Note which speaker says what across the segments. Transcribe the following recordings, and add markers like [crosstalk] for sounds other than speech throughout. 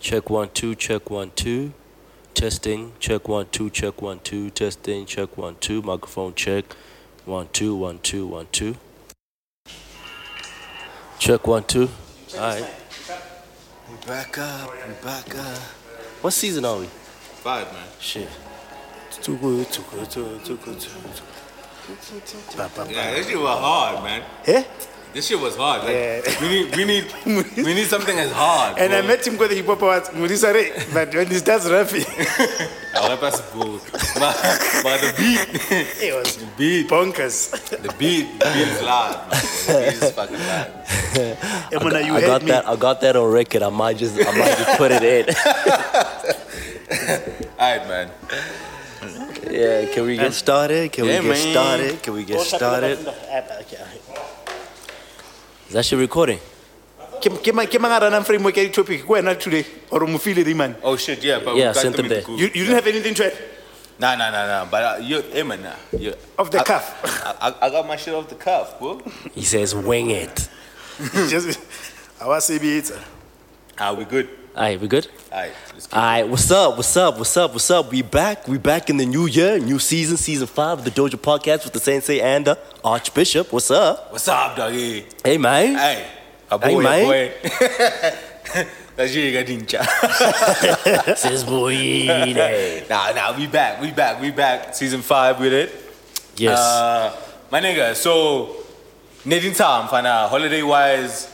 Speaker 1: Check one, two, check one, two. Testing, check one, two, check one, two. Testing, check one, two. Microphone check. One, two, one, two, one, two. Check one, two. All right. We back up, we back up. What season are we?
Speaker 2: Five, man.
Speaker 1: Shit. Too good, too good, too too good, too good. Ba, ba, ba.
Speaker 2: Yeah, this shit was hard, man.
Speaker 3: Eh?
Speaker 2: This shit was hard. Like,
Speaker 3: Yeah.
Speaker 2: we need, we need, we need something as hard.
Speaker 3: And I
Speaker 2: bro.
Speaker 3: met him because he hip hop was Murisa Ray, but when [laughs] he starts rapping,
Speaker 2: I'll help us go. But, but the beat,
Speaker 3: it was
Speaker 2: the beat,
Speaker 3: bonkers.
Speaker 2: the beat, the beat is loud, man. The beat is fucking loud.
Speaker 3: Emona, you
Speaker 1: I
Speaker 3: heard
Speaker 1: got
Speaker 3: me.
Speaker 1: that. I got that on record. I might just. I might just put it [laughs] in.
Speaker 2: All right, man.
Speaker 1: Yeah. Can we get started? Can
Speaker 2: Yeah,
Speaker 1: we get
Speaker 2: man.
Speaker 1: started? Can we get started? Is that shit recording?
Speaker 3: Ke ke mang ke mang a ranang framework ya di-topic? Ke wena today or Mofihli Riemann?
Speaker 2: Oh shit, yeah, but
Speaker 1: Yeah,
Speaker 2: we got
Speaker 1: send them
Speaker 2: in the
Speaker 1: there.
Speaker 2: group.
Speaker 3: You, you didn't have anything to add
Speaker 2: Nah, nah, nah, nah. But uh, you, hey, man, nah. You,
Speaker 3: off the
Speaker 2: I-
Speaker 3: cuff.
Speaker 2: I, I, I got my shit off the cuff, bro.
Speaker 1: He says, "Wing it."
Speaker 3: Just I was saying
Speaker 2: Ah, we good.
Speaker 1: Alright, we good?
Speaker 2: All right, let's keep.
Speaker 1: Alright, what's up? What's up? What's up? What's up? We back. We back in the new year, new season, season five of the Dojo Podcast with the Sensei and the Archbishop. What's up?
Speaker 2: What's up, doggy?
Speaker 1: Hey man. [laughs]
Speaker 2: Hey, a boy,
Speaker 1: Hey,
Speaker 2: a
Speaker 1: man.
Speaker 2: boy. [laughs] That's you, got ninja.
Speaker 1: Says boy.
Speaker 2: [laughs] Nah, nah, we back, we back, we back. Season five with it.
Speaker 1: Yes.
Speaker 2: Uh, my nigga, so Nadine Tam, fana, holiday wise,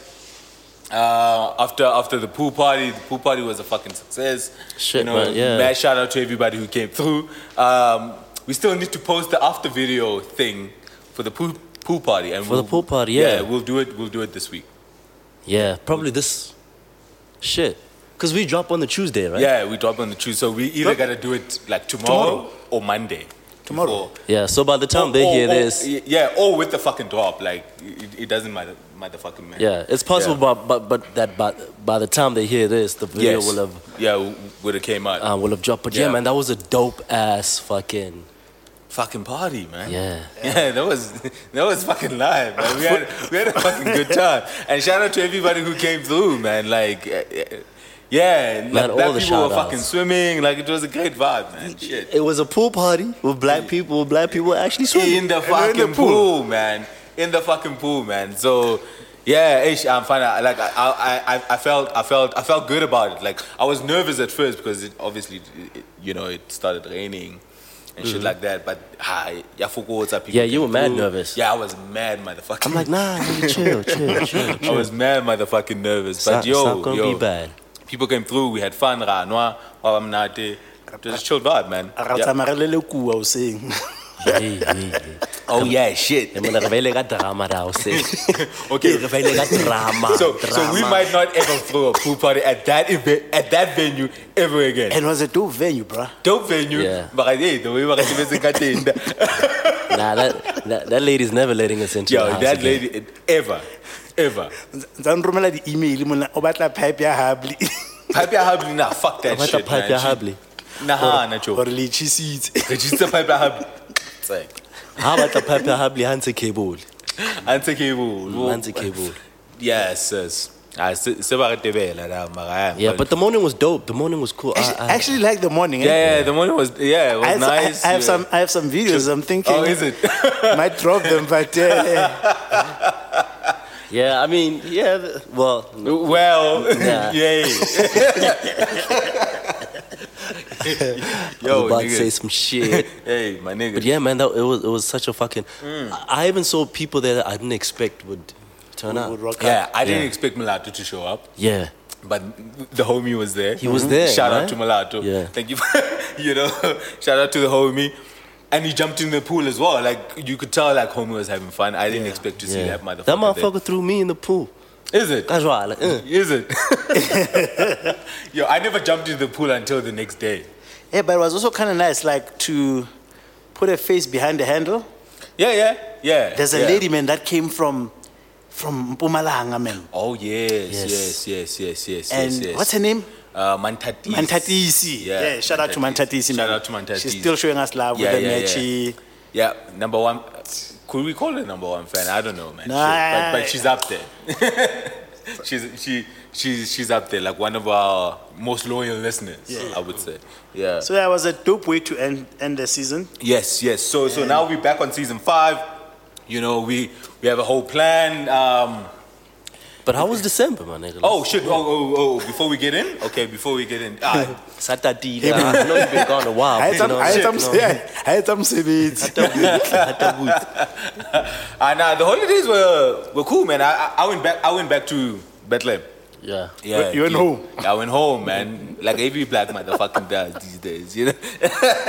Speaker 2: uh, after after the pool party, the pool party was a fucking success.
Speaker 1: Shit, man, yeah.
Speaker 2: Mad shout out to everybody who came through. Um, we still need to post the after video thing for the pool pool party and
Speaker 1: For the pool party, yeah.
Speaker 2: we'll do it. We'll do it this week.
Speaker 1: yeah, probably this shit. Cause we drop on the Tuesday, right?
Speaker 2: Yeah, we drop on the Tuesday, so we either gotta do it like tomorrow,
Speaker 3: Tomorrow.
Speaker 2: or Monday.
Speaker 3: Tomorrow.
Speaker 2: Before-
Speaker 1: Yeah, Oh, so by the time they
Speaker 2: or-
Speaker 1: hear
Speaker 2: or-
Speaker 1: this,
Speaker 2: Yeah, or with the fucking drop, like it, it doesn't matter, motherfucking matter.
Speaker 1: yeah, it's possible, but but but that by, by the time they hear this, the video
Speaker 2: Yes.
Speaker 1: will have
Speaker 2: Yeah, w- would have came out.
Speaker 1: uh, will have dropped. But yeah.
Speaker 2: Yeah.
Speaker 1: man, that was a dope ass fucking
Speaker 2: fucking party, man.
Speaker 1: yeah.
Speaker 2: Yeah, [laughs] that was that was fucking live, man. We had we had a fucking
Speaker 1: [laughs]
Speaker 2: good time, and shout out to everybody who came through, man. Like, eh, eh, yeah,
Speaker 1: Man,
Speaker 2: like, black
Speaker 1: all the
Speaker 2: people were
Speaker 1: shout-outs.
Speaker 2: fucking swimming. Like, it was a great vibe, man. Shit.
Speaker 1: It was a pool party with black people. With black people actually swimming.
Speaker 2: [laughs] in the
Speaker 3: they were in
Speaker 2: fucking
Speaker 3: the
Speaker 2: pool.
Speaker 3: pool.
Speaker 2: man. In the fucking pool, man. So yeah, ish, I'm fine. I- Like I, I, I- I felt, I felt, I felt good about it. Like I was nervous at first because it obviously, it, it- you know, it started raining and shit like that. But hi, yeah, what's up?
Speaker 1: Yeah, you were mad nervous.
Speaker 2: Yeah, I was mad, motherfucker.
Speaker 1: I'm like, nah, nigga, chill, chill, chill. [laughs]
Speaker 2: [laughs] I was mad, motherfucking nervous.
Speaker 1: It's
Speaker 2: But
Speaker 1: not,
Speaker 2: yo,
Speaker 1: it's not gonna
Speaker 2: yo,
Speaker 1: be [laughs] bad.
Speaker 2: people came through. We had fun, Ra, Noa, Wawamnate. It was a chill vibe, man. Yeah.
Speaker 3: Aratamaralela I was saying.
Speaker 1: Hey, hey, hey.
Speaker 2: Oh yeah, shit.
Speaker 1: Emela, re beile ka drama ra, o [laughs] se.
Speaker 2: Okay.
Speaker 1: Re beile ka drama,
Speaker 2: So, so we
Speaker 1: drama.
Speaker 2: might not ever throw a pool party at that event, at that venue ever again.
Speaker 3: [laughs] And it was a dope venue, bruh.
Speaker 2: Dope venue,
Speaker 1: Yeah.
Speaker 2: but hey, the way we're gonna be singing
Speaker 1: [laughs] Nah, that, that that lady's never letting us into
Speaker 2: Yo,
Speaker 1: the house
Speaker 2: that
Speaker 1: again.
Speaker 2: lady ever, ever.
Speaker 3: Tsa nromela di-email mona o batla pipe ya habli
Speaker 2: Pipe ya habli, nah, fuck that
Speaker 1: What the
Speaker 2: shit.
Speaker 1: pipe
Speaker 2: man.
Speaker 1: ya
Speaker 2: She-
Speaker 1: habli?
Speaker 2: Nah, ha, nah,
Speaker 3: [laughs] gore
Speaker 2: Joe.
Speaker 3: le tšhisitse
Speaker 2: Did you say pipe ya habli? It's like,
Speaker 1: Ha batla pipe ya habli ha ntse cable.
Speaker 2: anti cable.
Speaker 1: Ha ntse cable.
Speaker 2: Yes, sis. Ah, se se ba re tebela, nah, mara, ah,
Speaker 1: Yeah, but the morning was dope. The morning was cool. I-
Speaker 3: actually,
Speaker 1: I-
Speaker 3: actually like the morning eh?
Speaker 2: yeah, yeah, the morning was, yeah, it was
Speaker 3: I, have- I-
Speaker 2: nice.
Speaker 3: I have
Speaker 2: yeah.
Speaker 3: some I have some videos I'm thinking
Speaker 2: Oh, is it?
Speaker 3: [laughs] might drop them but uh,
Speaker 1: yeah, I mean, yeah. the- Well,
Speaker 2: Well,
Speaker 1: Nah.
Speaker 2: [laughs]
Speaker 1: [laughs]
Speaker 2: yay.
Speaker 1: I was
Speaker 2: Yo,
Speaker 1: about to
Speaker 2: nigga.
Speaker 1: say some shit.
Speaker 2: hey, my nigga.
Speaker 1: But yeah, man, that it was it was such a fucking. I, I even saw people there that I didn't expect would turn
Speaker 3: would
Speaker 1: up.
Speaker 3: rock up.
Speaker 2: Yeah, I didn't
Speaker 1: Yeah.
Speaker 2: expect Mulatto to show up,
Speaker 1: Yeah,
Speaker 2: but the homie was there. He
Speaker 1: was there,
Speaker 2: Shout
Speaker 1: right?
Speaker 2: out to Mulatto.
Speaker 1: Yeah.
Speaker 2: Thank you. For, [laughs] you know, shout out to the homie. And he jumped in the pool as well. Like you could tell, like homie was having fun. I didn't expect to see
Speaker 1: yeah.
Speaker 2: that motherfucker.
Speaker 1: That motherfucker threw me in the pool.
Speaker 2: There. Is it?
Speaker 1: That's right. Like, uh.
Speaker 2: Is it? [laughs] Yo, I never jumped in the pool until the next day.
Speaker 3: yeah but it was also kind of nice like to put a face behind the handle
Speaker 2: Yeah, yeah, yeah.
Speaker 3: there's a
Speaker 2: yeah.
Speaker 3: lady man that came from from Mpumalanga man
Speaker 2: Oh yes, yes,
Speaker 1: Yes.
Speaker 2: yes, yes, yes,
Speaker 3: and
Speaker 2: yes. yes.
Speaker 3: what's her name
Speaker 2: Uh, Mantatisi.
Speaker 3: Mantatisi yeah, shout out to Mantatisi
Speaker 2: Shout
Speaker 3: man.
Speaker 2: out to Mantatisi.
Speaker 3: she's still showing us love
Speaker 2: Yeah,
Speaker 3: with the
Speaker 2: yeah,
Speaker 3: matchy
Speaker 2: Yeah, number one. Could we call her number one fan? I don't know, man.
Speaker 3: Nah.
Speaker 2: Shit, but, but she's up there. [laughs] she's she she's she's up there like one of our most loyal listeners. I would say. Yeah.
Speaker 4: So that was a dope way to end end the season.
Speaker 2: Yes, yes. So so now we're back on season five. You know, we we have a whole plan. Um,
Speaker 1: But how was December, my nigga?
Speaker 2: oh shit! Oh, oh oh! Before we get in, okay. Before we get in, ah,
Speaker 1: Saturday. nah, I know you've been gone a while.
Speaker 3: I had
Speaker 1: you
Speaker 3: some,
Speaker 1: know
Speaker 3: I
Speaker 1: what
Speaker 3: had
Speaker 1: I'm
Speaker 3: some,
Speaker 1: saying?
Speaker 3: yeah, I had some savings.
Speaker 2: [laughs] ah nah, the holidays were were cool, man. I I- I went back I went back to Bethlehem.
Speaker 1: [laughs] Yeah.
Speaker 2: Yeah,
Speaker 3: You went
Speaker 2: yeah.
Speaker 3: home?
Speaker 2: I went home, man. Like every black motherfucking does these days, you know.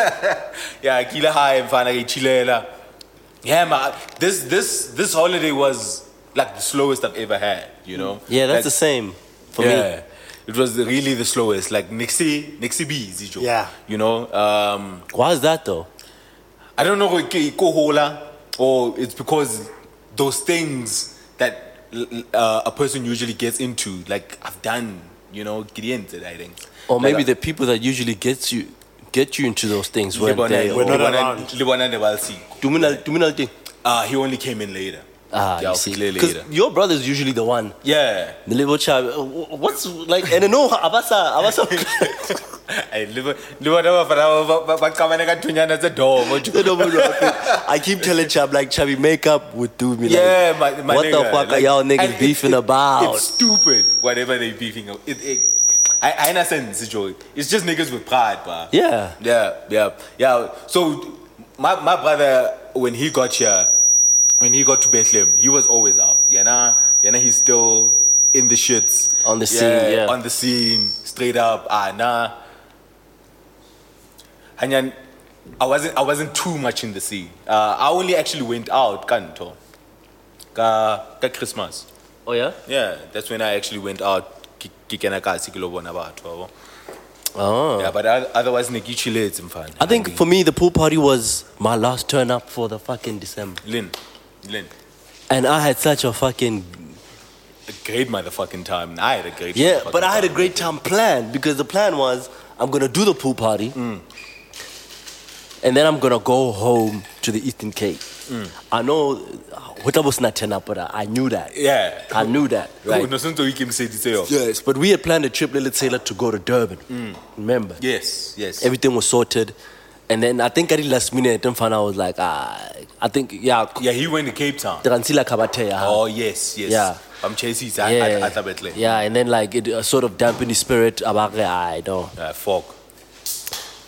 Speaker 2: [laughs] yeah, kila high and finally chilela. Yeah, man. This this this holiday was like the slowest I've ever had, you know.
Speaker 1: Yeah, that's
Speaker 2: Like,
Speaker 1: the same for me.
Speaker 2: yeah. It was really the slowest. Like Nixie, Nixie B, Zijo.
Speaker 4: Yeah.
Speaker 2: You know, um,
Speaker 1: Why is that though?
Speaker 2: I don't know ke- kohola, or it's because those things that l- l- uh, a person usually gets into, like I've done, you know, Gideon I think.
Speaker 1: Or
Speaker 2: Like,
Speaker 1: maybe the people that usually gets you get you into those things
Speaker 2: uh,
Speaker 1: weren't there.
Speaker 2: Lebona-
Speaker 1: Or,
Speaker 4: not
Speaker 2: Lebona-
Speaker 4: around.
Speaker 2: Lebona Nebalsi.
Speaker 1: Duminal, Duminal thing.
Speaker 2: Uh, he only came in later.
Speaker 1: Ah,
Speaker 2: yeah,
Speaker 1: you see,
Speaker 2: clearly
Speaker 1: 'Cause
Speaker 2: later.
Speaker 1: your brother's usually the one,
Speaker 2: Yeah. [laughs]
Speaker 1: the little child. uh, wh- What's like? And no, abasa, abasa. [laughs]
Speaker 2: Hey, Lebo- Lebona Bafana ba- ba- ba- kamane ka thunyana tse domo, jo.
Speaker 1: No,
Speaker 2: [laughs]
Speaker 1: no, no. I keep telling Chab like Chubby makeup would do me.
Speaker 2: Yeah,
Speaker 1: like,
Speaker 2: my, my
Speaker 1: what the
Speaker 2: nigga,
Speaker 1: fuck are
Speaker 2: like-
Speaker 1: y'all
Speaker 2: and
Speaker 1: niggas
Speaker 2: it-
Speaker 1: beefing
Speaker 2: it-
Speaker 1: about?
Speaker 2: It's stupid, whatever they beefing about. It, it, I, I understand this joke. It's just niggas with pride, bruh.
Speaker 1: yeah,
Speaker 2: Yeah, yeah, yeah. So my my brother, when he got here, when he got to Bethlehem, he was always out. You know, you know, he's still in the shits
Speaker 1: On the scene, yeah.
Speaker 2: on the scene, straight up. Ah, nah. Hanyan, I wasn't I wasn't too much in the scene. Uh, I only actually went out kanto, ka ka Christmas.
Speaker 1: oh yeah.
Speaker 2: Yeah, that's when I actually went out. ki- ki kena kasi kilobona batho, yabo.
Speaker 1: Oh.
Speaker 2: Yeah, but oth- otherwise, Nikichile, it's fine.
Speaker 1: I think for me, the pool party was my last turn up for the fucking December,
Speaker 2: Lynn, Lynn,
Speaker 1: and I had such a fucking
Speaker 2: a great motherfucking time. I had a great
Speaker 1: Yeah,
Speaker 2: motherfucking
Speaker 1: but I had a
Speaker 2: time.
Speaker 1: great time planned because the plan was I'm gonna do the pool party,
Speaker 2: Mm.
Speaker 1: and then I'm gonna go home to the Eastern Cape.
Speaker 2: Mm.
Speaker 1: I know what was not turn up, but I, I knew that.
Speaker 2: Yeah. Oh,
Speaker 1: I knew that.
Speaker 2: Right.
Speaker 1: Right?
Speaker 2: Unosunto ikimseditse yo.
Speaker 1: Yes, but we had planned a trip Lily Taylor to go to Durban. Remember?
Speaker 2: Mm. Yes, yes.
Speaker 1: Everything was sorted, and then I think at the last minute, then found out I was like, ah, I think yeah,
Speaker 2: yeah, he went to Cape Town.
Speaker 1: Transila Kabateya.
Speaker 2: Oh yes, yes.
Speaker 1: Yeah.
Speaker 2: I'm chasing his
Speaker 1: yeah,
Speaker 2: at Atabetling.
Speaker 1: yeah, and then like it uh, sort of dampened his spirit. About I know.
Speaker 2: Uh, fog.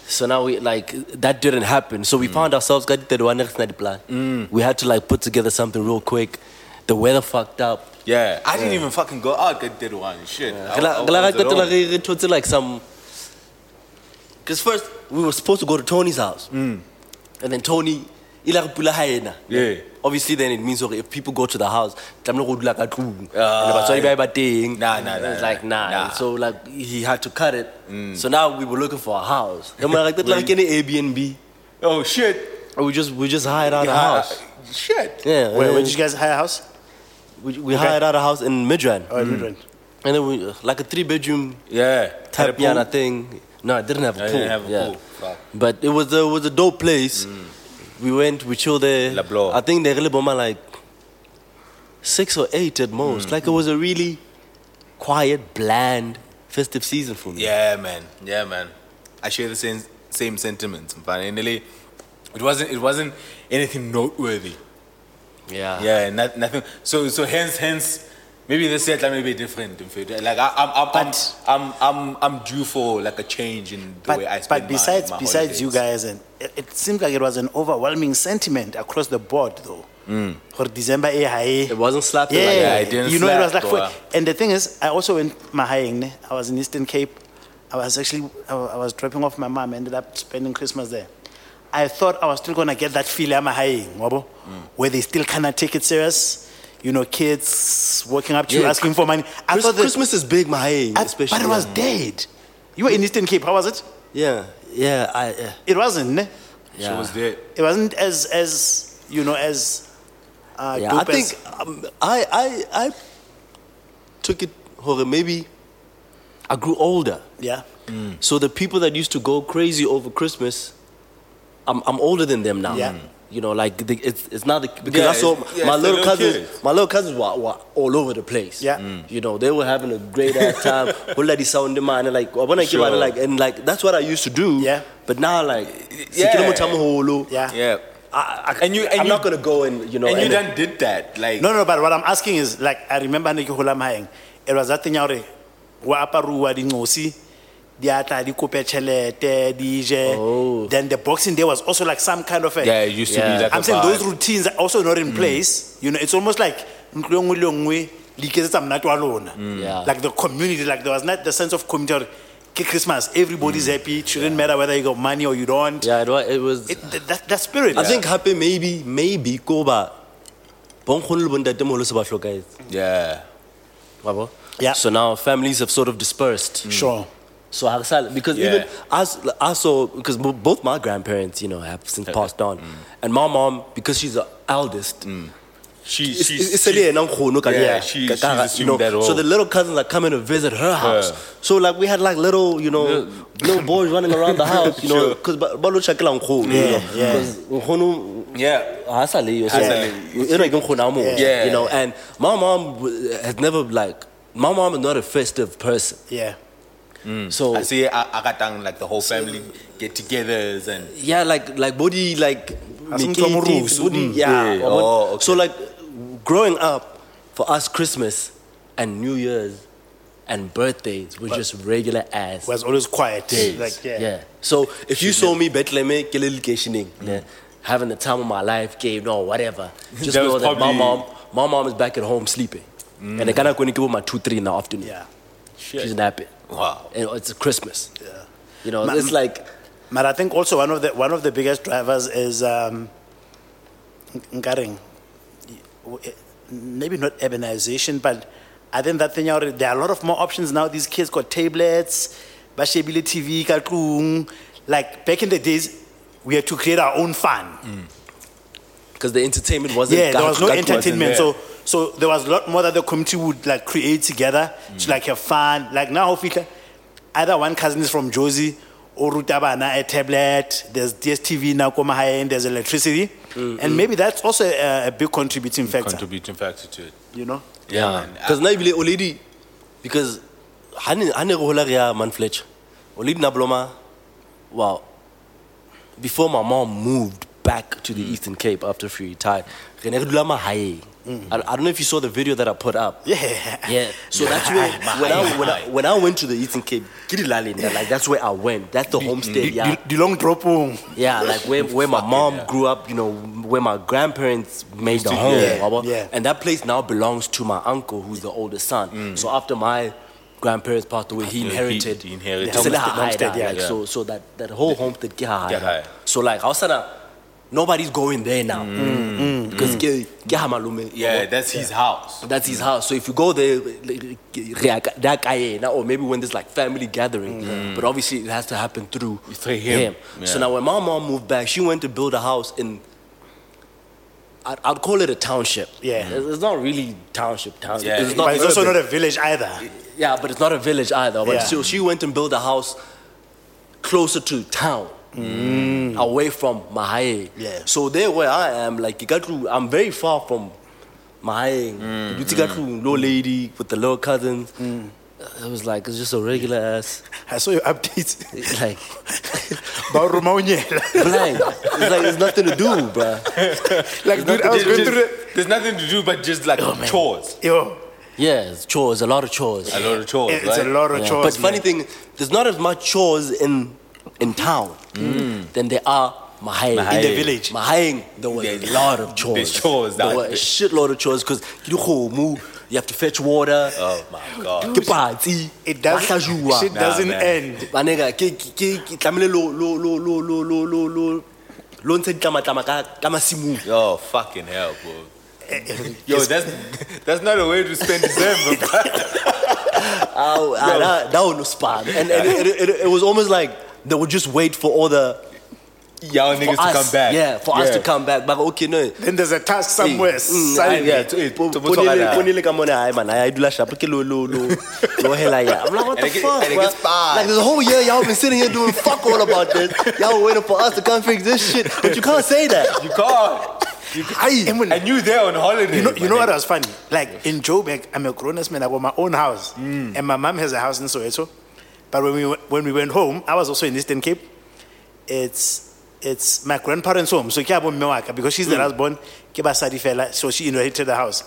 Speaker 1: So now we like that didn't happen. So we
Speaker 2: Mm.
Speaker 1: found ourselves got the one next night plan. We had to like put together something real quick. The weather fucked up.
Speaker 2: Yeah. I didn't even fucking go out that did one. Shit. I- I- I
Speaker 1: Kala- kala-
Speaker 2: was
Speaker 1: kala- kala-
Speaker 2: alone.
Speaker 1: kala- like some because first we were supposed to go to Tony's house, and then Tony. ila re pula ha ena.
Speaker 2: Hmm. Yeah.
Speaker 1: Obviously, then it means okay, if people go to the house, tlamehile go dula ka tlung. And
Speaker 2: Ah,
Speaker 1: batswadi ba
Speaker 2: yeah.
Speaker 1: hae ba teng.
Speaker 2: Nah, nah,
Speaker 1: And
Speaker 2: nah,
Speaker 1: It's
Speaker 2: nah,
Speaker 1: like nah.
Speaker 2: nah. Hmm.
Speaker 1: So like he had to cut it. So now we were looking for a house. And we're like, "Let's like
Speaker 2: Wait.
Speaker 1: any Airbnb."
Speaker 2: Oh shit.
Speaker 1: Or we just we just hired out a
Speaker 2: Yeah,
Speaker 1: house.
Speaker 2: I- Shit.
Speaker 1: Yeah,
Speaker 4: Where,
Speaker 1: and
Speaker 4: where
Speaker 1: then
Speaker 4: did you guys hire a house?
Speaker 1: we, we hired out a house in Midran,
Speaker 2: Mm,
Speaker 4: Oh, Midrand.
Speaker 1: and then we like a three bedroom
Speaker 2: Yeah. Had a
Speaker 1: type
Speaker 2: pool.
Speaker 1: yana thing. No, it didn't have
Speaker 2: I
Speaker 1: a pool.
Speaker 2: Oh, didn't have a
Speaker 1: yeah.
Speaker 2: pool. Fuck.
Speaker 1: But it was a, it was a dope place. We went, we chilled there.
Speaker 2: La Blow.
Speaker 1: I think they really bought my like six or eight at most. Like it was a really quiet, bland festive season for me.
Speaker 2: Yeah, man. Yeah, man. I share the same same sentiments. Finally, it wasn't it wasn't anything noteworthy.
Speaker 1: Yeah.
Speaker 2: Yeah, not, nothing. So so hence hence maybe this year may be different. mfethu. Like I, I'm I'm,
Speaker 4: But-
Speaker 2: I'm I'm I'm I'm due for like a change in the way I
Speaker 4: But,
Speaker 2: spend
Speaker 4: but besides,
Speaker 2: my, my
Speaker 4: besides you
Speaker 2: holidays.
Speaker 4: guys, and it, it seems like it was an overwhelming sentiment across the board, though.
Speaker 2: Mm.
Speaker 4: For December, eh, high.
Speaker 1: It wasn't slapping
Speaker 4: yeah,
Speaker 1: like that.
Speaker 2: I didn't
Speaker 4: you know, it was
Speaker 2: slap,
Speaker 4: like,
Speaker 2: though.
Speaker 4: for, and the thing is, I also went Mahaying. ne? I was in Eastern Cape. I was actually, I wa- I was dropping off my mom. Ended up spending Christmas there. I thought I was still gonna get that feel at Mahaying, wabo,
Speaker 1: Mm.
Speaker 4: where they still kinda take it serious. You know, kids walking up to you
Speaker 1: Yeah.
Speaker 4: asking for money. I
Speaker 1: Chris-
Speaker 4: thought that,
Speaker 1: Christmas is big, my
Speaker 4: I-
Speaker 1: especially.
Speaker 4: but it was dead. You were in Eastern Cape. How was it?
Speaker 1: yeah, yeah, I, yeah.
Speaker 4: It wasn't. ne?
Speaker 1: yeah.
Speaker 2: She was there.
Speaker 4: It wasn't as as you know as. Uh,
Speaker 1: Yeah, I
Speaker 4: dope as-
Speaker 1: think um, I, I I took it or maybe I grew older.
Speaker 4: Yeah.
Speaker 1: So the people that used to go crazy over Christmas, I'm I'm older than them now.
Speaker 4: Yeah.
Speaker 1: You know, like the, it's it's not the, because
Speaker 2: Yeah,
Speaker 1: I saw
Speaker 2: it's- yeah,
Speaker 1: my
Speaker 2: it's the
Speaker 1: little
Speaker 2: little
Speaker 1: cousins.
Speaker 2: kids.
Speaker 1: My little cousins were, were all over the place.
Speaker 3: Yeah. Mm.
Speaker 1: You know, they were having a great ass
Speaker 2: [laughs]
Speaker 1: time. Whole lady sound the man and like I wanna give
Speaker 2: Sure.
Speaker 1: out like and like that's what I used to do.
Speaker 3: Yeah.
Speaker 1: But now like
Speaker 2: Yeah.
Speaker 1: Sikilimo Tamo Holo,
Speaker 3: Yeah.
Speaker 2: Yeah.
Speaker 1: I, I,
Speaker 2: And you- and
Speaker 1: I'm
Speaker 2: you-
Speaker 1: not gonna go and you know
Speaker 2: And you
Speaker 1: and-
Speaker 2: done did that. Like,
Speaker 3: No, no, but what I'm asking is like I remember ne ke hola mahayeng. It was that thing ya hore wa aparuwa dingosi di atla di kope chelete di je. Then the boxing there was also like some kind of a
Speaker 2: Oh. yeah, it used to
Speaker 1: Yeah.
Speaker 2: be like
Speaker 3: I'm
Speaker 2: a
Speaker 3: saying
Speaker 2: vibe. Mm.
Speaker 3: those routines are also not in place. You know, it's almost like ntlo engwe le engwe le iketsetsa monate wa lona.
Speaker 2: Mm.
Speaker 1: Yeah.
Speaker 3: Like the community, like there was not the sense of community. hore Ke Christmas, everybody's
Speaker 2: Mm.
Speaker 3: happy. It shouldn't matter whether you got money or you don't.
Speaker 1: Yeah, it was, it was
Speaker 3: It, that, that, that spirit.
Speaker 1: I think happy maybe maybe koba bonkgono le bontatemoholo se ba hlokahetse.
Speaker 2: Yeah.
Speaker 1: Wabo?
Speaker 3: Yeah.
Speaker 1: So now families have sort of dispersed.
Speaker 2: Mm.
Speaker 3: sure.
Speaker 1: So Haksal, because
Speaker 2: Yeah.
Speaker 1: even us, I saw because bo- both my grandparents, you know, have since passed on, and my mom because she's the eldest,
Speaker 2: She,
Speaker 1: it's-
Speaker 2: she,
Speaker 1: it's- it's a lady, no, no, no,
Speaker 2: yeah,
Speaker 1: yeah,
Speaker 2: she-
Speaker 1: ka-
Speaker 2: she's
Speaker 1: ka- you
Speaker 2: assumed
Speaker 1: know,
Speaker 2: that
Speaker 1: So
Speaker 2: role.
Speaker 1: the little cousins are coming to visit her house.
Speaker 2: Yeah.
Speaker 1: So like we had like little, you know, little boys running around the house, you know,
Speaker 2: Sure.
Speaker 1: because balo chakela nkho,
Speaker 3: Yeah, yeah.
Speaker 1: yeah.
Speaker 2: yeah.
Speaker 1: Hasali, you
Speaker 2: Hasali.
Speaker 1: e
Speaker 2: Yeah.
Speaker 1: you know, and my mom w- has never like my mom is not a festive person,
Speaker 3: Yeah.
Speaker 1: so
Speaker 2: Hmm. I see I, I got down like the whole family get togethers and
Speaker 1: Yeah, like like body like
Speaker 3: motho wa
Speaker 1: mekete,
Speaker 3: morusu.
Speaker 1: body,
Speaker 3: Mm.
Speaker 1: yeah.
Speaker 2: Hmm. Yeah.
Speaker 1: wabona?
Speaker 2: Oh, okay.
Speaker 1: So like growing up, for us Christmas and New Year's and birthdays were just regular ass
Speaker 3: Was always quiet.
Speaker 1: days.
Speaker 3: Like,
Speaker 1: yeah. So if you saw me Bethlehem, Kelele Keshining, yeah, having the time of my life, game or
Speaker 3: [laughs]
Speaker 1: whatever, just
Speaker 2: That
Speaker 1: know
Speaker 2: was
Speaker 1: that my
Speaker 2: probably-
Speaker 1: mom, my mom is back at home sleeping, and they're gonna go and give her my two three in the afternoon.
Speaker 3: Mm. Yeah.
Speaker 1: She's napping.
Speaker 2: wow.
Speaker 1: And it's Christmas.
Speaker 3: Yeah.
Speaker 1: You know,
Speaker 3: Ma-
Speaker 1: it's like.
Speaker 3: But I think also one of the one of the biggest drivers is um, ngaring, maybe not urbanization, but I think that thing already, there are a lot of more options now. These kids got tablets, bashebile TV, ka tlung. Like back in the days, we had to create our own fun.
Speaker 1: Because the entertainment wasn't.
Speaker 3: Yeah, there
Speaker 1: that-
Speaker 3: was no
Speaker 1: that
Speaker 3: entertainment.
Speaker 2: there.
Speaker 3: So so there was a lot more that the community would like create together to like have fun. Like now Hofika, either one cousin is from Josie or Rutabana a tablet, there's DSTV now come high end, there's electricity. And maybe that's also a, a big contributing factor.
Speaker 2: Contributing factor to it.
Speaker 3: you know?
Speaker 1: Yeah,
Speaker 2: man.
Speaker 1: because now you already because hani hani rohola ria man Fletcher. Already na bloma. Wow. Before my mom moved back to the Eastern Cape after she retired, re ne re dula mahaeng. I, I don't know if you saw the video that I put up.
Speaker 3: Yeah.
Speaker 1: Yeah. So that's
Speaker 3: [laughs]
Speaker 1: where when I, when I when I went to the Eastern Cape, Kirilalin, like that's where I went. That's the homestead. Yeah.
Speaker 3: The long drop home.
Speaker 1: Yeah, like where, where my mom grew up, you know, where my grandparents made the home.
Speaker 2: yeah,
Speaker 1: wabo.
Speaker 3: yeah.
Speaker 1: And that place now belongs to my uncle, who's the oldest son. So after my grandparents passed away, he
Speaker 2: He-
Speaker 1: inherited.
Speaker 2: he inherited.
Speaker 1: the homestead,
Speaker 3: Homestead, homestead,
Speaker 1: yeah,
Speaker 3: yeah,
Speaker 1: like,
Speaker 2: yeah.
Speaker 1: So, so that, that whole homestead, ke ha
Speaker 2: Ke
Speaker 1: haida.
Speaker 2: hae.
Speaker 1: So like, Hausana, nobody's going there now. Mm. Because ke- ke ha malume,
Speaker 2: Yeah,
Speaker 1: wabo.
Speaker 2: that's his house.
Speaker 1: That's his house. So if you go there, like, re- a- that guy, eh, now, or maybe when there's like family gathering, but obviously it has to happen through,
Speaker 2: Through him.
Speaker 1: So
Speaker 2: Yeah.
Speaker 1: now when my mom moved back, she went to build a house in. I'd, I'd call it a township.
Speaker 3: Yeah.
Speaker 1: It's it's not really township. Township.
Speaker 2: Yeah.
Speaker 1: It's not
Speaker 3: But it's also
Speaker 1: urban.
Speaker 3: not a village either.
Speaker 1: Yeah, but it's not a village either. But
Speaker 3: Yeah.
Speaker 1: so she went and built a house closer to town, away from Mahae.
Speaker 3: Mm. Yeah.
Speaker 1: So there where I am, like Ikatru, I'm very far from Mahae. Mm. low lady with the little cousins.
Speaker 3: Mm.
Speaker 1: It was like it's just a regular ass, [laughs]
Speaker 3: I saw your updates. [laughs]
Speaker 1: it's like
Speaker 3: About Roma Onyela.
Speaker 1: blank. It's like it's nothing to do, bruh.
Speaker 3: Like dude, I
Speaker 2: There's,
Speaker 3: was going through the
Speaker 2: just- there's nothing to do but just like chores.
Speaker 3: [laughs] Yo,
Speaker 1: Yeah, it's chores, a lot of chores.
Speaker 2: A lot of chores.
Speaker 3: it's a
Speaker 2: right?
Speaker 3: lot of
Speaker 1: Yeah.
Speaker 3: chores.
Speaker 1: But funny
Speaker 3: man.
Speaker 1: thing, there's not as much chores in in town than there are Mahayeng.
Speaker 2: In the Mahayeng.
Speaker 3: village.
Speaker 1: Mahayeng, there was a
Speaker 2: There's-
Speaker 1: lot of chores.
Speaker 2: there's chores
Speaker 1: There
Speaker 2: that-
Speaker 1: were a shitload of chores because you go home, you have to fetch water.
Speaker 2: Oh my god.
Speaker 1: Ke patsi,
Speaker 3: it doesn't,
Speaker 1: bakajua.
Speaker 3: shit
Speaker 2: Nah,
Speaker 3: doesn't
Speaker 2: man.
Speaker 3: end.
Speaker 1: Ba nigga, ke- ke- ke- ke tlamehile lo- lo- lo- lo- lo- lo- lo- lo- lo ntshe ditlamatlama ka- ka masimong.
Speaker 2: Yo, fucking hell, bro. Yo, that's that's not a way to spend December. bruh.
Speaker 1: Ow, ah, that, that one was fun. And, and it, it, it, it was almost like they would just wait for all the
Speaker 2: y'all niggas to come back.
Speaker 1: Yeah, for us to come back. But okay, no.
Speaker 3: Then there's a task somewhere.
Speaker 1: Mm,
Speaker 3: suddenly.
Speaker 1: I-
Speaker 2: yeah, it's- it's-
Speaker 1: Po-
Speaker 2: it's about
Speaker 1: ponele-
Speaker 2: like that.
Speaker 1: ponele ka mona, "Aye, man, aye, I do la sharp, okay, lo- lo- lo- lo hela ya." I'm like, what
Speaker 2: And
Speaker 1: the
Speaker 2: it get-
Speaker 1: fuck?
Speaker 2: and it
Speaker 1: bruh?
Speaker 2: gets bad.
Speaker 1: Like this whole year, y'all been sitting here doing fuck all about this. Y'all waiting for us to come fix this shit, but you can't say that.
Speaker 2: You can't. You
Speaker 3: Aye.
Speaker 2: can't. And you there on holiday.
Speaker 3: You know, you know
Speaker 2: my
Speaker 3: what
Speaker 2: nigga.
Speaker 3: was funny? Like in Joburg, I'm a grown ass man. I got my own house,
Speaker 1: Mm.
Speaker 3: and my mom has a house in Soweto. But when we w- when we went home, I was also in Eastern Cape. It's it's my grandparents' home, so ke a bo mme wa ka, because she's
Speaker 1: Mm.
Speaker 3: the last born. ke basadi fela, So she inherited the house.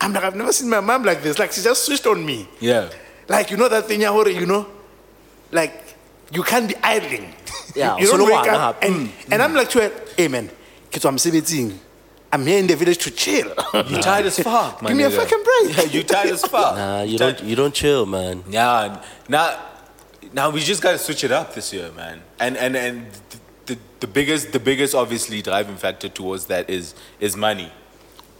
Speaker 3: I'm like, I've never seen my mom like this. Like she just switched on me.
Speaker 2: Yeah.
Speaker 3: Like you know that thing, Yahore, you know, like you can't be idling.
Speaker 1: Yeah, uh-huh. Mm,
Speaker 3: you
Speaker 1: so
Speaker 3: don't
Speaker 1: no
Speaker 3: wake
Speaker 1: one,
Speaker 3: up.
Speaker 1: nah.
Speaker 3: And, and I'm like to her, hey man, ke tswa mosebetsing. I'm here in the village to
Speaker 1: [laughs]
Speaker 3: chill.
Speaker 2: You tired as fuck, man.
Speaker 3: Give me a fucking break.
Speaker 2: Yeah, [laughs] you tired as fuck.
Speaker 1: Nah, you
Speaker 2: Tired-
Speaker 1: don't, you don't chill, man.
Speaker 2: Yeah, now, now we just gotta switch it up this year, man. And and and the, the biggest, the biggest, obviously driving factor towards that is is money.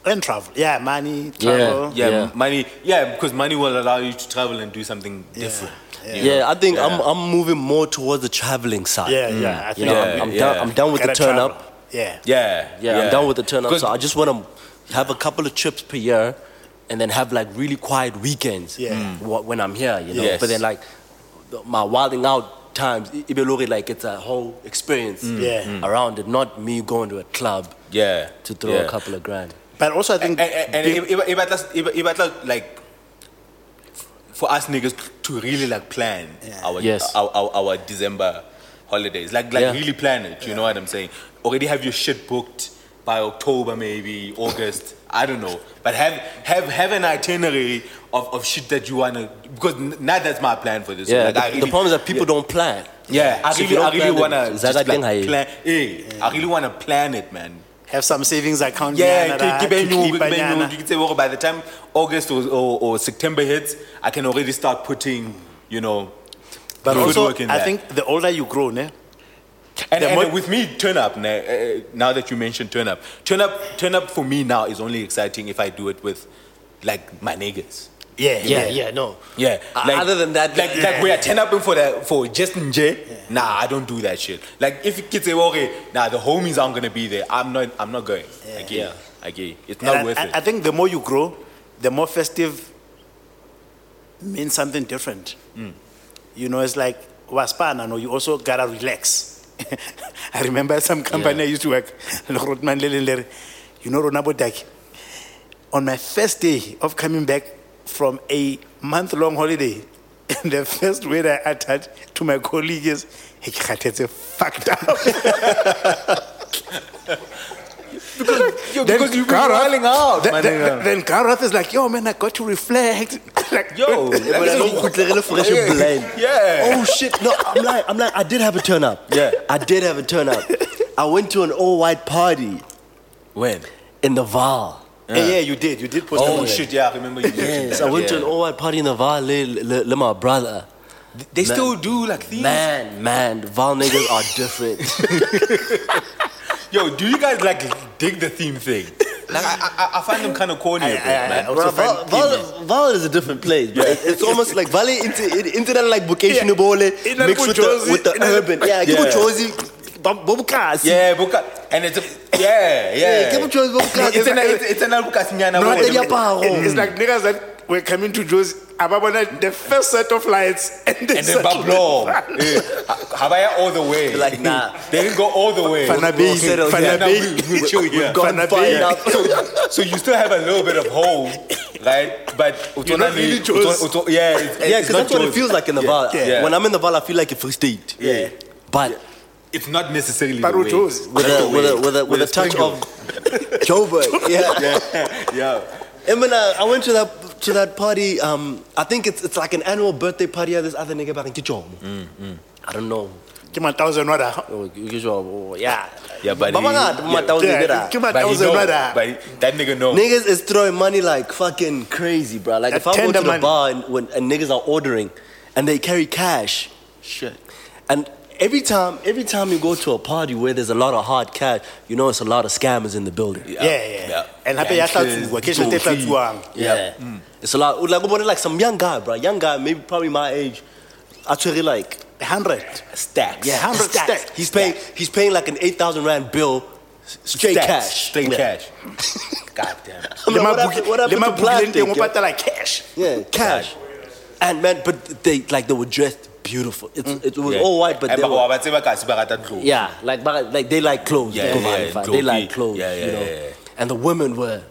Speaker 3: And travel. Yeah, money, travel.
Speaker 2: Yeah,
Speaker 1: Yeah.
Speaker 2: money. Yeah, because money will allow you to travel and do something different. you know?
Speaker 1: Yeah, I think I'm, uh,
Speaker 2: Yeah.
Speaker 1: I'm moving more towards the traveling side.
Speaker 3: Yeah, yeah, I
Speaker 1: You
Speaker 3: think
Speaker 1: know,
Speaker 2: Yeah,
Speaker 1: I'm, I'm,
Speaker 2: yeah.
Speaker 1: Down, I'm down mm, with the
Speaker 3: gotta
Speaker 1: turn
Speaker 3: travel.
Speaker 1: up.
Speaker 3: Yeah.
Speaker 2: yeah,
Speaker 1: Yeah, I'm down with the turn up.
Speaker 2: 'Cause-
Speaker 1: So I just want to have a couple of trips per year, and then have like really quiet weekends.
Speaker 3: Yeah. Mm.
Speaker 1: wh- when I'm here, you know.
Speaker 2: Yes.
Speaker 1: But then like the- my wilding out times, i- ibe lore, like it's a whole experience.
Speaker 3: Yeah. Mm.
Speaker 1: Around it, not me going to a club
Speaker 2: yeah,
Speaker 1: to throw
Speaker 2: yeah.
Speaker 1: a couple of grand.
Speaker 3: But also I think
Speaker 2: And, and, and
Speaker 3: big-
Speaker 2: if- if- if at last- if- if at last, like for us niggas to really like plan our,
Speaker 1: Yes.
Speaker 2: our, our our December holidays, like like
Speaker 1: Yeah.
Speaker 2: really plan it. You know what I'm saying? Already have your shit booked by October, maybe August. I don't know, but have have have an itinerary of, of shit that you wanna because n- now that's my plan for this. year.
Speaker 1: Yeah.
Speaker 2: Like,
Speaker 1: the,
Speaker 2: I
Speaker 1: the
Speaker 2: really-
Speaker 1: problem is that people
Speaker 2: yeah.
Speaker 1: don't plan.
Speaker 2: Yeah, I
Speaker 1: So if
Speaker 2: really,
Speaker 1: you
Speaker 2: I
Speaker 1: don't
Speaker 2: really
Speaker 1: plan it,
Speaker 2: wanna
Speaker 1: is that
Speaker 2: uh, just,
Speaker 1: that thing how
Speaker 2: like, [laughs]
Speaker 1: you-
Speaker 2: plan. eh, I really wanna plan it, man.
Speaker 3: have some savings account.
Speaker 2: Yeah,
Speaker 3: nyana
Speaker 2: ke-
Speaker 3: la-
Speaker 2: ke be
Speaker 3: to
Speaker 2: nyoko,
Speaker 3: keep
Speaker 2: ke be
Speaker 3: nyana.
Speaker 2: nyoko. You can say, well, by the time August or, or, or September hits, I can already start putting, you know,
Speaker 3: But
Speaker 2: the
Speaker 3: also
Speaker 2: footwork in
Speaker 3: I
Speaker 2: there.
Speaker 3: think the older you grow, ne?
Speaker 2: And,
Speaker 3: the
Speaker 2: and
Speaker 3: mo-
Speaker 2: with me, turn up. Now, uh, now that you mentioned turn up, turn up, turn up for me now is only exciting if I do it with, like, my niggas.
Speaker 3: Yeah,
Speaker 1: Yeah, yeah, no.
Speaker 2: Yeah.
Speaker 1: Uh, other than that,
Speaker 2: like,
Speaker 1: yeah.
Speaker 2: like we are ten up for that for just in J. Nah, I don't do that shit. Like if kids say, okay, nah, the homies aren't gonna be there. I'm not. I'm not going. Yeah. Okay,
Speaker 1: Yeah.
Speaker 2: okay. It's
Speaker 3: And
Speaker 2: not
Speaker 3: I-
Speaker 2: worth
Speaker 3: I,
Speaker 2: it.
Speaker 3: I think the more you grow, the more festive means something different.
Speaker 2: Mm.
Speaker 3: You know, it's like waspana. No, you also gotta relax. [laughs] I remember some company I used to work. [laughs] Rotman Lelelere. You know, Ronabo Daki. On my first day of coming back from a month-long holiday, [laughs] the first word I uttered to my colleague is, "Hey, Kgatetse, fucked up." [laughs]
Speaker 2: Yo,
Speaker 3: Then
Speaker 2: because you've been
Speaker 3: Gareth-
Speaker 2: wilding out,
Speaker 3: then,
Speaker 2: my
Speaker 3: then,
Speaker 2: nigga.
Speaker 3: then Gareth is like, yo, man, I got to reflect. [laughs] like,
Speaker 2: Yo,
Speaker 3: dude,
Speaker 2: like,
Speaker 1: But I
Speaker 2: this is-
Speaker 1: don't kgutlegele fresh and blind.
Speaker 2: Yeah.
Speaker 1: Oh shit! No, I'm like, I'm like, I did have a turn up.
Speaker 2: Yeah.
Speaker 1: I did have a turn
Speaker 2: [laughs]
Speaker 1: up. I went to an all white party
Speaker 2: When?
Speaker 1: in the Val.
Speaker 3: eh, yeah, you did. You did post
Speaker 2: Oh
Speaker 3: that.
Speaker 2: shit! Yeah, I remember you. mentioned
Speaker 1: Yes,
Speaker 2: that,
Speaker 1: I went to
Speaker 2: yeah.
Speaker 1: an all white party in the Val. Le, le, le my brother.
Speaker 2: They
Speaker 1: Man.
Speaker 2: still do like things.
Speaker 1: Man, man, the Val niggas are [laughs] different.
Speaker 2: Yo, do you guys like dig the theme thing? [laughs] Like I, I, I find them kind of corny a bit, man.
Speaker 3: I also
Speaker 1: Bruh, Val,
Speaker 3: find Kimmy.
Speaker 1: Val, Val is a different place. bro. It- It's almost like Val into into that like vocation bole
Speaker 3: In that
Speaker 1: mixed with the
Speaker 3: Bujozi,
Speaker 1: with the
Speaker 3: in that-
Speaker 1: urban. Yeah, give
Speaker 2: Yeah.
Speaker 1: it Josie, Bobo Kasi.
Speaker 2: yeah, Buka, and it's a, yeah, yeah.
Speaker 1: give it Josie, Bobo Kasi.
Speaker 2: it's an it's, it's an Bukas nyana.
Speaker 1: No,
Speaker 2: word.
Speaker 1: they are power.
Speaker 3: It- It's like niggas that were coming to Joe's Ababona, the first set of lights, [laughs] and they
Speaker 2: and then
Speaker 3: [laughs]
Speaker 2: Bablo. Yeah. Habaya all the way.
Speaker 1: Like, nah.
Speaker 2: [laughs] They didn't go all the way.
Speaker 1: We'll
Speaker 3: Fana Bay,
Speaker 1: settle
Speaker 2: Yeah,
Speaker 3: Fana
Speaker 1: here.
Speaker 2: now
Speaker 3: Bay.
Speaker 2: we, we chill
Speaker 3: [laughs]
Speaker 2: here.
Speaker 1: Gone
Speaker 3: Fana
Speaker 1: far
Speaker 3: Bay. [laughs]
Speaker 1: enough.
Speaker 2: So, so you still have a little bit of home, right? But
Speaker 3: You're not really
Speaker 2: Utonani-
Speaker 3: Joes.
Speaker 2: Uto- Uto- yeah, it's,
Speaker 1: Yeah,
Speaker 2: it's
Speaker 1: because
Speaker 2: not
Speaker 1: that's what it
Speaker 2: Joes.
Speaker 1: feels like in the
Speaker 2: Yeah,
Speaker 1: Val.
Speaker 2: yeah.
Speaker 1: When I'm in the Val, I feel like a free state.
Speaker 2: Yeah.
Speaker 1: But
Speaker 2: It's not necessarily
Speaker 3: But
Speaker 2: the way.
Speaker 3: Joes.
Speaker 1: with
Speaker 2: Not
Speaker 1: a,
Speaker 2: the
Speaker 1: with a
Speaker 2: way.
Speaker 1: with a with a touch
Speaker 2: sprinkle.
Speaker 1: of Joburg. Yeah.
Speaker 2: yeah, [laughs] yeah.
Speaker 1: And when I, I went to that to that party, um, I think it's it's like an annual birthday party of this other nigga back in Kijom.
Speaker 2: Mm,
Speaker 1: I don't know.
Speaker 3: Give me a thousand rada.
Speaker 1: Oh, Kijom, oh, Yeah.
Speaker 2: Yeah, but
Speaker 1: Baba
Speaker 2: he-
Speaker 1: ngata,
Speaker 2: yeah.
Speaker 1: mata uzi
Speaker 3: Yeah,
Speaker 1: ngira.
Speaker 3: give me a
Speaker 2: But, he
Speaker 3: thousand
Speaker 2: know,
Speaker 3: rada.
Speaker 2: but that nigga know.
Speaker 1: Niggas is throwing money like fucking crazy, bro. Like
Speaker 3: That
Speaker 1: if I go to
Speaker 3: tender
Speaker 1: the
Speaker 3: money.
Speaker 1: bar and, when, and niggas are ordering, and they carry cash. Shit. And every time, every time you go to a party where there's a lot of hard cash, you know it's a lot of scammers in the building.
Speaker 3: Yeah, yeah. And happy ya tlatsuwa, ke shete tlatsuwang.
Speaker 1: Yeah. It's a lot. Like, about it, like some young guy, bro. Young guy, maybe probably my age. Actually, like
Speaker 3: 100.
Speaker 1: Stacks.
Speaker 3: Yeah, 100
Speaker 4: Stacks.
Speaker 3: stacked.
Speaker 1: He's paying. He's paying like an eight thousand rand bill, s- straight
Speaker 2: Stacks,
Speaker 1: cash.
Speaker 2: Straight
Speaker 1: yeah. [laughs]
Speaker 2: cash. God damn.
Speaker 1: I'm
Speaker 3: Le
Speaker 1: like,
Speaker 3: mabuki-
Speaker 1: what happened, what happened
Speaker 3: le
Speaker 1: to
Speaker 3: mabuki
Speaker 1: plastic?
Speaker 3: lente
Speaker 1: yo?
Speaker 3: ngopatala cash.
Speaker 1: Yeah, cash. And man, but they like they were dressed beautiful. It's, It was all white, but
Speaker 2: Eh,
Speaker 1: they
Speaker 2: baka
Speaker 1: were,
Speaker 2: wa ba tseba ka se ba rata ntlo.
Speaker 1: yeah, like but, like they like clothes.
Speaker 2: Yeah,
Speaker 1: they,
Speaker 2: yeah,
Speaker 1: yeah, they like
Speaker 2: gloopy.
Speaker 1: clothes.
Speaker 2: Yeah, yeah,
Speaker 1: you know?
Speaker 2: yeah, yeah.
Speaker 1: And the women were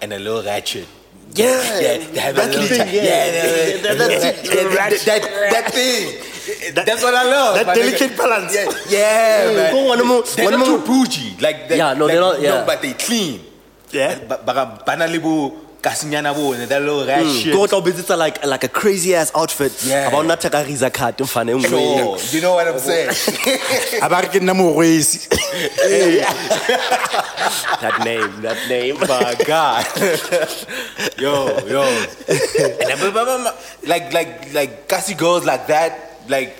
Speaker 2: And a little ratchet.
Speaker 1: yeah,
Speaker 2: Yeah, they have a little
Speaker 1: thing,
Speaker 2: ti-
Speaker 1: yeah.
Speaker 2: yeah, yeah, yeah.
Speaker 1: That- that's it.
Speaker 2: Yeah, that- that- that thing. That's what I love.
Speaker 3: that
Speaker 2: my nigga.
Speaker 3: delicate balance.
Speaker 2: Yeah, yeah,
Speaker 1: Yeah,
Speaker 2: man.
Speaker 1: go on, Nemo, on,
Speaker 2: They're not
Speaker 1: Nemo.
Speaker 2: too bougie. Like, they-
Speaker 1: Yeah, no, they're
Speaker 2: like,
Speaker 1: not- yeah.
Speaker 2: No, but they clean.
Speaker 3: Yeah.
Speaker 2: Eh, Ba- baka bana le bo kasinyana bo, that little ratchet.
Speaker 1: Go out business like like a crazy ass outfit.
Speaker 2: Yeah.
Speaker 1: About not take a Riza card to find him.
Speaker 2: Sure. You know what I'm saying?
Speaker 3: Abare ke nna [laughs] morwesi.
Speaker 1: [laughs] That name, that name.
Speaker 2: My
Speaker 1: [laughs]
Speaker 2: God. yo, yo. and uh, then, but- but- but- like, like, like, Cassie girls like that, like,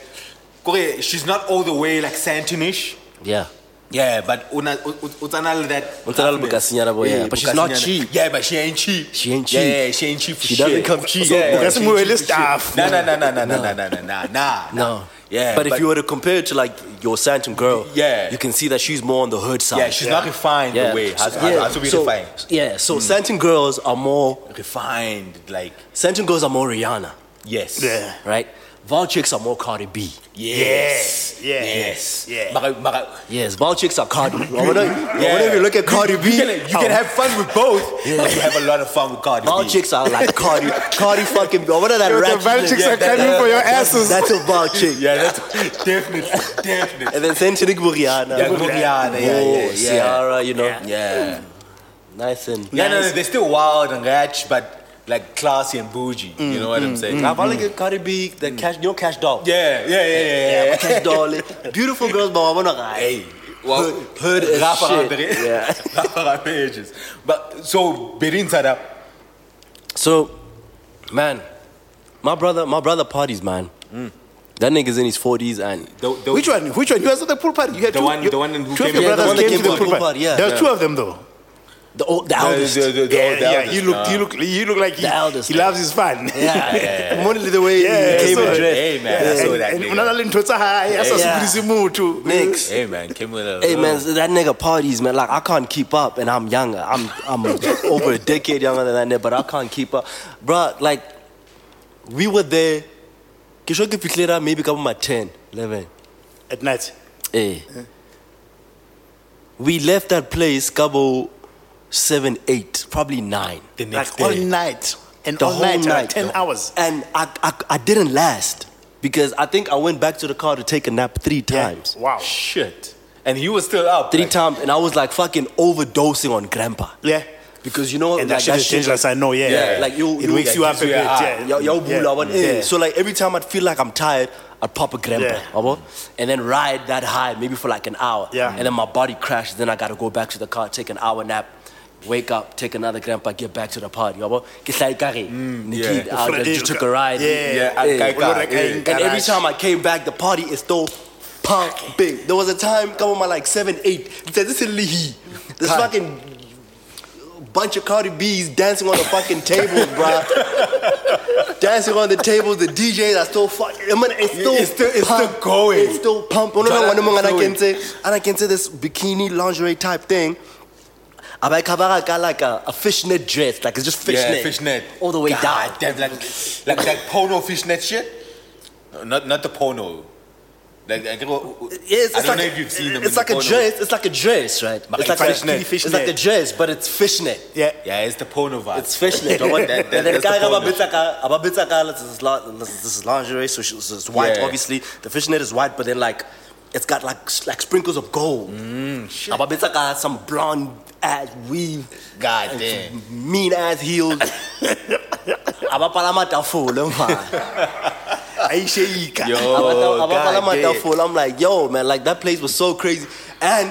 Speaker 2: okay, she's not all the way like Santinish.
Speaker 1: yeah.
Speaker 2: Yeah, but una, u- u- utanal that.
Speaker 1: Utanal bokasinyana bo, yeah, but she's not
Speaker 2: bokasinyana.
Speaker 1: cheap.
Speaker 2: Yeah, but she ain't cheap.
Speaker 1: She ain't
Speaker 2: Yeah,
Speaker 1: cheap.
Speaker 2: yeah, she ain't cheap. For
Speaker 1: She
Speaker 2: shit.
Speaker 1: doesn't come cheap.
Speaker 2: Yeah, yeah,
Speaker 3: Kasi
Speaker 2: she ain't
Speaker 3: mo
Speaker 2: cheap
Speaker 3: ele
Speaker 2: for shit.
Speaker 3: staff.
Speaker 2: Nah, nah, nah, nah, nah, nah, nah, nah, nah, nah.
Speaker 1: No.
Speaker 2: Yeah,
Speaker 1: But, if you were to compare it to like your Santum girl,
Speaker 2: Yeah.
Speaker 1: you can see that she's more on the hood side.
Speaker 2: yeah, she's not refined the way. Has, has, has to be Hmm.
Speaker 1: so,
Speaker 2: refined.
Speaker 1: Yeah, so Santum girls are more
Speaker 2: Refined, like
Speaker 1: Santum girls are more Rihanna,
Speaker 2: yes.
Speaker 3: Yeah.
Speaker 1: right? Vol chicks are more Cardi B.
Speaker 2: Yes.
Speaker 3: Yeah, yeah,
Speaker 2: Yes.
Speaker 3: yeah.
Speaker 2: Maka- maka-
Speaker 1: Yes, Vol chicks are Cardi. I wonder- I wonder
Speaker 2: Yeah.
Speaker 1: if you look at Cardi B, oh,
Speaker 2: You can, you can have fun with both, but you have a lot of fun with Cardi
Speaker 1: Vol
Speaker 2: B.
Speaker 1: chicks are like Cardi. Cardi fucking. I wonder that
Speaker 3: Yo, the
Speaker 1: ratchet
Speaker 3: Val
Speaker 1: nigga-
Speaker 3: chicks
Speaker 2: yeah,
Speaker 3: are
Speaker 2: that-
Speaker 3: coming for your
Speaker 1: That's-
Speaker 3: asses.
Speaker 1: That's a Vol chick.
Speaker 2: Yeah, that's definitely, definitely.
Speaker 1: And then Santum Rihanna.
Speaker 2: Yeah, Rihanna, yeah, yeah,
Speaker 1: Oh,
Speaker 2: yeah.
Speaker 1: Ciara, you know.
Speaker 2: Yeah.
Speaker 1: Nice and.
Speaker 2: Yeah, no, no, they're still wild and ratchet, but like classy and bougie. You know what I'm saying?
Speaker 1: I've only got Cardi B, the cash, your cash doll.
Speaker 2: Yeah, yeah, yeah, yeah, yeah. yeah.
Speaker 1: Cash doll. eh? Beautiful girls, but I wanna guy.
Speaker 2: Hey, well,
Speaker 1: Hood as
Speaker 2: rap
Speaker 1: shit.
Speaker 2: around [laughs] the ra-
Speaker 1: Yeah.
Speaker 2: rap around the edges. But so Berin Sada,
Speaker 1: So, man, my brother, my brother parties, man. That nigga's in his 40s and.
Speaker 2: the, the,
Speaker 3: Which one? Which one? You was at the pool party. You had
Speaker 2: The
Speaker 3: two,
Speaker 2: one-
Speaker 3: you,
Speaker 2: the one who
Speaker 3: two
Speaker 2: came-
Speaker 3: of your
Speaker 2: Yeah, the
Speaker 3: brothers
Speaker 2: one that
Speaker 3: came,
Speaker 2: came
Speaker 3: to the
Speaker 2: to the
Speaker 3: pool
Speaker 1: pool
Speaker 3: party.
Speaker 1: party, yeah.
Speaker 3: There was
Speaker 2: Yeah.
Speaker 3: two of them though.
Speaker 1: The, old, the
Speaker 2: The,
Speaker 1: eldest.
Speaker 2: the, the, the,
Speaker 3: yeah,
Speaker 2: the
Speaker 3: yeah.
Speaker 2: eldest, uh,
Speaker 3: You look,
Speaker 2: nah.
Speaker 3: you look, you look like he,
Speaker 1: The eldest,
Speaker 3: he
Speaker 1: yeah.
Speaker 3: loves his fun. [laughs]
Speaker 1: yeah, yeah. Only the way
Speaker 3: Yeah,
Speaker 1: he came
Speaker 3: so-
Speaker 1: and dressed.
Speaker 2: Hey man, I saw that
Speaker 3: and o na le
Speaker 2: nigga.
Speaker 3: ntho tsa hae a sa
Speaker 1: Yeah.
Speaker 3: sokodise motho
Speaker 1: Next.
Speaker 2: Hey man, came with a
Speaker 1: Hey man, so that nigga parties, man. Like I can't keep up, and I'm younger. I'm I'm [laughs] over a decade younger than that nigga, but I can't keep up, Bruh, Like we were there. Kisho ke fiklela maybe come my 10, 11.
Speaker 3: at night
Speaker 1: Hey. Eh. We left that place couple seven, eight, probably nine.
Speaker 2: the next
Speaker 3: like all
Speaker 2: day.
Speaker 3: night and
Speaker 1: The
Speaker 3: all
Speaker 1: whole
Speaker 3: night, like
Speaker 1: night.
Speaker 3: 10
Speaker 1: though.
Speaker 3: hours
Speaker 1: And I, I I didn't last because I think I went back to the car to take a nap three times.
Speaker 3: wow
Speaker 2: Shit. And he was still up.
Speaker 1: Three
Speaker 2: like,
Speaker 1: times, and I was like fucking overdosing on grandpa.
Speaker 3: yeah
Speaker 1: Because you know,
Speaker 3: and
Speaker 1: like,
Speaker 3: that shit is dangerous I know yeah,
Speaker 2: Yeah.
Speaker 1: Like you,
Speaker 3: it
Speaker 1: you,
Speaker 3: wakes you up a bit
Speaker 2: yeah,
Speaker 3: yeah
Speaker 1: Yo, yo,
Speaker 3: Yeah.
Speaker 1: bula, I want- eh.
Speaker 3: Yeah.
Speaker 1: So like every time I'd feel like I'm tired, I'd pop a grandpa,
Speaker 3: Yeah.
Speaker 1: abo? and then ride that high maybe for like an hour.
Speaker 3: Yeah.
Speaker 1: And then my body crashes. Then I gotta go back to the car, take an hour nap, wake up, take another grandpa, get back to the party. abo? Ke e hlahe kare,
Speaker 3: Mm,
Speaker 1: Nikki,
Speaker 2: yeah.
Speaker 1: I just uh, took a ride.
Speaker 3: Yeah.
Speaker 2: Yeah,
Speaker 1: Hey.
Speaker 2: I, I,
Speaker 3: Well, like,
Speaker 2: yeah.
Speaker 3: I-
Speaker 1: And every
Speaker 3: Garage.
Speaker 1: time I came back, the party is still pumping. There was a time, come on, my like seven, eight. This is Lihi. This
Speaker 2: Kai.
Speaker 1: fucking bunch of Cardi B's dancing on the fucking tables, bruh.
Speaker 2: [laughs]
Speaker 1: dancing on the tables. The DJs are still fucking. I mean, it's still,
Speaker 2: It's still- it's still
Speaker 1: pump-
Speaker 2: going.
Speaker 1: It's still pumping. No, no, no, no, no, and I
Speaker 2: Going.
Speaker 1: can say, and I can say this bikini lingerie type thing. I like like a, a fishnet dress, like it's just fishnet,
Speaker 2: Yeah, fishnet.
Speaker 1: all the way
Speaker 2: God
Speaker 1: down.
Speaker 2: Damn, like, like that porno fishnet shit. No, Not, not the porno. Like, I,
Speaker 1: Yes,
Speaker 2: I
Speaker 1: it's
Speaker 2: don't
Speaker 1: like
Speaker 2: know if you've seen them.
Speaker 1: It's
Speaker 2: in
Speaker 1: like
Speaker 2: the
Speaker 1: a
Speaker 2: porno.
Speaker 1: dress. It's like a dress, right?
Speaker 2: But
Speaker 1: it's
Speaker 2: it's
Speaker 1: like
Speaker 2: fishnet.
Speaker 1: A, it's like a dress, but it's fishnet.
Speaker 3: yeah
Speaker 2: Yeah, it's the porno vibe.
Speaker 1: It's fishnet. or what-
Speaker 2: That- that-
Speaker 1: [laughs] and then
Speaker 2: that's the
Speaker 1: guy got
Speaker 2: porno.
Speaker 1: a bit like a- a bit like a- uh, this is la- this is lingerie, so she- so it's white.
Speaker 2: Yeah.
Speaker 1: Obviously, the fishnet is white, but then like it's got like s- like sprinkles of gold. Mm, shit. A bit like a- some blonde ass weave,
Speaker 2: God damn.
Speaker 1: mean ass
Speaker 2: [laughs]
Speaker 1: heels. Abapalama tafula, man.
Speaker 3: aisheika
Speaker 2: Yo,
Speaker 1: Abata-
Speaker 2: God
Speaker 1: abapalama
Speaker 2: damn.
Speaker 1: tafula. I'm like, yo, man, like that place was so crazy. And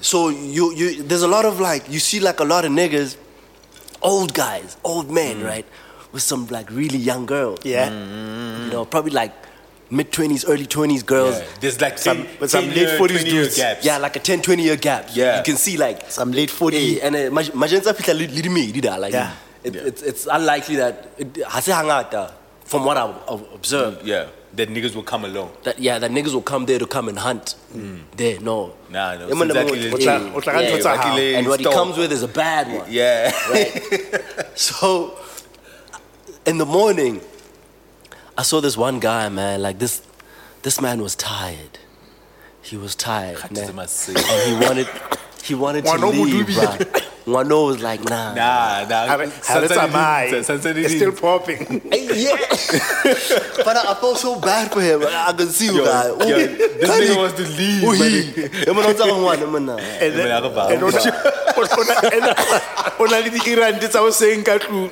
Speaker 1: so you you there's a lot of like you see like a lot of niggas, old guys, old men,
Speaker 2: Mm.
Speaker 1: right? With some like really young girls.
Speaker 3: yeah
Speaker 1: You know, probably like mid twenties, early twenties girls.
Speaker 2: Yeah. There's like some,
Speaker 3: but some late 40s dudes.
Speaker 1: Yeah.
Speaker 2: gaps.
Speaker 1: like a 10, 20 year gap.
Speaker 2: Yeah.
Speaker 1: You can see like
Speaker 3: some late 40
Speaker 1: Eh, and uh, maj- Magenta Peter lead me, did I? Like,
Speaker 3: Yeah.
Speaker 1: it- it's, it's unlikely that it has hangata from what uh, I've I've observed.
Speaker 2: Yeah. that niggas will come alone.
Speaker 1: That yeah, that niggas will come there to come and hunt. There, no.
Speaker 2: Hmm. Nah, no,
Speaker 1: Them and them
Speaker 2: exactly
Speaker 1: will-
Speaker 2: the-
Speaker 1: yeah,
Speaker 2: Utla-
Speaker 3: utla-
Speaker 1: yeah.
Speaker 3: utla-
Speaker 2: utla-
Speaker 1: And what he
Speaker 2: store.
Speaker 1: comes with is a bad one.
Speaker 2: [laughs] Yeah.
Speaker 1: [laughs] So, in the morning, I saw this one guy, man. Like this, this man was tired. He was tired, man.
Speaker 2: nah,
Speaker 1: And he wanted, he wanted to
Speaker 3: Wano
Speaker 1: leave,
Speaker 3: Mudubi.
Speaker 1: bruh. Wano was like, nah.
Speaker 2: nah. Sansanidini- Sansanidini.
Speaker 3: It's still popping.
Speaker 1: Hey,
Speaker 2: [laughs]
Speaker 1: yeah. but I, I felt so bad for him. I, I could see you,
Speaker 2: Yo,
Speaker 1: guy.
Speaker 2: yo, this nigga wants to leave.
Speaker 1: Oh,
Speaker 2: but
Speaker 1: he. Him and I'm talking one, him and, uh,
Speaker 3: And then-
Speaker 2: Emela ka ba?
Speaker 3: and ona- ona- and- ona le di-erand tsa o seng ka tlung.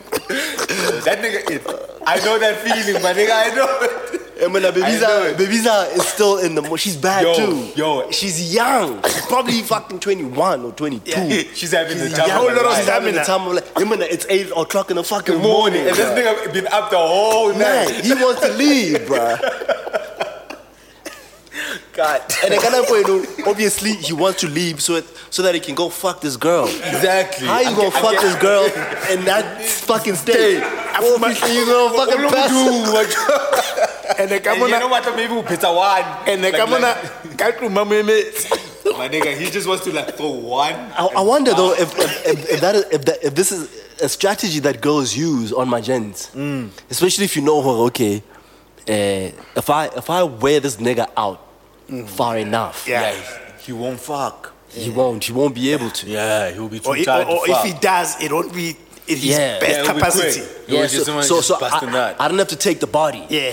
Speaker 2: That nigga, it, I know that feeling, my nigga. I know it.
Speaker 1: him and, uh,
Speaker 2: know
Speaker 1: Bebiza,
Speaker 2: it.
Speaker 1: Bebiza is still in the. mo- She's bad
Speaker 2: Yo,
Speaker 1: too.
Speaker 2: yo.
Speaker 1: she's young. She's probably fucking 21 or 22.
Speaker 2: She's having the
Speaker 1: She's
Speaker 2: time.
Speaker 1: young.
Speaker 2: of her
Speaker 3: lot of
Speaker 1: She's
Speaker 2: life.
Speaker 1: having the
Speaker 3: stamina.
Speaker 1: time of like, him and, uh, it's 8 o'clock in the fucking morning.
Speaker 2: morning, and
Speaker 1: bruh.
Speaker 2: this nigga been up the whole night.
Speaker 1: Man, he wants to leave, bruh.
Speaker 2: God,
Speaker 1: And at that point, you know, obviously, he wants to leave so, it, so that he can go fuck this girl.
Speaker 2: exactly.
Speaker 1: How you
Speaker 2: I
Speaker 1: gonna
Speaker 2: get- I
Speaker 1: fuck
Speaker 2: get-
Speaker 1: this girl in that fucking state? Obviously, you gonna fucking
Speaker 2: Olomu
Speaker 1: pass.
Speaker 2: do what-
Speaker 3: And-e ka
Speaker 2: And you
Speaker 3: mona-
Speaker 2: know what? Maybe we'll pizza one.
Speaker 3: and-e
Speaker 2: Like-
Speaker 3: ka mona
Speaker 2: like-
Speaker 3: ka tlung ba mo emetse.
Speaker 2: my nigga, he just wants to like throw one.
Speaker 1: I, I wonder though if if, if, if that is, if that if this is a strategy that girls use on my gents, especially if you know her. Okay, uh, if I if I wear this nigga out far enough,
Speaker 3: Yeah.
Speaker 2: he won't fuck.
Speaker 1: he won't he won't be able to.
Speaker 2: Yeah, he'll be too
Speaker 3: Or, i-
Speaker 2: tired
Speaker 3: or- or
Speaker 2: to
Speaker 3: if
Speaker 2: fuck.
Speaker 3: he does, it won't be in his
Speaker 1: Yeah.
Speaker 3: best
Speaker 2: Yeah, it'll be
Speaker 3: capacity.
Speaker 2: quick. It
Speaker 1: Yeah,
Speaker 2: was
Speaker 1: so
Speaker 2: just someone
Speaker 1: so,
Speaker 2: just
Speaker 1: so
Speaker 2: busting
Speaker 1: I,
Speaker 2: nut.
Speaker 1: I, I don't have to take the body.
Speaker 3: Yeah.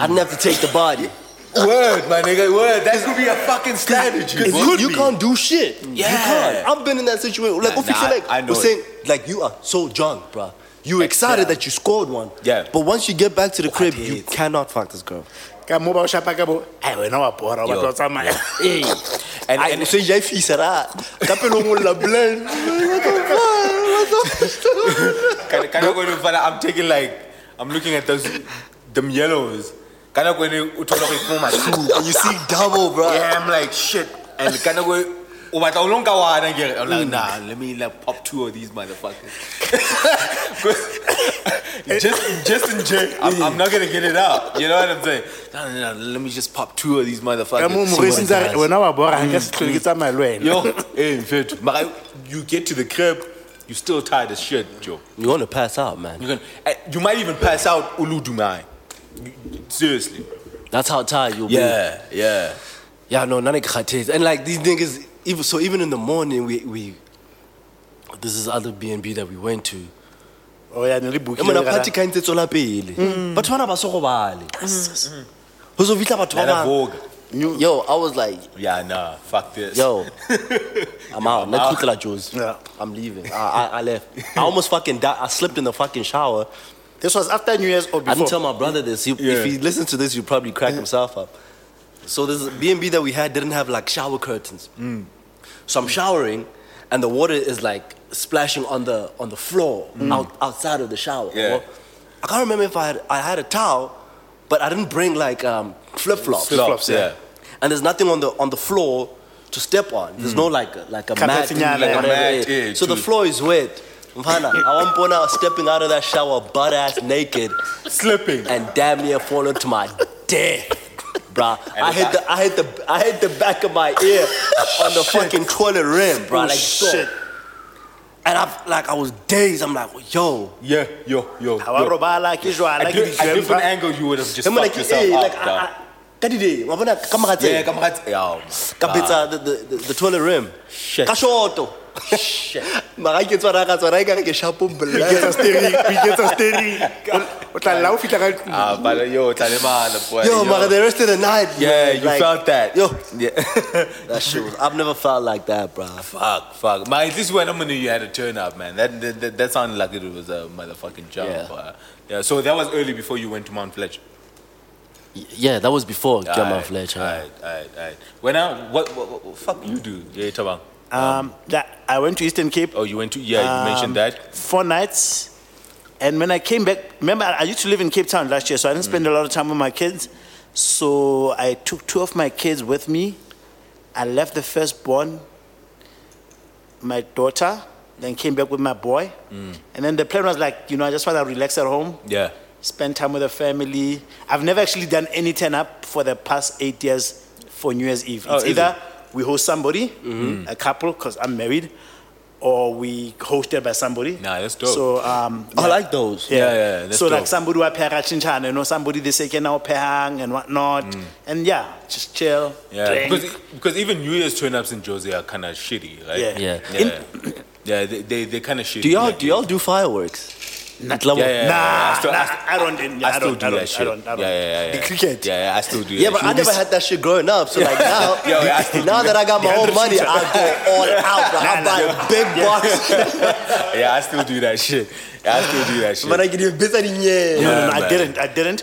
Speaker 1: I don't have to take the body.
Speaker 2: Word, my nigga, word. That could be a fucking strategy.
Speaker 1: Because
Speaker 2: bro.
Speaker 1: you, you can't do shit. You
Speaker 2: Yeah.
Speaker 1: can't. I've been in that situation. Like,
Speaker 2: Nah,
Speaker 1: if you
Speaker 2: nah,
Speaker 1: feel like,
Speaker 2: I- I know
Speaker 1: we're
Speaker 2: it.
Speaker 1: saying, like, you are so drunk, bruh. You excited
Speaker 2: yeah.
Speaker 1: that you scored one.
Speaker 2: Yeah. Oh,
Speaker 1: But once you get back to the crib, you
Speaker 2: hate.
Speaker 1: cannot fuck this girl.
Speaker 3: Ka moo ba o shapa ka bo, "Ai, wena wa bora, o batla ho tsamaya."
Speaker 1: Hey.
Speaker 2: And-
Speaker 1: And, I,
Speaker 2: and-
Speaker 1: so j'ai fille, Sarah. Kape lo ngwe la [laughs] blend. What the fuck? What the
Speaker 2: Can, can I go to father? I'm taking like, I'm looking at those, them yellows. Can I go to uthola go iphuma two?
Speaker 1: And you see double, bruh.
Speaker 2: Yeah, I'm like shit. And can I go? Oh, but how long I get? I'm like, nah. Let me like pop two of these [laughs] motherfuckers. just, just in jail. I'm, I'm not gonna get it out. You know what I'm saying? Nah, nah, nah, let me just pop two of these
Speaker 3: [laughs] Ka moo
Speaker 2: motherfuckers. See what
Speaker 3: morwesi ntse a re,
Speaker 2: it does.
Speaker 3: "Wena wa bora, ha nka
Speaker 2: Mm.
Speaker 3: se tlhole ke tsamaya le
Speaker 1: [laughs]
Speaker 3: wena."
Speaker 2: Yo, hey, fit. But I, you get to the crib, you still tired as shit, Joe.
Speaker 1: You're gonna pass out, man.
Speaker 2: You can, uh, you might even pass out Uludumai. Seriously.
Speaker 1: That's how tired you'll be.
Speaker 2: Yeah, yeah.
Speaker 1: Yeah, no, none of khates. And like these niggas, even so, even in the morning, we we. This is other B and B that we went to.
Speaker 3: Oh, yeah, ne le bookile
Speaker 1: I mean,
Speaker 3: ka la-
Speaker 1: party ka ntse tswela pele. But bana ba so robale. Ho so fihla batho ba
Speaker 2: Nana
Speaker 1: bang-
Speaker 2: Vogue.
Speaker 1: Yo, I was like,
Speaker 2: Yeah, nah, fuck this.
Speaker 1: [laughs] yo, I'm out. Let's
Speaker 2: out.
Speaker 1: kutla Joes.
Speaker 3: Yeah.
Speaker 1: I'm leaving. I, I I left. I almost fucking died. I slipped in the fucking shower.
Speaker 3: This was after New Year's or
Speaker 1: I didn't
Speaker 3: before.
Speaker 1: tell my brother this. He,
Speaker 2: Yeah.
Speaker 1: If he listened to this, he'd probably crack himself up. So this B and B that we had didn't have like shower curtains.
Speaker 2: Mm.
Speaker 1: So I'm showering, and the water is like splashing on the on the floor out, outside of the shower.
Speaker 2: Mm. Yeah.
Speaker 1: Well, I can't remember if I had I had a towel, but I didn't bring like um, flip flops.
Speaker 2: Flip flops, yeah.
Speaker 1: And there's nothing on the on the floor to step on. There's
Speaker 2: Mm.
Speaker 1: no like a- like a mat, like
Speaker 3: Carpetfinyana, yeah.
Speaker 1: whatever.
Speaker 2: Mat, yeah,
Speaker 1: so the
Speaker 2: dude.
Speaker 1: floor is wet. Mfana, I want Bona stepping out of that shower butt ass naked
Speaker 2: Slipping.
Speaker 1: and damn near fallen to my death. Bruh, I hit the I hit the I hit the back of
Speaker 2: [laughs]
Speaker 1: my ear
Speaker 2: Oh,
Speaker 1: on the fucking toilet rim, bruh. like so.
Speaker 3: shit.
Speaker 1: And I like I was dazed. I'm like, yo.
Speaker 2: Yeah, yo, yo.
Speaker 3: Ha wa
Speaker 2: yo.
Speaker 3: robala, ke jwala,
Speaker 2: At,
Speaker 3: ke
Speaker 2: di- at different
Speaker 3: dijwempa.
Speaker 2: angle, you would have just
Speaker 1: I'm
Speaker 2: fucked
Speaker 1: like,
Speaker 2: yourself
Speaker 1: eh,
Speaker 2: up.
Speaker 1: like I,
Speaker 2: dog.
Speaker 1: I, that did Mabona kamarate.
Speaker 2: yeah, come on. Yeah,
Speaker 1: kapetsa the, the, the, the toilet rim.
Speaker 2: Shit.
Speaker 1: Ka shoto. [laughs] Mara ke tswara ka tswara e ka re ke shapo
Speaker 2: [laughs]
Speaker 3: We
Speaker 1: black.
Speaker 3: get a [laughs] steering, we get a steering. O- o tla lla o fihla ka tlung.
Speaker 2: Ah, but yo, Talimana, boy.
Speaker 1: Yo, mara, the rest of the night.
Speaker 2: Yeah,
Speaker 1: man,
Speaker 2: you
Speaker 1: like,
Speaker 2: felt that.
Speaker 1: Yo,
Speaker 2: Yeah.
Speaker 1: that shit was, I've never felt like that, bruh.
Speaker 2: Fuck, fuck. Man, at least when I'm gonna you had a turn up, man. That that, that, that sounded like it was a motherfucking jump.
Speaker 1: Yeah.
Speaker 2: uh, yeah. So that was early before you went to Mount Fletcher.
Speaker 1: Yeah, that was before Gamma
Speaker 2: Aight,
Speaker 1: Fletcher.
Speaker 2: Aight, aight, aight. When I what what, what, what fuck you do? Yeah, Tabang.
Speaker 3: Um, yeah, I went to Eastern Cape Um,
Speaker 2: Oh, you went to yeah. You mentioned that.
Speaker 3: four nights. And when I came back, remember, I I used to live in Cape Town last year, so I didn't spend a lot of time with my kids. So I took two of my kids with me. I left the firstborn, my
Speaker 1: Mm.
Speaker 3: daughter, then came back with my boy. And then the plan was like, you know, I just want to relax at home.
Speaker 2: Yeah.
Speaker 3: spend time with the family. I've never actually done any turn up for the past eight years for New Year's Eve.
Speaker 2: Oh,
Speaker 3: It's
Speaker 2: is Mm-hmm.
Speaker 3: either we host somebody, a couple, because I'm married, or we hosted by somebody.
Speaker 2: Nah, that's dope.
Speaker 3: So um,
Speaker 1: I like those.
Speaker 2: Yeah, yeah, that's
Speaker 3: so like
Speaker 2: dope.
Speaker 3: somebody who pair chinchana, you know, somebody they say can now pehang and whatnot, and yeah, just chill,
Speaker 2: Mm. Yeah,
Speaker 3: drink.
Speaker 2: because because even New Year's turn ups in Jersey are kind of shitty, right?
Speaker 3: Yeah.
Speaker 1: Yeah.
Speaker 2: yeah. [coughs] Yeah, they they they kind of shitty.
Speaker 1: Do y'all
Speaker 2: yeah.
Speaker 1: do y'all do fireworks? At level-
Speaker 2: Yeah, yeah, yeah, yeah. I
Speaker 3: Nah,
Speaker 2: still,
Speaker 3: nah,
Speaker 2: I,
Speaker 3: I don't. I,
Speaker 2: I still
Speaker 3: don't,
Speaker 2: do
Speaker 3: I don't,
Speaker 2: that shit.
Speaker 3: I don't. I don't.
Speaker 2: Yeah, yeah, yeah, yeah.
Speaker 3: [laughs] The cricket.
Speaker 2: Yeah, yeah, I still do.
Speaker 1: Yeah,
Speaker 2: that
Speaker 1: but
Speaker 2: shit.
Speaker 1: I never had that shit growing up. So like [laughs] now,
Speaker 2: Yo, I still
Speaker 1: now
Speaker 2: do
Speaker 1: that I got my
Speaker 3: The
Speaker 1: [laughs] own money,
Speaker 3: undersea-
Speaker 1: I go all out. Like, I buy a big [laughs] box.
Speaker 2: [laughs] Yeah, I still do that shit. Yeah, I still do
Speaker 1: [laughs]
Speaker 2: that shit.
Speaker 1: Man, I get you busy in here.
Speaker 3: No, no, no,
Speaker 2: Yeah,
Speaker 3: I
Speaker 2: man.
Speaker 3: didn't. I didn't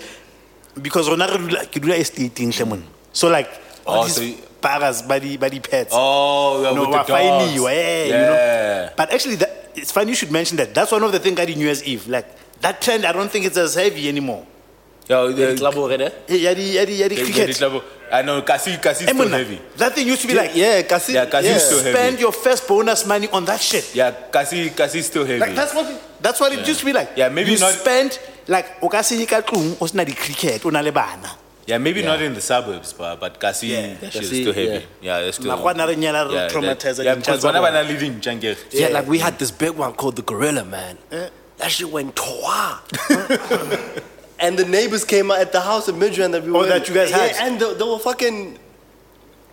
Speaker 3: because rona re dula ke dula estate-eng hle monna. So like all
Speaker 2: Oh,
Speaker 3: these
Speaker 2: so you-
Speaker 3: paras by the by the pets.
Speaker 2: oh, yeah,
Speaker 3: no,
Speaker 2: with the
Speaker 3: we're finally,
Speaker 2: dogs.
Speaker 3: you, eh, you know.
Speaker 2: yeah.
Speaker 3: But actually, that, it's funny you should mention that. That's one of the things I did New Year's Eve. Like that trend, I don't think it's as heavy anymore.
Speaker 2: Yo, the club,
Speaker 3: Eh, Yeah, the, yeah, the, yeah, the
Speaker 2: the, the,
Speaker 3: cricket.
Speaker 2: the club. I know, Kasi, Kasi
Speaker 3: Eh,
Speaker 2: still
Speaker 3: monna,
Speaker 2: heavy.
Speaker 3: That thing used to be like
Speaker 1: yeah, kasi,
Speaker 2: Yeah, kasi
Speaker 1: yeah.
Speaker 2: is so heavy.
Speaker 3: spend your first bonus money on that shit.
Speaker 2: Yeah, Kasi, Kasi still heavy.
Speaker 3: Like that's what it, that's what it used to be like.
Speaker 2: Yeah, maybe
Speaker 3: you
Speaker 2: not-
Speaker 3: spend like o ka se ye ka tlung o sena di-cricket, o na le bana.
Speaker 2: yeah, maybe not in the suburbs, but but Kasi,
Speaker 3: Yeah.
Speaker 2: that shit is
Speaker 1: Kasi,
Speaker 2: still
Speaker 1: yeah.
Speaker 2: heavy. Yeah, that's still.
Speaker 3: Makgwana re nyala re traumatize
Speaker 2: that- yeah,
Speaker 3: dintja
Speaker 2: because
Speaker 3: tsa
Speaker 2: when I
Speaker 3: bona.
Speaker 2: was leading Jangir,
Speaker 1: Yeah, like we had this big one called the Gorilla Man. That shit went twa. [laughs] and the neighbors came out at the house in Midrand Oh, that we were.
Speaker 3: that you guys had.
Speaker 1: Yeah, and they, they were fucking.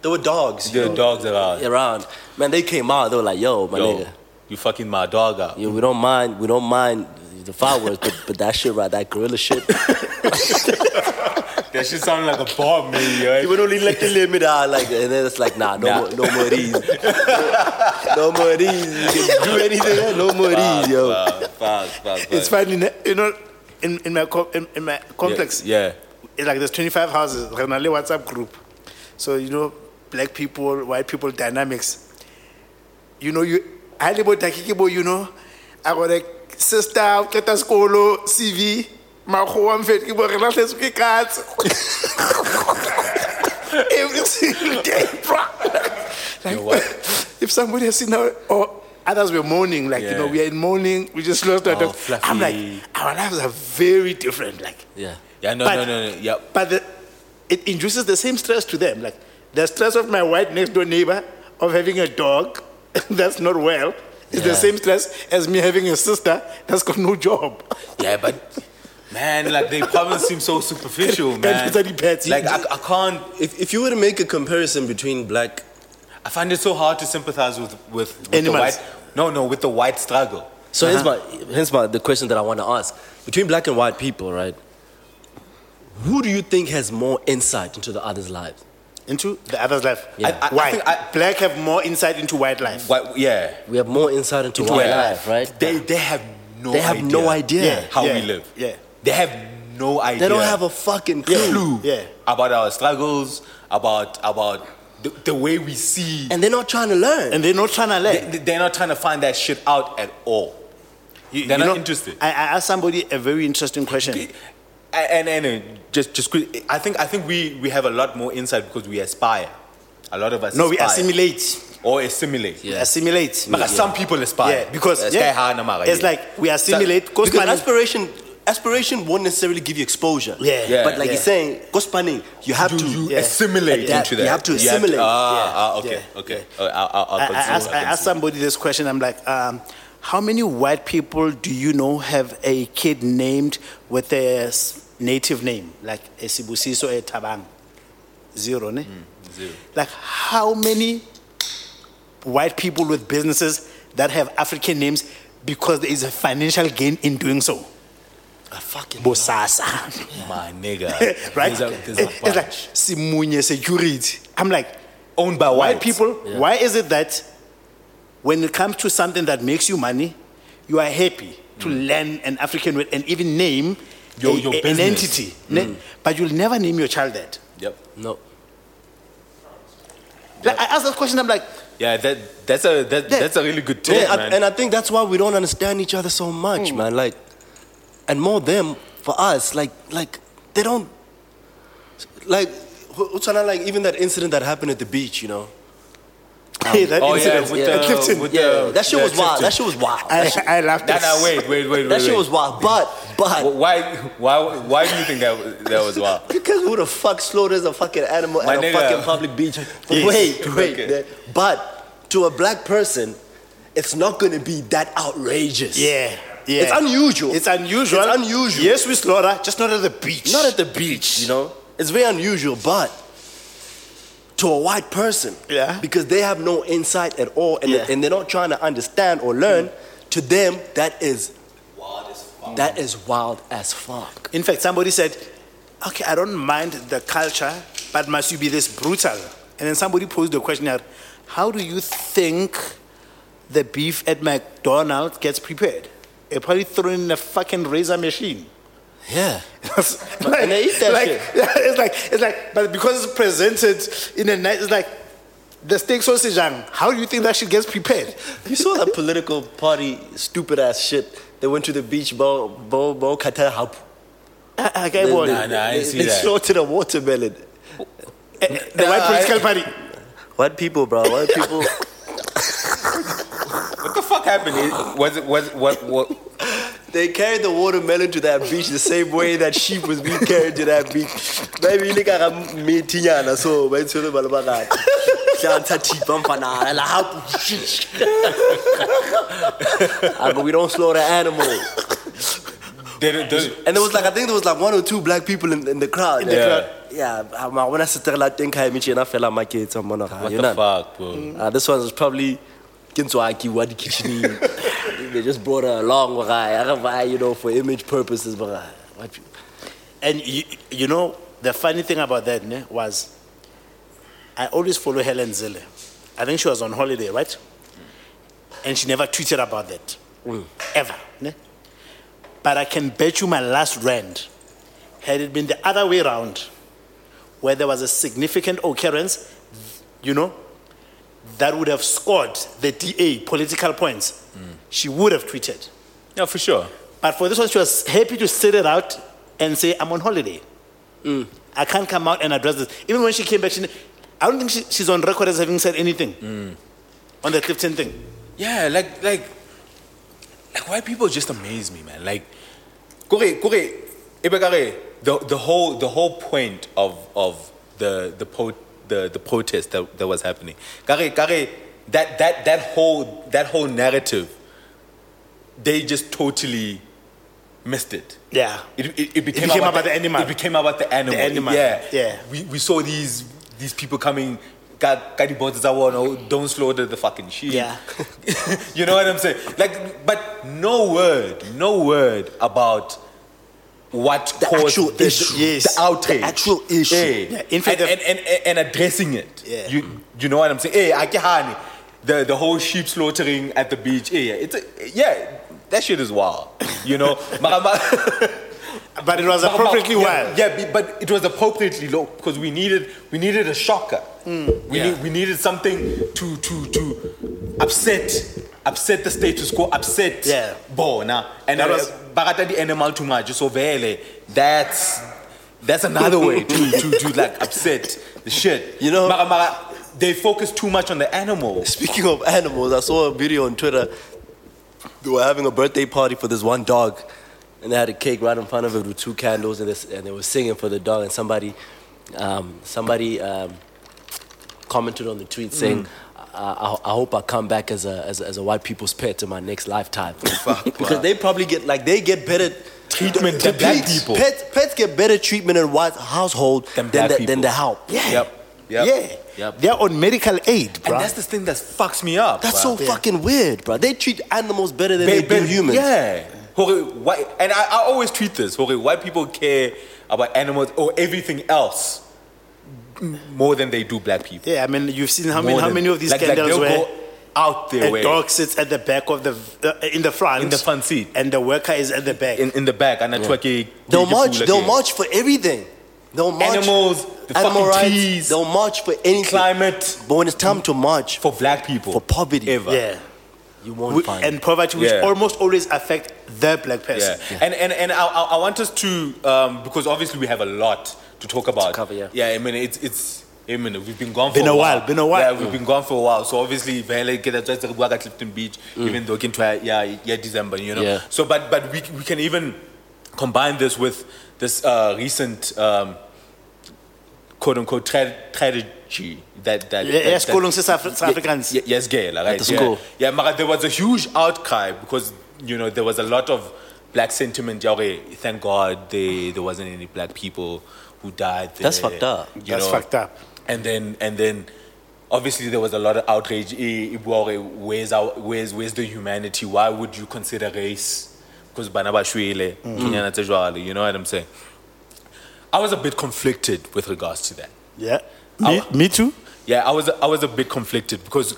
Speaker 1: There were dogs
Speaker 2: the dogs around.
Speaker 1: around. Man, they came out. They were like, "Yo, my
Speaker 2: Yo,
Speaker 1: nigga,
Speaker 2: you fucking my dog up.
Speaker 1: yeah, we don't mind. We don't mind the fireworks, but but that shit, right? That gorilla shit. [laughs]
Speaker 2: That shit sounded like a bomb, man. yo.
Speaker 1: You would only like the limit out, like, and then it's like, nah, no,
Speaker 2: Nah.
Speaker 1: More, no more of [laughs] these. no more of these. You can do anything, no more of
Speaker 2: Fuck,
Speaker 1: these, yo.
Speaker 2: fuck, fuck, fuck, fuck.
Speaker 3: It's funny, ne? you know, in, in my co- in, in my complex,
Speaker 2: Yeah.
Speaker 3: it's like there's 25 houses, re na le WhatsApp group. So you know, black people, white people dynamics. You know, you I live with Takikibo, you know, I got a sister, Keta Skolo, CV, Mahoam Fetibo, Renatus [laughs] Kikats. Every single day, bro. Like,
Speaker 2: Yo, what?
Speaker 3: if somebody has seen our or others were mourning, like, you know,
Speaker 2: Yeah.
Speaker 3: we are in mourning, we just lost our
Speaker 2: Oh,
Speaker 3: dog.
Speaker 2: fluffy.
Speaker 3: I'm like, our lives are very different. Like,
Speaker 1: Yeah.
Speaker 2: Yeah, no,
Speaker 3: But-
Speaker 2: no, no, no. Yep.
Speaker 3: but the, it induces the same stress to them. Like the stress of my white next door neighbor of having a dog [laughs] that's not well is
Speaker 1: Yeah.
Speaker 3: the same stress as me having a sister that's got no job.
Speaker 2: Yeah, but man, like they problems seem so
Speaker 1: [laughs]
Speaker 2: superficial, man.
Speaker 3: it's only pets.
Speaker 2: Like I, I can't.
Speaker 1: If, if you were to make a comparison between black,
Speaker 2: I find it so hard to sympathize with with, with the
Speaker 3: Animals.
Speaker 2: white. No, no, with the white struggle.
Speaker 1: so hence my hence my the question that I want to ask between black and white people, right? Who do you think has more insight into the other's lives?
Speaker 3: Into the other's life.
Speaker 1: Yeah.
Speaker 2: I- I
Speaker 3: Why?
Speaker 2: think I-
Speaker 3: Black have more insight into white life.
Speaker 2: White, yeah.
Speaker 1: We have more insight into
Speaker 2: Into
Speaker 1: white
Speaker 2: white
Speaker 1: life, right?
Speaker 2: They they have no.
Speaker 1: They have
Speaker 2: idea
Speaker 1: no idea
Speaker 2: how
Speaker 3: yeah,
Speaker 2: we live.
Speaker 3: Yeah.
Speaker 2: They have no idea.
Speaker 1: They don't have a fucking clue.
Speaker 2: clue.
Speaker 3: Yeah.
Speaker 2: About our struggles, about about the, the way we see.
Speaker 1: And they're not trying to learn.
Speaker 3: And they're not trying to learn.
Speaker 2: They, are not trying to find that shit out at all.
Speaker 3: You-
Speaker 2: they're
Speaker 3: you
Speaker 2: not
Speaker 3: know,
Speaker 2: interested.
Speaker 3: I, I asked somebody a very interesting question.
Speaker 2: and, and and just just quick, I think I think we we have a lot more insight because we aspire. A lot of us.
Speaker 3: No, we
Speaker 2: aspire.
Speaker 3: assimilate.
Speaker 2: or assimilate.
Speaker 1: Yeah.
Speaker 3: Assimilate.
Speaker 2: Mara, some people aspire.
Speaker 3: Yeah, because
Speaker 2: That's
Speaker 3: yeah,
Speaker 2: sky high, no matter,
Speaker 3: it's
Speaker 2: yeah.
Speaker 3: like we assimilate. Because
Speaker 1: because
Speaker 3: man-
Speaker 1: aspiration aspiration won't necessarily give you exposure.
Speaker 3: Yeah. Yeah.
Speaker 1: But like
Speaker 3: Yeah.
Speaker 1: you're saying, gospani, you have
Speaker 2: Do
Speaker 1: to
Speaker 2: you
Speaker 3: yeah.
Speaker 2: assimilate
Speaker 1: adapt.
Speaker 2: into that?
Speaker 1: You have to
Speaker 2: You have
Speaker 1: assimilate.
Speaker 2: ah, ah, okay,
Speaker 3: yeah,
Speaker 2: okay. Oh, I, I, I,
Speaker 3: I, I,
Speaker 2: can see,
Speaker 3: asked, I
Speaker 2: can
Speaker 3: asked
Speaker 2: see.
Speaker 3: somebody this question. I'm like, um, how many white people do you know have a kid named with a s- native name, like a Sibusiso or a Tabang? Zero,
Speaker 2: Hmm.
Speaker 3: ne?
Speaker 2: Zero.
Speaker 3: Like, how many white people with businesses that have African names because there is a financial gain in doing so?
Speaker 1: I Ah, fucking
Speaker 3: Bosasa.
Speaker 2: [laughs] My nigga,
Speaker 3: [laughs] right?
Speaker 2: There's a- there's a
Speaker 3: it's like,
Speaker 2: bunch.
Speaker 3: Simunye security. I'm like,
Speaker 2: owned by
Speaker 3: white
Speaker 2: white
Speaker 3: people, why is it that when it comes to something that makes you money, you are happy to learn an African word and even name
Speaker 2: Your-
Speaker 3: a-
Speaker 2: your
Speaker 3: a- an
Speaker 2: business.
Speaker 3: entity? ne? But you'll never name your child that.
Speaker 2: Yep.
Speaker 1: No.
Speaker 3: Like, I asked that question, I'm like,
Speaker 2: Yeah, that that's a that,
Speaker 3: Yeah.
Speaker 2: that's a really good tip,
Speaker 1: Yeah, I-
Speaker 2: man.
Speaker 1: and I think that's why we don't understand each other so much, man. Like, and more them for us, like, like they don't, like, wh- what's another, like even that incident that happened at the beach, you know.
Speaker 3: hey, [laughs] that
Speaker 2: oh yeah,
Speaker 3: incident
Speaker 2: with
Speaker 3: at
Speaker 2: the
Speaker 3: Clifton.
Speaker 2: with
Speaker 1: yeah,
Speaker 2: the,
Speaker 1: that shit
Speaker 2: the
Speaker 1: was wild.
Speaker 2: Clifton.
Speaker 1: That shit was wild.
Speaker 3: I, I laughed.
Speaker 2: Nah, nah, wait, wait, wait, wait.
Speaker 1: That shit
Speaker 2: wait.
Speaker 1: was wild, but But
Speaker 2: Wh- Why, why, why do you think that was- that was wild?
Speaker 1: [laughs] Because who the fuck slaughters a fucking animal
Speaker 2: My
Speaker 1: at
Speaker 2: nigga.
Speaker 1: a fucking public
Speaker 2: [laughs]
Speaker 1: beach? Wait, wait.
Speaker 2: Okay.
Speaker 1: there- But to a black person, it's not going to be that outrageous.
Speaker 3: Yeah, yeah.
Speaker 1: It's unusual.
Speaker 3: It's unusual.
Speaker 1: It's unusual.
Speaker 3: Yes, we slaughter, just not at the beach.
Speaker 1: Not at the beach, you know? It's very unusual, but to a white person,
Speaker 3: Yeah.
Speaker 1: because they have no insight at all and,
Speaker 3: Yeah.
Speaker 1: and they're not trying to understand or learn,
Speaker 2: Mm.
Speaker 1: to them, that is That is wild as fuck.
Speaker 3: In fact, somebody said, okay, I don't mind the culture, but must you be this brutal? And then somebody posed the question, how do you think the beef at McDonald's gets prepared? They probably throw in a fucking razor machine. [laughs]
Speaker 1: Yeah.
Speaker 3: It's
Speaker 1: and they eat that
Speaker 3: like, [laughs]
Speaker 1: shit.
Speaker 3: It's like, it's like, but because it's presented in a night, it's like the steak sausage. and How do you think that shit gets prepared?
Speaker 1: You saw that political party stupid ass shit. They went to the beach, bo bo bo kata hap.
Speaker 3: I, I can't
Speaker 1: They-
Speaker 2: nah, I
Speaker 1: they-
Speaker 2: ain't see
Speaker 1: They
Speaker 2: that.
Speaker 1: slaughtered a watermelon.
Speaker 3: The white political party.
Speaker 1: White people, bro. [laughs] White people.
Speaker 2: What the fuck happened? It- Was it was what what?
Speaker 1: they carried the watermelon to that beach the same way that sheep was being carried to that beach. Maybe you got a meetinyana, so e when to the balabaga. Ah, But we don't slaughter animals.
Speaker 2: Did it, did
Speaker 1: And there was like I think there was like one or two black people in, in the crowd.
Speaker 2: the crowd.
Speaker 1: Yeah, I'm when I sit there like think I meet you and I feel like my kids I'm gonna
Speaker 2: what
Speaker 1: you
Speaker 2: the
Speaker 1: know.
Speaker 2: fuck, bro?
Speaker 1: Uh, this one was probably Kinsuaki Wadi Kitchen.
Speaker 2: [laughs]
Speaker 1: They just brought her along with you know, for image purposes, but uh, what you-
Speaker 3: And you, you know, the funny thing about that ne, was I always follow Helen Zille. I think she was on holiday, right? And she never tweeted about that. Ever. ne? But I can bet you my last rand, had it been the other way around, where there was a significant occurrence, you know, that would have scored the DA political points, she would have tweeted.
Speaker 2: Yeah, for sure.
Speaker 3: But for this one, she was happy to sit it out and say, I'm on holiday.
Speaker 2: Mm.
Speaker 3: I can't come out and address this. Even when she came back, she, I don't think she, she's on record as having said anything
Speaker 2: Mm.
Speaker 3: on the Clifton thing.
Speaker 2: Yeah, like like like white people just amaze me, man. Like Kore, Kore, Ibekare, the the whole the whole point of of the the po- the, the protest that, that was happening. Kare, Kare, that, that that whole that whole narrative, they just totally missed it.
Speaker 3: Yeah.
Speaker 2: It, it, it became,
Speaker 3: became about the animal.
Speaker 2: It became about the animal.
Speaker 3: The animal,
Speaker 2: Yeah.
Speaker 3: yeah.
Speaker 2: We, we saw these these people coming. Got got the bottles I want. Oh, don't slaughter the fucking sheep.
Speaker 3: Yeah.
Speaker 2: [laughs] you know what I'm saying? Like, but no word, no word about what
Speaker 1: The
Speaker 2: caused
Speaker 1: actual
Speaker 2: the,
Speaker 1: issue.
Speaker 2: the,
Speaker 1: Yes.
Speaker 2: outrage,
Speaker 1: The actual issue.
Speaker 2: Yeah.
Speaker 3: Yeah, in fact,
Speaker 2: and,
Speaker 3: the-
Speaker 2: and, and, and, and addressing it.
Speaker 3: Yeah.
Speaker 2: You you know what I'm saying? Hey, Akihani, the the whole sheep slaughtering at the beach. Eh, Yeah, it's a, yeah, that shit is wild. You know,
Speaker 3: [laughs]
Speaker 2: Mara- ma-
Speaker 3: But it was
Speaker 2: but- but-
Speaker 3: appropriately
Speaker 2: yeah,
Speaker 3: wild.
Speaker 2: Yeah, be- but it was appropriately low because we needed we needed a shocker. We, need, we needed something to to to upset upset the status quo, upset
Speaker 3: Yeah.
Speaker 2: Bona. And
Speaker 3: That
Speaker 2: that
Speaker 3: was-
Speaker 2: was Bagata the animal too much. So vele, that's that's another way to, to to like upset the shit.
Speaker 1: You know-
Speaker 2: Mara- mara, they focus too much on the animal.
Speaker 1: Speaking of animals, I saw a video on Twitter. They were having a birthday party for this one dog, and they had a cake right in front of it with two candles, and, this, and they were singing for the dog. And somebody, um, somebody um, commented on the tweet saying,
Speaker 2: Mm.
Speaker 1: I, I, "I hope I come back as a, as a as a white people's pet in my next
Speaker 2: [laughs]
Speaker 1: lifetime." [laughs] because they probably get like they get better
Speaker 2: Treatment than black
Speaker 1: pets-
Speaker 2: people.
Speaker 1: Pets, pets get better treatment in white household
Speaker 2: Than
Speaker 1: than,
Speaker 2: black
Speaker 1: the,
Speaker 2: people.
Speaker 1: than the help.
Speaker 3: Yeah.
Speaker 2: Yep. Yep.
Speaker 3: Yeah.
Speaker 2: Yep.
Speaker 3: They're on medical aid, bruh.
Speaker 2: And that's the thing that fucks me up.
Speaker 1: That's so
Speaker 2: bruh.
Speaker 1: fucking weird, bro. They treat animals better than they, do
Speaker 2: but-
Speaker 1: humans.
Speaker 2: Yeah. Hore, why, and I, I always tweet this. Hore, white people care about animals or everything else more than they do black people.
Speaker 3: yeah, I mean, you've seen how
Speaker 2: More
Speaker 3: many, how
Speaker 2: than-
Speaker 3: many of these
Speaker 2: like- like
Speaker 3: scandals
Speaker 2: they'll
Speaker 3: where
Speaker 2: go out their
Speaker 3: a
Speaker 2: way
Speaker 3: dog sits at the back of the, uh, in the front.
Speaker 2: In the front seat.
Speaker 3: And the worker is at the back.
Speaker 2: in, in the back and that's what they
Speaker 1: They'll
Speaker 2: they
Speaker 1: march.
Speaker 2: do, like,
Speaker 1: They'll
Speaker 2: yeah.
Speaker 1: march for everything. They'll march.
Speaker 2: Animals, the fucking trees,
Speaker 1: They'll march for anything.
Speaker 2: climate
Speaker 1: But when it's time to march
Speaker 2: for black people
Speaker 1: for poverty,
Speaker 2: ever.
Speaker 3: yeah.
Speaker 1: you won't
Speaker 3: Wi-
Speaker 1: find.
Speaker 3: And poverty, which
Speaker 2: Yeah.
Speaker 3: almost always affect the black
Speaker 2: Yeah.
Speaker 3: person.
Speaker 2: And and and I, I I want us to um, because obviously we have a lot to talk about.
Speaker 1: cover, yeah.
Speaker 2: I mean it's it's. I mean, we've been gone for
Speaker 3: Been a while, been a while.
Speaker 2: Yeah, we've been gone for a while. So obviously, vele ke that's why it's like we are at Clifton Beach, even though can try Mm. yeah yeah December, you know.
Speaker 1: Yeah.
Speaker 2: So but but we we can even combine this with this uh, recent um, quote unquote tra- tragedy that that that-
Speaker 3: Yes,
Speaker 2: that-
Speaker 3: Kolong South Afri- South Africans.
Speaker 2: Ye- yes, gay, like, right?
Speaker 1: the
Speaker 2: yeah.
Speaker 1: school.
Speaker 2: Yeah, Mara, there was a huge outcry because you know there was a lot of black sentiment. Yeah, okay, thank God they, there wasn't any black people who died. There,
Speaker 1: That's fucked up.
Speaker 2: you
Speaker 3: That's
Speaker 2: know.
Speaker 3: fucked up.
Speaker 2: And then and then. Obviously, there was a lot of outrage. Eh, eh, well, eh, Where's, our, where's, where's the humanity? Why would you consider race? Because
Speaker 1: Mm-hmm.
Speaker 2: you know what I'm saying? I was a bit conflicted with regards to that.
Speaker 3: Yeah.
Speaker 5: Me, me too.
Speaker 2: Yeah, I was I was a bit conflicted because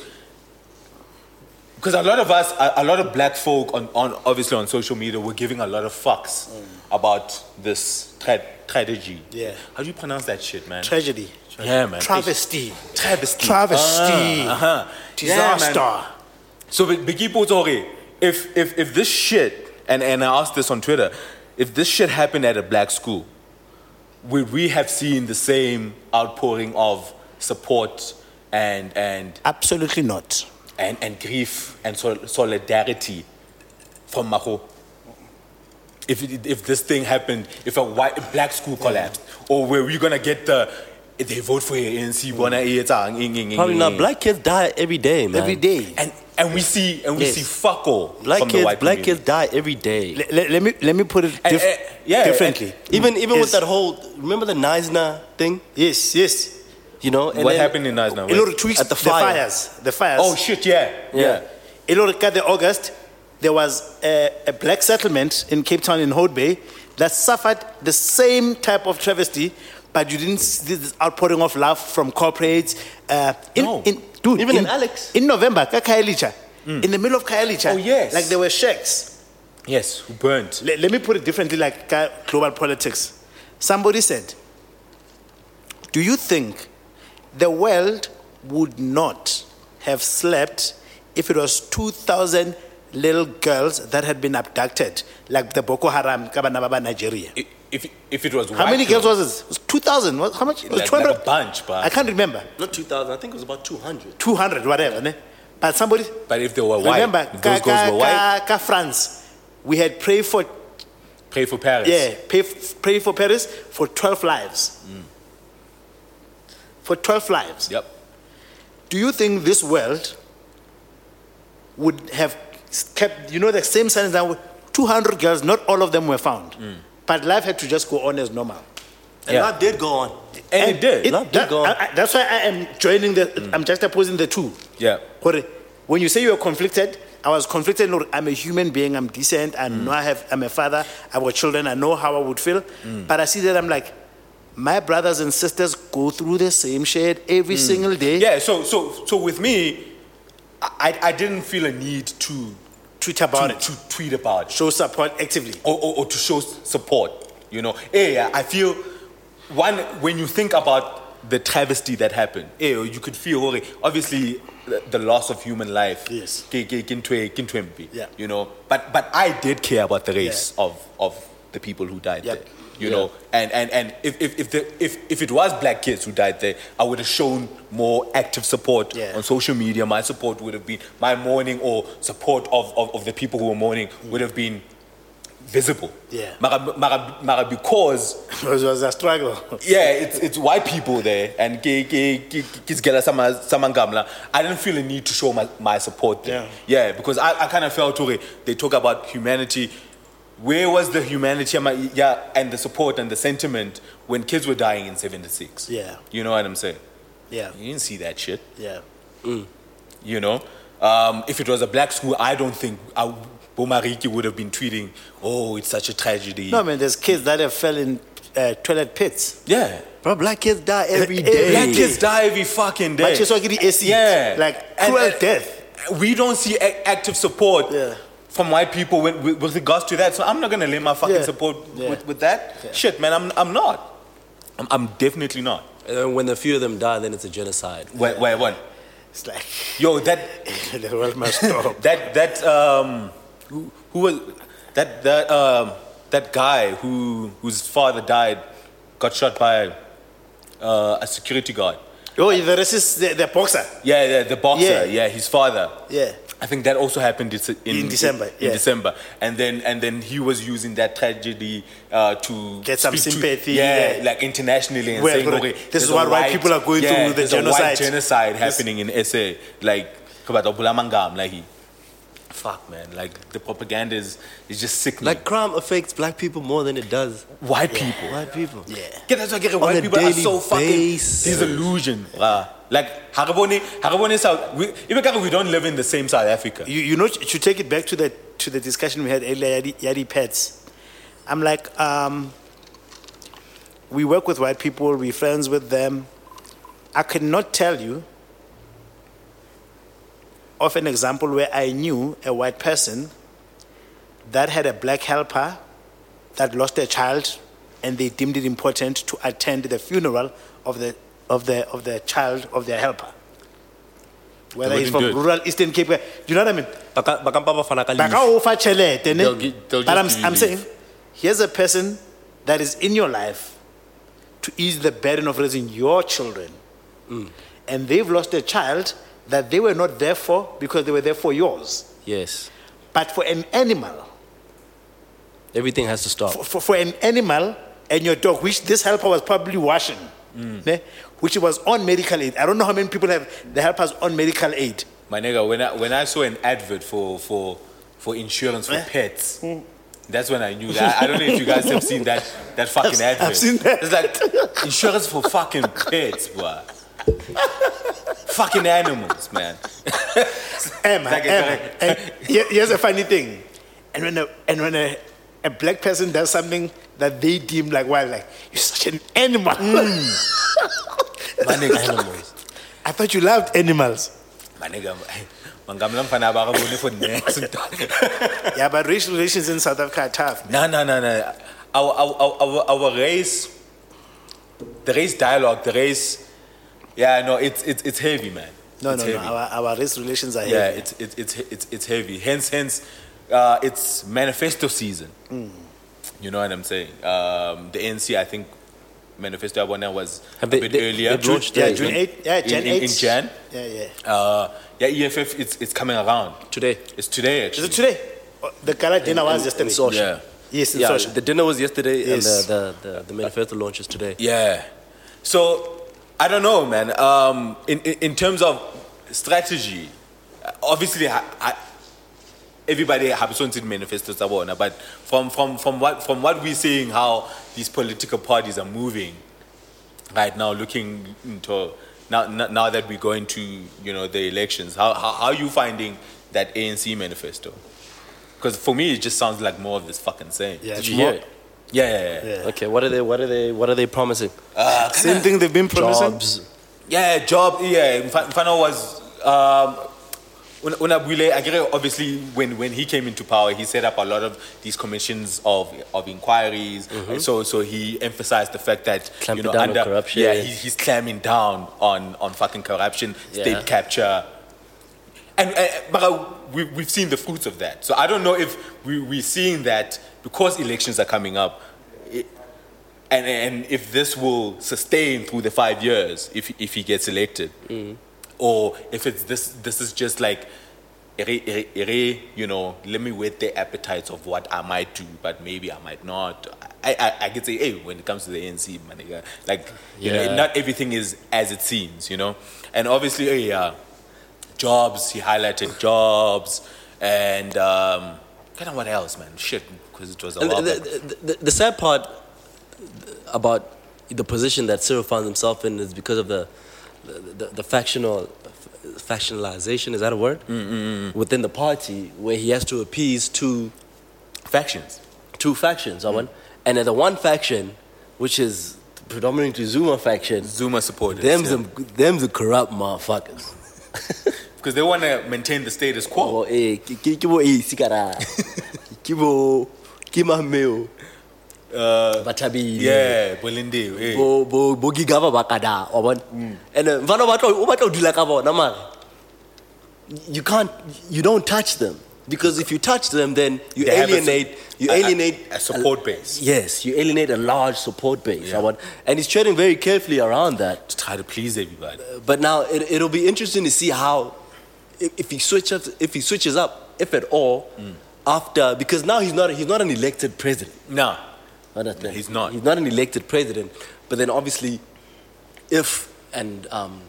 Speaker 2: because a lot of us, a, a lot of black folk on, on obviously on social media were giving a lot of fucks about this tra- tragedy.
Speaker 3: Mm. Yeah.
Speaker 2: How do you pronounce that shit, man?
Speaker 3: Tragedy.
Speaker 2: yeah, man.
Speaker 3: Travesty.
Speaker 2: Travesty.
Speaker 3: Travesty.
Speaker 2: Ah, uh-huh. Yeah, man.
Speaker 3: Disaster.
Speaker 2: So Big Big Ipo Tori, if if if this shit and, and I asked this on Twitter, if this shit happened at a black school, would we have seen the same outpouring of support and and
Speaker 3: Absolutely not.
Speaker 2: and, and grief and sol- solidarity from Maho. If, it- if this thing happened, if a white a black school collapsed, or were we gonna get the they vote for ANC, bona e etsang, ing, ing, ing,
Speaker 1: Probably
Speaker 2: ing,
Speaker 1: not.
Speaker 2: ing.
Speaker 1: Black kids die every day, man.
Speaker 3: Every day.
Speaker 2: and and we see and we
Speaker 1: Yes.
Speaker 2: see fuck all
Speaker 1: Black
Speaker 2: from the
Speaker 1: kids,
Speaker 2: white
Speaker 1: black kids die every day.
Speaker 3: Le- le- let me let me put it
Speaker 2: And-
Speaker 3: dif-
Speaker 2: and- yeah,
Speaker 3: differently.
Speaker 1: even even with
Speaker 3: Is-
Speaker 1: that whole remember the Nisna thing,
Speaker 3: Yes, yes.
Speaker 1: you know?
Speaker 2: What happened in Nice now?
Speaker 3: A lot of tweaks
Speaker 1: At the
Speaker 3: the,
Speaker 1: fire.
Speaker 3: fires, the fires.
Speaker 2: Oh shit! Yeah, yeah.
Speaker 1: Yeah.
Speaker 3: A lot of the August, there was a, a black settlement in Cape Town in Hood Bay that suffered the same type of travesty, but you didn't see this outpouring of love from corporates. Uh, in,
Speaker 2: No.
Speaker 3: in, dude,
Speaker 1: Even in Alex.
Speaker 3: In November, ka Khayelitsha, in the middle of Kailicha.
Speaker 2: Oh, yes.
Speaker 3: Like there were shacks.
Speaker 2: Yes, who burnt?
Speaker 3: Le- let me put it differently, like ka- global politics. Somebody said, Do you think the world would not have slept if it was 2,000 little girls that had been abducted, like the Boko Haram, Kabanababa, Nigeria?
Speaker 2: I- If if it was
Speaker 3: How
Speaker 2: white
Speaker 3: many
Speaker 2: people,
Speaker 3: girls was it? It was 2,000. What- How much? It was
Speaker 2: Like- like
Speaker 3: 200.
Speaker 2: a bunch, but-
Speaker 3: I can't remember.
Speaker 1: Not 2000, I think it was about 200.
Speaker 3: 200, whatever. Ne? But somebody,
Speaker 2: But if they were white,
Speaker 3: remember,
Speaker 2: if
Speaker 3: ka,
Speaker 2: those girls
Speaker 3: ka,
Speaker 2: were white.
Speaker 3: ka, ka France, we had prayed for
Speaker 2: Pray for Paris.
Speaker 3: Yeah, pay, pray for Paris for 12 lives. For 12 lives.
Speaker 2: Yep.
Speaker 3: Do you think this world would have kept, you know, the same sentence that 200 girls, not all of them were found. But life had to just go on as normal.
Speaker 1: And
Speaker 2: Yeah.
Speaker 1: life did go on.
Speaker 2: And, it did.
Speaker 1: Life did
Speaker 3: that-
Speaker 1: go on.
Speaker 3: I- I- that's why I am joining the, I'm just opposing the two.
Speaker 2: yeah.
Speaker 3: Gore, When you say you are conflicted, I was conflicted. Look, I'm a human being. I'm decent. I know I have. I'm a father. I've got children. I know how I would feel. But I see that I'm like, my brothers and sisters go through the same shit every single day.
Speaker 2: Yeah. So so so with me, I I didn't feel a need to
Speaker 3: Tweet about
Speaker 2: to,
Speaker 3: it.
Speaker 2: to tweet about it.
Speaker 3: Show support actively. [laughs]
Speaker 2: or, or, or to show s- support. You know, hey, I feel one when you think about the travesty that happened. Hey, you could feel okay, obviously the, the loss of human life.
Speaker 3: Yes.
Speaker 2: Ke- ke- kintwe- kintwembi,
Speaker 3: Yeah.
Speaker 2: You know, but but I did care about the race of of the people who died
Speaker 3: Yep.
Speaker 2: there. You know, and and and if if if, the, if if it was black kids who died there, I would have shown more active support
Speaker 3: Yeah.
Speaker 2: on social media. My support would have been my mourning or support of of, of the people who were mourning would have been visible.
Speaker 3: Yeah.
Speaker 2: Mara, mara, mara because
Speaker 3: It was, it was a struggle.
Speaker 2: yeah, it's it's white people there and ke ke ke kids get sama sama ngamla. I didn't feel a need to show my, my support there. Yeah, because I, I kind of felt okay. They talk about humanity. Where was the humanity ama- yeah, and the support and the sentiment when kids were dying in 76?
Speaker 3: Yeah.
Speaker 2: You know what I'm saying?
Speaker 3: [laughs] Yeah,
Speaker 2: You didn't see that shit
Speaker 3: yeah.
Speaker 2: you know. Um, if it was a black school, I don't think I, Bomariki would have been tweeting, oh, it's such a tragedy.
Speaker 3: No man, there's kids that have fell in uh, toilet pits.
Speaker 2: Yeah.
Speaker 1: Bro, black kids
Speaker 3: [laughs]
Speaker 1: die every
Speaker 3: Every
Speaker 1: day.
Speaker 2: Black
Speaker 3: day.
Speaker 2: kids die every fucking day.
Speaker 3: But you saw it in the acid.
Speaker 2: Yeah.
Speaker 3: Like
Speaker 2: And-
Speaker 3: cruel
Speaker 2: and
Speaker 3: death.
Speaker 2: We don't see a- active support
Speaker 3: Yeah.
Speaker 2: from white people with, with, with regards to that. So I'm not going to lay my fucking
Speaker 3: Yeah.
Speaker 2: support
Speaker 3: Yeah.
Speaker 2: with, with that. Shit, man, I'm, I'm not. I'm, I'm definitely not.
Speaker 1: And then when a few of them die, then it's a genocide.
Speaker 2: Wait, wait, one.
Speaker 3: It's like [laughs]
Speaker 2: Yo, that,
Speaker 3: the world must [laughs] stop.
Speaker 2: that, that, um, who, who was, that, that, um, that guy who, whose father died, got shot by uh, a security guard.
Speaker 3: oh, the racist, the, the boxer.
Speaker 2: Yeah, yeah, the boxer.
Speaker 3: Yeah.
Speaker 2: Yeah, his father.
Speaker 3: Yeah.
Speaker 2: I think that also happened in,
Speaker 3: In December,
Speaker 2: In,
Speaker 3: yeah.
Speaker 2: December, and then and then he was using that tragedy uh, to
Speaker 3: Get some
Speaker 2: speak to-
Speaker 3: sympathy,
Speaker 2: yeah,
Speaker 3: yeah.
Speaker 2: like internationally, and
Speaker 3: Well,
Speaker 2: saying,
Speaker 3: correct.
Speaker 2: okay,
Speaker 3: This
Speaker 2: there's
Speaker 3: is
Speaker 2: a
Speaker 3: what white people are going
Speaker 2: yeah,
Speaker 3: through, the
Speaker 2: there's a white
Speaker 3: genocide.
Speaker 2: genocide
Speaker 3: This-
Speaker 2: happening in SA. Like, kabata bulamangam, like he, fuck man, like the propaganda is is just sickening.
Speaker 1: Like crime affects black people more than it does
Speaker 2: white people.
Speaker 1: white people.
Speaker 3: Yeah.
Speaker 2: Get that's why get white
Speaker 1: a
Speaker 2: people are
Speaker 1: daily
Speaker 2: so fucking
Speaker 1: basis.
Speaker 2: disillusioned. bruh. Like Haraboni, Haraboni South. We, even if we don't live in the same South Africa.
Speaker 3: You, you know, to take it back to the to the discussion we had earlier, Yadi, Yadi pets. I'm like, um, we work with white people, we're friends with them. I cannot tell you of an example where I knew a white person that had a black helper that lost a child, and they deemed it important to attend the funeral of the of the of the child of their helper. Whether
Speaker 2: They
Speaker 3: it's from
Speaker 2: wouldn't do it.
Speaker 3: rural Eastern Cape, do you know what I mean?
Speaker 1: Baka- bakampa bafana ka
Speaker 3: ba
Speaker 1: leave.
Speaker 3: ka o fa tjhelete, ne?
Speaker 2: They'll gi- they'll
Speaker 3: eh? but
Speaker 2: just
Speaker 3: I'm,
Speaker 2: give you
Speaker 3: I'm
Speaker 2: leave.
Speaker 3: saying here's a person that is in your life to ease the burden of raising your children
Speaker 2: Hmm.
Speaker 3: and they've lost a child that they were not there for because they were there for yours
Speaker 1: Yes.
Speaker 3: but for an animal
Speaker 1: Everything has to stop.
Speaker 3: for, for, for an animal and your dog, which this helper was probably washing,
Speaker 2: Hmm.
Speaker 3: ne? which was on medical aid. I don't know how many people have the helpers on medical aid.
Speaker 2: My nigga, when I when I saw an advert for for for insurance
Speaker 3: Eh?
Speaker 2: for pets,
Speaker 3: Hmm.
Speaker 2: that's when I knew that. I don't know if you guys have seen that that fucking
Speaker 3: I've
Speaker 2: advert.
Speaker 3: seen that.
Speaker 2: It's like insurance for fucking pets, bro. fucking animals, man.
Speaker 3: Emma,
Speaker 2: Like a
Speaker 3: Emma.
Speaker 2: guy.
Speaker 3: And here- here's a funny thing. And when a, and when a, a black person does something that they deem like wild, like you're such an animal. Mm.
Speaker 2: My nigga,
Speaker 1: Animals.
Speaker 3: [laughs] I thought you loved animals.
Speaker 2: my nigga, mangamla mfana abakaboni for next.
Speaker 3: yeah, but racial relations in South Africa are tough.
Speaker 2: No, no, no, no. Our, our, our, our, our race, the race dialogue, the race, yeah, no, it's, it's, it's heavy, man.
Speaker 3: No,
Speaker 2: it's
Speaker 3: no,
Speaker 2: heavy.
Speaker 3: no. Our, our race relations are
Speaker 2: Yeah,
Speaker 3: heavy.
Speaker 2: it's, it's, it's, it's, it's heavy. Hence, hence, uh, it's manifesto season. You know what I'm saying? Um, the NC, I think, manifesto Abona was
Speaker 1: Have
Speaker 2: a
Speaker 1: they-
Speaker 2: bit
Speaker 1: they-
Speaker 2: earlier.
Speaker 1: they've launched
Speaker 3: Yeah,
Speaker 1: Yeah,
Speaker 3: June
Speaker 1: in-
Speaker 3: 8. Yeah, Jan
Speaker 2: in,
Speaker 3: 8.
Speaker 2: In, in Jan.
Speaker 3: Yeah, yeah.
Speaker 2: Uh, yeah, EFF, it's, it's coming around.
Speaker 1: Today.
Speaker 2: It's today, actually.
Speaker 3: Is it today? Oh, The gala dinner was yesterday.
Speaker 1: Social.
Speaker 2: Yeah.
Speaker 3: Yes, in
Speaker 1: Yeah,
Speaker 3: social.
Speaker 1: the dinner was yesterday
Speaker 3: Yes.
Speaker 1: and the, the, the, the manifesto launches today.
Speaker 2: Yeah. So I don't know, man. Um, in, in in terms of strategy, uh, obviously, I, I, everybody happens on manifestos abona, but from from from what from what we're seeing, how these political parties are moving right now, looking into now now now that we're going to you know the elections, how how, how are you finding that ANC manifesto? Because for me, it just sounds like more of this fucking same.
Speaker 3: Yeah,
Speaker 1: Did
Speaker 3: it's
Speaker 1: you
Speaker 3: more-
Speaker 1: hear it?
Speaker 2: Yeah, yeah, yeah.
Speaker 1: Okay, what are they what are they what are they promising?
Speaker 3: Same thing they've been promising.
Speaker 1: Jobs.
Speaker 2: Yeah, job. Yeah, Mfa- Mfana was. Um, Un- Unabwile Aguirre, obviously, when, when he came into power, he set up a lot of these commissions of of inquiries. And so so he emphasized the fact that
Speaker 1: Mm-hmm. Clamping down on corruption.
Speaker 2: Yeah, he, he's clamming down on on fucking corruption,
Speaker 1: Yeah.
Speaker 2: state capture, and uh, but we we've seen the fruits of that. So I don't know if we we're seeing that because elections are coming up and and if this will sustain through the five years if if he gets elected,
Speaker 1: Mm.
Speaker 2: or if it's this this is just like. "Ere- ere- ere, You know, let me whet the appetites of what I might do, but maybe I might not. I, I, I could say, hey, when it comes to the ANC, my nigga, like, you know,
Speaker 1: Yeah.
Speaker 2: not everything is as it seems, you know? And obviously, hey, yeah, jobs, he highlighted jobs, and um, kind of what else, man? Shit, because it was a
Speaker 1: And
Speaker 2: while
Speaker 1: the,
Speaker 2: back.
Speaker 1: the, the, the sad part about the position that Cyril found himself in is because of the the, the, the factional factionalization is that a word within the party where he has to appease two
Speaker 2: Factions.
Speaker 1: two factions, mm. and then the one faction which is predominantly Zuma faction,
Speaker 2: Zuma supporters.
Speaker 1: them's
Speaker 2: yeah.
Speaker 1: them them's the corrupt motherfuckers.
Speaker 2: Because they want to maintain the status
Speaker 1: [laughs]
Speaker 2: quo.
Speaker 1: Oh, eh, ke- ke- ke bo esi kana? Ke bo- ke Mameo,
Speaker 2: Uh,
Speaker 1: Bathabile,
Speaker 2: yeah, Bolindi. Hey.
Speaker 1: bo- bo- bo Giga ba Bakada, wa bona?
Speaker 2: Mm.
Speaker 1: And uh, then, mfana o batla- o batla ho dula ka bona, mara. You can't, you don't touch them because if you touch them, then you
Speaker 2: They have a su-
Speaker 1: alienate, you
Speaker 2: a- a-
Speaker 1: alienate
Speaker 2: a support base.
Speaker 1: Yes, you alienate a large support base,
Speaker 2: Yeah.
Speaker 1: wa bona? and he's treading very carefully around that.
Speaker 2: To try to please everybody.
Speaker 1: But now it, it'll be interesting to see how if, if he switches if he switches up, if at all,
Speaker 2: Hmm.
Speaker 1: after because now he's not he's not an elected president.
Speaker 2: No.
Speaker 1: Understand?
Speaker 2: He's not.
Speaker 1: He's not an elected president. But then obviously, if and um,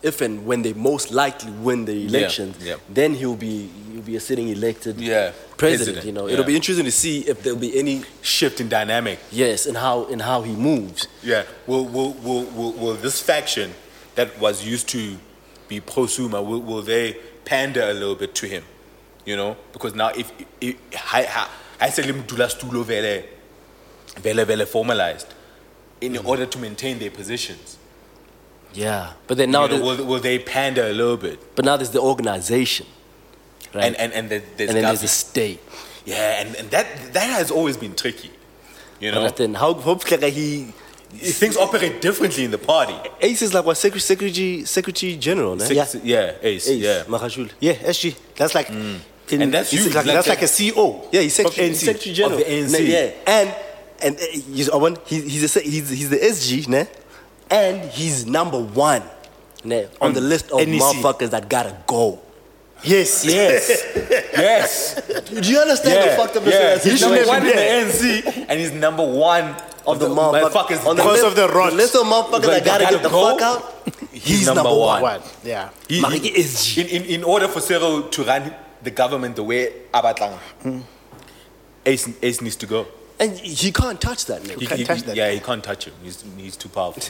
Speaker 1: if and when they most likely win the election,
Speaker 2: yeah.
Speaker 1: then he'll be he'll be a sitting elected
Speaker 2: Yeah,
Speaker 1: president.
Speaker 2: president,
Speaker 1: You know,
Speaker 2: yeah.
Speaker 1: it'll be interesting to see if there'll be any
Speaker 2: Shift in dynamic.
Speaker 1: yes in how in how he moves.
Speaker 2: Yeah. Will, will, will, will, will this faction that was used to be pro Suma, will, will they pander a little bit to him? You know? Because now if, if, I, I said him dula stulo vele, vele vele formalized in
Speaker 1: Mm-hmm.
Speaker 2: order to maintain their positions.
Speaker 1: Yeah. But then now,
Speaker 2: You know,
Speaker 1: the-
Speaker 2: will, will they pander a little bit?
Speaker 1: but now there's the organization, right?
Speaker 2: And, and, and, the, there's
Speaker 1: and then there's
Speaker 2: government.
Speaker 1: the state.
Speaker 2: Yeah, and, and that that has always been tricky. You know,
Speaker 1: But then how hopefully he
Speaker 2: things operate differently in the party.
Speaker 1: Ace is like what secretary secretary secretary general, eh?
Speaker 2: Six- yeah, Ace,
Speaker 1: Ace,
Speaker 2: yeah. Mm.
Speaker 1: Magashule.
Speaker 3: Yeah, SG. That's like. in-
Speaker 2: And that's
Speaker 3: it's
Speaker 2: huge,
Speaker 3: Like,
Speaker 2: like
Speaker 3: that's
Speaker 2: that-
Speaker 3: like a E CEO.
Speaker 1: Yeah, he's
Speaker 3: of
Speaker 1: secretary,
Speaker 3: ANC.
Speaker 1: he's secretary general
Speaker 2: Of the ANC.
Speaker 1: Ne, yeah, and and uh, he's uh, one. He's he's, a, se- he's he's the SG, ne? and he's number one, ne, on
Speaker 2: Mm.
Speaker 1: the list of
Speaker 2: E
Speaker 3: NEC.
Speaker 1: motherfuckers that gotta go.
Speaker 3: Yes.
Speaker 2: Yes, yes,
Speaker 1: [laughs] Do you understand
Speaker 2: yeah,
Speaker 1: the fucked up
Speaker 2: yeah.
Speaker 1: He
Speaker 2: He's
Speaker 1: should
Speaker 2: number
Speaker 1: have
Speaker 2: one
Speaker 1: been
Speaker 2: in the
Speaker 1: there.
Speaker 2: NC, and he's number one of,
Speaker 1: of the motherfuckers
Speaker 2: On
Speaker 1: on
Speaker 2: the
Speaker 3: Because
Speaker 1: list,
Speaker 3: of the rot.
Speaker 1: list of motherfuckers
Speaker 2: Like,
Speaker 1: that gotta,
Speaker 2: gotta
Speaker 1: get the
Speaker 2: go.
Speaker 1: fuck out.
Speaker 2: He's number one.
Speaker 3: [laughs] What? Yeah.
Speaker 2: He-
Speaker 1: Mari
Speaker 2: he-
Speaker 1: ke SG.
Speaker 2: in, in in order for Cyril to run the government the way Abatlang,
Speaker 1: Hmm.
Speaker 2: Ace Ace needs to go.
Speaker 1: and he can't touch that nigga.
Speaker 2: He,
Speaker 3: can't
Speaker 2: he-
Speaker 3: touch that.
Speaker 2: Yeah, he can't touch him. He's, he's too powerful.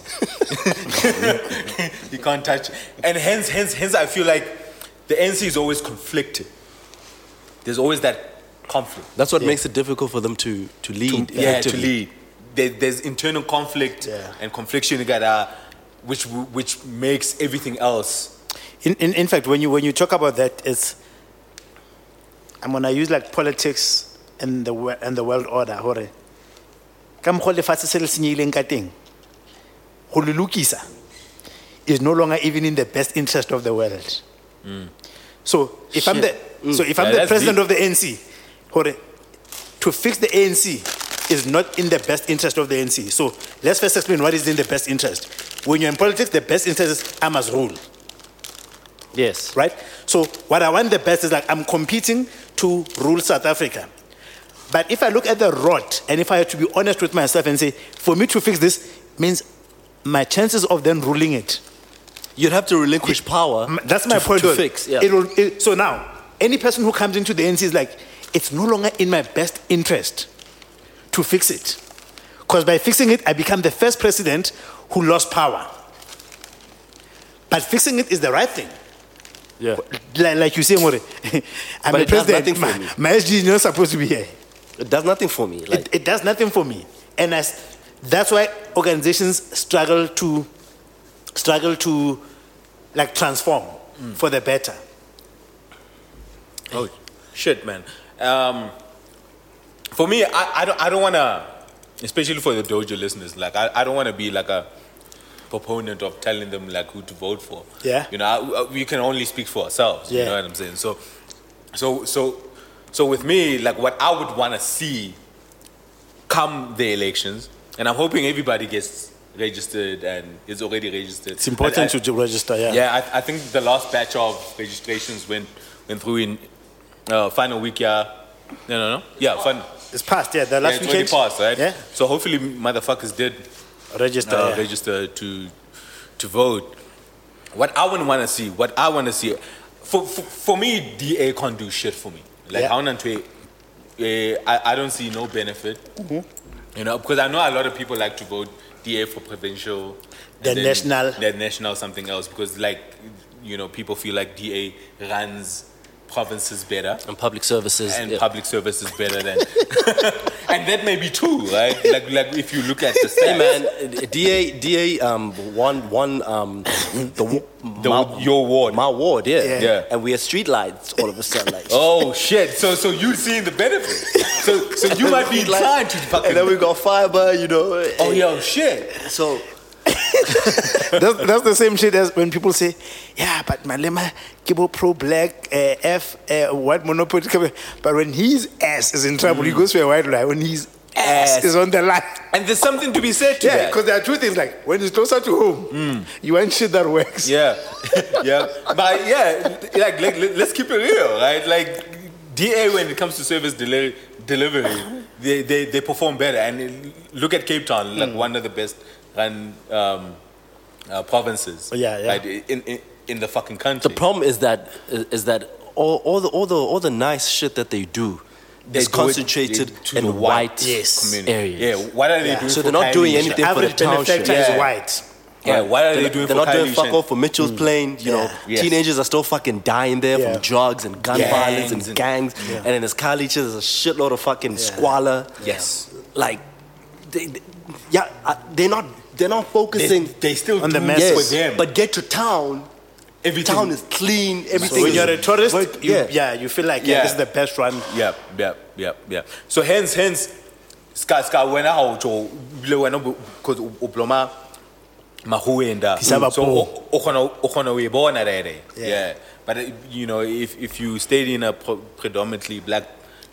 Speaker 2: [laughs] he can't touch. And hence, hence, hence, I feel like the NC is always conflicted. There's always that conflict.
Speaker 1: That's what makes it difficult for them to to lead.
Speaker 2: yeah, to
Speaker 1: effectively.
Speaker 2: lead. There, there's internal conflict and confliction you gotta, which w- which makes everything else.
Speaker 3: In, in, in fact, when you when you talk about that, it's I'm gonna use like politics and the wo- and the world order. Hore, ka mokgwa lefatshe se le senyehileng ka teng, ho le lokisa is no longer even in the best interest of the world. So if I'm the so if
Speaker 2: Mm. Yeah,
Speaker 3: I'm the
Speaker 2: that's
Speaker 3: president
Speaker 2: deep.
Speaker 3: of the ANC, hore, to fix the ANC is not in the best interest of the ANC. So let's first explain what is in the best interest. When you're in politics, the best interest is I must rule
Speaker 1: Yes.
Speaker 3: right? So what I want the best is like I'm competing to rule South Africa. But if I look at the rot and if I have to be honest with myself and say, for me to fix this means my chances of then ruling it.
Speaker 1: You'd have to relinquish power.
Speaker 3: M- That's my
Speaker 1: to,
Speaker 3: point.
Speaker 1: To
Speaker 3: of-
Speaker 1: fix. Yeah.
Speaker 3: It will, it- so now, any person who comes into the NC is like, it's no longer in my best interest to fix it. Because by fixing it, I become the first president who lost power. But fixing it is the right thing.
Speaker 1: yeah.
Speaker 3: like, like you say, More, [laughs] I'm
Speaker 1: But
Speaker 3: a
Speaker 1: it does
Speaker 3: president.
Speaker 1: nothing for
Speaker 3: My,
Speaker 1: me.
Speaker 3: my SG is not supposed to be here.
Speaker 1: It does nothing for me. Like
Speaker 3: It, it does nothing for me, and I s that's why organizations struggle to struggle to like transform
Speaker 1: Hmm.
Speaker 3: for the better.
Speaker 2: Oh shit, man. Um, for me, I, I don't I don't wanna, especially for the dojo listeners. Like I, I don't wanna be like a proponent of telling them like who to vote for.
Speaker 3: Yeah.
Speaker 2: You know, I, I- we can only speak for ourselves. You
Speaker 3: Yeah.
Speaker 2: know what I'm saying? So, so so so with me, like what I would wanna see come the elections, and I'm hoping everybody gets registered and is already registered.
Speaker 3: It's important
Speaker 2: to
Speaker 3: to register. Yeah.
Speaker 2: yeah, I, I think the last batch of registrations went went through in uh, final week. Yeah, no, no, no. Yeah, fun.
Speaker 3: it's passed. Yeah, the
Speaker 2: Yeah,
Speaker 3: last
Speaker 2: it's already
Speaker 3: weekend.
Speaker 2: passed, right?
Speaker 3: Yeah,
Speaker 2: So hopefully, motherfuckers did
Speaker 3: register.
Speaker 2: uh,
Speaker 3: Oh, yeah.
Speaker 2: register to to vote. What I would want to see, what I want to see, for, for for me, DA can't do shit for me. Like
Speaker 3: Yeah.
Speaker 2: I want to, uh, I I don't see no benefit. You know, because I know a lot of people like to vote DA for provincial, and
Speaker 3: The
Speaker 2: then
Speaker 3: national.
Speaker 2: the national something else. Because like, you know, people feel like DA runs provinces better
Speaker 1: and public services.
Speaker 2: and
Speaker 1: yeah.
Speaker 2: public service is better than, [laughs] and that may be true, right? Like like if you look at the stats.
Speaker 1: Hey [laughs] man, DA DA um one one um the, w-
Speaker 2: The- your ward.
Speaker 1: my ward yeah
Speaker 3: Yeah.
Speaker 2: Yeah.
Speaker 1: and we had street lights all of a sudden like
Speaker 2: Oh shit! So so you seeing the benefit? So so you might be
Speaker 1: [laughs] Street light.
Speaker 2: inclined
Speaker 1: [laughs]
Speaker 2: to
Speaker 1: and
Speaker 2: fucking.
Speaker 1: then we got fiber you know
Speaker 2: oh yo shit!
Speaker 1: so
Speaker 3: that's, that's the same shit as when people say, yeah, but Malema, Kibo pro black, uh,
Speaker 1: Hmm.
Speaker 3: F, uh, white monopoly. But when his ass is in trouble, he goes for a white lie. When his
Speaker 2: ass.
Speaker 3: is on the line.
Speaker 2: And there's something to be said to
Speaker 3: Yeah,
Speaker 2: that.
Speaker 3: because there are two things like when it's closer to home, you want shit that works.
Speaker 2: Yeah, [laughs] yeah, but yeah, like, like let- let's keep it real, right? Like DA when it comes to service deli- delivery, they, they they perform better. And look at Cape Town,
Speaker 1: Hmm.
Speaker 2: like one of the best run um, uh, provinces.
Speaker 3: Yeah, yeah.
Speaker 2: Right, in, in in the fucking country.
Speaker 1: The problem is that is, is that all, all the all the all the nice shit that they do
Speaker 2: They
Speaker 1: is
Speaker 2: do it-
Speaker 1: concentrated
Speaker 2: they- to
Speaker 1: in
Speaker 2: the
Speaker 1: white,
Speaker 2: white
Speaker 3: Yes.
Speaker 2: community.
Speaker 1: areas.
Speaker 2: Yeah, what are they doing?
Speaker 1: So
Speaker 2: for
Speaker 1: they're not
Speaker 2: Kylie
Speaker 1: doing
Speaker 2: Jenner?
Speaker 1: anything for the
Speaker 3: Average
Speaker 1: township.
Speaker 3: benefactor
Speaker 2: Yeah.
Speaker 3: is white.
Speaker 2: Yeah, what are they
Speaker 1: They're,
Speaker 2: doing?
Speaker 1: they're
Speaker 2: for
Speaker 1: not doing
Speaker 2: Kylie
Speaker 1: fuck
Speaker 2: Jenner?
Speaker 1: all for Mitchell's Plain. You know,
Speaker 2: Yes.
Speaker 1: teenagers are still fucking dying there
Speaker 3: Yeah.
Speaker 1: from drugs and gun
Speaker 2: Gangs
Speaker 1: violence and,
Speaker 2: and-
Speaker 1: gangs. And then there's college, there's a shitload of fucking squalor.
Speaker 2: Yes.
Speaker 1: Like, they, they- yeah, uh, they're not they're not focusing.
Speaker 2: They, they still
Speaker 3: On the
Speaker 2: do
Speaker 3: mess.
Speaker 2: for
Speaker 1: yes,
Speaker 2: them.
Speaker 1: but get to town.
Speaker 2: everything.
Speaker 1: Town is clean. Everything.
Speaker 3: So when
Speaker 1: is
Speaker 3: you're a tourist,
Speaker 1: work-
Speaker 3: you, yeah.
Speaker 1: yeah.
Speaker 3: you feel like yeah.
Speaker 2: Yeah.
Speaker 3: this is the best run.
Speaker 2: Yep, yep, yep, yep. So hence, hence, ska ska wena how to le wena because ubloma mahuenda.
Speaker 3: Isaba
Speaker 2: So
Speaker 3: po.
Speaker 2: okono okono webona rere.
Speaker 3: Yeah.
Speaker 2: Yeah. But uh, you know, if if you stayed in a pro- predominantly black,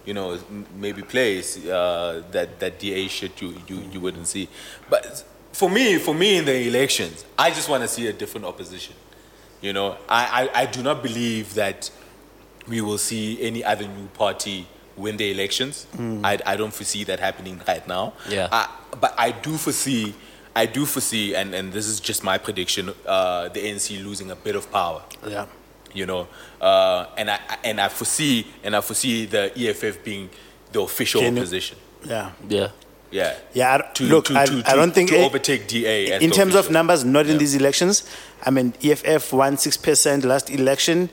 Speaker 2: you know, m- maybe place, uh, that that DA shit you you you wouldn't see. But for me, for me in the elections, I just want to see a different opposition. You know, I, I, I do not believe that we will see any other new party win the elections.
Speaker 3: Hmm.
Speaker 2: I, I don't foresee that happening right now.
Speaker 1: Yeah.
Speaker 2: I, but I do foresee, I do foresee, and, and this is just my prediction, uh, the ANC losing a bit of power.
Speaker 3: Yeah.
Speaker 2: You know, uh, and I and I foresee and I foresee the EFF being the official
Speaker 3: Can you-
Speaker 2: opposition.
Speaker 3: Yeah.
Speaker 1: yeah.
Speaker 2: Yeah.
Speaker 3: Yeah, I- look, I- I don't think
Speaker 2: to
Speaker 3: it-
Speaker 2: overtake DA as
Speaker 3: in
Speaker 2: the
Speaker 3: terms of
Speaker 2: official.
Speaker 3: numbers, not in these elections. I mean, EFF won six percent last election.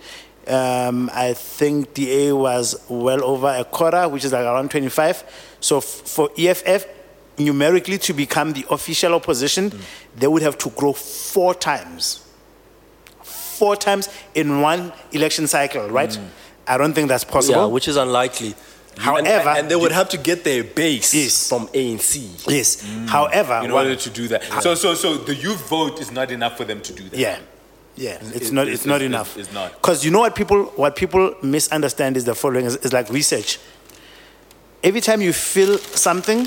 Speaker 3: Um, I think DA was well over a quarter, which is like around twenty-five. So f- for EFF, numerically to become the official opposition,
Speaker 2: Mm.
Speaker 3: they would have to grow four times. Four times in one election cycle, right?
Speaker 2: Mm.
Speaker 3: I don't think that's possible.
Speaker 1: Yeah, which is unlikely.
Speaker 3: However-
Speaker 1: and, and they would have to get their base
Speaker 3: Yes.
Speaker 1: from ANC.
Speaker 3: yes.
Speaker 2: Mm.
Speaker 3: However,
Speaker 2: in
Speaker 3: one-
Speaker 2: order to do that. So so so the youth vote is not enough for them to do that.
Speaker 3: Yeah. Yeah, it's,
Speaker 2: it's-
Speaker 3: not.
Speaker 2: it's-
Speaker 3: It's, not
Speaker 2: it's-
Speaker 3: enough.
Speaker 2: it's not.
Speaker 3: Because you know what people what people misunderstand is the following: is, is like research. Every time you feel something,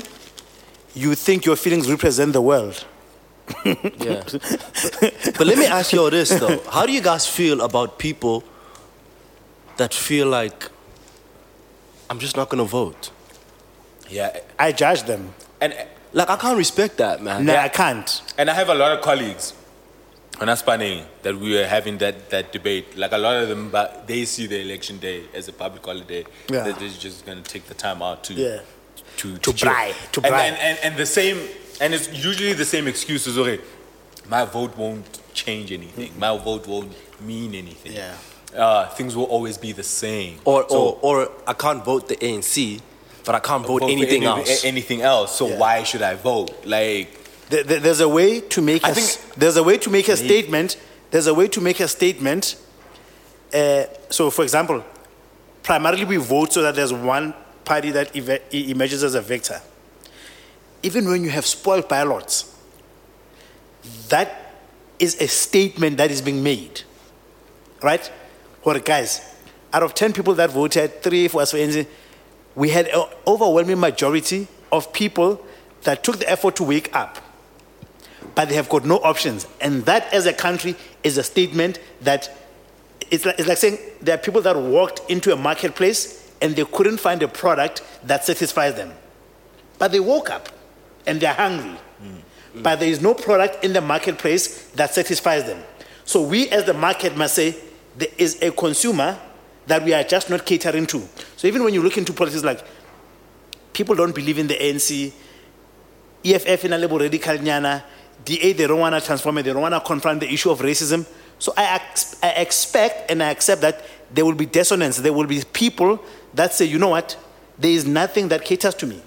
Speaker 3: you think your feelings represent the world. [laughs]
Speaker 1: Yeah. [laughs] but let me ask you all this though: How do you guys feel about people that feel like I'm just not gonna vote?
Speaker 2: Yeah.
Speaker 3: I judge them.
Speaker 2: And
Speaker 1: Like I can't respect that, man.
Speaker 3: No, I can't.
Speaker 2: And I have a lot of colleagues on Aspane that we were having that, that debate. Like a lot of them, but they see the election day as a public holiday.
Speaker 3: Yeah.
Speaker 2: That they're just going to take the time out to
Speaker 3: Yeah.
Speaker 2: to,
Speaker 3: To
Speaker 2: chill.
Speaker 3: bribe, to
Speaker 2: and,
Speaker 3: bribe.
Speaker 2: And, and and the same, and it's usually the same excuses. Okay, my vote won't change anything. My vote won't mean anything.
Speaker 3: Mm-hmm. Yeah.
Speaker 2: Uh, things will always be the same.
Speaker 1: Or,
Speaker 2: So-
Speaker 1: or or I can't vote the ANC, but I can't vote,
Speaker 2: vote for
Speaker 1: anything
Speaker 2: any-
Speaker 1: else.
Speaker 2: a- Anything else. So
Speaker 3: Yeah.
Speaker 2: why should I vote? Like
Speaker 3: There- there- There's a way to make.
Speaker 2: I
Speaker 3: a s-
Speaker 2: think-
Speaker 3: there's a way to make a statement. There's a way to make a statement. Uh, so, for example, primarily we vote so that there's one party that eva- e- emerges as a victor. Even when you have spoiled ballots, that is a statement that is being made, right? Well, guys, out of ten people that voted, three for us for NZ, we had an overwhelming majority of people that took the effort to wake up but they have got no options. And that, as a country, is a statement that it's like, it's like saying there are people that walked into a marketplace and they couldn't find a product that satisfies them. But they woke up and they're hungry. But there is no product in the marketplace that satisfies them. So we, as the market, must say there is a consumer that we are just not catering to. So even when you look into politics, like people don't believe in the ANC, EFF in a label radical nyana, DA they don't want to transform it, they don't want to confront the issue of racism. So I, ex- I expect and I accept that there will be dissonance. There will be people that say, you know what, there is nothing that caters to me.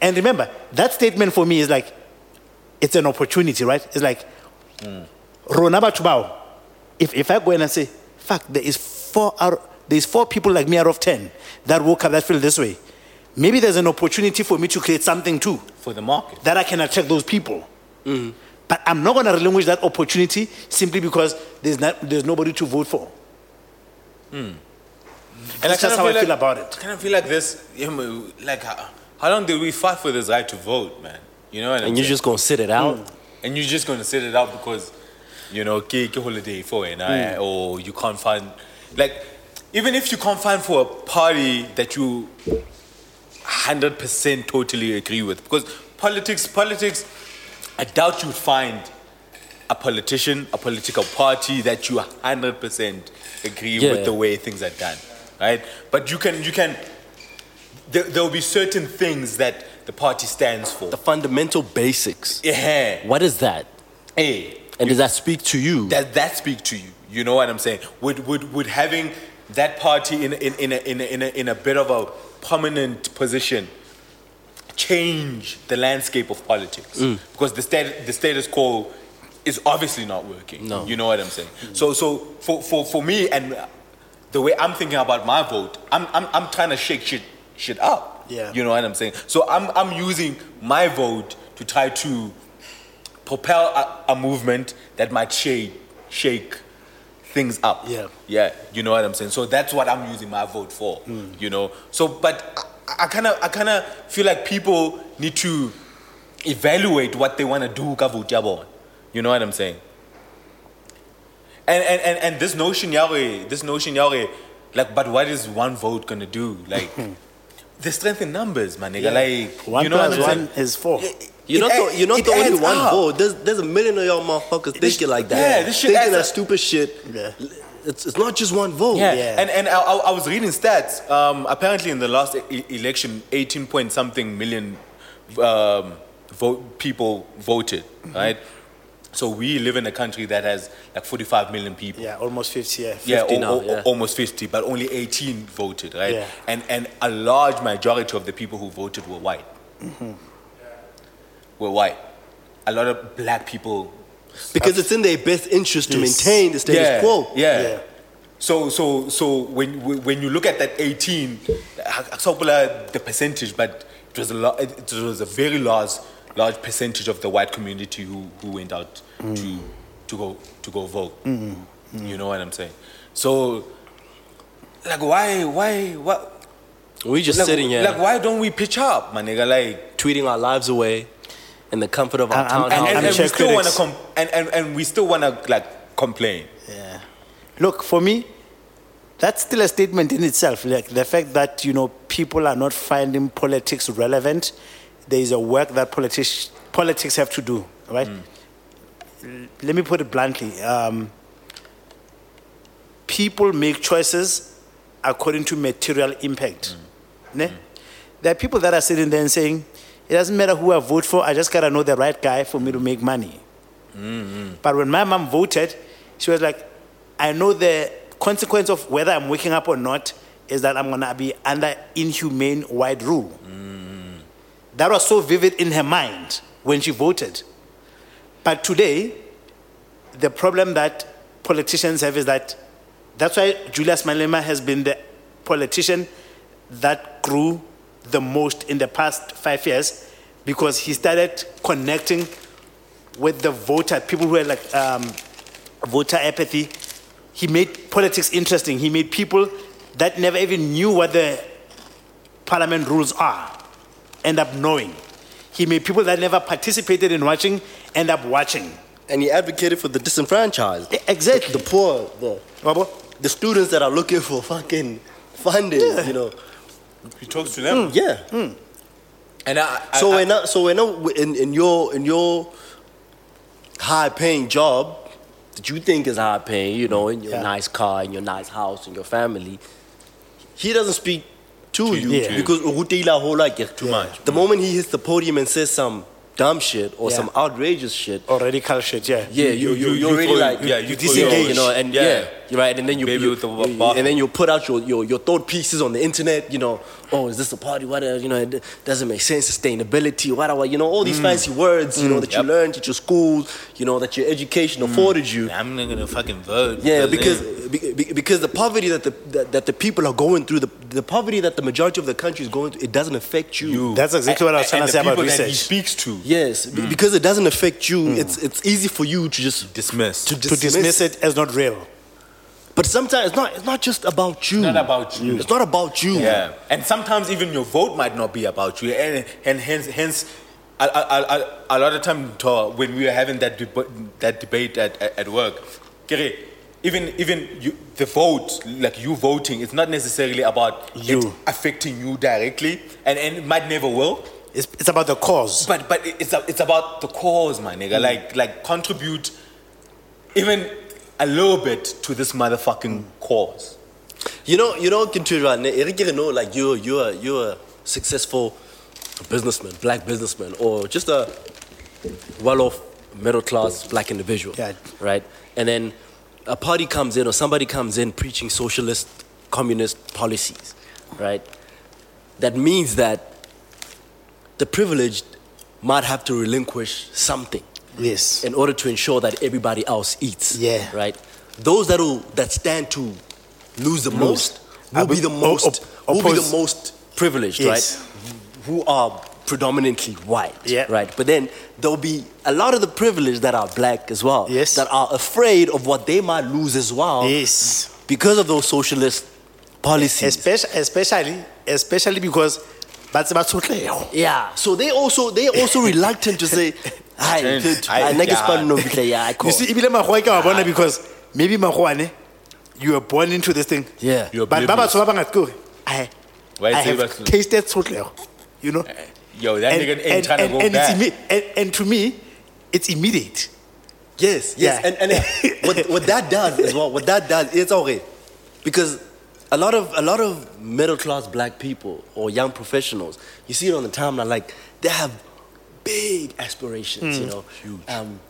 Speaker 3: And remember, that statement for me is like, it's an opportunity, right? It's like, Rona batho bao, if, if I go in and say, fuck, there is four out, there's four people like me out of ten that woke up that feel this way. Maybe there's an opportunity for me to create something too
Speaker 2: for the market.
Speaker 3: that I can attract those people. But I'm not going to relinquish that opportunity simply because there's, not, there's nobody to vote for.
Speaker 2: And
Speaker 3: That's just
Speaker 2: kinda
Speaker 3: how I feel
Speaker 2: like-
Speaker 3: about it.
Speaker 2: I kind of feel like this, you know, like uh, How long did we fight for this right to vote, man? You know, what I'm
Speaker 1: and you're
Speaker 2: saying?
Speaker 1: just gonna sit it out.
Speaker 2: and you're just gonna sit it out because you know ke, ke holiday for and I
Speaker 1: Mm.
Speaker 2: or you can't find like even if you can't find for a party that you hundred percent totally agree with because politics politics I doubt you'd find a politician a political party that you hundred percent agree
Speaker 1: Yeah.
Speaker 2: with the way things are done right but you can you can there, there will be certain things that the party stands for Eh,
Speaker 1: The fundamental basics.
Speaker 2: yeah
Speaker 1: What is that?
Speaker 2: hey
Speaker 1: And does that speak to you?
Speaker 2: that that speak to you. You know what I'm saying? Would would would having that party in in in a, in a, in, a, in a bit of a prominent position change the landscape of politics
Speaker 1: Mm.
Speaker 2: because the stat, the status quo is obviously not working.
Speaker 1: No.
Speaker 2: You know what I'm saying? So so for, for, for me and the way I'm thinking about my vote, I'm I'm, I'm trying to shake shit shit up.
Speaker 3: Yeah.
Speaker 2: You know what I'm saying? So I'm I'm using my vote to try to propel a, a movement that might shake shake things up.
Speaker 3: Yeah.
Speaker 2: Yeah. You know what I'm saying? So that's what I'm using my vote for.
Speaker 1: Mm.
Speaker 2: You know. So but I kind of I kind of feel like people need to evaluate what they want to do ka vote ya bona. You know what I'm saying? And and and, and this notion yare, this notion yare, like but what is one vote going to do?
Speaker 1: [laughs]
Speaker 2: Like the strength in numbers, man. nigga. Like
Speaker 3: One
Speaker 2: you know
Speaker 3: plus
Speaker 2: what I'm
Speaker 3: one
Speaker 2: saying?
Speaker 3: is four.
Speaker 1: You're not,
Speaker 2: It
Speaker 1: the,
Speaker 2: add-
Speaker 1: you're not
Speaker 2: it
Speaker 1: the only
Speaker 2: adds
Speaker 1: one
Speaker 2: up.
Speaker 1: vote. Oh, There's, there's a million of y'all motherfuckers thinking like that.
Speaker 2: yeah, this shit
Speaker 1: thinking
Speaker 2: adds
Speaker 1: that
Speaker 2: up.
Speaker 1: stupid shit.
Speaker 3: Yeah.
Speaker 1: It's, it's not just one vote.
Speaker 2: Yeah.
Speaker 3: Yeah.
Speaker 2: And and I, I I was reading stats. Um, apparently, in the last e- election, eighteen point something million um, vote people voted. Right. So we live in a country that has like forty five million people.
Speaker 3: Yeah, almost 50, yeah.
Speaker 2: Yeah,
Speaker 1: 50
Speaker 2: al-
Speaker 1: now,
Speaker 2: al-
Speaker 1: yeah.
Speaker 2: almost 50, but only 18 voted, right?
Speaker 3: Yeah.
Speaker 2: And and a large majority of the people who voted were white. Were white. A lot of black people
Speaker 1: Because it's in their best interest to
Speaker 3: Yes.
Speaker 1: maintain the status
Speaker 2: yeah,
Speaker 1: quo.
Speaker 2: Yeah.
Speaker 3: Yeah.
Speaker 2: So so so when when you look at that 18, Aksopula, the percentage, but it was a lo- it was a very large large percentage of the white community who who went out to to go to go vote.
Speaker 1: Mm-hmm.
Speaker 2: You know what I'm saying? So like why why what
Speaker 1: We just
Speaker 2: like,
Speaker 1: sitting here
Speaker 2: like why don't we pitch up, my nigga? Like
Speaker 1: tweeting our lives away in the comfort of our
Speaker 3: I'm-
Speaker 1: townhouse.
Speaker 2: and, and,
Speaker 3: I'm
Speaker 2: and
Speaker 3: sure
Speaker 2: we still want to
Speaker 3: critics-
Speaker 2: com- and, and, and we still want to like complain.
Speaker 3: Yeah. Look, for me, that's still a statement in itself. Like the fact that you know people are not finding politics relevant, there is a work that politics politics have to do, right? L- Let me put it bluntly. Um, people make choices according to material impact. Ne? There are people that are sitting there and saying, "It doesn't matter who I vote for. I just gotta know the right guy for me to make money." But when my mom voted, she was like, I know the consequence of whether I'm waking up or not is that I'm going to be under inhumane white rule. That was so vivid in her mind when she voted. But today, the problem that politicians have is that that's why Julius Malema has been the politician that grew the most in the past five years because he started connecting with the voter, people who had like um, voter apathy. He made politics interesting. He made people that never even knew what the parliament rules are end up knowing. He made people that never participated in watching end up watching.
Speaker 1: And he advocated for the disenfranchised,
Speaker 3: E- Exactly.
Speaker 1: the poor, the,
Speaker 3: Wabo?
Speaker 1: the students that are looking for fucking funding, you know.
Speaker 2: He talks to them.
Speaker 1: Yeah.
Speaker 2: And I,
Speaker 1: Mm.
Speaker 2: I
Speaker 1: So
Speaker 2: I-
Speaker 1: we're not. So we're not in, in your in your high-paying job that you think is high-paying. You know, in your
Speaker 3: Yeah.
Speaker 1: nice car, in your nice house, in your family. He doesn't speak to you
Speaker 3: yeah.
Speaker 1: because Uhutila hola get too
Speaker 2: much.
Speaker 1: The moment he hits the podium and says some dumb shit or
Speaker 3: Yeah.
Speaker 1: some outrageous shit.
Speaker 3: Or Oh, radical shit, yeah.
Speaker 1: Yeah, you you
Speaker 2: you-
Speaker 1: you
Speaker 2: you
Speaker 1: already
Speaker 2: throw your-
Speaker 1: like
Speaker 2: yeah, you
Speaker 1: you
Speaker 2: throw your-
Speaker 1: disengage, you know, and
Speaker 2: yeah.
Speaker 1: yeah, you're right, and then you,
Speaker 2: Baby
Speaker 1: you-
Speaker 2: with the
Speaker 1: you-
Speaker 2: bath.
Speaker 1: and then you put out your, your your thought pieces on the internet, you know, oh, is this a party? What uh, you know, it doesn't make sense. Sustainability, what you know, all these fancy words, you know, that
Speaker 2: Mm. Yep. Mm.
Speaker 1: you learned at your schools, you know, that your education afforded you.
Speaker 2: I'm not gonna fucking vote.
Speaker 1: Yeah, because be, be- because the poverty that the that, that the people are going through, the the poverty that the majority of the country is going through, it doesn't affect
Speaker 2: You- Mm.
Speaker 3: That's exactly what I was
Speaker 2: and
Speaker 3: trying to
Speaker 2: the
Speaker 3: say about
Speaker 2: people that he
Speaker 3: research.
Speaker 2: speaks to
Speaker 1: Yes, be- because it doesn't affect you, it's it's easy for you to just
Speaker 2: Mm. dismiss.
Speaker 1: to dismiss,
Speaker 3: To dismiss it as not real.
Speaker 1: But But sometimes it's not. It's not just about you.
Speaker 2: Not about you.
Speaker 1: It's not about you.
Speaker 2: Yeah, and sometimes even your vote might not be about you, and and hence hence. A, a, a, a lot of time to- when we were having that deb- that debate at, at, at work, Kere, even even you, the vote, like you voting, it's not necessarily about you it affecting you directly, and, and it might never will.
Speaker 3: It's, it's about the cause.
Speaker 2: But but it's a, it's about the cause, my
Speaker 3: Mm.
Speaker 2: nigga. Like like contribute even a little bit to this motherfucking cause.
Speaker 1: You know, you know, Kintura, you know, like you're you're you're a successful businessman, black businessman, or just a well-off, middle-class black individual,
Speaker 3: Yeah.
Speaker 1: right? And then a party comes in, or somebody comes in preaching socialist, communist policies, right? That means that the privileged might have to relinquish something
Speaker 3: Yes.
Speaker 1: in order to ensure that everybody else eats.
Speaker 3: Yeah.
Speaker 1: Right. Those that will that stand to lose the most will
Speaker 3: I
Speaker 1: be
Speaker 3: would-
Speaker 1: the most
Speaker 3: o- op-
Speaker 1: will be the
Speaker 3: oppose-
Speaker 1: most privileged,
Speaker 3: Yes.
Speaker 1: right? Who are predominantly white.
Speaker 3: Yeah.
Speaker 1: Right. But then there'll be a lot of the privileged that are black as well.
Speaker 3: Yes.
Speaker 1: That are afraid of what they might lose as well.
Speaker 3: Yes.
Speaker 1: Because of those socialist policies.
Speaker 3: Especially, especially, especially because that's about Sotleo.
Speaker 1: yeah. So they also they also reluctant
Speaker 3: [laughs]
Speaker 1: to say, hi,
Speaker 2: Change.
Speaker 1: I, I,
Speaker 2: I- yeah.
Speaker 1: I,
Speaker 3: You see, ibile magoa ka wa
Speaker 1: Ah,
Speaker 3: bona because maybe magoane, you were born into this thing.
Speaker 1: Yeah.
Speaker 2: You're
Speaker 3: But ba
Speaker 2: blameless.
Speaker 3: batsho ba bangata ke hore, I,
Speaker 2: Why
Speaker 3: I
Speaker 2: say
Speaker 3: have
Speaker 2: batsho?
Speaker 3: tasted Sotleo, you know.
Speaker 2: Yo, Eh, that nigga ain't trying to go
Speaker 3: and,
Speaker 2: back.
Speaker 3: it's imme- and, and to me, it's immediate.
Speaker 1: Yes, yes.
Speaker 3: Yeah. [laughs]
Speaker 1: And, and what, what that does as well, what that does, it's okay. Because a lot of a lot of middle class black people or young professionals, you see it on the timeline, like they have big aspirations,
Speaker 3: Hmm.
Speaker 1: you know. Huge. Um,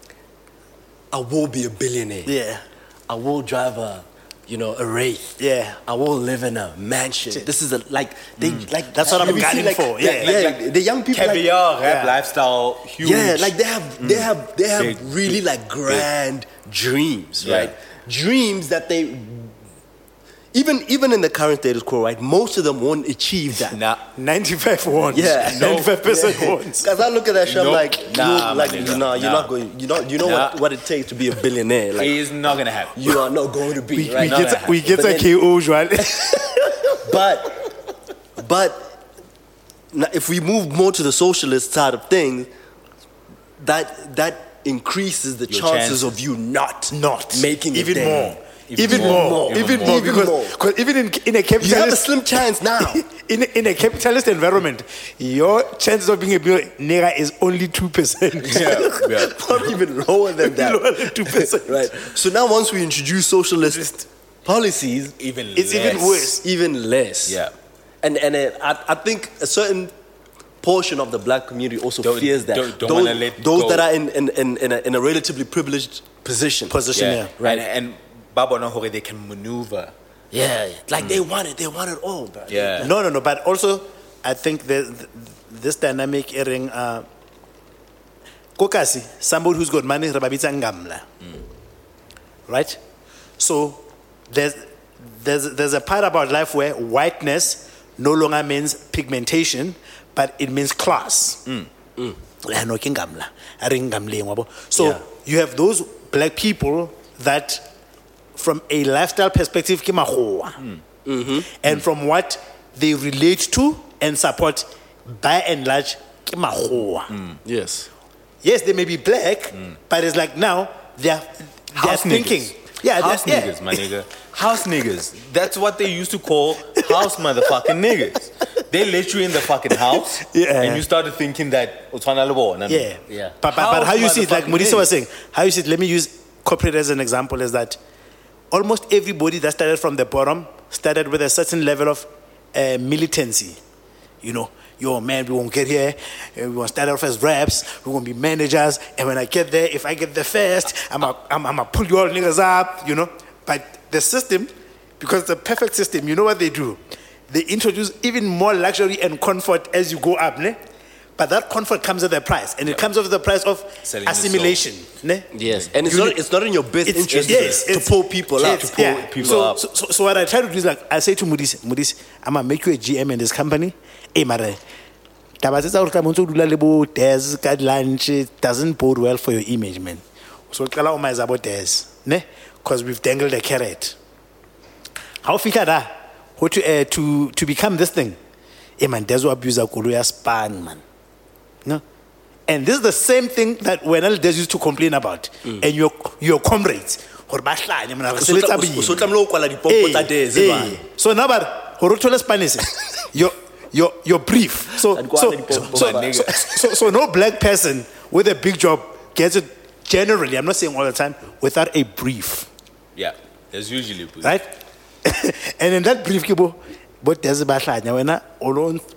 Speaker 1: I will be a billionaire.
Speaker 3: Yeah.
Speaker 1: I will drive a you know, a Wraith.
Speaker 3: Yeah. Hmm.
Speaker 1: I will live in a mansion. This is a like they like
Speaker 3: That's what I'm
Speaker 1: have you seen,
Speaker 3: gunning
Speaker 1: like-
Speaker 3: for,
Speaker 1: Yeah,
Speaker 3: yeah.
Speaker 1: yeah. the young people like-
Speaker 2: caviar rap
Speaker 3: Yeah.
Speaker 2: lifestyle huge.
Speaker 1: yeah, like they have they have they have
Speaker 2: Big,
Speaker 1: really like grand dreams,
Speaker 2: Yeah.
Speaker 1: right? Dreams that they even even in the current status quo, right? Most of them won't achieve that.
Speaker 2: nah.
Speaker 3: 95
Speaker 1: [laughs]
Speaker 3: wants.
Speaker 1: Yeah. No. [laughs]
Speaker 3: 95% wants.
Speaker 1: Cause I look at that shit, I'm
Speaker 2: Nope.
Speaker 1: like,
Speaker 2: Nah,
Speaker 1: nah,
Speaker 2: my
Speaker 1: like,
Speaker 2: nigga.
Speaker 1: nah, you're
Speaker 2: Nah.
Speaker 1: not going, you not, you know
Speaker 2: Nah.
Speaker 1: what, what it takes to be a billionaire. Like,
Speaker 2: It's not gonna happen.
Speaker 1: you are not going to be.
Speaker 3: We,
Speaker 1: right?
Speaker 3: we
Speaker 2: now
Speaker 3: get,
Speaker 2: that
Speaker 3: we get
Speaker 1: But
Speaker 3: a
Speaker 1: then-
Speaker 3: KO, Joel.
Speaker 1: but but now if we move more to the socialist side of things, that that increases the
Speaker 2: Your
Speaker 1: chances
Speaker 2: chances.
Speaker 1: of you not
Speaker 3: [laughs] Not.
Speaker 1: making it
Speaker 3: even
Speaker 1: there.
Speaker 3: more.
Speaker 2: Even
Speaker 3: Even,
Speaker 2: more.
Speaker 3: more.
Speaker 2: Even
Speaker 3: Even,
Speaker 2: more.
Speaker 3: more.
Speaker 1: Even
Speaker 3: Because
Speaker 1: more.
Speaker 3: 'cause even in, in a capitalist
Speaker 1: You have a slim chance now.
Speaker 3: in, in a capitalist environment, your chances of being a billionaire is only 2%.
Speaker 2: [laughs] Yeah, [laughs] yeah.
Speaker 1: [laughs] Probably even lower than
Speaker 2: [laughs]
Speaker 3: [laughs]
Speaker 1: that.
Speaker 3: Lower than 2%.
Speaker 1: right. So now once we introduce socialist policies,
Speaker 2: Even
Speaker 3: It's even
Speaker 2: less.
Speaker 3: worse.
Speaker 1: even less.
Speaker 2: Yeah.
Speaker 1: And and uh, I, I think a certain portion of the black community also
Speaker 2: Don't-
Speaker 1: fears that.
Speaker 2: don't- don't
Speaker 1: those
Speaker 2: wanna let
Speaker 1: those
Speaker 2: go.
Speaker 1: that are in in, in, in, a, in a relatively privileged position.
Speaker 3: Position, [laughs] yeah.
Speaker 1: Right.
Speaker 2: And, and Baba Nahore, they can maneuver.
Speaker 1: Yeah. Like they want it. They want it all, bro.
Speaker 2: Yeah.
Speaker 3: No, no, no. But also, I think the, th this dynamic erring. Uh, Kokasi, somebody who's got money, Rababita Ngamla. Right? So there's, there's, there's a part about life where whiteness no longer means pigmentation, but it means class.
Speaker 1: Mm.
Speaker 3: I know ke ngamla, a re ngamleng, wabo. So
Speaker 1: Yeah.
Speaker 3: you have those black people that, from a lifestyle perspective, ke magoa
Speaker 2: Mm-hmm.
Speaker 3: and from what they relate to and support by and large ke magoa
Speaker 2: Mm.
Speaker 1: Yes.
Speaker 3: yes they may be black but it's like now they're they're
Speaker 2: House niggas.
Speaker 3: thinking yeah
Speaker 2: house
Speaker 3: they're-
Speaker 2: niggas,
Speaker 3: yeah.
Speaker 2: my nigga. House niggas. That's what they used to call house motherfucking niggas. They let you in the fucking house,
Speaker 3: [laughs] Yeah.
Speaker 2: and you started thinking that Otwana Lebo. and I mean,
Speaker 3: yeah
Speaker 1: Yeah.
Speaker 3: but, but, but
Speaker 2: House
Speaker 3: how you see it like
Speaker 2: motherfucking
Speaker 3: Modisa was
Speaker 2: niggas.
Speaker 3: saying how you see it let me use corporate as an example is that almost everybody that started from the bottom started with a certain level of uh, militancy you know Yo, man, we won't get here. uh, We won't start off as reps. We won't be managers. And when I get there, if I get there first, I'm going I'm, I'm to pull you all niggas up, you know. But the system, because it's a perfect system, you know what they do? They introduce even more luxury and comfort as you go up, ne? But that comfort comes at the price. And it comes at the price of
Speaker 2: Selling yourself.
Speaker 3: assimilation, ne?
Speaker 1: Yes. And it's
Speaker 3: You
Speaker 1: not
Speaker 3: need-
Speaker 1: it's not in your best
Speaker 3: it's-
Speaker 1: interest
Speaker 3: yes,
Speaker 1: to
Speaker 3: it's-
Speaker 1: pull people up.
Speaker 3: yes,
Speaker 1: To pull
Speaker 3: yeah.
Speaker 2: people
Speaker 3: so,
Speaker 2: up.
Speaker 3: So, so, so what I try to do is like I say to Moody's, Moody's, I'm gonna make you a GM in this company. Hey, mare, taba tse tsa hore tlamehang o ntso o dula le bo Tez ka lunch it doesn't bode well for your image, man. So o qala o maiza bo Tez, ne? Because we've dangled a carrot. How fika da? How to, uh, to, to become this thing? Hey man, there's what abuse Kuruya span, man. No? And this is the same thing that when elders used to complain about. And your, your comrades. Hore ba hlanya, mna, re sebetsa
Speaker 1: Mm. o so
Speaker 3: boima.
Speaker 1: tlamehile ho kwala dipompo
Speaker 3: Hey,
Speaker 1: tsa tee tse
Speaker 3: hey.
Speaker 1: bana.
Speaker 3: So now but hore o thole
Speaker 1: [laughs]
Speaker 3: span is- your your your brief. So
Speaker 1: And go
Speaker 3: so,
Speaker 1: under the
Speaker 3: so,
Speaker 1: pole,
Speaker 3: so,
Speaker 2: my
Speaker 3: so,
Speaker 2: nigga.
Speaker 3: so- so no black person with a big job gets it generally, I'm not saying all the time, without a brief.
Speaker 2: Yeah, there's usually. booze.
Speaker 3: Right? [coughs] and in that brief kibo, but there's a batlanya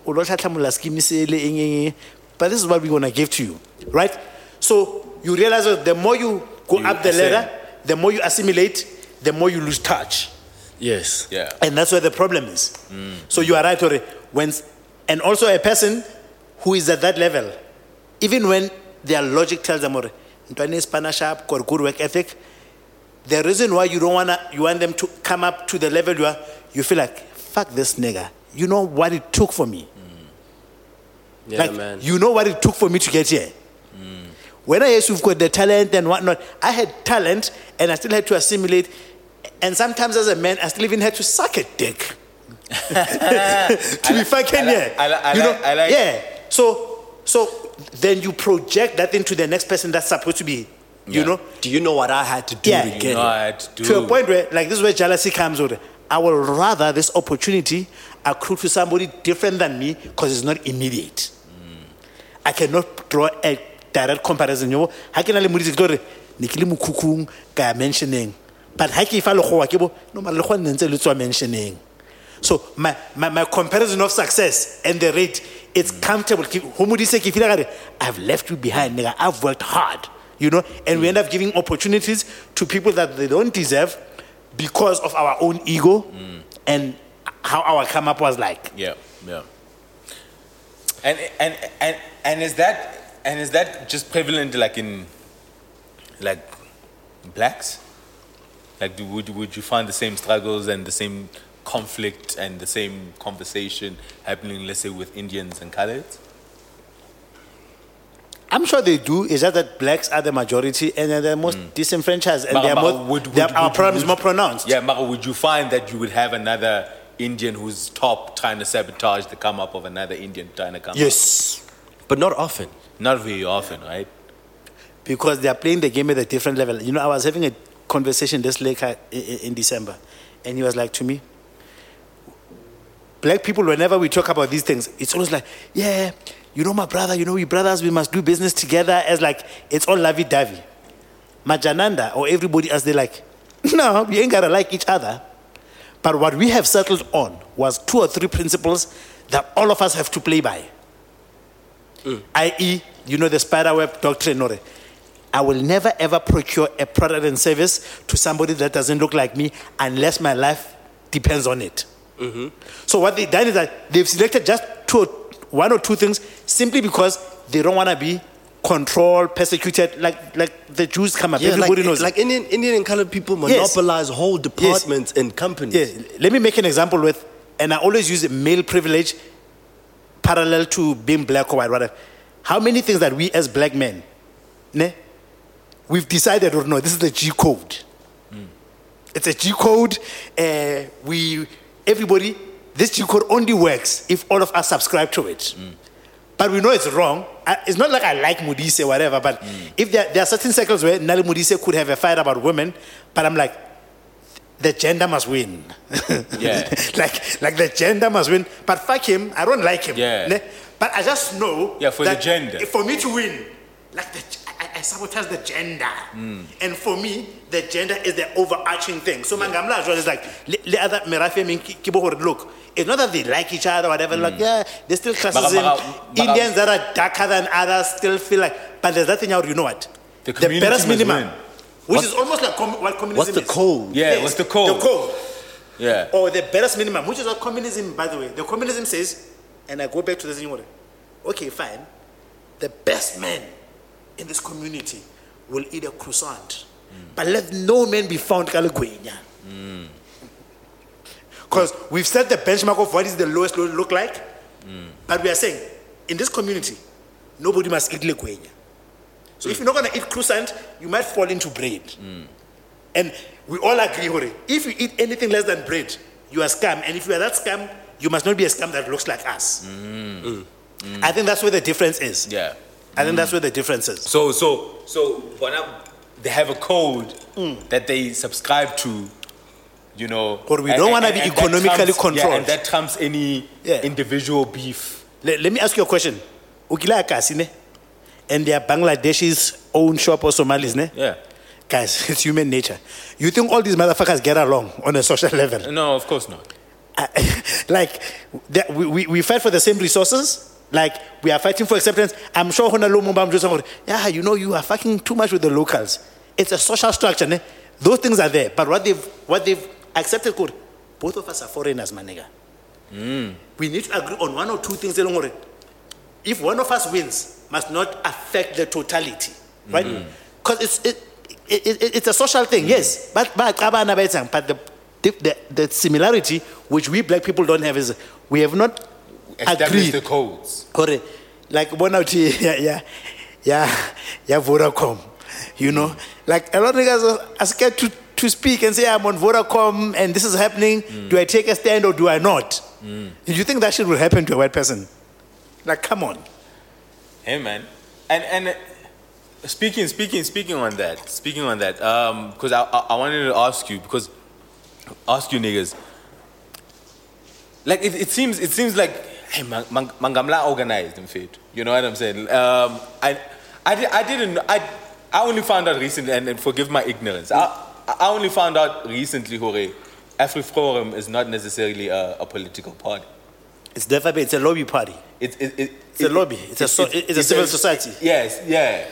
Speaker 3: when scheme se le eng, eng, eng. but this is what we're gonna give to you. Right? So you realize that the more you go
Speaker 2: You
Speaker 3: up the
Speaker 2: ascend.
Speaker 3: ladder, the more you assimilate, the more you lose touch.
Speaker 1: Yes.
Speaker 2: Yeah.
Speaker 3: And that's where the problem is. So you are right, Tori. When, and also a person who is at that level, even when their logic tells them, "Ore, ntwana e spanna sharp, got good work ethic, the reason why you don't wanna, you want them to come up to the level you are, you feel like, fuck this nigga. You know what it took for me.
Speaker 1: Mm. Yeah,
Speaker 3: like,
Speaker 1: man. Mm.
Speaker 3: you know what it took for me to get here. When I used to have got the talent and whatnot, I had talent and I still had to assimilate. And sometimes as a man, I still even had to suck a dick [laughs] to be fucking
Speaker 2: I like-
Speaker 3: yeah.
Speaker 2: I like- I
Speaker 3: you know,
Speaker 2: like- I like-
Speaker 3: yeah. So, so then you project that into the next person that's supposed to be, you
Speaker 2: Yeah.
Speaker 3: know,
Speaker 1: Do you know what I had to do
Speaker 3: Yeah.
Speaker 1: to
Speaker 3: You
Speaker 1: get
Speaker 2: You
Speaker 1: it?
Speaker 2: know, I had to do.
Speaker 3: to a point where like this is where jealousy comes. With I would rather this opportunity accrue to somebody different than me because it's not immediate. I cannot draw a direct comparison. You know, how can I music gore nikile mukukung ka mentioning, but how can if I look ke bo no ma look nentse le tswa mentioning. So my, my, my comparison of success and the rate, it's comfortable. Ke- ho modise ke feel like I've left you behind, nigga. I've worked hard, you know, and we end up giving opportunities to people that they don't deserve because of our own ego and how our come up was like.
Speaker 2: Yeah, yeah. And and and and is that and is that just prevalent like in like blacks? Like, do, would would you find the same struggles and the same conflict and the same conversation happening, let's say, with Indians and Khaleds?
Speaker 3: I'm sure they do. It's just that blacks are the majority and they're the most disenfranchised, and
Speaker 2: Mm. But-
Speaker 3: they're
Speaker 2: but
Speaker 3: more, they're- our problem is
Speaker 2: would-
Speaker 3: more pronounced.
Speaker 2: Yeah, Mara, would you find that you would have another Indian who's top trying to sabotage the come up of another Indian trying to come
Speaker 3: Yes,
Speaker 1: But not often.
Speaker 2: up? Not very often, right?
Speaker 3: because they are playing the game at a different level. You know, I was having a conversation this late uh, in, in December, and he was like to me, "Black people, whenever we talk about these things, it's always like, yeah, you know, my brother, you know, we brothers, we must do business together." As like it's all lovey-dovey. Majananda or everybody else, they're like, [laughs] no, we ain't gotta like each other. But what we have settled on was two or three principles that all of us have to play by.
Speaker 1: Mm.
Speaker 3: I.e., you know, the spider web doctrine, or I will never ever procure a product and service to somebody that doesn't look like me unless my life depends on it.
Speaker 1: Mm-hmm.
Speaker 3: So what they've done is that they've selected just two, or- one or two things simply because they don't want to be controlled, persecuted, like like the Jews come up. Everybody
Speaker 1: like,
Speaker 3: knows.
Speaker 1: like Indian, Indian and colored people monopolize whole departments and companies.
Speaker 3: Yeah, let me make an example with, and I always use male privilege parallel to being black or white, whatever. How many things that we as black men, ne, we've decided or no, this is the G code. It's a G code. Uh, we, everybody, this G code only works if all of us subscribe to it. But we know it's wrong. I, it's not like I like Modise or whatever, but if there, there are certain circles where Nali Modise could have a fight about women, but I'm like, the gender must win.
Speaker 2: Yeah.
Speaker 3: [laughs] like, like the gender must win. But fuck him, I don't like him.
Speaker 2: Yeah.
Speaker 3: Ne? But I just know.
Speaker 2: Yeah, for the
Speaker 3: that
Speaker 2: gender.
Speaker 3: For me to win, like the, g- I, I sabotage the gender.
Speaker 2: Hmm.
Speaker 3: And for me, the gender is the overarching thing. So Mangamla as well is like, le, le other Merafe mean ki- kibo hore, look, it's not that they like each other or whatever,
Speaker 2: Hmm.
Speaker 3: like, yeah, there's still classism.
Speaker 2: mara- mara-
Speaker 3: Indians that are darker than others still feel like, but there's that thing out, you know what?
Speaker 2: The community must win.
Speaker 3: Which
Speaker 1: What's-
Speaker 3: is almost like com- what communism
Speaker 1: What's the
Speaker 3: is.
Speaker 1: code?
Speaker 2: Yeah, what's the code?
Speaker 3: The code
Speaker 2: Yeah.
Speaker 3: or the barest minimum, which is what communism, by the way. The communism says, and I go back to this anymore. Okay, fine. The best man in this community will eat a croissant, but let no man be found kaligwenya. Because we've set the benchmark of what is the lowest lo- look like, but we are saying in this community, nobody must eat legwenya. So if you're not gonna eat croissant, you might
Speaker 2: Hmm.
Speaker 3: fall into bread. And we all agree, Hore, if you eat anything less than bread, you are scum. And if you are that scum, you must not be a scum that looks like us. I think that's where the difference is.
Speaker 2: Hmm. Yeah.
Speaker 3: I think that's where the difference is.
Speaker 2: So so so Bonab, they have a code that they subscribe to. You know,
Speaker 3: Mm. Or we don't wanna be
Speaker 2: that
Speaker 3: economically
Speaker 2: trumps- Yeah,
Speaker 3: controlled.
Speaker 2: and that trumps any
Speaker 3: Yeah.
Speaker 2: individual beef.
Speaker 3: Le- let me ask you a question. Ukila Akasi, ne? And they are Bangladesh's own shop or Somalis, ne?
Speaker 2: Yeah.
Speaker 3: Guys, [laughs] it's human nature. You think all these motherfuckers get along on a social level?
Speaker 2: No, of course not.
Speaker 3: [laughs] like, that- we, we, we fight for the same resources. Like, we are fighting for acceptance. I'm sure Honalo Mumbam just said, yeah, you know, you are fucking too much with the locals. It's a social structure, ne? Those things are there. But what they've, what they've accepted, could, both of us are foreigners, my nigga. We need to agree on one or two things. along the way. If one of us wins, must not affect the totality, right? Because it's, it, it, it, it's a social thing, yes. But, but but the, the, the similarity which we black people don't have is we have not
Speaker 2: Establish
Speaker 3: agreed.
Speaker 2: the codes.
Speaker 3: Correct. Like one out here, [laughs] yeah, yeah, yeah, yeah, Vodacom. You know, like a lot of guys are- are scared to, to speak and say, I'm on Vodacom and this is happening. Do I take a stand or do I not? Do you think that shit will happen to a white person? Like, come on.
Speaker 2: Hey man, and and uh, speaking speaking speaking on that speaking on that um because I, I I wanted to ask you because ask you niggas like it, it seems it seems like hey man, man, mangamla organized in fact you know what I'm saying um I I, di- I didn't I I only found out recently and, and forgive my ignorance I I only found out recently Hore AfriForum is not necessarily a, a political party
Speaker 3: It's definitely it's a lobby party.
Speaker 2: it, it, it,
Speaker 3: It's a lobby. It's a so- it's a civil society.
Speaker 2: Yes, yeah. E,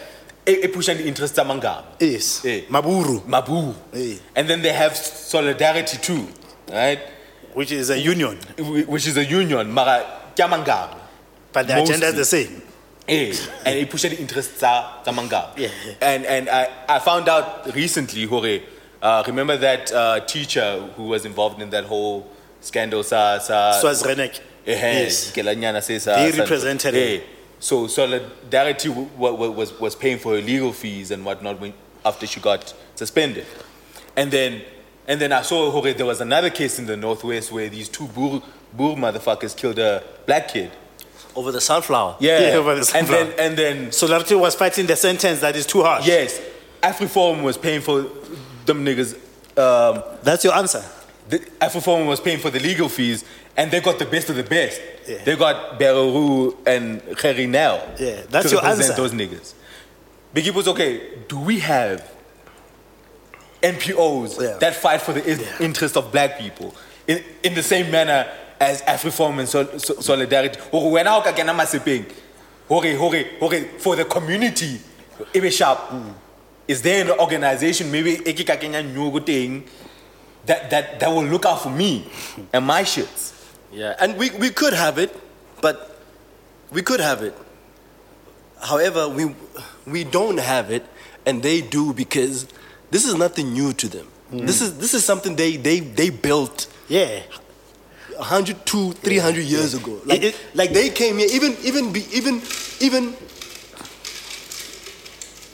Speaker 2: It, it pushes the interests among them.
Speaker 3: Yes.
Speaker 2: Eh.
Speaker 3: Maburu,
Speaker 2: Mabu.
Speaker 3: Eh.
Speaker 2: And then they have solidarity too, right?
Speaker 3: which is a union,
Speaker 2: Wh- Which is a union, Mara Kyamangam.
Speaker 3: but the agenda is
Speaker 2: Mostly.
Speaker 3: the same.
Speaker 2: Eh, and it pushes the interests among them.
Speaker 3: Yeah, yeah.
Speaker 2: And, and I, I found out recently, Hore, uh, remember that uh, teacher who was involved in that whole scandal, sa, sa,
Speaker 3: So as Renek.
Speaker 2: Yes.
Speaker 3: They represented her.
Speaker 2: So solidarity w- w- was was paying for her legal fees and whatnot when, after she got suspended, and then and then I saw okay, there was another case in the northwest where these two boor, boor motherfuckers killed a black kid.
Speaker 1: Over the sunflower.
Speaker 2: Yeah,
Speaker 3: Yeah, over the
Speaker 2: and then
Speaker 3: sunflower.
Speaker 2: and then
Speaker 3: Solarity was fighting the sentence that is too harsh.
Speaker 2: yes, Afriform was paying for them niggas. Um,
Speaker 3: That's your answer.
Speaker 2: the Afroform was paying for the legal fees, and they got the best of the best.
Speaker 3: Yeah.
Speaker 2: They got Bereru and Kherinel.
Speaker 3: Yeah, that's
Speaker 2: to
Speaker 3: your
Speaker 2: represent
Speaker 3: answer.
Speaker 2: Those niggas. Biggie was okay. Do we have NPOs
Speaker 3: Yeah.
Speaker 2: that fight for the in- interest of black people in, in the same manner as Afriform and Sol- Sol- Solidarity? Hore, wena o ka kena masepeng, hore, hore, hore, For the community, ebe sharp.
Speaker 3: Mm.
Speaker 2: Is there an organization maybe e ke ka kenya nyoko teng that, that, that will look out for me and my shits.
Speaker 1: Yeah, and we, we could have it, but we could have it. However, we we don't have it, and they do because this is nothing new to them. This is this is something they they they built
Speaker 3: Yeah.
Speaker 1: 100, 200, 300 years ago. Like
Speaker 3: it-
Speaker 1: like they came here even even be, even even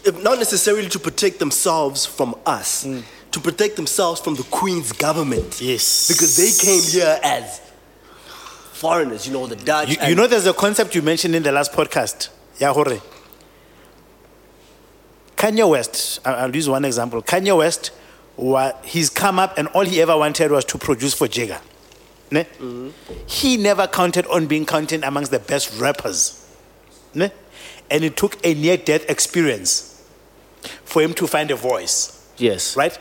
Speaker 1: if not necessarily to protect themselves from us, to protect themselves from the Queen's government.
Speaker 3: Yes.
Speaker 1: Because they came here as foreigners, you know, the Dutch.
Speaker 3: You, you
Speaker 1: and-
Speaker 3: know, there's a concept you mentioned in the last podcast. Yeah, hore. Kanye West, I- I'll use one example. Kanye West, wa- he's come up and all he ever wanted was to produce for Jagger. Ne? He never counted on being counted amongst the best rappers. Ne? And it took a near death experience for him to find a voice,
Speaker 1: Yes.
Speaker 3: right?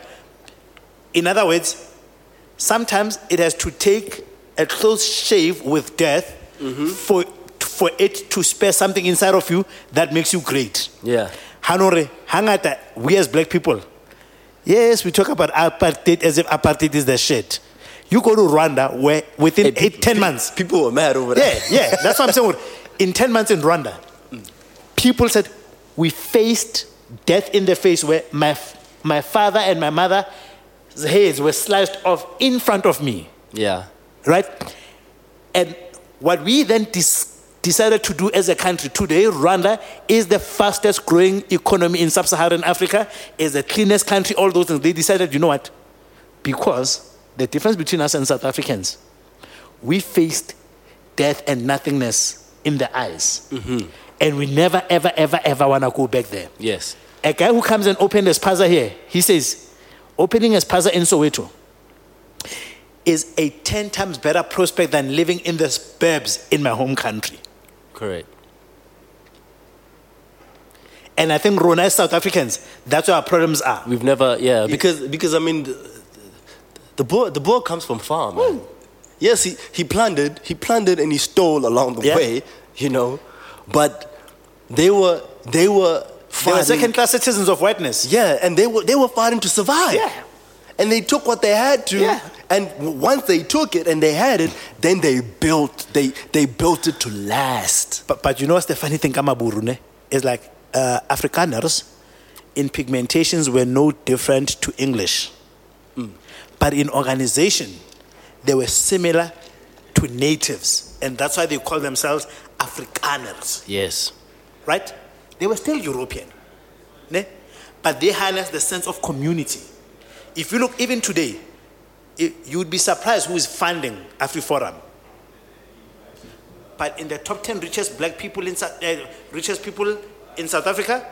Speaker 3: In other words, sometimes it has to take a close shave with death for for it to spare something inside of you that makes you great.
Speaker 1: Yeah.
Speaker 3: Hanore, hangata, we as black people, yes, we talk about apartheid as if apartheid is the shit. You go to Rwanda where within
Speaker 1: Hey,
Speaker 3: eight, ten
Speaker 1: pe-
Speaker 3: months,
Speaker 1: People were mad over
Speaker 3: yeah,
Speaker 1: that.
Speaker 3: yeah. That's what I'm saying. In 10 months in Rwanda, people said, we faced death in the face where my, f- my father and my mother's heads were sliced off in front of me,
Speaker 1: Yeah.
Speaker 3: right? And what we then dis- decided to do as a country today, Rwanda is the fastest growing economy in sub Saharan Africa, is the cleanest country, all those things. They decided, you know what? Because the difference between us and South Africans, we faced death and nothingness in the eyes. And we never, ever, ever, ever want to go back there.
Speaker 1: Yes.
Speaker 3: A guy who comes and opens a spaza here, he says, opening a spaza in Soweto is a 10 times better prospect than living in the suburbs in my home country.
Speaker 1: Correct.
Speaker 3: And I think Rona as South Africans, that's where our problems are.
Speaker 1: We've never, yeah, because because I mean, the, the boy the boy comes from far, man. Yes, he he plundered, he plundered, and he stole along the
Speaker 3: Yeah.
Speaker 1: way, you know, but they were they were
Speaker 3: They were
Speaker 1: fighting.
Speaker 3: second class citizens of whiteness.
Speaker 1: yeah, and they were they were fighting to survive.
Speaker 3: Yeah.
Speaker 1: And they took what they had to,
Speaker 3: Yeah.
Speaker 1: and w- once they took it and they had it, then they built they they built it to last.
Speaker 3: But, but you know what's the funny thing, Kamaburu, ne? It's like uh, Afrikaners in pigmentations were no different to English. But in organization, they were similar to natives. And that's why they call themselves Afrikaners,
Speaker 1: Yes.
Speaker 3: right? They were still European. Ne? But they harnessed the sense of community. If you look even today, i- you would be surprised who is funding AfriForum. But in the top 10 richest black people in South, uh, richest people in South Africa,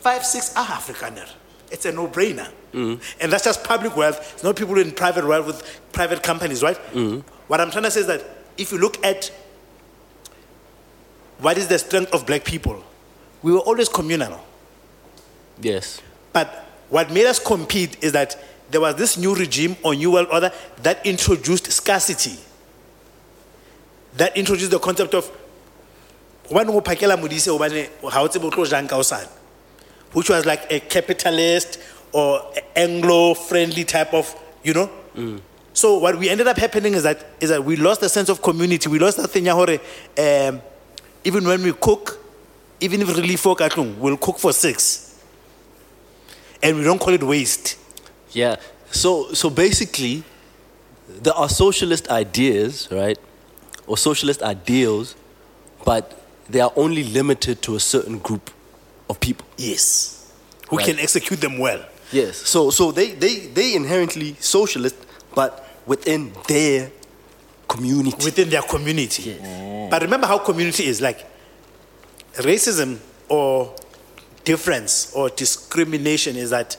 Speaker 3: five, six are Afrikaner. It's a no-brainer. And that's just public wealth. It's not people in private wealth with private companies, right? What I'm trying to say is that if you look at what is the strength of black people, we were always communal.
Speaker 1: Yes.
Speaker 3: But what made us compete is that there was this new regime or new world order that introduced scarcity, that introduced the concept of "Hobane o phakela modise, hobane ha o tsebe o tlo jang ka hosane," which was like a capitalist or Anglo friendly type of, you know. So what we ended up happening is that is that we lost the sense of community. We lost that thing ya hore, um, even when we cook, even if really folk at home, we'll cook for six and we don't call it waste.
Speaker 1: Yeah. So so basically, there are socialist ideas, right, or socialist ideals, but they are only limited to a certain group of people.
Speaker 3: Yes. Who
Speaker 1: Right.
Speaker 3: can execute them well.
Speaker 1: Yes. So so they they they inherently socialist, but within their community.
Speaker 3: within their community. But remember how community is like racism or difference or discrimination is that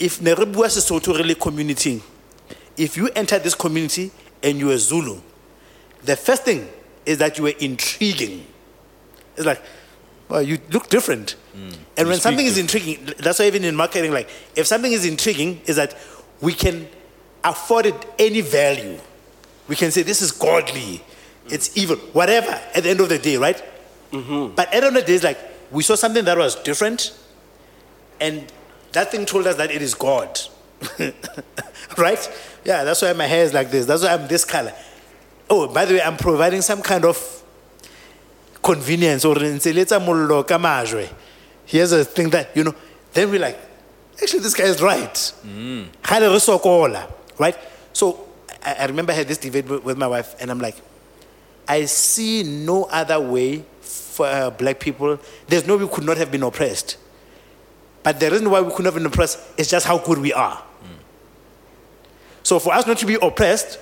Speaker 3: if Neribua Sesotho really community, if you enter this community and you are Zulu, the first thing is that you are intriguing. It's like, well, you look different. And when
Speaker 2: speak
Speaker 3: something is intriguing, that's why even in marketing, like if something is intriguing, is that we can afford it any value. We can say this is godly, it's evil, whatever. At the end of the day, right? But at the end of the day, it's like we saw something that was different, and that thing told us that it is God, [laughs] right? Yeah, that's why my hair is like this. That's why I'm this color. Oh, by the way, I'm providing some kind of convenience or nseletsa mollo ka majwe. Here's a thing that you know. Then we're like, actually, this guy is right. Ga ne re sokola, Right? So I, I remember I had this debate with, with my wife, and I'm like, I see no other way for uh, black people. There's no way we could not have been oppressed. But the reason why we could not have been oppressed is just how good we are. So for us not to be oppressed,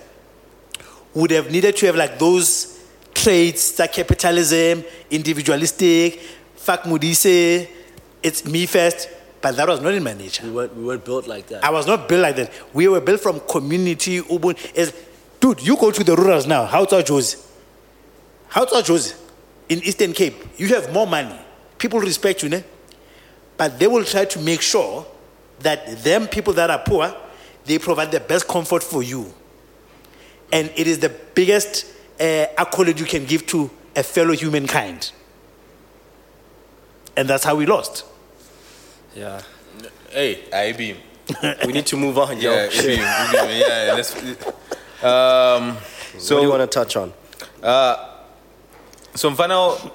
Speaker 3: would have needed to have like those traits that capitalism, individualistic, fuck Mudise, it's me first. But that was not in my nature.
Speaker 1: We weren't, we weren't built like that.
Speaker 3: I was not built like that. We were built from community, urban. Is dude, you go to the rurals now. How to Josie? How to Josie? In Eastern Cape, you have more money. People respect you, ne? But they will try to make sure that them people that are poor, they provide the best comfort for you. And it is the biggest uh, accolade you can give to a fellow humankind. And that's how we lost.
Speaker 1: yeah.
Speaker 2: Hey, I beam.
Speaker 1: We need to move on, yo.
Speaker 2: Yeah,
Speaker 1: What
Speaker 2: I beam. I beam. Yeah, let's. Um, so
Speaker 1: do you want to touch on?
Speaker 2: So Mfano,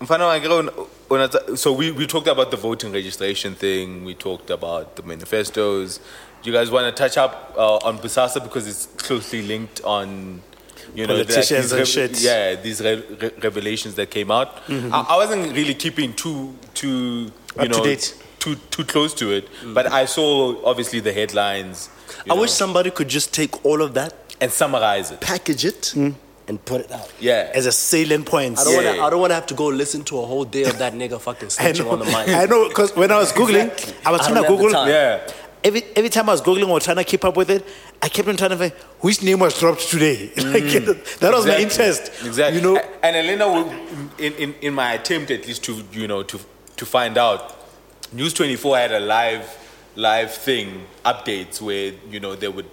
Speaker 2: Mfano, I get on- on a- so we, we talked about the voting registration thing. We talked about the manifestos. Do you guys want to touch up uh, on Busasa because it's closely linked on, you know, like
Speaker 3: Politicians
Speaker 2: these
Speaker 3: and
Speaker 2: rev-
Speaker 3: shit. Mm-hmm.
Speaker 2: Yeah, these re- re- revelations that came out. I, I wasn't really keeping too too you
Speaker 3: Up to
Speaker 2: know
Speaker 3: date. Mm.
Speaker 2: too too too close to it. But I saw obviously the headlines. you
Speaker 1: I wish
Speaker 2: know,
Speaker 1: somebody could just take all of that,
Speaker 2: and summarize it.
Speaker 1: package it, and put it out.
Speaker 2: Yeah,
Speaker 3: as a salient point.
Speaker 1: Hmm? I don't
Speaker 2: Yeah.
Speaker 1: want to. I don't want to have to go listen to a whole day of that nigga fucking snitching on the mic.
Speaker 3: I know because when I was googling, I was
Speaker 1: I don't
Speaker 3: trying to
Speaker 1: have the
Speaker 3: Google.
Speaker 1: time.
Speaker 2: yeah.
Speaker 3: Every every time I was googling or trying to keep up with it, I kept on trying to find which name was dropped today. [laughs] Like, that was my
Speaker 2: Exactly.
Speaker 3: interest.
Speaker 2: Exactly.
Speaker 3: You know,
Speaker 2: A- and Elena, would, in, in in my attempt at least to you know to to find out, News Twenty Four had a live live thing updates where you know they would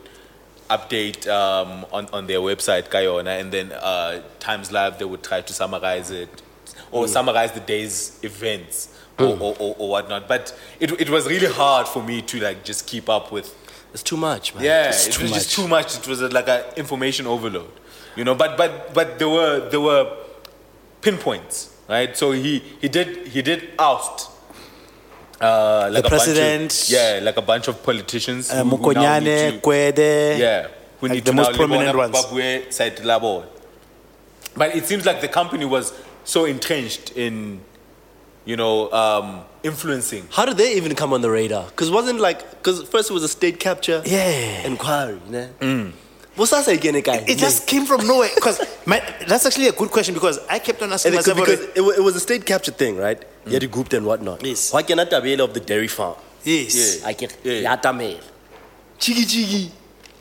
Speaker 2: update um, on on their website Kayona, and then uh, Times Live they would try to summarize it
Speaker 3: Mm.
Speaker 2: or summarize the day's events. Or, or, or, or whatnot, but it, it was really hard for me to like just keep up with
Speaker 1: It's too much, man.
Speaker 2: yeah,
Speaker 1: It's
Speaker 2: it
Speaker 1: too
Speaker 2: was just
Speaker 1: much.
Speaker 2: too much. It was uh, like an information overload, you know. But but but there were there were pinpoints, right? So he he did he did oust. Uh, like
Speaker 3: The
Speaker 2: a bunch of-
Speaker 3: president.
Speaker 2: yeah, like a bunch of politicians.
Speaker 3: uh,
Speaker 2: who- who now need
Speaker 3: Mokonyane,
Speaker 2: to-
Speaker 3: Kwede.
Speaker 2: yeah, who
Speaker 3: Like
Speaker 2: need
Speaker 3: the
Speaker 2: to
Speaker 3: most
Speaker 2: now live on
Speaker 3: prominent
Speaker 2: a
Speaker 3: ones.
Speaker 2: Zimbabwe side labor. But it seems like the company was so entrenched in, you know, um, influencing.
Speaker 1: How did they even come on the radar? Because wasn't like because first it was a state capture
Speaker 3: Yeah.
Speaker 1: inquiry, né? What's that say again, guy?
Speaker 3: It just came from nowhere [laughs] because that's actually a good question because I kept on asking
Speaker 1: And it, could-
Speaker 3: myself.
Speaker 1: because
Speaker 3: already-
Speaker 1: it, wa- it was a state capture thing, right? You had to group and whatnot.
Speaker 3: Yes.
Speaker 1: Why cannot I be of the dairy farm?
Speaker 3: yes,
Speaker 1: I get
Speaker 2: Yeah.
Speaker 1: yatamel. Chiggy chiggy.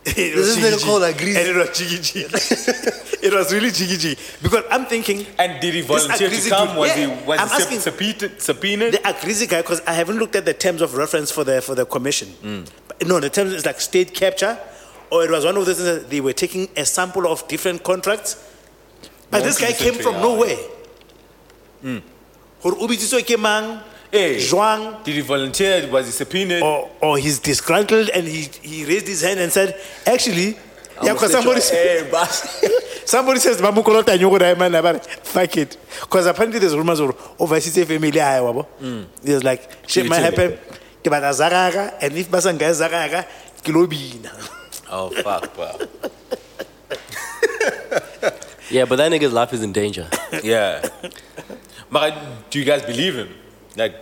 Speaker 3: It
Speaker 1: This
Speaker 3: was
Speaker 1: is nigga
Speaker 3: jiggy-jiggy.
Speaker 1: called a grease.
Speaker 3: And it was jiggy jiggy. [laughs] it was really jiggy jiggy because I'm thinking
Speaker 2: And did he
Speaker 3: This
Speaker 2: volunteer to
Speaker 3: agrees
Speaker 2: come?
Speaker 3: with-
Speaker 2: Was
Speaker 3: yeah,
Speaker 2: he was
Speaker 3: I'm
Speaker 2: he sub-
Speaker 3: asking-
Speaker 2: subpoenaed? subpoenaed?
Speaker 3: the agrees guy because I haven't looked at the terms of reference for the for the commission.
Speaker 2: Mm.
Speaker 3: But no, the terms is like state capture, or it was one of those things that they were taking a sample of different contracts. But
Speaker 2: Won't
Speaker 3: this guy
Speaker 2: you
Speaker 3: came
Speaker 2: say Mm.
Speaker 3: from
Speaker 2: they are?
Speaker 3: nowhere. Hore o bitsitswe ke mang,
Speaker 2: Hey.
Speaker 3: jwang,
Speaker 2: Did he volunteer? Was he subpoenaed?
Speaker 3: or, or he's disgruntled and he, he raised his hand and said, actually, yeah, because somebody,
Speaker 1: Hey,
Speaker 3: [laughs]
Speaker 1: boss.
Speaker 3: somebody says, Mamukolota nyoko da man, but fuck it. Because apparently there's rumors of overseas family. high, wabo.
Speaker 2: Mm.
Speaker 3: There's like, shit might happen. Ke batla Zakaria, And if Basanga is Zakaria, ke lo bina.
Speaker 2: Oh fuck, bro.
Speaker 1: yeah, but that nigga's life is in danger.
Speaker 2: yeah. Mara, do you guys believe him? Like,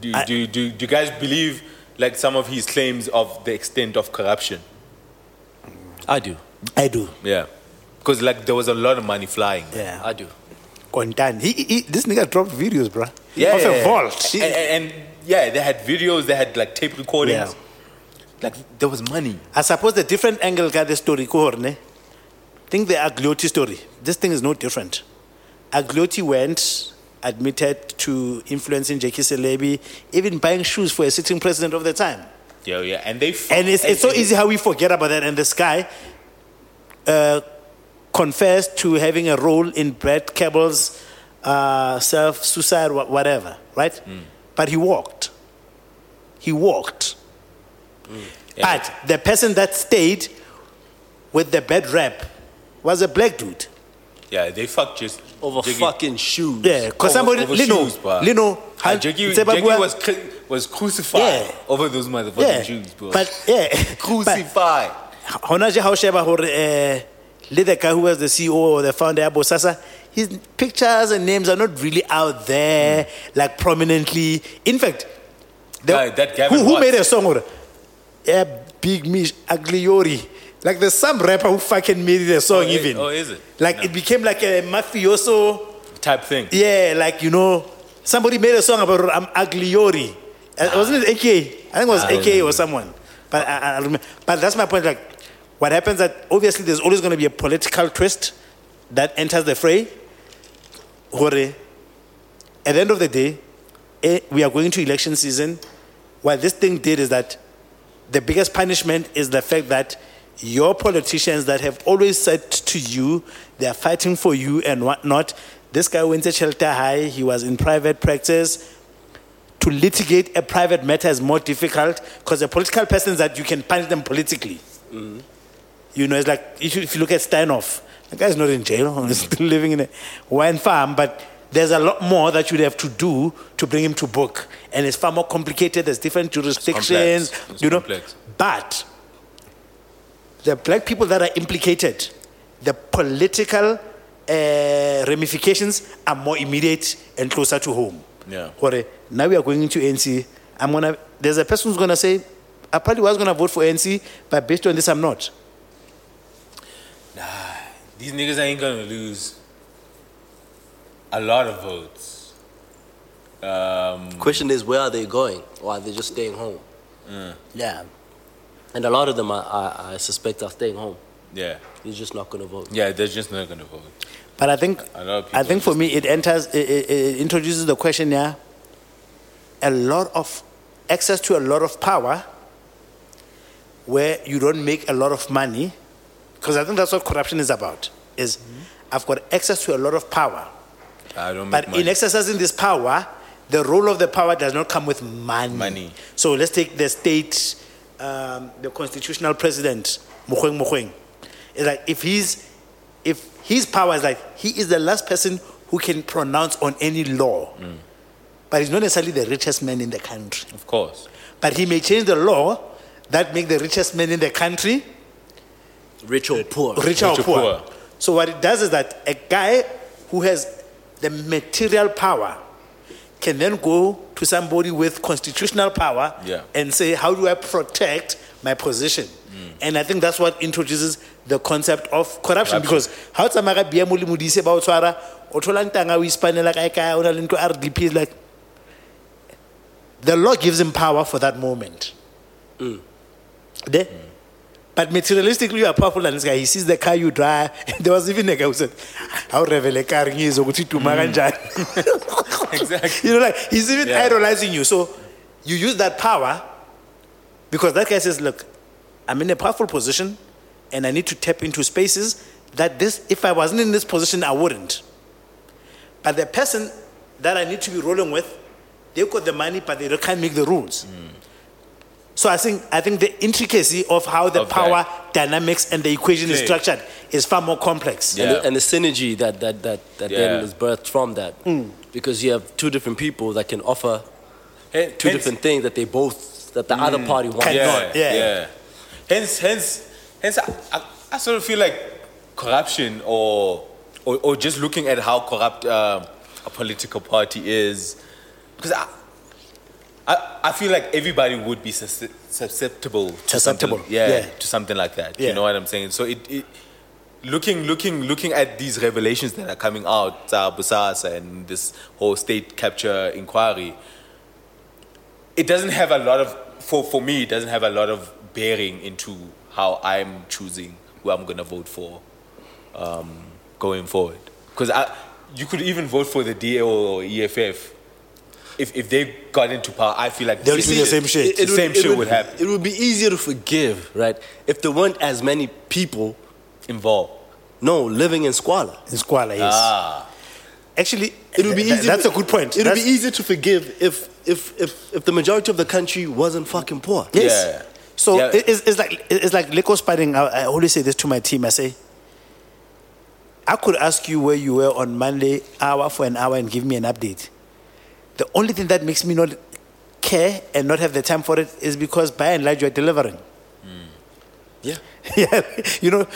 Speaker 2: do you, do, you- do, you- do you guys believe like some of his claims of the extent of corruption?
Speaker 1: I do.
Speaker 3: I do.
Speaker 2: Yeah. Because like there was a lot of money flying.
Speaker 3: Yeah.
Speaker 1: I do.
Speaker 3: Contan. He, he, he- this nigga dropped videos, bruh.
Speaker 2: Yeah. Eh,
Speaker 3: Of a vault.
Speaker 2: And, and, and, yeah, they had videos. They had like tape recordings.
Speaker 3: Yeah.
Speaker 2: Like there was money.
Speaker 3: I suppose the different angle got the story. ko hore ne, Think the Agliotti story. This thing is no different. Agliotti went, admitted to influencing Jackie Selebi, even buying shoes for a sitting president of the time.
Speaker 2: Yeah, yeah. And they. f-
Speaker 3: And it's, it's so easy how we forget about that. And this guy uh, confessed to having a role in Brett Cable's uh, self suicide, whatever, right? But he walked. He walked. But the person that stayed with the bad rap was a black dude.
Speaker 2: Yeah, they fuck just
Speaker 1: [laughs] Over
Speaker 2: Jiggy-
Speaker 1: fucking shoes.
Speaker 3: Yeah, because somebody,
Speaker 2: over
Speaker 3: Lino,
Speaker 2: shoes, bruh.
Speaker 3: Lino,
Speaker 2: Ah, Jiggy,
Speaker 3: Tseba
Speaker 2: Jiggy
Speaker 3: bua-
Speaker 2: was cru- was crucified
Speaker 3: Yeah.
Speaker 2: over those motherfucking
Speaker 3: yeah,
Speaker 2: shoes, bro.
Speaker 3: but yeah, but-
Speaker 2: crucified.
Speaker 3: hona je ha o sheba hore eh, le the guy who was the ceo or the founder ya bosasa his pictures and names are not really out there like prominently in fact the-
Speaker 2: Guy, that Gavin
Speaker 3: who, who
Speaker 2: Watts.
Speaker 3: made a song hore yeah, big mish agliori like there's some rapper who fucking made the song
Speaker 2: Oh, is-
Speaker 3: even
Speaker 2: oh, is it?
Speaker 3: like
Speaker 2: No.
Speaker 3: it became like a mafioso
Speaker 2: type thing.
Speaker 3: yeah like you know somebody made a song about i'm agliori Uh, wasn't it ak i think it was
Speaker 2: Ah.
Speaker 3: ak or someone but I, I- I remember but that's my point like what happens that obviously there's always going to be a political twist that enters the fray Hore, at the end of the day eh, we are going to election season what this thing did is that the biggest punishment is the fact that your politicians that have always said to you they are fighting for you and whatnot. This guy went to shelter high. He was in private practice. To litigate a private matter is more difficult because the political persons that you can punish them politically. You know, it's like if you, if you look at Steinhoff, the guy's not in jail. [laughs] He's still living in a wine farm, but there's a lot more that you'd have to do to bring him to book, and it's far more complicated. There's different jurisdictions.
Speaker 2: It's
Speaker 3: you know,
Speaker 2: complex.
Speaker 3: but the black people that are implicated, the political uh, ramifications are more immediate and closer to home.
Speaker 2: Yeah.
Speaker 3: Hore, now we are going into ANC. I'm gonna. There's a person who's gonna say, I probably was gonna vote for ANC, but based on this, I'm not.
Speaker 2: These niggas ain't gonna lose a lot of votes.
Speaker 1: Question is, where are they going, or are they just staying home? Mm.
Speaker 3: Yeah.
Speaker 1: And a lot of them, are, are, I suspect, are staying home.
Speaker 2: Yeah.
Speaker 1: They're just not going to vote.
Speaker 2: Yeah, they're just not gonna vote.
Speaker 3: But I think
Speaker 2: A lot of people
Speaker 3: I think for me it enters it, it, it introduces the question yeah a lot of access to a lot of power where you don't make a lot of money because I think that's what corruption is about is
Speaker 2: Mm-hmm.
Speaker 3: I've got access to a lot of power
Speaker 2: I don't make
Speaker 3: but in
Speaker 2: money.
Speaker 3: exercising this power the role of the power does not come with money
Speaker 2: Money.
Speaker 3: so let's take the state um, the constitutional president Mokoeng Mokoeng it's like if he's if his power is like he is the last person who can pronounce on any law
Speaker 2: Mm.
Speaker 3: but he's not necessarily the richest man in the country
Speaker 2: of course.
Speaker 3: but he may change the law that make the richest man in the country
Speaker 1: Rich or poor.
Speaker 3: rich or
Speaker 2: Rich or
Speaker 3: poor.
Speaker 2: poor.
Speaker 3: So what it does is that a guy who has the material power can then go to somebody with constitutional power
Speaker 2: Yeah.
Speaker 3: and say, how do I protect my position? And I think that's what introduces the concept of corruption, because how it's amaga biamo le modise ba otswara otola we ispane like I ka ona le ntlo RDP is like the law gives him power for that moment. The- but materialistically, you are powerful than this guy. He sees the car you drive. [laughs] there was even a guy who said, How revel a car is ukuthi iduma [laughs] kanjani?"
Speaker 2: Exactly.
Speaker 3: Mm. You know, like he's even
Speaker 2: Yeah.
Speaker 3: idolizing you. So you use that power because that guy says, Look, I'm in a powerful position and I need to tap into spaces that this, if I wasn't in this position, I wouldn't. But the person that I need to be rolling with, they've got the money, but they can't make the rules.
Speaker 2: Hmm.
Speaker 3: So I think I think the intricacy of how the
Speaker 2: Of that.
Speaker 3: power dynamics and the equation is
Speaker 2: Okay.
Speaker 3: structured is far more complex.
Speaker 1: And,
Speaker 2: Yeah.
Speaker 1: the, and the synergy that that that, that then
Speaker 2: Yeah.
Speaker 1: is birthed from that, because you have two different people that can offer
Speaker 2: Hen-
Speaker 1: two
Speaker 2: hence-
Speaker 1: different things that they both that the other party wants.
Speaker 2: yeah,
Speaker 3: Cannot, yeah.
Speaker 2: yeah. Hence, hence, hence, I, I, I sort of feel like corruption or or, or just looking at how corrupt um, a political party is, because I, I I feel like everybody would be sus- susceptible to
Speaker 3: Susceptible,
Speaker 2: something, yeah,
Speaker 3: yeah.
Speaker 2: to something like that.
Speaker 3: Yeah.
Speaker 2: You know what I'm saying? So it. it Looking, looking, looking at these revelations that are coming out, uh, Busasa and this whole state capture inquiry, it doesn't have a lot of for for me it doesn't have a lot of bearing into how I'm choosing who I'm gonna vote for um, going forward because I you could even vote for the DA or EFF if if they got into power I feel like
Speaker 3: They'll do the same shit.
Speaker 2: the same shit would happen
Speaker 1: It would be easier to forgive, right? If there weren't as many people,
Speaker 2: involved
Speaker 1: no, living in squalor.
Speaker 3: In Squala, yes.
Speaker 2: Ah.
Speaker 3: Actually,
Speaker 1: It would be
Speaker 3: th-
Speaker 1: easier.
Speaker 3: That's a good point.
Speaker 1: It would be
Speaker 3: That's-
Speaker 1: easier to forgive if if if if the majority of the country wasn't fucking poor.
Speaker 3: Yes.
Speaker 2: Yeah.
Speaker 3: So
Speaker 2: Yeah.
Speaker 3: it- it's, it's like it's like Leko sparring. I, I always say this to my team. I say, I could ask you where you were on Monday, hour for an hour, and give me an update. The only thing that makes me not care and not have the time for it is because by and large you are delivering.
Speaker 1: Hmm. Yeah.
Speaker 3: [laughs] yeah, you know,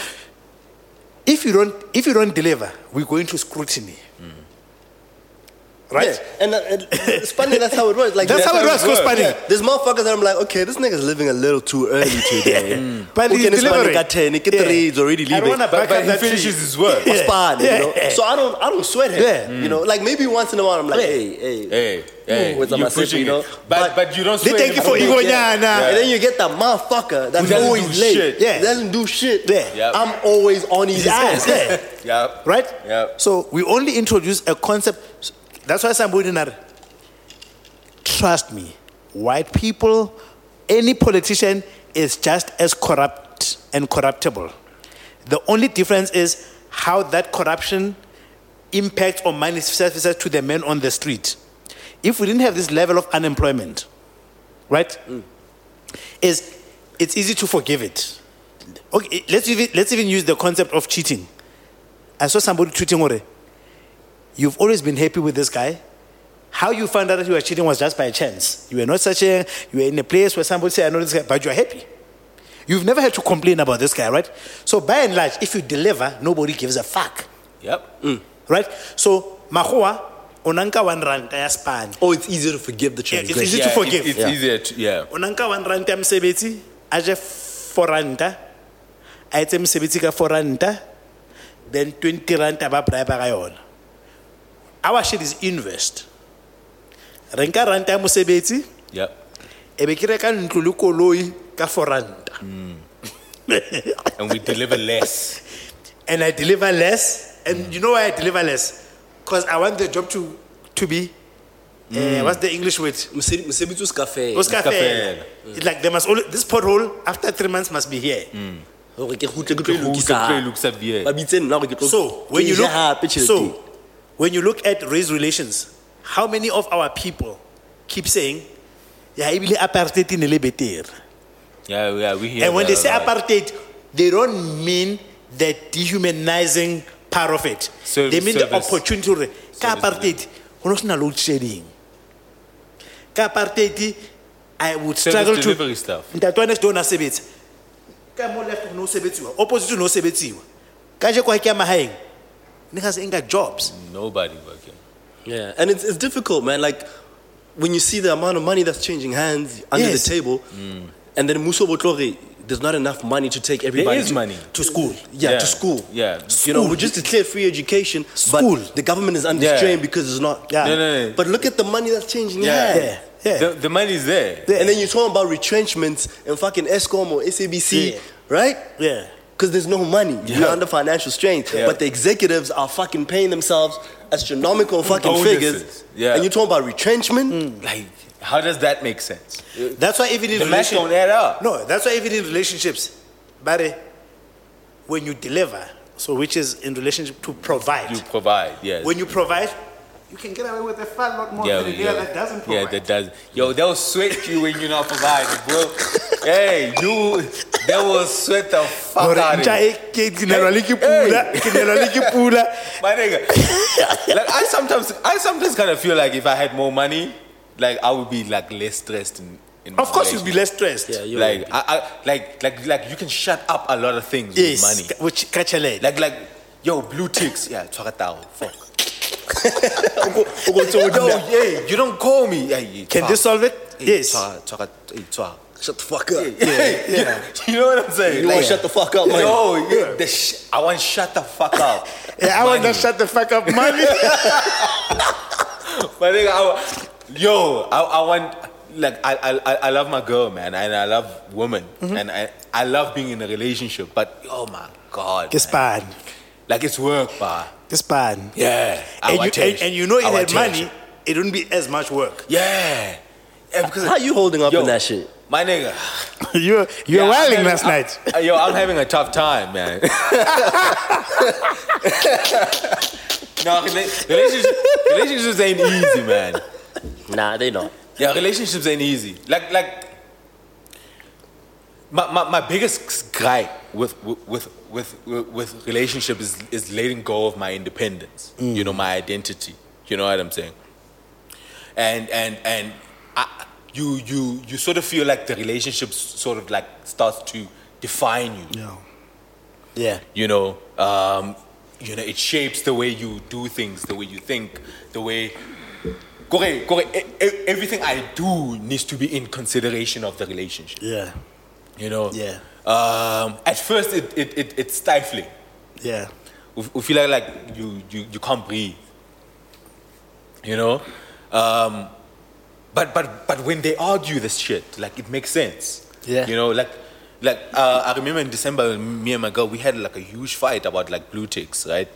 Speaker 3: if you don't if you don't deliver, we're going to scrutiny. Right?
Speaker 1: Yeah. And, uh, and it's funny. That's how it works. Like
Speaker 3: That's, how it
Speaker 2: how
Speaker 3: works,
Speaker 2: it
Speaker 3: Coach
Speaker 2: works.
Speaker 3: Sparring.
Speaker 1: Yeah. There's motherfuckers that I'm like, okay, this nigga's living a little too early
Speaker 3: [laughs]
Speaker 1: today.
Speaker 3: Mm. But
Speaker 1: Okay,
Speaker 3: he's
Speaker 1: this man
Speaker 3: delivering.
Speaker 1: got 10, he get
Speaker 3: Yeah.
Speaker 1: three, he's already
Speaker 3: I don't
Speaker 1: leaving.
Speaker 3: wanna
Speaker 2: but,
Speaker 3: back
Speaker 2: but
Speaker 3: up
Speaker 2: he
Speaker 3: that
Speaker 2: finishes
Speaker 3: tree.
Speaker 2: his [laughs] work
Speaker 1: What's fine, you know?
Speaker 3: Yeah.
Speaker 1: So I don't, I don't sweat him.
Speaker 3: Yeah.
Speaker 1: You know, like maybe once in a while I'm like,
Speaker 3: Yeah.
Speaker 1: hey, hey,
Speaker 2: Hey, hey,
Speaker 1: what's up,
Speaker 2: you
Speaker 1: my sister,
Speaker 2: pushing
Speaker 1: you know?
Speaker 2: it. But- but you don't
Speaker 3: They
Speaker 2: swear
Speaker 3: take it
Speaker 2: anymore.
Speaker 3: for ego,
Speaker 1: Yeah.
Speaker 3: yeah, nah.
Speaker 1: And then you get that motherfucker that's
Speaker 2: Who doesn't
Speaker 1: always
Speaker 2: do
Speaker 1: late.
Speaker 2: shit.
Speaker 3: Yeah.
Speaker 1: doesn't do shit.
Speaker 3: Yeah.
Speaker 2: Yep.
Speaker 1: I'm always on his ass. [laughs]
Speaker 3: Yeah.
Speaker 2: yeah
Speaker 3: right?
Speaker 2: Yeah.
Speaker 3: So we only introduce a concept. That's why somebody in our- trust me, white people, any politician is just as corrupt and corruptible. The only difference is how that corruption impacts or manifests to the men on the street. If we didn't have this level of unemployment, right? Is it's easy to forgive it. Okay, let's even let's even use the concept of cheating. I saw somebody tweeting Ore. You've always been happy with this guy. How you found out that you were cheating was just by chance. You were not searching, you were in a place where somebody said, I know this guy, but you're happy. You've never had to complain about this guy, right? So by and large, if you deliver, nobody gives a fuck.
Speaker 2: yep
Speaker 3: Right? So Mahua, unanka one rand ya span
Speaker 1: Oh, it's easier to forgive the
Speaker 3: it's
Speaker 1: transgression.
Speaker 3: easy
Speaker 2: yeah,
Speaker 3: to forgive
Speaker 2: It's, it's
Speaker 1: Yeah.
Speaker 2: easier to, yeah.
Speaker 3: unanka one rand ya msebetsi a je four ranta a etse msebetsi ka four ranta then twenty ranta ba braai ba ka yona our shit is invest re nka ranta ya mosebetsi
Speaker 2: Yeah.
Speaker 3: e be ke reka ntlo le koloi ka four ranta
Speaker 2: And we deliver less.
Speaker 3: and I deliver less. And you know why I deliver less? Because I want the job to to be uh, what's the English word?
Speaker 1: Mose- mosebetsi o ska fela.
Speaker 3: Oscar
Speaker 2: fair.
Speaker 3: fair. It's Like they must only this pothole after three months must be here.
Speaker 1: Hore ke kgutle ke tlo e
Speaker 2: Who can
Speaker 1: lokisa
Speaker 3: ah.
Speaker 2: play
Speaker 1: hape.
Speaker 2: looks up here?
Speaker 1: Ba bitse nna hore ke tlo-
Speaker 3: So
Speaker 1: ke
Speaker 3: when you
Speaker 1: je
Speaker 3: look
Speaker 1: hape tjhelete.
Speaker 3: so when you look at race relations, how many of our people keep saying yeah, ebile apartheid in le betere.
Speaker 2: Yeah, yeah, we hear
Speaker 3: And when
Speaker 2: that
Speaker 3: they
Speaker 2: a
Speaker 3: say
Speaker 2: lot.
Speaker 3: apartheid, they don't mean the dehumanizing part of it.
Speaker 2: Serv-
Speaker 3: they mean the
Speaker 2: service.
Speaker 3: opportunity. re- Ka
Speaker 2: Service
Speaker 3: apartheid, ho no sena load shedding. Ka apartheid, I would
Speaker 2: Service
Speaker 3: struggle
Speaker 2: delivery
Speaker 3: to.
Speaker 2: stuff.
Speaker 3: Ntate wa next door na sebetsa. Ka mo left no sebetsiwa, opposite no sebetsiwa. Ka je kwa ke ya mahaeng. Niggas ain't got jobs.
Speaker 2: Nobody working.
Speaker 1: Yeah, and it's, it's difficult, man. Like when you see the amount of money that's changing hands under
Speaker 3: Yes.
Speaker 1: the table,
Speaker 2: Mm.
Speaker 1: and then Muso Botlore, there's not enough money to take everybody
Speaker 2: is
Speaker 1: to,
Speaker 2: money.
Speaker 1: to school. Yeah,
Speaker 2: Yeah.
Speaker 1: to school.
Speaker 2: Yeah.
Speaker 1: you know,
Speaker 3: School.
Speaker 1: we just declared free education.
Speaker 3: School.
Speaker 1: but the government is under
Speaker 2: Yeah.
Speaker 1: strain because it's not.
Speaker 3: Yeah. No,
Speaker 2: no, no.
Speaker 1: But look at the money that's changing
Speaker 2: Yeah.
Speaker 1: hands.
Speaker 3: Yeah, yeah.
Speaker 2: The, the money's there.
Speaker 1: And then you're talking about retrenchments and fucking ESCOM or SABC,
Speaker 3: Yeah.
Speaker 1: right?
Speaker 3: yeah.
Speaker 1: Because there's no money.
Speaker 2: Yeah.
Speaker 1: You're under financial strain.
Speaker 2: Yeah.
Speaker 1: But the executives are fucking paying themselves astronomical fucking
Speaker 2: Bonuses.
Speaker 1: figures.
Speaker 2: Yeah. Mm.
Speaker 1: And you're talking about retrenchment?
Speaker 2: Like, how does that make sense?
Speaker 3: That's why even in
Speaker 2: The math
Speaker 3: relation-
Speaker 2: don't add up.
Speaker 3: No, that's why even in relationships, Barry, when you deliver, so which is in relationship to provide,
Speaker 2: You provide, yes.
Speaker 3: when you provide, you can get away with a far lot more
Speaker 2: yeah,
Speaker 3: than a
Speaker 2: yeah.
Speaker 3: girl that doesn't
Speaker 2: Yeah,
Speaker 3: provide.
Speaker 2: that does. Yo, they'll sweat you when you're not providing, bro.
Speaker 3: [laughs]
Speaker 2: hey, you, they will sweat the fuck
Speaker 3: Gore
Speaker 2: out of
Speaker 3: ntja
Speaker 2: you.
Speaker 3: e- ke- ke nelwa le ke pula, ke nelwa le ke pula.
Speaker 2: My
Speaker 3: [laughs]
Speaker 2: nigga, like I sometimes, I sometimes kind of feel like if I had more money, like I would be like less stressed. In, in my
Speaker 3: Of course, you'll be
Speaker 2: relationship.
Speaker 3: less stressed.
Speaker 1: Yeah, you
Speaker 2: Like, I, I, like, like, like you can shut up a lot of things
Speaker 3: yes,
Speaker 2: with money.
Speaker 3: ka- which ka tjhelete.
Speaker 2: Like, like, yo, blue ticks. Yeah, tshwaratao. Fuck.
Speaker 3: oh,
Speaker 2: Yo,
Speaker 1: Yo,
Speaker 2: yeah, you don't call me. Yeah, yeah,
Speaker 3: Can
Speaker 2: tshwa.
Speaker 3: this solve it?
Speaker 2: Yeah,
Speaker 3: Yes.
Speaker 2: tshwa, tshwara- yeah, tshwa.
Speaker 1: shut the fuck up.
Speaker 2: yeah. You [laughs] know what I'm saying?
Speaker 1: You want to shut the fuck up, man.
Speaker 2: Yo, yeah, the sh- I want shut the fuck up.
Speaker 3: Yeah, I want to
Speaker 2: Money.
Speaker 3: shut the fuck up, money. [laughs]
Speaker 2: My nigga, I, wa- yo, I, I want like I, I I- I love my girl, man, and I love women, and I I love being in a relationship, but oh my god,
Speaker 3: Ke
Speaker 2: man.
Speaker 3: span,
Speaker 2: like it's work, bar.
Speaker 3: ke span.
Speaker 2: Yeah, I
Speaker 3: And
Speaker 2: want
Speaker 3: you, and,
Speaker 2: attention.
Speaker 3: and you know,
Speaker 2: I
Speaker 3: if
Speaker 2: want
Speaker 3: had money,
Speaker 2: attention.
Speaker 3: it wouldn't be as much work.
Speaker 2: Yeah, yeah, because
Speaker 1: How you holding up
Speaker 2: Yo,
Speaker 1: in that shit?
Speaker 2: My nigga,
Speaker 3: [laughs] you you were
Speaker 2: Yeah, I'm
Speaker 3: wilding
Speaker 2: having-
Speaker 3: last
Speaker 2: I-
Speaker 3: night.
Speaker 2: I- yo, I'm having a tough time, man. [laughs] no, rela- relationships, relationships ain't easy, man.
Speaker 1: Nah, they not.
Speaker 2: Yeah, relationships ain't easy. Like, like my, my, my biggest gripe with with with with, with relationship is, is letting go of my independence. You know, my identity. You know what I'm saying? And and and I, you you you sort of feel like the relationship s- sort of like starts to define you
Speaker 3: Yeah.
Speaker 2: you know um, you know it shapes the way you do things the way you think the way Kore, kore, e- e- everything I do needs to be in consideration of the relationship.
Speaker 3: Yeah.
Speaker 2: You know.
Speaker 3: Yeah.
Speaker 2: Um, at first, it, it, it it's stifling.
Speaker 3: Yeah.
Speaker 2: We we feel like, like you, you you can't breathe. You know. Um, but but but when they argue this shit, like it makes sense.
Speaker 3: Yeah.
Speaker 2: You know, like like uh, I remember in December, me and my girl, we had like a huge fight about like blue ticks, right?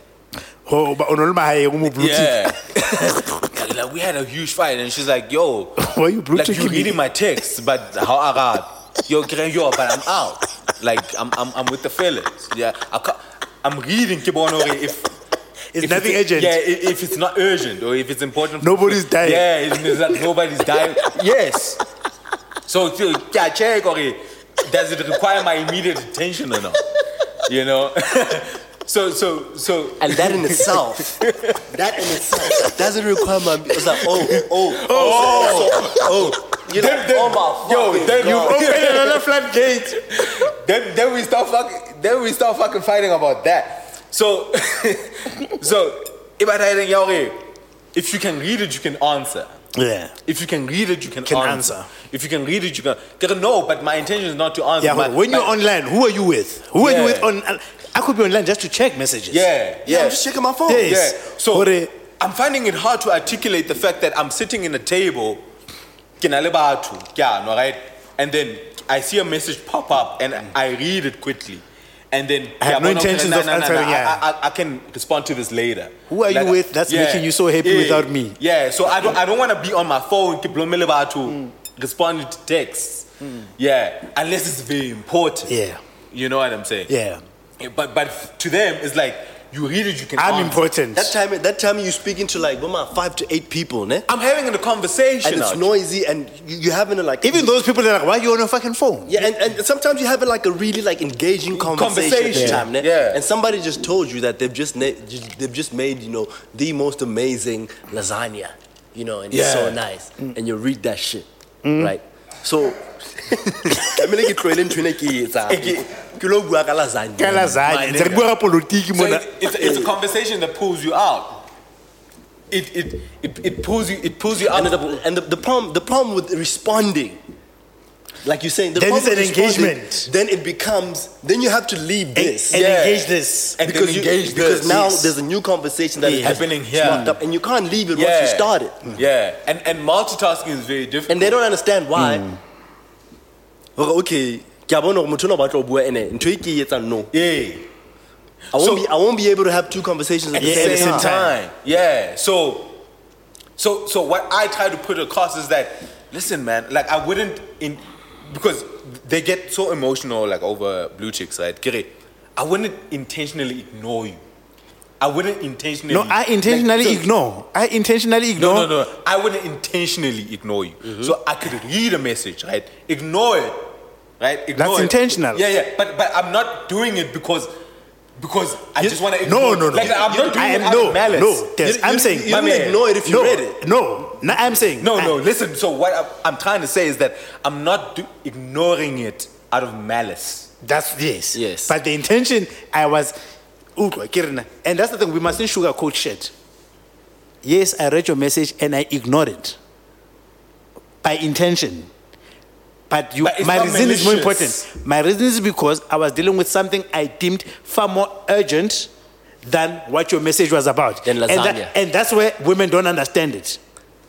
Speaker 3: Oh, but on all my hair, um, blue tick.
Speaker 2: Yeah. [laughs] like, like, we had a huge fight, and she's like, "Yo,
Speaker 3: Why you blue
Speaker 2: like you
Speaker 3: ticking me?
Speaker 2: reading my text, but how Arab? Yo, Kiran, yo, but I'm out. Like I'm, I'm, I'm with the fellas. Yeah, I can't, I'm reading Kibono if."
Speaker 3: It's
Speaker 2: if
Speaker 3: nothing urgent.
Speaker 2: Yeah, i- if it's not urgent or if it's important.
Speaker 3: Nobody's dying.
Speaker 2: Yeah, it's, it's like nobody's dying. yes. So, so, yeah, check, okay, does it require my immediate attention or not? You know? [laughs] so, so, so,
Speaker 1: And that [laughs] in itself, that in itself doesn't require my. It's like, oh, oh, oh,
Speaker 2: oh,
Speaker 1: you know,
Speaker 2: Then- then-
Speaker 1: oh my
Speaker 2: yo,
Speaker 1: fucking
Speaker 2: then you
Speaker 1: God.
Speaker 2: [laughs] open
Speaker 3: another floodgate.
Speaker 2: then then we start fucking then we start [laughs] fucking fighting about that. So so if I tell you if you can read it, you can answer.
Speaker 3: Yeah.
Speaker 2: If you can read it, you can,
Speaker 3: Can
Speaker 2: answer.
Speaker 3: answer.
Speaker 2: If you can read it, you can. Get no, but my intention is not to answer.
Speaker 3: Yeah,
Speaker 2: My-
Speaker 3: but when you're
Speaker 2: my-
Speaker 3: online, who are you with? Who are you with
Speaker 2: Yeah.
Speaker 3: on? uh, I could be online just to check messages.
Speaker 2: Yeah, yeah.
Speaker 1: I'm just checking my phone.
Speaker 2: Oh,
Speaker 3: Yes.
Speaker 2: Yeah. So
Speaker 3: Hore-
Speaker 2: I'm finding it hard to articulate the fact that I'm sitting in a table, ke na le batho, ke a nwa, right? And then I see a message pop up and I read it quickly. And then
Speaker 3: I
Speaker 2: ke a
Speaker 3: have no
Speaker 2: bona, okay,
Speaker 3: intentions
Speaker 2: nah,
Speaker 3: of
Speaker 2: nah, nah,
Speaker 3: answering,
Speaker 2: nah,
Speaker 3: yeah.
Speaker 2: I, I, I can respond to this later.
Speaker 3: Who are you with that's making you so happy without me?
Speaker 2: Yeah, so I don't I don't wanna be on my phone, ke blomele batho, responding to texts. Yeah. Unless it's very important.
Speaker 3: Yeah.
Speaker 2: You know what I'm saying?
Speaker 3: Yeah.
Speaker 2: Yeah, But but to them it's like you read it, you can.
Speaker 3: I'm
Speaker 2: answer.
Speaker 3: important.
Speaker 1: That time, that time you speaking to like, boma, five to eight people, ne?
Speaker 2: I'm having a conversation.
Speaker 1: And it's
Speaker 2: out.
Speaker 1: noisy, and you, you having a like
Speaker 3: Even those people that are like, why are you on your fucking phone?
Speaker 1: Yeah, and, and sometimes you have like a really like engaging conversation,
Speaker 2: Conversation.
Speaker 1: at the time, ne?
Speaker 2: Yeah.
Speaker 1: and somebody just told you that they've just na- ju- they've just made you know the most amazing lasagna, you know, and it's so
Speaker 2: Yeah.
Speaker 1: nice,
Speaker 3: Mm.
Speaker 1: and you read that shit, right? So, I mean, like Croatian tuna ki it's
Speaker 2: Eh,
Speaker 1: a kilo bua ka lasagna.
Speaker 3: Ka
Speaker 1: My
Speaker 3: lasagna. Ntse re
Speaker 1: nigga.
Speaker 3: bua ka politiki
Speaker 2: so
Speaker 3: mona.
Speaker 2: it, it's, it's a conversation that pulls you out. It it it, it pulls you it pulls you out.
Speaker 1: And, the, and the, the problem the problem with responding, like you're saying, the
Speaker 3: Then
Speaker 1: problem
Speaker 3: it's an
Speaker 1: with responding,
Speaker 3: engagement.
Speaker 1: Then it becomes then you have to leave eh, this.
Speaker 3: and
Speaker 2: Yeah.
Speaker 3: engage this.
Speaker 2: And
Speaker 1: because you,
Speaker 2: then engage
Speaker 1: because
Speaker 2: this.
Speaker 1: now
Speaker 2: Yes.
Speaker 1: there's a new conversation that is
Speaker 3: Yeah.
Speaker 2: Happening here.
Speaker 1: sparked up, and you can't leave it once you start it.
Speaker 2: Yeah, and and multitasking is very difficult.
Speaker 1: And they don't understand why. Okay, okay, ke a bona hore motho ona o batla ho bua ene, ntho e ke e etsang no.
Speaker 2: yeah.
Speaker 1: I won't
Speaker 2: So-
Speaker 1: be I won't be able to have two conversations at the
Speaker 3: Yeah,
Speaker 1: same,
Speaker 3: at the same
Speaker 1: time.
Speaker 3: time.
Speaker 2: Yeah. So, so, so what I try to put across is that, listen, man, like I wouldn't in because they get so emotional like over blue chicks, right? Kire, I wouldn't intentionally ignore you. I wouldn't intentionally.
Speaker 3: No, I intentionally
Speaker 2: like, so-
Speaker 3: ignore. I intentionally ignore.
Speaker 2: No, no, no. I wouldn't intentionally ignore you.
Speaker 3: Mm-hmm.
Speaker 2: So I could read a message, right? Ignore it, right? Ignore
Speaker 3: That's
Speaker 2: it.
Speaker 3: intentional.
Speaker 2: Yeah, yeah. But but I'm not doing it because because I just want to.
Speaker 3: No, no, no.
Speaker 2: Like I'm not doing
Speaker 3: I am
Speaker 2: it out
Speaker 3: no,
Speaker 2: of malice.
Speaker 3: no. Des,
Speaker 1: You-
Speaker 3: I'm
Speaker 1: you-
Speaker 3: saying
Speaker 1: you
Speaker 2: My
Speaker 1: don't
Speaker 2: man.
Speaker 1: ignore it if you
Speaker 3: no,
Speaker 1: read it.
Speaker 3: No, no, I'm saying
Speaker 2: No, no.
Speaker 3: I-
Speaker 2: Listen. So what I- I'm trying to say is that I'm not do- ignoring it out of malice.
Speaker 3: That's yes.
Speaker 1: Yes.
Speaker 3: But the intention I was utlwa ke re na. and that's the thing we mustn't sugarcoat shit. Yes, I read your message and I ignored it. By intention. But you
Speaker 2: But it's
Speaker 3: my
Speaker 2: not
Speaker 3: reason is more
Speaker 2: malicious.
Speaker 3: important. My reason is because I was dealing with something I deemed far more urgent than what your message was about.
Speaker 1: Than
Speaker 3: And, that-
Speaker 1: lasagna.
Speaker 3: and that's where women don't understand it.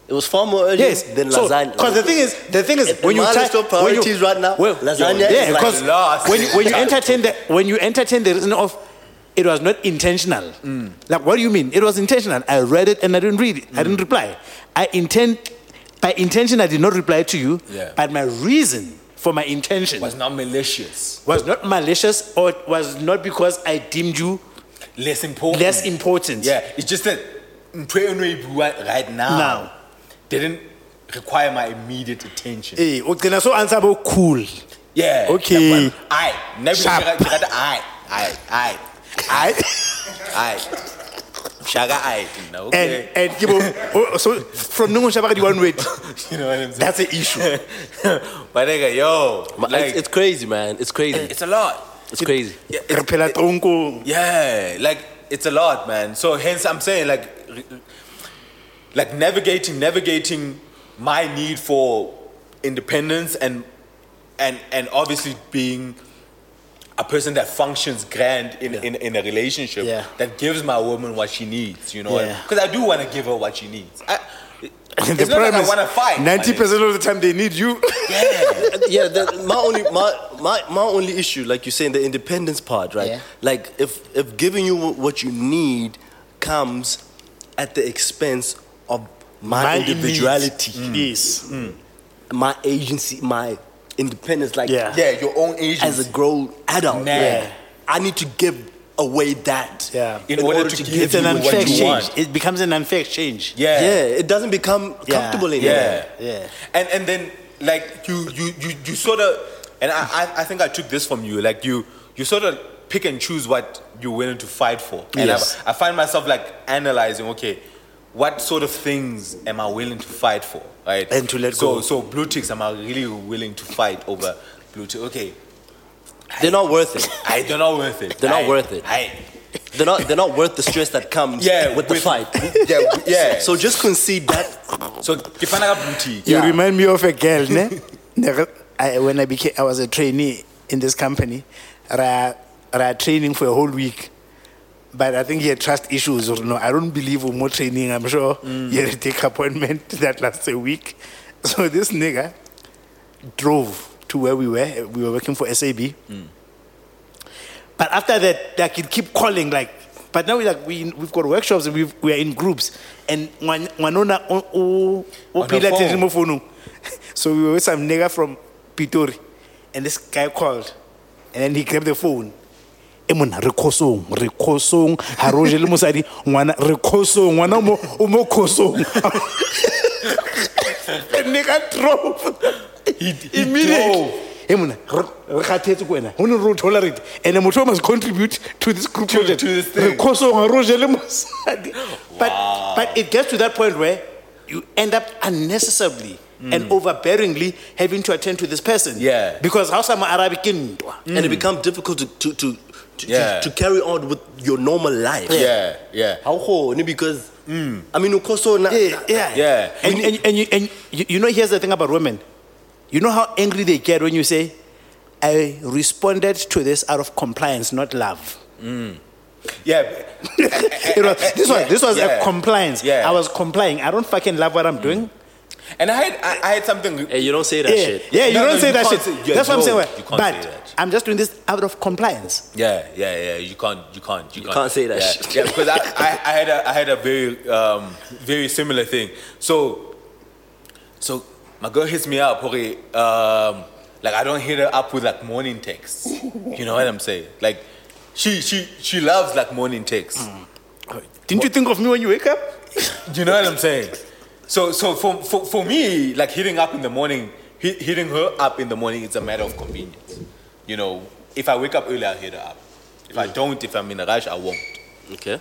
Speaker 1: It was far more urgent
Speaker 3: Yes.
Speaker 1: than lasagna.
Speaker 3: Because the thing is, the thing is,
Speaker 1: At the
Speaker 3: when you
Speaker 1: Marley's
Speaker 3: try,
Speaker 1: top
Speaker 3: when you-
Speaker 1: priorities right now, lasagna
Speaker 3: yeah,
Speaker 1: is like
Speaker 3: because
Speaker 2: last.
Speaker 3: when you, when you entertain the when you entertain the reason of it was not intentional.
Speaker 1: Mm.
Speaker 3: Like what do you mean? It was intentional. I read it and I didn't read it. I
Speaker 1: Mm.
Speaker 3: didn't reply. I intend by intention I did not reply to you.
Speaker 2: Yeah.
Speaker 3: But my reason for my intention
Speaker 2: It's
Speaker 3: was,
Speaker 2: not malicious.
Speaker 3: not malicious or it was not because I deemed you
Speaker 2: Less important.
Speaker 3: less
Speaker 1: Mm.
Speaker 3: important.
Speaker 2: Yeah. It's just that ntho eno e buang right now,
Speaker 3: Now.
Speaker 2: didn't require my immediate attention.
Speaker 3: Hey, ugcina so answer about cool.
Speaker 2: Yeah.
Speaker 3: Okay.
Speaker 2: I never
Speaker 3: Sharp.
Speaker 2: I I I I Shaga I no.
Speaker 3: And
Speaker 2: Okay.
Speaker 3: and give up- oh, so from Nungu Shabaka one word.
Speaker 2: [laughs] you know what I'm saying?
Speaker 3: That's the issue.
Speaker 2: [laughs] but nigga, yo,
Speaker 1: Ma-
Speaker 2: like,
Speaker 1: it's, it's crazy, man. It's crazy.
Speaker 2: it's a lot.
Speaker 1: It's crazy.
Speaker 2: Yeah, it's-
Speaker 3: Re phela tronko.
Speaker 2: Yeah, like it's a lot, man. So hence I'm saying like re- like navigating navigating my need for independence and and and obviously being a person that functions grand in, in, in a relationship
Speaker 3: Yeah.
Speaker 2: that gives my woman what she needs, you know?
Speaker 3: Yeah.
Speaker 2: Because I do want to give her what she needs. I,
Speaker 3: And
Speaker 2: it's not that I want to fight. my
Speaker 3: ninety
Speaker 2: nigga.
Speaker 3: percent of the time they need you.
Speaker 2: [laughs] Yeah.
Speaker 1: yeah, the, my only my, my my only issue, like you're saying, the independence part, right?
Speaker 3: Yeah.
Speaker 1: Like if if giving you what you need comes at the expense of my, individuality,
Speaker 3: Mm. Yes.
Speaker 2: Mm.
Speaker 1: my agency, my independence, like
Speaker 3: Yeah.
Speaker 2: yeah, your own agency.
Speaker 1: as a grown adult,
Speaker 2: Nah. Yeah.
Speaker 1: I need to give away that
Speaker 3: Yeah.
Speaker 2: in, order, to, give,
Speaker 3: It's an
Speaker 2: you what
Speaker 3: unfair
Speaker 2: you want.
Speaker 3: exchange. It becomes an unfair exchange.
Speaker 1: yeah.
Speaker 2: Yeah.
Speaker 1: it doesn't become
Speaker 3: Yeah.
Speaker 1: comfortable anymore.
Speaker 2: Yeah.
Speaker 3: Yeah.
Speaker 2: And and then like you you you, you sort of and I, I I think I took this from you like you you sort of pick and choose what you're willing to fight for. And
Speaker 3: Yes.
Speaker 2: I, I find myself like analyzing okay what sort of things am I willing to fight for, right?
Speaker 3: And to let
Speaker 2: so,
Speaker 3: go.
Speaker 2: So blue ticks am I really willing to fight over blue tick? Okay.
Speaker 1: They're not worth it.
Speaker 2: [laughs] I they're not worth it.
Speaker 1: They're not
Speaker 2: Aye.
Speaker 1: worth it.
Speaker 2: Aye.
Speaker 1: They're not, they're not worth the stress that comes
Speaker 2: Yeah,
Speaker 1: with the
Speaker 2: with-
Speaker 1: [laughs] fight.
Speaker 2: [laughs] yeah, w- yeah.
Speaker 1: [laughs] So just concede that.
Speaker 2: so Kifana Boutique.
Speaker 4: You
Speaker 2: Yeah.
Speaker 4: remind me of a girl,
Speaker 2: [laughs]
Speaker 4: ne? Ne- I, when I became, I was a trainee in this company. Ra, ra training for a whole week, but I think he had trust issues or no. I don't believe in more training. I'm sure
Speaker 2: Mm.
Speaker 4: he had to take appointment [laughs] that lasts a week. So this nigga drove to where we were. We were working for SAB.
Speaker 3: But after that, like it keep calling like. But now we like we we've got workshops and we've, we are in groups and one one on o o
Speaker 2: On the phone.
Speaker 3: phone. [laughs] So we were with some nigga from Pitori, and this guy called, and then he grabbed the phone. e mona re khosong re khosong ha re o je le mosadi ngwana re khosong ngwana o mo- o mo [laughs] khosong The nigga drove immediately
Speaker 2: drove.
Speaker 3: e mona re re kgathetse ko wena o ne re o thola rete and motho o must contribute to this group project
Speaker 2: to this
Speaker 3: re
Speaker 2: thing.
Speaker 3: khosong ha re o je le mosadi but but it gets to that point where you end up unnecessarily and overbearingly having to attend to this person
Speaker 2: Mm. Yeah.
Speaker 3: because how some arabic ke ntwa
Speaker 1: And it becomes difficult to, to, to, to,
Speaker 2: Yeah.
Speaker 1: to, to carry on with your normal life.
Speaker 2: Yeah, yeah.
Speaker 1: How ho, ne, because, I mean, ukoso na,
Speaker 3: yeah, yeah.
Speaker 2: Yeah.
Speaker 3: And, and, and, you, and you, you know, here's the thing about women. You know how angry they get when you say, I responded to this out of compliance, not love. [laughs]
Speaker 2: Yeah.
Speaker 3: It was, this was, this was
Speaker 2: Yeah.
Speaker 3: a compliance.
Speaker 2: Yeah.
Speaker 3: I was complying. I don't fucking love what I'm doing.
Speaker 2: And I had I, I had something
Speaker 1: Hey, you don't say that
Speaker 3: Yeah,
Speaker 1: shit.
Speaker 3: yeah you
Speaker 2: No,
Speaker 3: don't
Speaker 2: no,
Speaker 3: say
Speaker 2: you
Speaker 3: that shit.
Speaker 2: can't say- yeah,
Speaker 3: That's what I'm
Speaker 2: no,
Speaker 3: saying.
Speaker 2: you can't
Speaker 3: But
Speaker 2: say that.
Speaker 3: I'm just doing this out of compliance.
Speaker 2: Yeah, yeah, yeah. You can't, you can't, you can't,
Speaker 1: can't say that
Speaker 2: yeah.
Speaker 1: shit.
Speaker 2: Yeah, because I, I, I had a, I had a very, um, very similar thing. So, so my girl hits me up. Okay, um, like I don't hit her up with like morning texts. You know what I'm saying? Like, she, she, she loves like morning texts.
Speaker 3: Didn't you think of me when you wake up?
Speaker 2: You know what I'm saying? So, so for, for, for me, like hitting up in the morning, hit, hitting her up in the morning, it's a matter of convenience. You know, if I wake up early, I'll hit her up. If I don't, if I'm in a rush, I won't.
Speaker 1: Mm. Okay.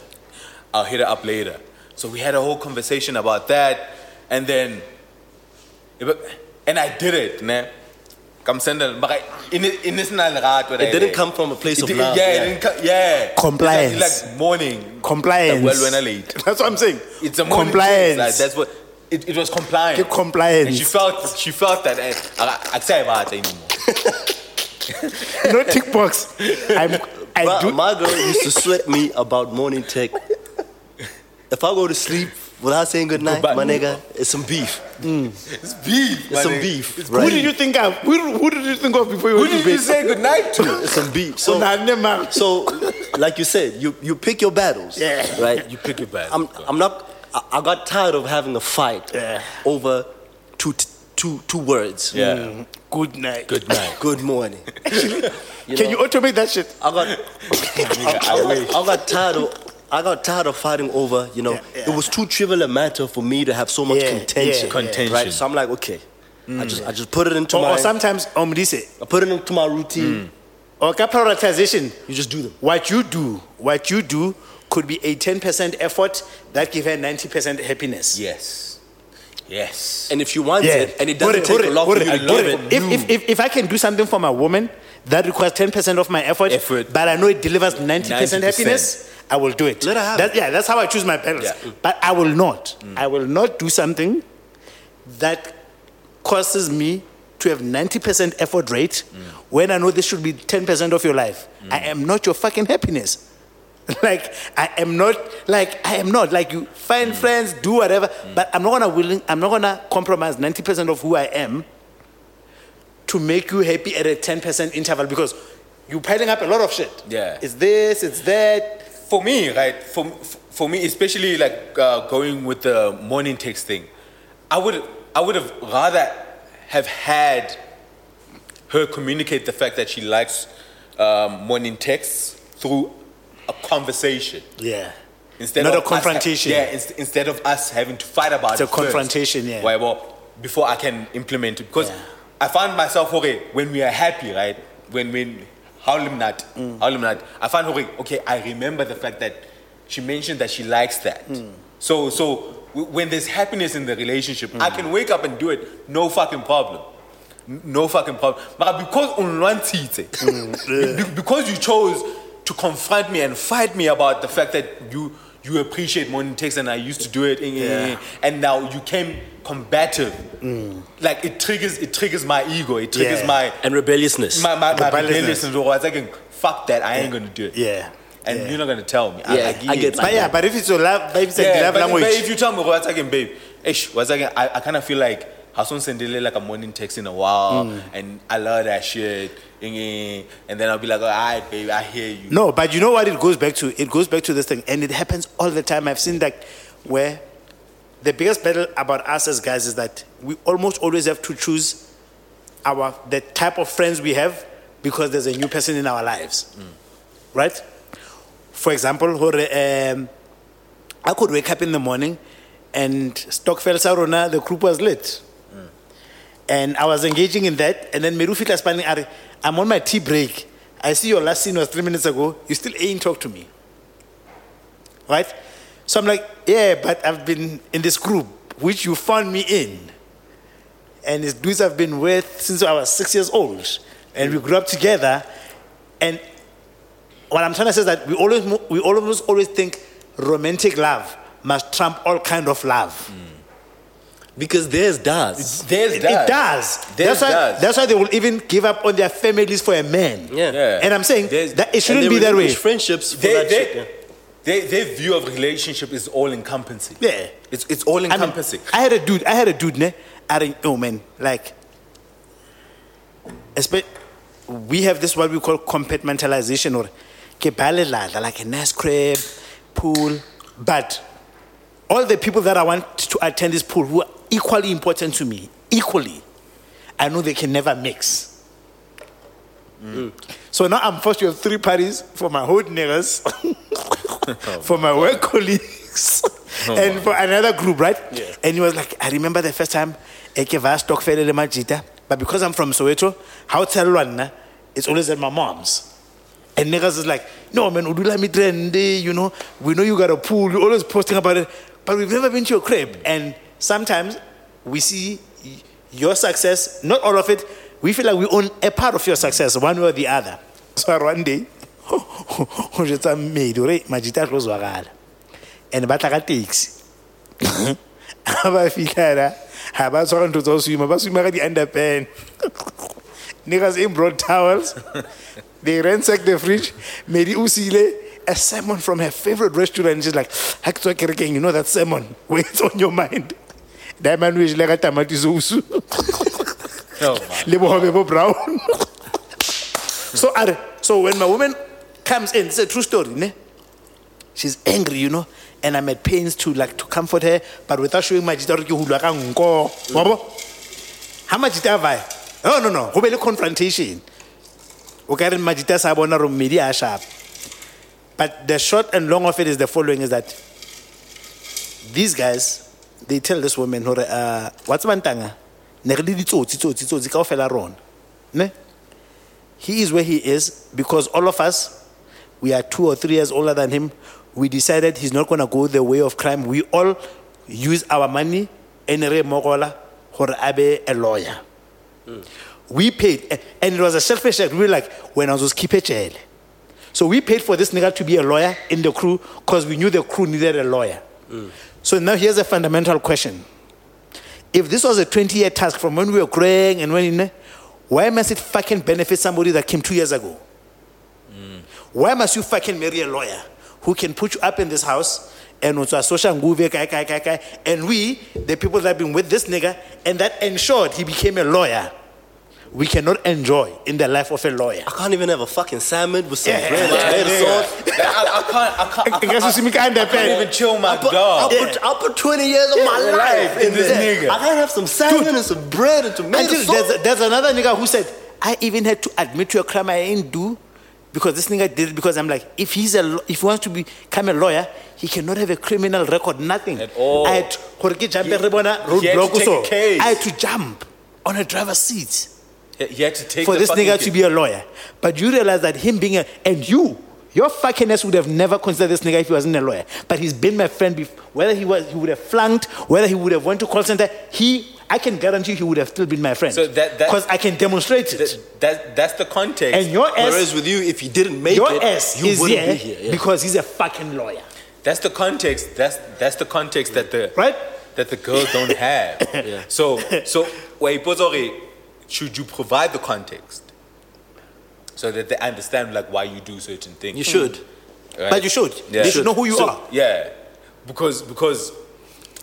Speaker 2: I'll hit her up later. So we had a whole conversation about that, and then, eh, and I did it, ne? Come send it, but I- in it- in this not right, but I
Speaker 1: It didn't
Speaker 2: did.
Speaker 1: come from a place
Speaker 2: It
Speaker 1: of
Speaker 2: did-
Speaker 1: love.
Speaker 2: Yeah, it didn't come, yeah.
Speaker 4: Compliance.
Speaker 2: It's like, it's like morning.
Speaker 4: Compliance.
Speaker 2: Like, well, when I late.
Speaker 4: That's what I'm saying.
Speaker 2: It's a morning.
Speaker 4: Compliance.
Speaker 2: Like, that's what. It, it was compliant.
Speaker 4: Keep
Speaker 2: [laughs]
Speaker 4: compliance.
Speaker 2: And she felt she felt that and I, I, I say about it anymore.
Speaker 4: no tick box. I'm, I
Speaker 1: Bruh,
Speaker 4: do.
Speaker 1: my girl used to sweat me about morning tech. If I go to sleep without saying goodnight,
Speaker 2: Goodbye.
Speaker 1: my nigga, it's some beef.
Speaker 2: It's beef.
Speaker 1: It's some
Speaker 2: man.
Speaker 1: beef.
Speaker 2: It's
Speaker 1: right?
Speaker 4: Who did you think of? Who, who did you think of before you
Speaker 2: Who
Speaker 4: went to
Speaker 2: did you
Speaker 4: bed?
Speaker 2: say
Speaker 1: [laughs]
Speaker 2: goodnight to?
Speaker 1: It's some beef.
Speaker 4: Oh, nah,
Speaker 1: So,
Speaker 4: never.
Speaker 1: so, like you said, you, you pick your battles.
Speaker 4: Yeah.
Speaker 1: Right?
Speaker 2: You pick your battles,
Speaker 1: I'm,
Speaker 2: bro.
Speaker 1: I'm not, I, I got tired of having a fight
Speaker 4: Yeah.
Speaker 1: over two, t- two, two words.
Speaker 2: Yeah.
Speaker 4: Good night.
Speaker 2: Good night.
Speaker 1: Mm. [laughs] Good morning.
Speaker 4: Can you automate that shit?
Speaker 1: I got, I, I- I got tired of, I got tired of fighting over. You know, it was too trivial a matter for me to have so much
Speaker 4: Yeah,
Speaker 1: contention.
Speaker 4: yeah,
Speaker 2: Contention.
Speaker 1: Right. So I'm like, okay, I just, I just put it
Speaker 3: Oh,
Speaker 1: into
Speaker 4: Or,
Speaker 1: my,
Speaker 4: or sometimes, um, this, eh,
Speaker 1: I put it into my routine.
Speaker 4: or ka prioritization.
Speaker 1: You just do them.
Speaker 4: What you do, what you do could be a 10% effort that give her 90% happiness.
Speaker 2: Yes. Yes.
Speaker 1: And if you want
Speaker 4: Yeah.
Speaker 1: it, and it doesn't
Speaker 4: Hore,
Speaker 1: take a
Speaker 4: hore,
Speaker 1: lot
Speaker 4: hore,
Speaker 1: for you to
Speaker 4: hore.
Speaker 1: give it,
Speaker 4: If, if, if, if I can do something for my woman that requires 10% of my effort,
Speaker 2: Effort.
Speaker 4: but I know it delivers 90%,
Speaker 2: 90%.
Speaker 4: happiness, I will do it.
Speaker 1: Let her have Mm.
Speaker 4: That- Yeah, that's how I choose my balance.
Speaker 2: Yeah. Mm.
Speaker 4: But I will not. I will not do something that causes me to have 90% effort rate
Speaker 1: Mm.
Speaker 4: when I know this should be 10% of your life. I am not your fucking happiness. [laughs] Like I am not like I am not like you find friends, do whatever, but I'm not gonna willing I'm not gonna compromise 90% of who I am to make you happy at a 10% interval because you're piling up a lot of shit.
Speaker 2: Yeah.
Speaker 4: It's this, it's that.
Speaker 2: for me, right? For for me, especially like uh, going with the morning text thing, I would I would have rather have had her communicate the fact that she likes um, morning texts through a conversation
Speaker 4: Yeah.
Speaker 2: instead
Speaker 4: Not
Speaker 2: of
Speaker 4: a confrontation.
Speaker 2: Us, yeah, ins- instead of us having to fight about
Speaker 4: It's a
Speaker 2: it first.
Speaker 4: confrontation, yeah.
Speaker 2: Why, well, before I can implement it, because
Speaker 4: Yeah.
Speaker 2: I found myself okay when we are happy, right? When when how limnat,
Speaker 4: Mm.
Speaker 2: how limnat. I found okay, okay. I remember the fact that she mentioned that she likes that.
Speaker 4: Mm.
Speaker 2: So so w- when there's happiness in the relationship,
Speaker 4: Mm.
Speaker 2: I can wake up and do it, no fucking problem.
Speaker 3: Mm.
Speaker 2: N- No fucking problem. But because unwanted, because you chose to to confront me and fight me about the fact that you you appreciate morning text and I used to do it eh, eh, eh, and now you came combative. Like it triggers it triggers my ego. It triggers
Speaker 3: Mm. Yeah.
Speaker 2: my
Speaker 1: and rebelliousness.
Speaker 2: my my, my
Speaker 3: Rebelliousness.
Speaker 2: rebelliousness. Or I was like, fuck that, I ain't gonna do it.
Speaker 3: Yeah.
Speaker 2: And
Speaker 3: yeah.
Speaker 2: you're not gonna tell me. I,
Speaker 1: Yeah, I get
Speaker 2: it.
Speaker 3: But yeah, but if it's your love, but if it's like
Speaker 2: Yeah,
Speaker 3: love
Speaker 2: but
Speaker 3: language,
Speaker 2: If you tell me what's again, babe, ish, what's again, I, I kind of feel like Hassan Sendele like a morning text in a while,
Speaker 3: Hmm.
Speaker 2: and I love that shit. And then I'll be like, all right, babe, I hear you.
Speaker 3: No, but you know what it goes back to? It goes back to this thing, and it happens all the time. I've seen that where the biggest battle about us as guys is that we almost always have to choose our the type of friends we have because there's a new person in our lives, right? For example, hore, um, I could wake up in the morning and Stockfell Sarona, the group was lit. And I was engaging in that. And then Merufita Spani, are, I'm on my tea break. I see your last scene was three minutes ago. You still ain't talk to me. Right? So I'm like, yeah, but I've been in this group, which you found me in. And it's dudes I've been with since I was six years old. And we grew up together. And what I'm trying to say is that we always, mo- we almost always think romantic love must trump all kind of love.
Speaker 1: because theirs does.
Speaker 2: There's
Speaker 3: It does.
Speaker 2: Theirs
Speaker 3: that's why.
Speaker 2: does.
Speaker 3: That's why they will even give up on their families for a man.
Speaker 1: Yeah.
Speaker 2: Yeah.
Speaker 3: And I'm saying
Speaker 2: There's-
Speaker 3: that it
Speaker 1: And
Speaker 3: shouldn't
Speaker 1: they
Speaker 3: be that way.
Speaker 1: relinquish Friendships for
Speaker 2: They,
Speaker 1: that
Speaker 2: they,
Speaker 1: shit. yeah.
Speaker 2: they- their view of relationship is all encompassing.
Speaker 3: Yeah.
Speaker 2: It's, it's all
Speaker 3: I, mean,
Speaker 2: encompassing.
Speaker 3: I had a dude. I had a dude. Ne, I didn't. Oh man, like. Espe- we have this what we call compartmentalization or ke ba lelata, like a nice crib, pool, but all the people that I want to attend this pool who are equally important to me, equally, I know they can never mix. Mm. So now I'm forced to have three parties for my whole niggas, [laughs] for my work colleagues, and for another group, right? And he was like, I remember the first time Ekeva Stockfell le Majita, but because I'm from Soweto, how tell one, it's always at my mom's. And niggas is like, no man, Udula Mitrende, you know, we know you got a pool, you're always posting about it, but we've never been to your crib. And sometimes we see y- your success, not all of it, we feel like we own a part of your success, one way or the other. So one day, just a maid, or Majita close wakala. And bataka takes. Aba fitara, aba tshwara ntho tsa ho swima, ba swima ka di-underpants. Niggas in broad towels. They ransacked the fridge. Mary Usile, a salmon from her favorite restaurant. She's like, Haktwa Kerken, you know that [laughs] salmon? What's on your mind? Diamond wish like a tomato sauce.
Speaker 2: Oh, man.
Speaker 3: Le bohobe bo brown. [laughs] so, are, so when my woman comes in, it's a true story, ne? She's angry, you know, and I'm at pains to like to comfort her, but without showing my jita, you hulwa ka nko. Wabo? How much jita have I? Oh, No, no, no. Go be le confrontation. o ka re majita sa bona ro mmedi a sharp but the short and long of it is the following is that these guys they tell this woman hore uh, wa tsebantanga ne re le ditsotsi tsotsi tsotsi kaofela rona ne he is where he is because all of us we are two or three years older than him we decided he's not going to go the way of crime we all use our money and re mogola hore a be a lawyer we paid, a- and it was a selfish act. We were like, when I was keep jail. So we paid for this nigga to be a lawyer in the crew because we knew the crew needed a lawyer. So now here's a fundamental question. If this was a 20 year task from when we were growing and when, in, why must it fucking benefit somebody that came two years ago? Why must you fucking marry a lawyer who can put you up in this house and also a social nguve, kai, kai, kai, kai, and we, the people that have been with this nigga, and that ensured he became a lawyer, we cannot enjoy in the life of a lawyer.
Speaker 1: I can't even have a fucking salmon with some
Speaker 3: [laughs] Yeah.
Speaker 1: bread,
Speaker 3: Yeah,
Speaker 1: red
Speaker 2: Yeah.
Speaker 1: sauce.
Speaker 2: Like, I, I can't, I can't, I
Speaker 3: I guess
Speaker 2: can't,
Speaker 3: you see me kind of
Speaker 2: I can't even chill my
Speaker 1: I put,
Speaker 2: dog.
Speaker 1: I, put, I put 20 years of my
Speaker 2: Yeah,
Speaker 1: life in this nigga.
Speaker 2: nigga.
Speaker 1: I can't have some salmon and some bread and tomato
Speaker 3: Until
Speaker 1: sauce.
Speaker 3: there's, there's another nigga who said, I even had to admit to a crime I ain't do because this nigga did it because I'm like, if he's a, lo- if he wants to be- become a lawyer, he cannot have a criminal record, nothing.
Speaker 2: At all.
Speaker 3: I had, gore ke jump-e
Speaker 2: He-
Speaker 3: re bona
Speaker 2: he had to
Speaker 3: roadblock
Speaker 2: take
Speaker 3: so.
Speaker 2: a case.
Speaker 3: I had to jump on a driver's seat
Speaker 2: He had to take
Speaker 3: for
Speaker 2: the
Speaker 3: this
Speaker 2: fucking
Speaker 3: nigga
Speaker 2: kid.
Speaker 3: to be a lawyer. But you realize that him being a, and you, your fucking ass would have never considered this nigga if he wasn't a lawyer. But he's been my friend before. Whether he was, he would have flunked, whether he would have went to call center, he,
Speaker 4: I can guarantee he would have still been my friend.
Speaker 2: So that- that-
Speaker 4: because I can demonstrate it.
Speaker 2: That, that, that's the context.
Speaker 4: and your
Speaker 1: Whereas
Speaker 4: ass,
Speaker 1: with you, if you didn't make
Speaker 4: your
Speaker 1: it,
Speaker 4: ass
Speaker 1: you
Speaker 4: is
Speaker 1: wouldn't
Speaker 4: here,
Speaker 1: be here. yeah.
Speaker 4: because he's a fucking lawyer,
Speaker 2: That's the context. That's that's the context that the
Speaker 4: right?
Speaker 2: that the girls don't have. So so wait, Pozori, should you provide the context so that they understand like why you do certain things?
Speaker 1: you should.
Speaker 2: Right?
Speaker 4: But you should.
Speaker 2: Yeah.
Speaker 4: They should know who you
Speaker 2: So-
Speaker 4: are.
Speaker 2: Yeah, because because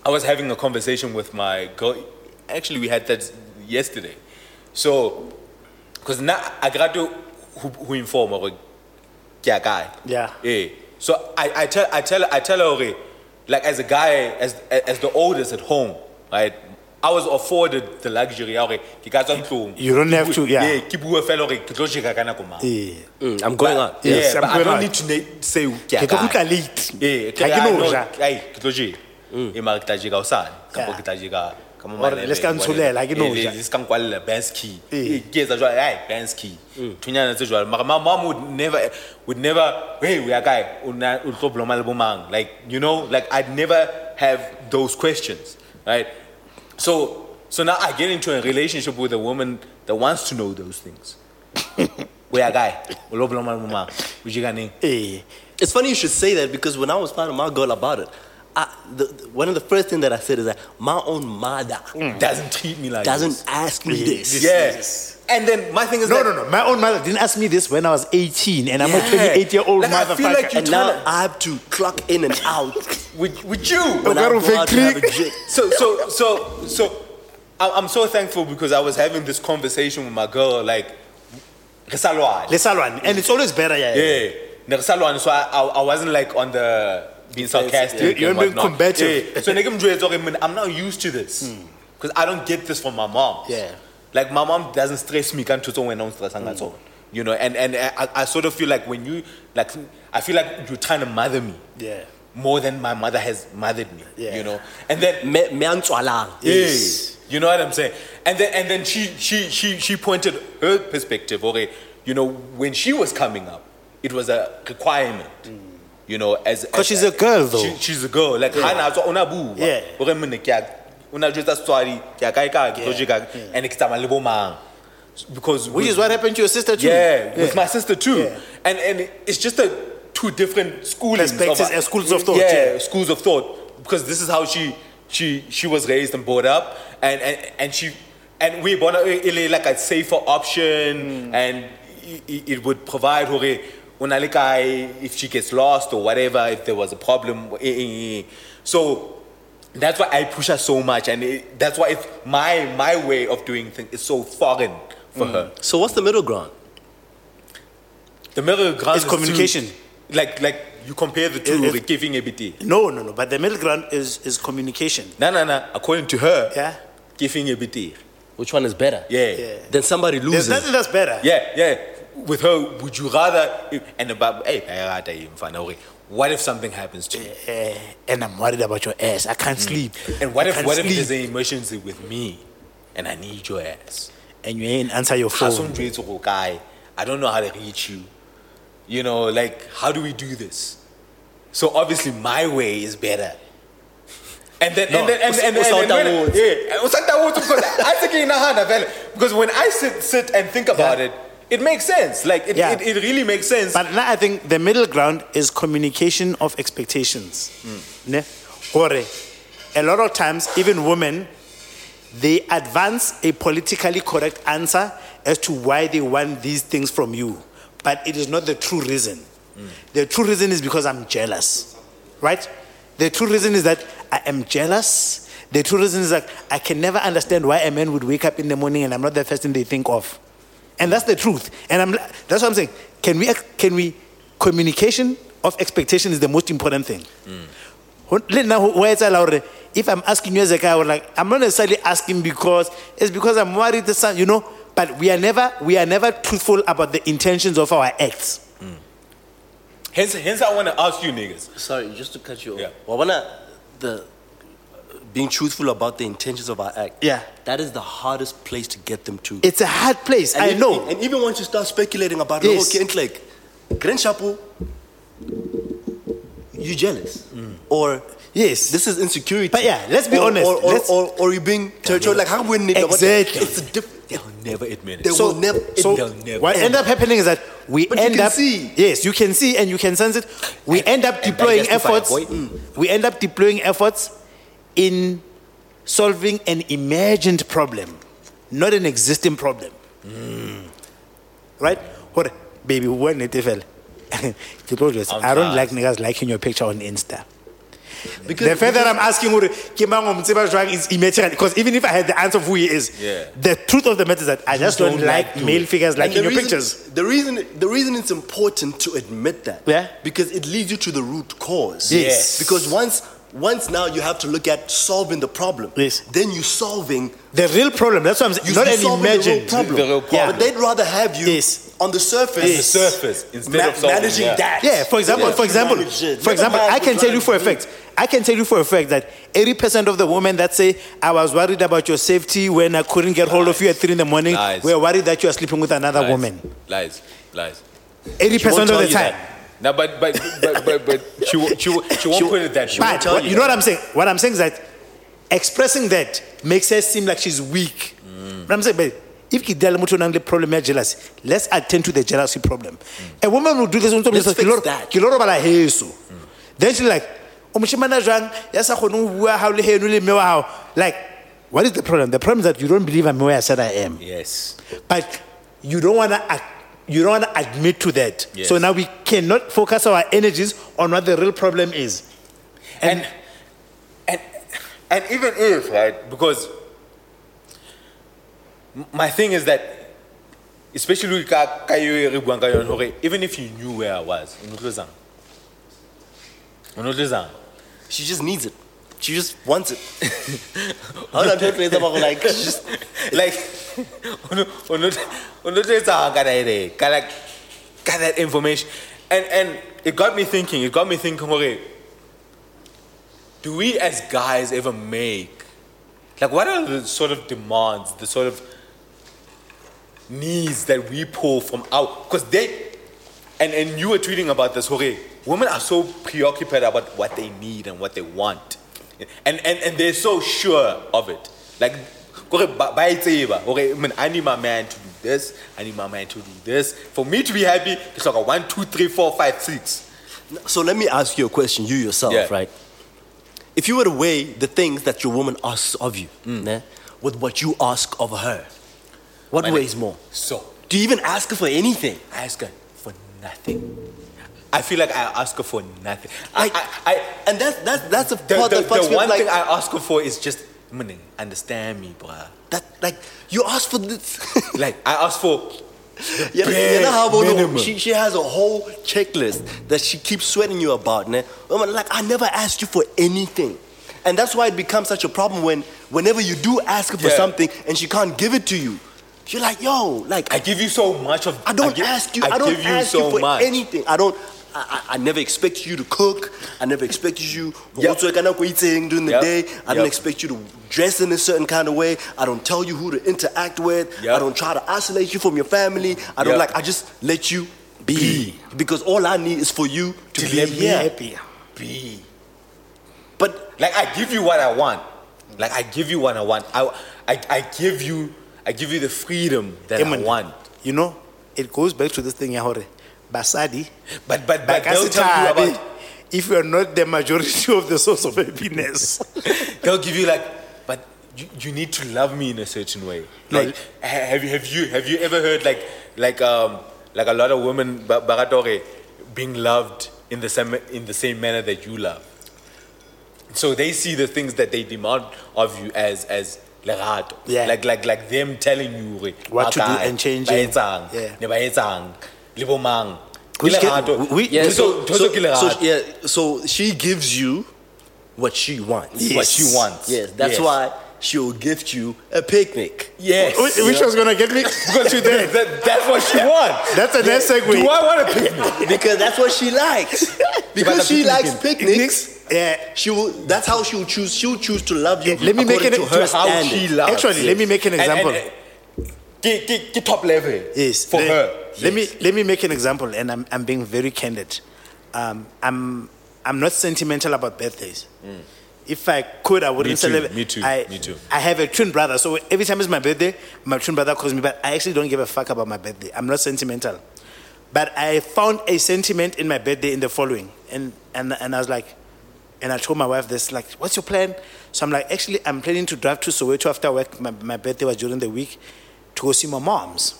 Speaker 2: I was having a conversation with my girl. Actually, we had that yesterday. So because now I got to who, who inform or yeah guy.
Speaker 4: Yeah.
Speaker 2: Yeah. Eh, So I, I tell I tell I tell her okay, like as a guy as as the oldest at home right. I was afforded the luxury. Okay, ke ka tswa ntlong.
Speaker 3: You don't have to, yeah.
Speaker 2: Yeah, ke bue fela hore ke tlo jeka ka nako mang.
Speaker 1: Mm, I'm going out.
Speaker 2: But- Yeah,
Speaker 3: Yes, I'm
Speaker 2: but I
Speaker 3: going
Speaker 2: don't
Speaker 3: out.
Speaker 2: need to na- say ke a
Speaker 3: Ke tlo
Speaker 2: kae.
Speaker 3: kutla late.
Speaker 2: Yeah,
Speaker 3: Ha Eh, ke no ja.
Speaker 2: ai ke tlo jeka e mara ke tla jeka hosane kapo ke tla jeka ka mo
Speaker 3: Or le ska ntsholela, ha ke
Speaker 2: Eh,
Speaker 3: no
Speaker 2: le-
Speaker 3: ja.
Speaker 2: le ska nkwalla bansky
Speaker 3: Eh. Mm.
Speaker 2: Eh, ke etsa jwale ai bansky thunyana tse jwale mara my mom would never would never hey we are guy o na- o tlo bloma le bomang like you know like i'd never have those questions right so so now i get into a relationship with a woman that wants to know those things [coughs] we are guy o lo bloma le bomang o jeka neng
Speaker 3: Eh,
Speaker 1: It's funny you should say that because when I was talking to my girl about it, I, the, the- one of the first thing that I said is that my own mother
Speaker 2: doesn't treat me like
Speaker 1: doesn't
Speaker 2: this.
Speaker 1: ask me this.
Speaker 2: Yeah. And then my thing is
Speaker 3: No,
Speaker 2: that,
Speaker 3: no, no. My own mother didn't ask me this when I was 18, and I'm a
Speaker 2: Yeah.
Speaker 3: 28 year old
Speaker 2: Like, I
Speaker 3: motherfucker.
Speaker 2: feel like you
Speaker 1: And
Speaker 2: tell
Speaker 1: now
Speaker 2: her.
Speaker 1: I have to clock in and out.
Speaker 2: With, with you.
Speaker 1: when I
Speaker 3: Ogaru
Speaker 1: go out to have a
Speaker 3: Victory.
Speaker 1: drink.
Speaker 2: [laughs] So so so so I- I'm so thankful because I was having this conversation with my girl like Resalwan.
Speaker 3: Let's all run. And it's always better, yeah. yeah.
Speaker 2: Yeah. Resalwan. So I, I I wasn't like on the being sarcastic.
Speaker 3: You- you're
Speaker 2: and
Speaker 3: being
Speaker 2: whatnot.
Speaker 3: combative. Hmm.
Speaker 2: Yeah. So nigga mjwetsa hore mina, I'm not used to this. Because I don't get this from my mom.
Speaker 3: Yeah. Hmm.
Speaker 2: Like my mom doesn't stress me can't when I'm stressing at all. You know, and, and I, I sort of feel like when you like I feel like you're trying to mother me.
Speaker 3: Yeah.
Speaker 2: more than my mother has mothered me.
Speaker 3: Yeah. Mm.
Speaker 2: You know, and then
Speaker 1: Me- me ang tswalang.
Speaker 2: yes. you know what I'm saying. And then and then she she she she pointed her perspective. Okay, you know when she was coming up, it was a requirement. You know, as because
Speaker 3: Mm. she's a girl, though.
Speaker 2: She, she's a girl. Like Hannah, so una bua.
Speaker 3: Yeah.
Speaker 2: Okay, mina ke a- una jwetsa story ke a kae kae, ke tlo jeka- and ke tsamaya le bo mang. Because
Speaker 3: Which is what happened to your sister, too.
Speaker 2: yeah, with my sister too.
Speaker 3: Yeah.
Speaker 2: And and it's just a two different schoolings
Speaker 3: Perspectives and schools of thought,
Speaker 2: Yeah,
Speaker 3: yeah.
Speaker 2: schools of thought. Because this is how she she she was raised and brought up, and and, and she and we bought it like a safer
Speaker 3: Hmm.
Speaker 2: option, and i- i- it would provide her if she gets lost or whatever, if there was a problem. eh, eh, eh. So that's why I push her so much, and it, that's why it's my my way of doing things is so foreign for
Speaker 3: Hmm.
Speaker 2: her.
Speaker 1: So what's the middle ground?
Speaker 2: The middle ground
Speaker 3: It's
Speaker 2: is
Speaker 3: communication.
Speaker 2: to- like like you compare the two,
Speaker 3: It- it-
Speaker 2: like giving a bit.
Speaker 3: No, no, no. But the middle ground is, is communication.
Speaker 2: No, no, no. According to her,
Speaker 3: Yeah.
Speaker 2: giving a bit.
Speaker 1: Which one is better?
Speaker 2: Yeah.
Speaker 3: Yeah.
Speaker 2: yeah,
Speaker 1: Then somebody
Speaker 3: There's
Speaker 1: loses.
Speaker 3: nothing that's better.
Speaker 2: yeah, With her, would you rather? And about hey, I rather him find out, okay, What if something happens to you?
Speaker 3: Eh, and I'm worried about your ass. I can't sleep.
Speaker 2: And what
Speaker 3: I
Speaker 2: if
Speaker 3: can't
Speaker 2: what if
Speaker 3: sleep.
Speaker 2: there's an emergency with me, and I need your ass?
Speaker 3: and you ain't answer your
Speaker 2: How
Speaker 3: phone?
Speaker 2: some dreads will guy. I don't know how to reach you. You know, like how do we do this? So obviously my way is better. And then, and then, and,
Speaker 1: us-
Speaker 2: and, and,
Speaker 1: usanta
Speaker 2: and when,
Speaker 1: woods.
Speaker 2: yeah, usanta woods, because I think in Nahana vele. Because when I sit, sit and think about
Speaker 3: Yeah.
Speaker 2: it, it makes sense. Like it,
Speaker 3: Yeah.
Speaker 2: it, it really makes sense.
Speaker 3: But now I think the middle ground is communication of expectations. Ne? Gore, a lot of times, even women, they advance a politically correct answer as to why they want these things from you. But it is not the true reason. The true reason is because I'm jealous, right? The true reason is that I am jealous. The true reason is that I can never understand why a man would wake up in the morning and I'm not the first thing they think of. And that's the truth. And I'm, that's what I'm saying. Can we, can we, communication of expectation is the most important thing. Ho- le nna ho- ho etsahala hore if i'm asking you as a guy or like i'm not necessarily asking because it's because i'm worried the son you know but we are never we are never truthful about the intentions of our acts
Speaker 2: hence, hence I want to ask you niggas.
Speaker 1: Sorry, just to cut you off.
Speaker 2: Yeah.
Speaker 1: Well, when I, the being truthful about the intentions of our act.
Speaker 3: Yeah.
Speaker 1: That is the hardest place to get them to.
Speaker 3: it's a hard place
Speaker 1: And
Speaker 3: i
Speaker 1: even-
Speaker 3: know
Speaker 1: And even once you start speculating about
Speaker 3: Yes.
Speaker 1: yes. it, like Grand Chapo, you jealous or
Speaker 3: Yes.
Speaker 1: This is insecurity.
Speaker 3: Mm. But yeah, let's be
Speaker 1: Or-
Speaker 3: honest.
Speaker 1: Or, or,
Speaker 3: Let's-
Speaker 1: or, or you being territorial. Like, how we
Speaker 3: Exactly.
Speaker 1: It's a different.
Speaker 2: They'll never admit it.
Speaker 1: They will never.
Speaker 3: so
Speaker 1: they'll never.
Speaker 3: what end up happening is that we
Speaker 1: But you
Speaker 3: end
Speaker 1: can
Speaker 3: up
Speaker 1: see.
Speaker 3: yes you can see and you can sense it we end up
Speaker 2: and
Speaker 3: deploying
Speaker 2: digestify,
Speaker 3: efforts
Speaker 2: boy.
Speaker 3: we end up deploying efforts in solving an emergent problem not an existing problem Hmm. right Hore, baby when it fell [laughs] Ke tlo jwetsa,
Speaker 2: I'm
Speaker 3: I
Speaker 2: tired.
Speaker 3: don't like niggas liking your picture on Insta.
Speaker 1: Because-
Speaker 3: the fact that I'm asking Hore, ke mang o mo tseba jwang is immaterial because even if I had the answer of who he is,
Speaker 2: Yeah.
Speaker 3: the truth of the matter is that I just don't,
Speaker 2: don't
Speaker 3: like,
Speaker 2: like to.
Speaker 3: male figures
Speaker 1: And
Speaker 3: liking
Speaker 1: the
Speaker 3: your
Speaker 1: reason-
Speaker 3: pictures.
Speaker 1: The reason, the reason it's important to admit that,
Speaker 3: Yeah.
Speaker 1: because it leads you to the root cause.
Speaker 3: Yes.
Speaker 1: Because once, once now you have to look at solving the problem.
Speaker 3: Yes.
Speaker 1: Then you're solving.
Speaker 3: The real problem. That's what I'm saying.
Speaker 1: You,
Speaker 3: Not
Speaker 1: you're
Speaker 3: an
Speaker 1: solving the real
Speaker 3: imagined.
Speaker 1: problem.
Speaker 2: The real problem.
Speaker 1: But they'd rather have you
Speaker 3: Yes.
Speaker 1: on the surface.
Speaker 3: On the
Speaker 2: surface, instead of solving,
Speaker 1: managing
Speaker 2: yeah.
Speaker 1: that.
Speaker 3: Yeah. For example,
Speaker 1: Yeah.
Speaker 3: for example,
Speaker 1: Manage it.
Speaker 3: for
Speaker 1: Let
Speaker 3: example,
Speaker 1: the man
Speaker 3: I can
Speaker 1: be
Speaker 3: tell
Speaker 1: trying
Speaker 3: you for a
Speaker 1: to do it.
Speaker 3: fact. I can tell you for a fact that eighty percent of the women that say I was worried about your safety when I couldn't get hold of you at three in the morning
Speaker 2: Lies.
Speaker 3: were worried that you are sleeping with another
Speaker 2: lies,
Speaker 3: woman.
Speaker 2: Lies, lies.
Speaker 3: Eighty
Speaker 2: She won't
Speaker 3: percent of
Speaker 2: tell
Speaker 3: the
Speaker 2: you
Speaker 3: time.
Speaker 2: that. No, but but but but, but she, won't- she won't- she won't put it that. She won't
Speaker 3: But
Speaker 2: tell
Speaker 3: what-
Speaker 2: you.
Speaker 3: you know what I'm saying? What I'm saying is that expressing that makes her seem like she's weak. But I'm saying, but if you tell motho o nang le problem ya jealousy, let's attend to the jealousy problem. A woman will do this on
Speaker 1: Let's fix that.
Speaker 3: Then she's like, "O moshemane a jwang, ya sa kgoneng ho bua hao le heno le mme wa hao." Like, what is the problem? The problem is that you don't believe I'm where I said I am.
Speaker 2: Yes.
Speaker 3: But you don't want to you don't want to admit to that.
Speaker 2: Yes.
Speaker 3: So now we cannot focus our energies on what the real problem is.
Speaker 2: and and and even if right because m- my thing is that especially ka ka yo e re buang ka yona hore even if you knew where i was o no tlo zang o no tlo zang
Speaker 1: She just needs it. She just wants it. [laughs] How do I talk to her about like? she just-
Speaker 2: like o no- o no o no tlo etsang ka dire ka like ka that information and and it got me thinking it got me thinking hore do we as guys ever make like what are the sort of demands the sort of needs that we pull from out because they and and you were tweeting about this Jorge women are so preoccupied about what they need and what they want and and, and they're so sure of it like Jorge, ba- ba itseba. Jorge, I mean, I need my man to do this. I need my man to do this. For me to be happy, it's like a one, two, three, four, five, six.
Speaker 1: So let me ask you a question, you yourself,
Speaker 2: Yeah.
Speaker 1: right? If you were to weigh the things that your woman asks of you ne, with what you ask of her, what
Speaker 2: Money.
Speaker 1: weighs more?
Speaker 2: So
Speaker 1: Do you even ask her for anything?
Speaker 2: I ask her for nothing. I feel like I ask her for nothing. I,
Speaker 1: Like-
Speaker 2: I, I
Speaker 1: And that's, that's, that's the,
Speaker 2: the,
Speaker 1: part
Speaker 2: the,
Speaker 1: that fucks
Speaker 2: the
Speaker 1: me up.
Speaker 2: one
Speaker 1: Like,
Speaker 2: thing I ask her for is just, "Mne, understand me, bruh.
Speaker 1: that, like, you ask for this. [laughs]
Speaker 2: Like, I ask for,
Speaker 1: you, know,
Speaker 2: Bare
Speaker 1: you know how
Speaker 2: minimum.
Speaker 1: about she, she has a whole checklist that she keeps sweating you about. Ne? Woman, like, I never asked you for anything. And that's why it becomes such a problem when whenever you do ask her for
Speaker 2: Yeah.
Speaker 1: something and she can't give it to you. You're like, yo, like,
Speaker 2: I give you so much of.
Speaker 1: I don't
Speaker 2: give-
Speaker 1: ask you. I, don't
Speaker 2: give you
Speaker 1: ask
Speaker 2: so
Speaker 1: you for
Speaker 2: much.
Speaker 1: anything. I don't. I, I I never expect you to cook. I never expected you
Speaker 2: [laughs] Yep.
Speaker 1: whatsoever kind of eating during the
Speaker 2: Yep.
Speaker 1: day. I don't
Speaker 2: Yep.
Speaker 1: expect you to dress in a certain kind of way. I don't tell you who to interact with. I
Speaker 2: Yep.
Speaker 1: don't try to isolate you from your family. I don't
Speaker 2: Yep.
Speaker 1: like. I just let you be.
Speaker 2: Be.
Speaker 1: because all I need is for you to,
Speaker 2: To
Speaker 1: be
Speaker 2: let me
Speaker 1: here.
Speaker 3: happy.
Speaker 2: Be.
Speaker 1: But
Speaker 2: Like, I give you what I want. Like, I give you what I want. I, I, I give you, I give you the freedom that I
Speaker 3: Amen.
Speaker 2: want.
Speaker 3: You know, it goes back to this thing, Yahore. Basadi.
Speaker 2: But, but, but
Speaker 3: Bakasi
Speaker 2: they'll tell you
Speaker 3: Thabe,
Speaker 2: about.
Speaker 3: if you are not the majority of the source of
Speaker 2: [laughs]
Speaker 3: happiness.
Speaker 2: They'll give you like, but you, you need to love me in a certain way.
Speaker 3: No.
Speaker 2: Like, ha- have you have you have you ever heard like like um like a lot of women ba- baratore being loved in the same in the same manner that you love. So they see the things that they demand of you as as lerato.
Speaker 3: Yeah.
Speaker 2: Like like like them telling you re,
Speaker 3: What to do
Speaker 2: "Bakae,
Speaker 3: and changing."
Speaker 2: ba etsang,
Speaker 3: Yeah.
Speaker 2: ne ba etsang, le bo mang. Ke
Speaker 3: Which can-
Speaker 2: lerato.
Speaker 3: we-
Speaker 2: Yeah,
Speaker 3: we-
Speaker 2: so, so,
Speaker 1: so,
Speaker 2: ke lerato.
Speaker 1: so- yeah, so she gives you what she wants.
Speaker 2: What she wants.
Speaker 1: Yes, that's
Speaker 2: Yes.
Speaker 1: why she'll gift you a picnic.
Speaker 2: yes.
Speaker 3: Wh- Which was going to get me?
Speaker 2: because you did. That, that's what she wants.
Speaker 3: That's a nice segue.
Speaker 2: Do I want a
Speaker 1: [laughs]
Speaker 2: picnic?
Speaker 1: Because that's what she
Speaker 2: [laughs]
Speaker 1: likes.
Speaker 2: But the
Speaker 1: Because she
Speaker 2: picnic
Speaker 1: likes
Speaker 2: is-
Speaker 1: picnics.
Speaker 3: Yeah.
Speaker 1: She will. That's how she'll choose. She'll choose to love you.
Speaker 3: Let me make
Speaker 1: according
Speaker 3: an-
Speaker 1: to her
Speaker 3: to how
Speaker 1: standard.
Speaker 2: she loves.
Speaker 3: Actually, let me make an
Speaker 2: And- and-
Speaker 3: example.
Speaker 2: and- Get, get, get top level.
Speaker 3: Yes.
Speaker 2: For
Speaker 3: let,
Speaker 2: her.
Speaker 3: Let me let me make an example, and I'm I'm being very candid. Um, I'm I'm not sentimental about birthdays. If I could, I wouldn't
Speaker 2: too,
Speaker 3: celebrate.
Speaker 2: me too,
Speaker 3: I,
Speaker 2: me too.
Speaker 3: I have a twin brother, so every time it's my birthday, my twin brother calls me. But I actually don't give a fuck about my birthday. I'm not sentimental. But I found a sentiment in my birthday in the following, and and and I was like, and I told my wife this, like, what's your plan? So I'm like, actually, I'm planning to drive to Soweto after work. My, my birthday was during the week to go see my mom's.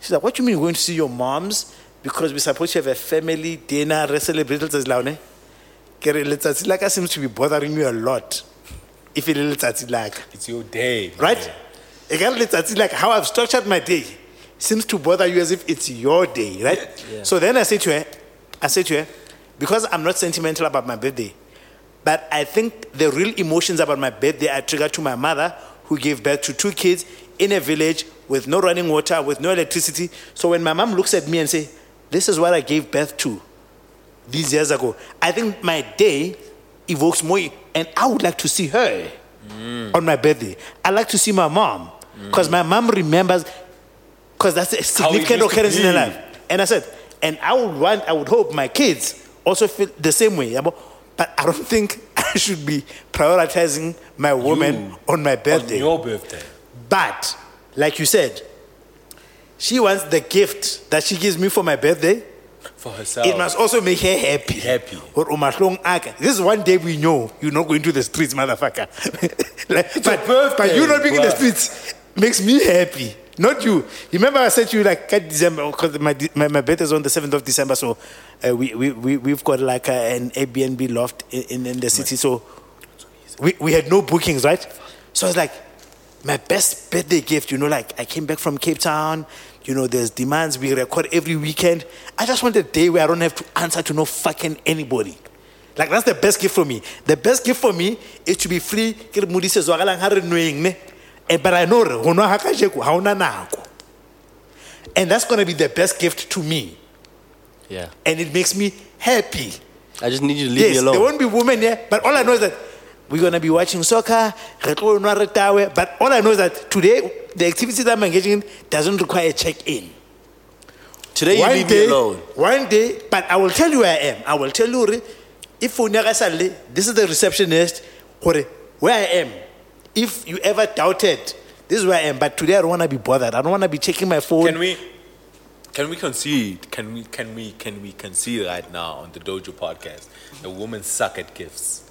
Speaker 3: She's like, what do you mean you're going to see your mom's? Because we're supposed to have a family dinner, re celebrate it as Laune. Like I seems to be bothering you a lot. e If it is like
Speaker 2: It's your day. man.
Speaker 3: right? Again, it's like how I've structured my day seems to bother you as if it's your day, right? So then I say to her, I say to her, because I'm not sentimental about my birthday, but I think the real emotions about my birthday are triggered to my mother, who gave birth to two kids in a village with no running water, with no electricity. So when my mom looks at me and say, "This is what I gave birth to," these years ago. I think my day evokes more, and I would like to see her
Speaker 2: Mm.
Speaker 3: on my birthday. I like to see my mom because my mom remembers because that's a
Speaker 2: used
Speaker 3: significant
Speaker 2: to
Speaker 3: occurrence in her
Speaker 2: be.
Speaker 3: life. And I said, and I would want, I would hope my kids also feel the same way. yabo. But I don't think [laughs] I should be prioritizing my woman on my birthday.
Speaker 2: On your birthday.
Speaker 3: But like you said, she wants the gift that she gives me for my birthday
Speaker 2: For herself.
Speaker 3: it must also make her happy.
Speaker 2: Happy.
Speaker 3: Or umahlong aka. This is one day we know you're not going to the streets, motherfucker. [laughs] Like, but, but you not being in the
Speaker 2: bruh.
Speaker 3: streets makes me happy. Not you. Remember, I said to you like cut December because my, de- my my birthday's on the seventh of December, so uh, we, we we we've got like uh, an Airbnb loft in in, in the city, so we, we had no bookings, right? So I was like, my best birthday gift, you know, like I came back from Cape Town, you know, there's demands, we record every weekend. I just want a day where I don't have to answer to no fucking anybody. Like that's the best gift for me. The best gift for me is to be free, ke re modise zwakalang ha re nweng, ne? Eh, but I know re, ho nwa ha kajeko, ha hona nako. and that's gonna be the best gift to me.
Speaker 1: Yeah.
Speaker 3: And it makes me happy
Speaker 1: I just need you to leave me
Speaker 3: yes,
Speaker 1: alone.
Speaker 3: there won't be women here, but all I know is that we're gonna be watching soccer, re tlo nwa re tawe, but all I know is that today the activity that I'm engaging in doesn't require a check-in.
Speaker 1: Today you leave me alone.
Speaker 3: one day, but I will tell you where I am. I will tell you re, if you never suddenly, e this is the receptionist, gore, where I am. If you ever doubted, this is where I am. But today I don't wanna be bothered. I don't wanna be checking my phone.
Speaker 2: Can we? Can we concede? Can we? Can we? Can we concede right now on the Dojo podcast that women suck at gifts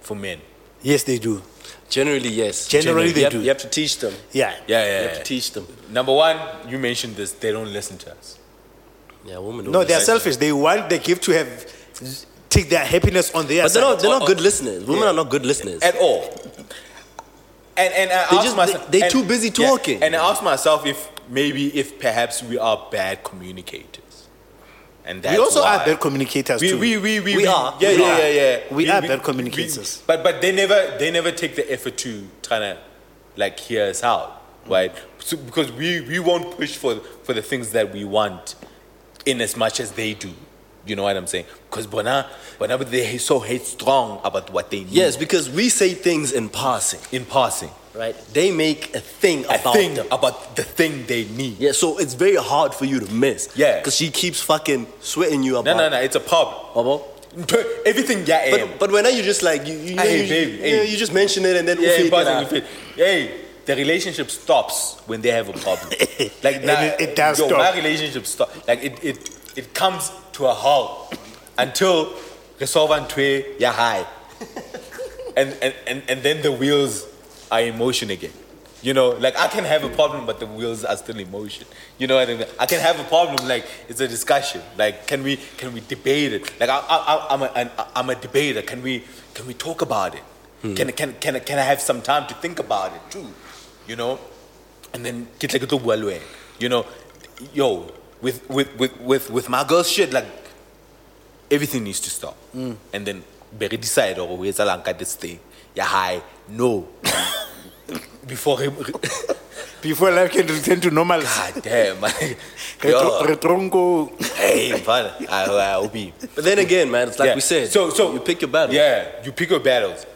Speaker 2: for men?
Speaker 3: yes, they do.
Speaker 1: Generally, yes.
Speaker 3: Generally, they
Speaker 1: you have,
Speaker 3: do.
Speaker 1: You have to teach them.
Speaker 3: Yeah.
Speaker 2: Yeah,
Speaker 1: You
Speaker 2: yeah.
Speaker 1: have
Speaker 2: yeah.
Speaker 1: to teach them.
Speaker 2: Number one, you mentioned this. They don't listen to us.
Speaker 1: Yeah, women.
Speaker 3: No,
Speaker 1: don't
Speaker 3: they are
Speaker 1: listen.
Speaker 3: selfish. They want the gift to have take their happiness on their
Speaker 1: But they're
Speaker 3: side.
Speaker 1: not. They're
Speaker 2: Oh,
Speaker 1: not
Speaker 2: oh.
Speaker 1: good listeners. Women are not good listeners.
Speaker 2: at all. And and
Speaker 1: They
Speaker 2: I asked
Speaker 1: just-
Speaker 2: myself,
Speaker 1: they- they
Speaker 2: and-
Speaker 1: too busy
Speaker 2: yeah,
Speaker 1: talking.
Speaker 2: and I asked myself if maybe if perhaps we are bad communicators, and that's
Speaker 3: we also
Speaker 2: why.
Speaker 3: are bad communicators
Speaker 2: We,
Speaker 3: too.
Speaker 2: we, we, we,
Speaker 1: We are.
Speaker 2: Yeah,
Speaker 1: We
Speaker 2: yeah,
Speaker 1: are.
Speaker 2: yeah, yeah.
Speaker 3: We are bad communicators.
Speaker 2: but but they never they never take the effort to try to like hear us out, right? So, because we we won't push for for the things that we want, in as much as they do. You know what I'm saying? Because Bona, Bona, they so hate strong about what they need.
Speaker 1: Yes, because we say things in passing,
Speaker 2: in passing.
Speaker 1: right? They make a thing
Speaker 2: a
Speaker 1: about
Speaker 2: thing
Speaker 1: them.
Speaker 2: about the thing they need.
Speaker 1: Yeah, so it's very hard for you to miss.
Speaker 2: Yeah.
Speaker 1: because she keeps fucking sweating you
Speaker 2: No,
Speaker 1: about.
Speaker 2: no, no, it's a problem.
Speaker 1: Babo.
Speaker 2: Everything, yeah,
Speaker 1: But
Speaker 2: eh.
Speaker 1: but when are you just like you? you, know,
Speaker 2: Hey,
Speaker 1: you,
Speaker 2: babe,
Speaker 1: you,
Speaker 2: hey.
Speaker 1: know, you just mention it and then
Speaker 2: yeah,
Speaker 1: we'll
Speaker 2: in
Speaker 1: figure it
Speaker 2: passing,
Speaker 1: out.
Speaker 2: you feel- hey, the relationship stops when they have a problem. like
Speaker 3: And
Speaker 2: nah,
Speaker 3: it- it does
Speaker 2: yo,
Speaker 3: stop.
Speaker 2: My relationship stops. Like it, it, it comes to a halt until resolve twe ya high, and and and and then the wheels are in motion again. You know, like I can have a problem, but the wheels are still in motion. You know what I mean? I can have a problem, like it's a discussion. Like, can we can we debate it? Like, I, I, I- I'm a an, I'm a debater. Can we can we talk about it? Can can can can I have some time to think about it too? You know, and then get like a well You know, yo, with with with with with my girl shit, like everything needs to stop.
Speaker 1: Mm.
Speaker 2: And then Berry decide or where's Alanka this thing? Yeah, hi,
Speaker 1: [laughs]
Speaker 2: no. Before him, [laughs]
Speaker 3: Before life can return to normal.
Speaker 2: God Ah,
Speaker 1: [laughs]
Speaker 2: damn, man.
Speaker 3: Retro-
Speaker 2: Yo,
Speaker 3: retrongo.
Speaker 2: [laughs] hey, man, Ah, I, I hope he-
Speaker 1: But then again, man, it's like
Speaker 2: Yeah.
Speaker 1: we said.
Speaker 2: So, so
Speaker 1: you pick your battle.
Speaker 2: Yeah, you pick your battles.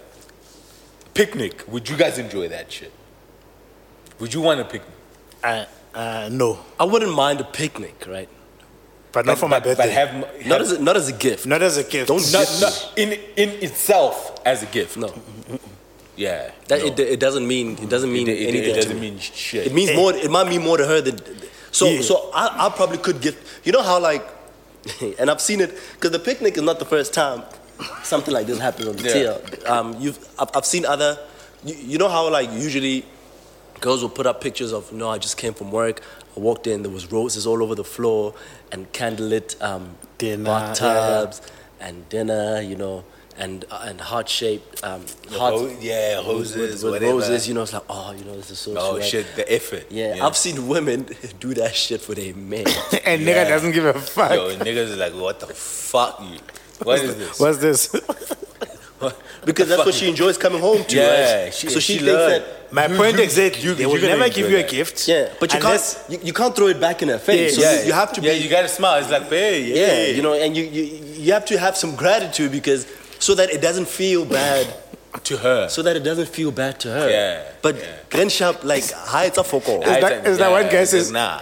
Speaker 2: Picnic. Would you guys enjoy that shit? Would you want a picnic?
Speaker 3: Uh, uh, no,
Speaker 1: I wouldn't mind a picnic, right?
Speaker 3: But not for my birthday.
Speaker 2: But have m-
Speaker 1: Not
Speaker 2: have-
Speaker 1: as a, not as a gift.
Speaker 3: Not as a gift.
Speaker 1: Don't-
Speaker 2: not, not in in itself as a gift.
Speaker 1: No,
Speaker 2: Yeah.
Speaker 1: that,
Speaker 2: no.
Speaker 1: it, it doesn't mean it doesn't mean
Speaker 2: It- it-
Speaker 1: anything.
Speaker 2: it
Speaker 1: to
Speaker 2: doesn't
Speaker 1: me.
Speaker 2: mean shit.
Speaker 1: It means more. It might mean more to her than. So
Speaker 3: Yeah.
Speaker 1: so I, I probably could get. You know how like, [laughs] and I've seen it because the picnic is not the first time something like this happens on the
Speaker 2: Yeah.
Speaker 1: tail. Um, you've I've, I've seen other. You, you know how like usually girls will put up pictures of no, I just came from work. I walked in. There was roses all over the floor and candlelit um,
Speaker 3: Dinner,
Speaker 1: bathtubs and dinner. You know. And, and heart shaped, um, heart,
Speaker 2: Ho- yeah,
Speaker 1: with-
Speaker 2: roses,
Speaker 1: with, with
Speaker 2: whatever.
Speaker 1: roses. You know, it's like, oh, you know, this is so.
Speaker 2: Oh
Speaker 1: swag.
Speaker 2: shit, the effort.
Speaker 1: Yeah,
Speaker 2: you know?
Speaker 1: I've seen women [laughs] do that shit for their men.
Speaker 3: [laughs] and nigga
Speaker 2: Yeah.
Speaker 3: doesn't give a fuck.
Speaker 2: Yo, niggas is like, what the fuck? You? What is this?
Speaker 3: What's [laughs] this?
Speaker 1: [laughs] because that's what she enjoys coming home to.
Speaker 2: Yeah,
Speaker 1: right?
Speaker 2: she-
Speaker 1: so she,
Speaker 2: she
Speaker 1: thinks
Speaker 2: learned.
Speaker 1: that.
Speaker 3: My point exactly.
Speaker 2: you-
Speaker 3: they
Speaker 2: you
Speaker 3: will
Speaker 2: gonna
Speaker 3: never
Speaker 2: enjoy
Speaker 3: give you a
Speaker 2: that.
Speaker 3: gift.
Speaker 1: Yeah, but you
Speaker 3: unless
Speaker 1: can't. You, you can't throw it back in her face.
Speaker 3: Yeah,
Speaker 1: so
Speaker 3: yeah.
Speaker 1: you, you have to be.
Speaker 2: Yeah, you gotta smile. It's like, hey, yeah,
Speaker 1: yeah, you know, and you, you you have to have some gratitude because so that it doesn't feel bad.
Speaker 2: to her.
Speaker 1: so that it doesn't feel bad to her.
Speaker 2: Yeah,
Speaker 1: But
Speaker 2: yeah.
Speaker 1: Grenshap, like, hi, it's a focal.
Speaker 2: I
Speaker 3: that-
Speaker 2: think-
Speaker 3: is that what
Speaker 2: yeah,
Speaker 3: guy
Speaker 2: it's just,
Speaker 3: says?
Speaker 2: Nah.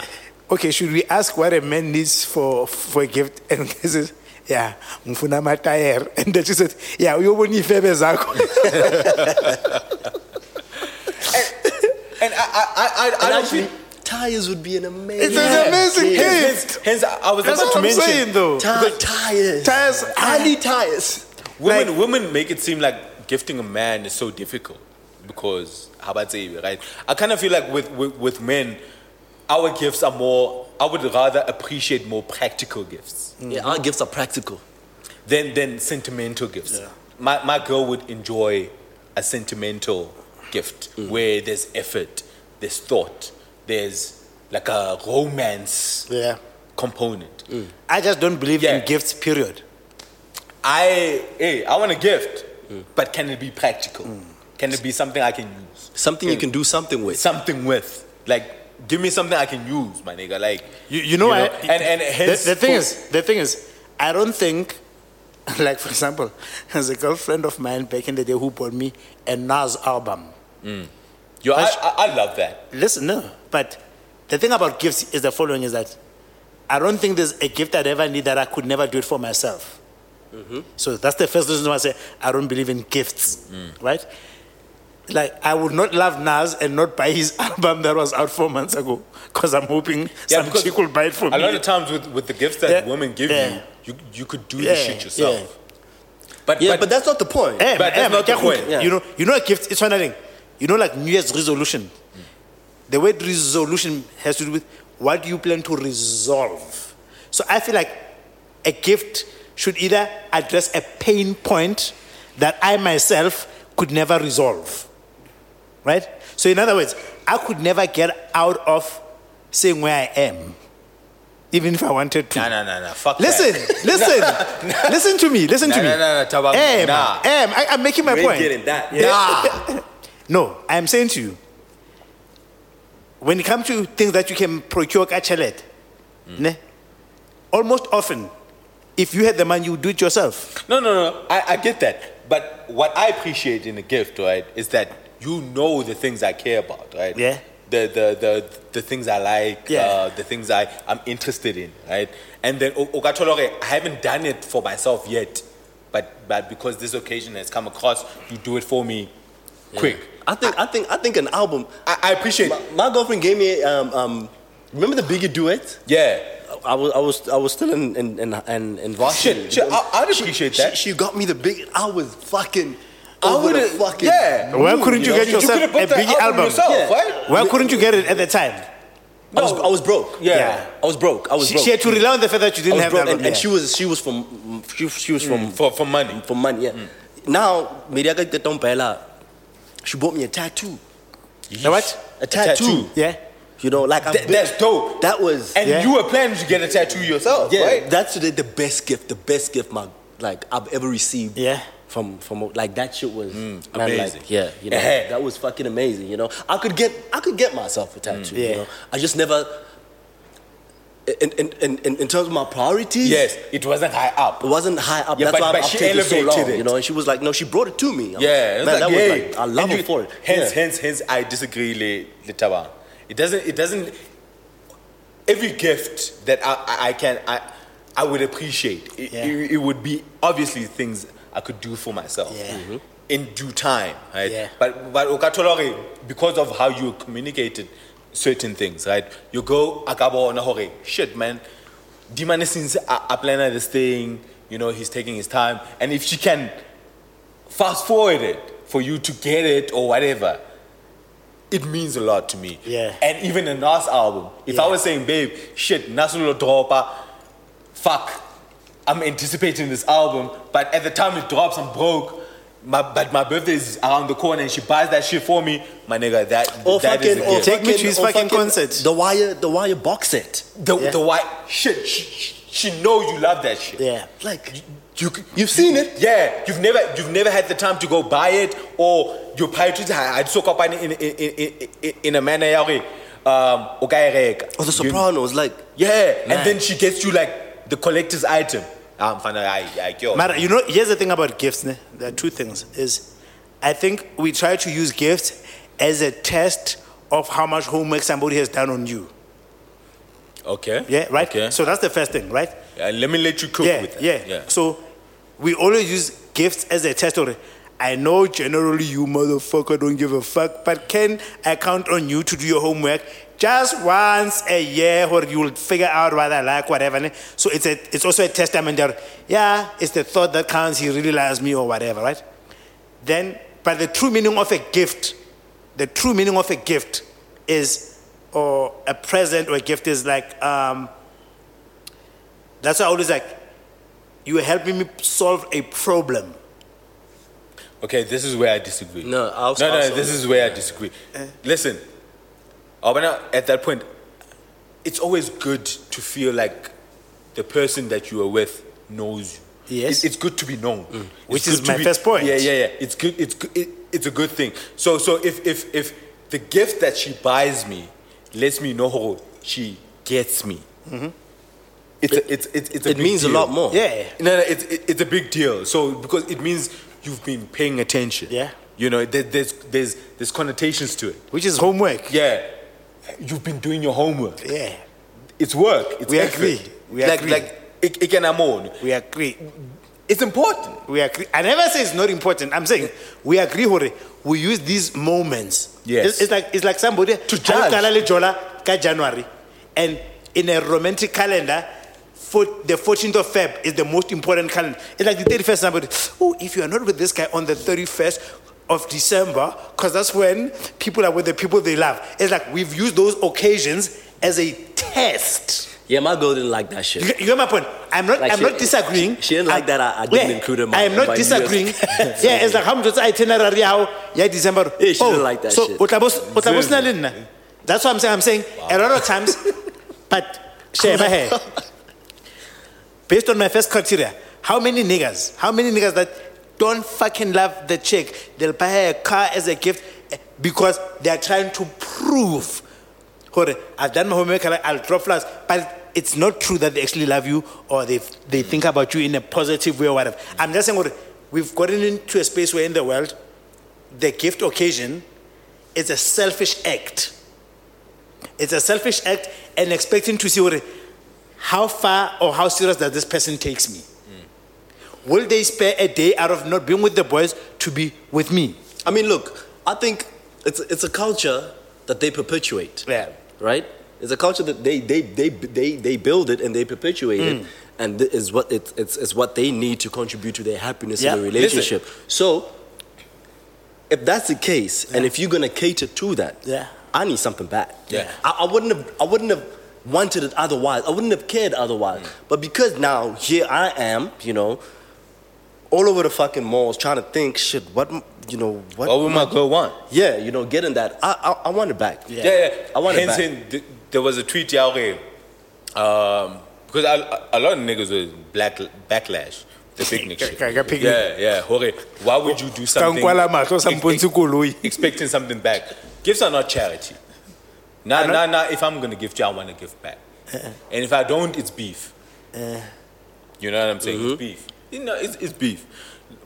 Speaker 3: Okay, should we ask what a man needs for for a gift? [laughs] And he says, yeah, mfuna matayere. [laughs] And then she said, yeah, uyobona ifebe [laughs] zakho.
Speaker 2: And I, I, I, I, I
Speaker 1: And
Speaker 2: don't
Speaker 1: actually,
Speaker 2: think-
Speaker 1: tires would be an amazing.
Speaker 3: It's an amazing gift.
Speaker 2: Hence, I was
Speaker 3: That's
Speaker 2: about
Speaker 3: what
Speaker 2: to
Speaker 3: I'm
Speaker 2: mention.
Speaker 3: saying, though.
Speaker 1: Ti- tires.
Speaker 3: Tires-
Speaker 1: I need tires.
Speaker 2: Women, women make it seem like gifting a man is so difficult because how about say right? I kind of feel like with, with with men, our gifts are more. I would rather appreciate more practical gifts
Speaker 1: Yeah, our gifts are practical.
Speaker 2: than than sentimental gifts. My my girl would enjoy a sentimental gift where there's effort, there's thought, there's like a romance
Speaker 3: yeah.
Speaker 2: component.
Speaker 3: I just don't believe
Speaker 2: Yeah.
Speaker 3: in gifts, period.
Speaker 2: I hey, I want a gift, but can it be practical? Can it be something I can use?
Speaker 1: Something you can do something with.
Speaker 2: Something with like, give me something I can use, my nigga. Like
Speaker 3: You, you know, I,
Speaker 2: and and hence
Speaker 3: the, the thing
Speaker 2: for-
Speaker 3: is, the thing is, I don't think, [laughs] like for example, there's a girlfriend of mine back in the day who bought me a Nas album.
Speaker 2: yo, I, I, I love that.
Speaker 3: Listen, no, but the thing about gifts is the following: is that I don't think there's a gift I'd ever need that I could never do it for myself.
Speaker 2: Mm-hmm.
Speaker 3: So that's the first reason why I say I don't believe in gifts,
Speaker 2: Mm.
Speaker 3: right? Like I would not love Nas and not buy his [laughs] album that was out four months ago because I'm hoping some
Speaker 2: because
Speaker 3: chick will buy it for
Speaker 2: A
Speaker 3: me.
Speaker 2: lot of times with, with the gifts that
Speaker 3: Yeah.
Speaker 2: women give
Speaker 3: Yeah.
Speaker 2: you, you you could do
Speaker 3: Yeah.
Speaker 2: the shit yourself. But,
Speaker 1: Yeah,
Speaker 2: but,
Speaker 1: but, that's not the point.
Speaker 3: Eh,
Speaker 2: But
Speaker 3: eh,
Speaker 2: that's not the
Speaker 3: yeah,
Speaker 2: point.
Speaker 3: okay. You know, you know, a gift. It's another thing. You know, like New Year's resolution. The word resolution has to do with what you plan to resolve. So I feel like a gift should either address a pain point that I myself could never resolve. Right. So in other words, I could never get out of saying where I am, even if I wanted to.
Speaker 2: nah, nah, nah, nah, fuck
Speaker 3: Listen,
Speaker 1: [laughs]
Speaker 2: that. [laughs]
Speaker 3: listen, listen to me, listen to
Speaker 2: Nah,
Speaker 3: me.
Speaker 2: nah, nah, nah, Tabang,
Speaker 3: Em,
Speaker 2: nah.
Speaker 3: Em, I, am making my
Speaker 1: You ain't
Speaker 3: point.
Speaker 1: getting that.
Speaker 2: Nah.
Speaker 3: [laughs] No, I am saying to you, when it comes to things that you can procure kachelet,
Speaker 1: Hmm.
Speaker 3: ne, almost often, if you had the money, you would do it yourself.
Speaker 2: No, no, no. I, I get that. But what I appreciate in a gift, right, is that you know the things I care about, right?
Speaker 3: Yeah.
Speaker 2: The the the, the things I like,
Speaker 3: Yeah.
Speaker 2: uh, the things I, I'm interested in, right? And then o- okathola, okay, I haven't done it for myself yet. But but because this occasion has come across, you do it for me quick.
Speaker 1: I think I think I think an album.
Speaker 2: I, I appreciate
Speaker 1: My, my girlfriend gave me um, um remember the Biggie duet?
Speaker 2: Yeah.
Speaker 1: I was I was I was still in in in in, in varsity.
Speaker 2: Shit, shit, I- I'd
Speaker 1: She-
Speaker 2: appreciate
Speaker 1: she,
Speaker 2: that.
Speaker 1: She, got me the big. I was fucking.
Speaker 2: I
Speaker 1: over the
Speaker 2: would've-
Speaker 1: fucking.
Speaker 2: yeah.
Speaker 3: Why
Speaker 2: Ooh,
Speaker 3: couldn't you,
Speaker 2: know,
Speaker 3: get yourself
Speaker 2: could've bought
Speaker 3: a
Speaker 2: that
Speaker 3: big album?
Speaker 2: yourself,
Speaker 1: Yeah.
Speaker 2: right?
Speaker 3: Why couldn't you get it at the time?
Speaker 1: I was I was broke.
Speaker 2: Yeah.
Speaker 1: I was broke. I was
Speaker 3: She,
Speaker 1: broke.
Speaker 3: she had to rely on the fact that you
Speaker 1: I
Speaker 3: didn't
Speaker 1: was
Speaker 3: have
Speaker 1: broke,
Speaker 3: that.
Speaker 1: and, and she was she was from she, she was from
Speaker 2: For for money.
Speaker 1: for money. Yeah. Now Mediaga Tetompela, she bought me a tattoo.
Speaker 3: The what?
Speaker 1: A tattoo.
Speaker 3: Yeah.
Speaker 1: You know, like I've
Speaker 2: Th-
Speaker 1: been-
Speaker 2: that's dope.
Speaker 1: That was
Speaker 2: And
Speaker 3: Yeah.
Speaker 2: you were planning to get a tattoo yourself,
Speaker 1: yeah.
Speaker 2: right?
Speaker 1: That's the, the best gift. The best gift, my like I've ever received.
Speaker 3: Yeah.
Speaker 1: From from like that shit was man,
Speaker 2: Mm, amazing.
Speaker 1: Like, yeah, you know
Speaker 2: [laughs] Yeah.
Speaker 1: that was fucking amazing. You know I could get I could get myself a tattoo.
Speaker 2: Mm.
Speaker 3: Yeah.
Speaker 1: You know I just never. In in, in, in in terms of my priorities,
Speaker 2: Yes, it wasn't high up.
Speaker 1: it wasn't high up.
Speaker 2: Yeah,
Speaker 1: That's
Speaker 2: but-
Speaker 1: why
Speaker 2: but
Speaker 1: I've
Speaker 2: she
Speaker 1: taken so long.
Speaker 2: elevated it.
Speaker 1: You know, and she was like, no, she brought it to me. I'm
Speaker 2: Yeah,
Speaker 1: man,
Speaker 2: it's like,
Speaker 1: that
Speaker 2: yeah.
Speaker 1: was like I love
Speaker 2: And
Speaker 1: her
Speaker 2: you-
Speaker 1: for it.
Speaker 2: Hence,
Speaker 1: yeah.
Speaker 2: hence, hence, I disagree, le, le Tabang. It doesn't. It doesn't. Every gift that I, I, I can, I, I would appreciate. It,
Speaker 3: Yeah.
Speaker 2: it, it would be obviously things I could do for myself
Speaker 3: Yeah. Mhm.
Speaker 1: Mm-hmm.
Speaker 2: in due time, right?
Speaker 3: Yeah.
Speaker 2: But but Okatolore, because of how you communicated certain things, right? You go akabo na hore shit, man. Dimane since I, I plan this thing, you know, he's taking his time, and if she can fast forward it for you to get it or whatever. It means a lot to me.
Speaker 3: Yeah.
Speaker 2: And even a Nas album. If I
Speaker 3: Yeah.
Speaker 2: was saying, babe, shit, Nasulo Dropa, fuck, I'm anticipating this album, but at the time it drops, I'm broke. My, but my birthday is around the corner and she buys that shit for me. My nigga, that,
Speaker 1: Or
Speaker 2: that is
Speaker 1: fucking,
Speaker 2: a
Speaker 1: or
Speaker 2: gift.
Speaker 6: Take me
Speaker 1: fucking,
Speaker 6: to his
Speaker 1: or
Speaker 6: fucking concert.
Speaker 1: The Wire, the Wire box set.
Speaker 2: The, the white shit, she, she, she know you love that shit.
Speaker 3: Yeah.
Speaker 1: Like,
Speaker 2: You, you've seen it. Yeah, you've never you've never had the time to go buy it or your priorities I soak up in in in in, in a manner yeah, okay, um ukayireka.
Speaker 1: or
Speaker 3: Oh,
Speaker 1: The
Speaker 2: You-
Speaker 1: Sopranos, like,
Speaker 2: Yeah,
Speaker 1: Man.
Speaker 2: and then she gets you like the collector's item. Ah, I'm fine. I I yo.
Speaker 3: Mara, you know, here's the thing about gifts. Ne? There are two things. Is I think we try to use gifts as a test of how much homework somebody has done on you.
Speaker 2: Okay.
Speaker 3: Yeah, right.
Speaker 2: Okay.
Speaker 3: So that's the first thing, right?
Speaker 2: Uh, let me let you cook
Speaker 3: yeah,
Speaker 2: with that.
Speaker 3: yeah, So we always use gifts as a test. Or I know generally you motherfucker don't give a fuck, but can I count on you to do your homework just once a year, or you will figure out what I like, whatever. ne? So it's a, it's also a testament that yeah, it's the thought that counts. He really loves me, or whatever, right? Then, but the true meaning of a gift, the true meaning of a gift is, or a present or a gift is like, um, that's why I always like, you are helping me solve a problem.
Speaker 2: Okay, this is where I disagree.
Speaker 1: No, I'll-
Speaker 2: no, no.
Speaker 1: I'll-
Speaker 2: this is where I disagree. Listen, Obana, at that point, it's always good to feel like the person that you are with knows you.
Speaker 3: Yes.
Speaker 2: It- it's good to be known.
Speaker 1: Mm.
Speaker 2: It's
Speaker 3: Which is
Speaker 2: good to
Speaker 3: my first point.
Speaker 2: Yeah, yeah, yeah. It's good. It's good. It, it's a good thing. So, so if if if the gift that she buys me lets me know how she gets me.
Speaker 3: Mm-hmm.
Speaker 2: It's a, it's, it's, it's a
Speaker 1: It
Speaker 2: big
Speaker 1: means a
Speaker 2: deal.
Speaker 1: lot more.
Speaker 3: Yeah.
Speaker 2: No, no, it's, it, it's a big deal. So because it means you've been paying attention.
Speaker 3: Yeah.
Speaker 2: You know, there, there's there's there's connotations to it.
Speaker 3: Which is homework.
Speaker 2: Yeah. You've been doing your homework.
Speaker 3: Yeah.
Speaker 2: It's work. It's
Speaker 3: We
Speaker 2: effort.
Speaker 3: agree. We
Speaker 2: like
Speaker 3: agree.
Speaker 2: like it, it can amount.
Speaker 3: We agree.
Speaker 2: It's important.
Speaker 3: We agree. I never say it's not important. I'm saying we agree, Hore. We use these moments.
Speaker 2: Yes.
Speaker 3: It's, it's like it's like somebody to
Speaker 2: judge.
Speaker 3: ka January, and in a romantic calendar, for the 14th of Feb is the most important calendar. It's like the 31st. Somebody, oh, if you are not with this guy on the 31st of December, because that's when people are with the people they love. It's like we've used those occasions as a test.
Speaker 1: yeah, my girl didn't like that shit.
Speaker 3: You, you get my point. I'm not.
Speaker 1: Like
Speaker 3: I'm
Speaker 1: she-
Speaker 3: not disagreeing.
Speaker 1: she- she didn't like that I- I didn't include her in my-
Speaker 3: I am
Speaker 1: my
Speaker 3: not
Speaker 1: US. [laughs]
Speaker 3: disagreeing. yeah, it's like how much itinerary how yeah December. Oh,
Speaker 1: Yeah, she didn't like that
Speaker 3: so
Speaker 1: shit.
Speaker 3: utabos- utabos na le nna. That's what I'm saying. I'm saying a lot of times, but share my
Speaker 1: [laughs]
Speaker 3: hair. Based on my first criteria, how many niggas? How many niggas that don't fucking love the chick? They'll buy her a car as a gift eh, because they are trying to prove Hore, I've done my homework, I'll- I'll drop flowers. But it's not true that they actually love you or they, they think about you in a positive way or whatever. I'm just saying, Hore, we've gotten into a space where in the world, the gift occasion is a selfish act. It's a selfish act and expecting to see Hore, how far or how serious that this person takes me. Will they spare a day out of not being with the boys to be with me?
Speaker 1: I mean, look, I think it's it's a culture that they perpetuate.
Speaker 3: Yeah.
Speaker 1: Right. It's a culture that they they they they, they build it and they perpetuate it, and th- is what it, it's it's what they need to contribute to their happiness
Speaker 3: Yeah.
Speaker 1: in a relationship. So, if that's the case, and if you're gonna cater to that,
Speaker 3: Yeah.
Speaker 1: I need something back.
Speaker 2: Yeah.
Speaker 1: I, I wouldn't have I wouldn't have wanted it otherwise. I wouldn't have cared otherwise. But because now here I am, you know, all over the fucking malls trying to think shit. What m- you know? What?
Speaker 2: What would my girl want?
Speaker 1: Yeah, you know, getting that. I I, I want it back.
Speaker 2: Yeah, yeah.
Speaker 1: I want it
Speaker 2: Hence,
Speaker 1: back.
Speaker 2: in- th- there was a tweet, yeah, okay. Um, because a, a lot of niggas was black backlash,
Speaker 3: [laughs]
Speaker 2: the picnic shit.
Speaker 3: Ka- ka- picnic.
Speaker 2: Yeah, yeah. Okay, why would you do something?
Speaker 3: nkwala mahlo, sa mpontshe koloi.
Speaker 2: expecting something back. Gifts are not charity. Nah, nah, nah. If I'm gonna gift you, I want to give back.
Speaker 3: Uh-uh.
Speaker 2: and if I don't, it's beef.
Speaker 3: Uh-huh.
Speaker 2: you know what I'm saying?
Speaker 3: Mm-hmm.
Speaker 2: It's beef. You know, it's, it's beef.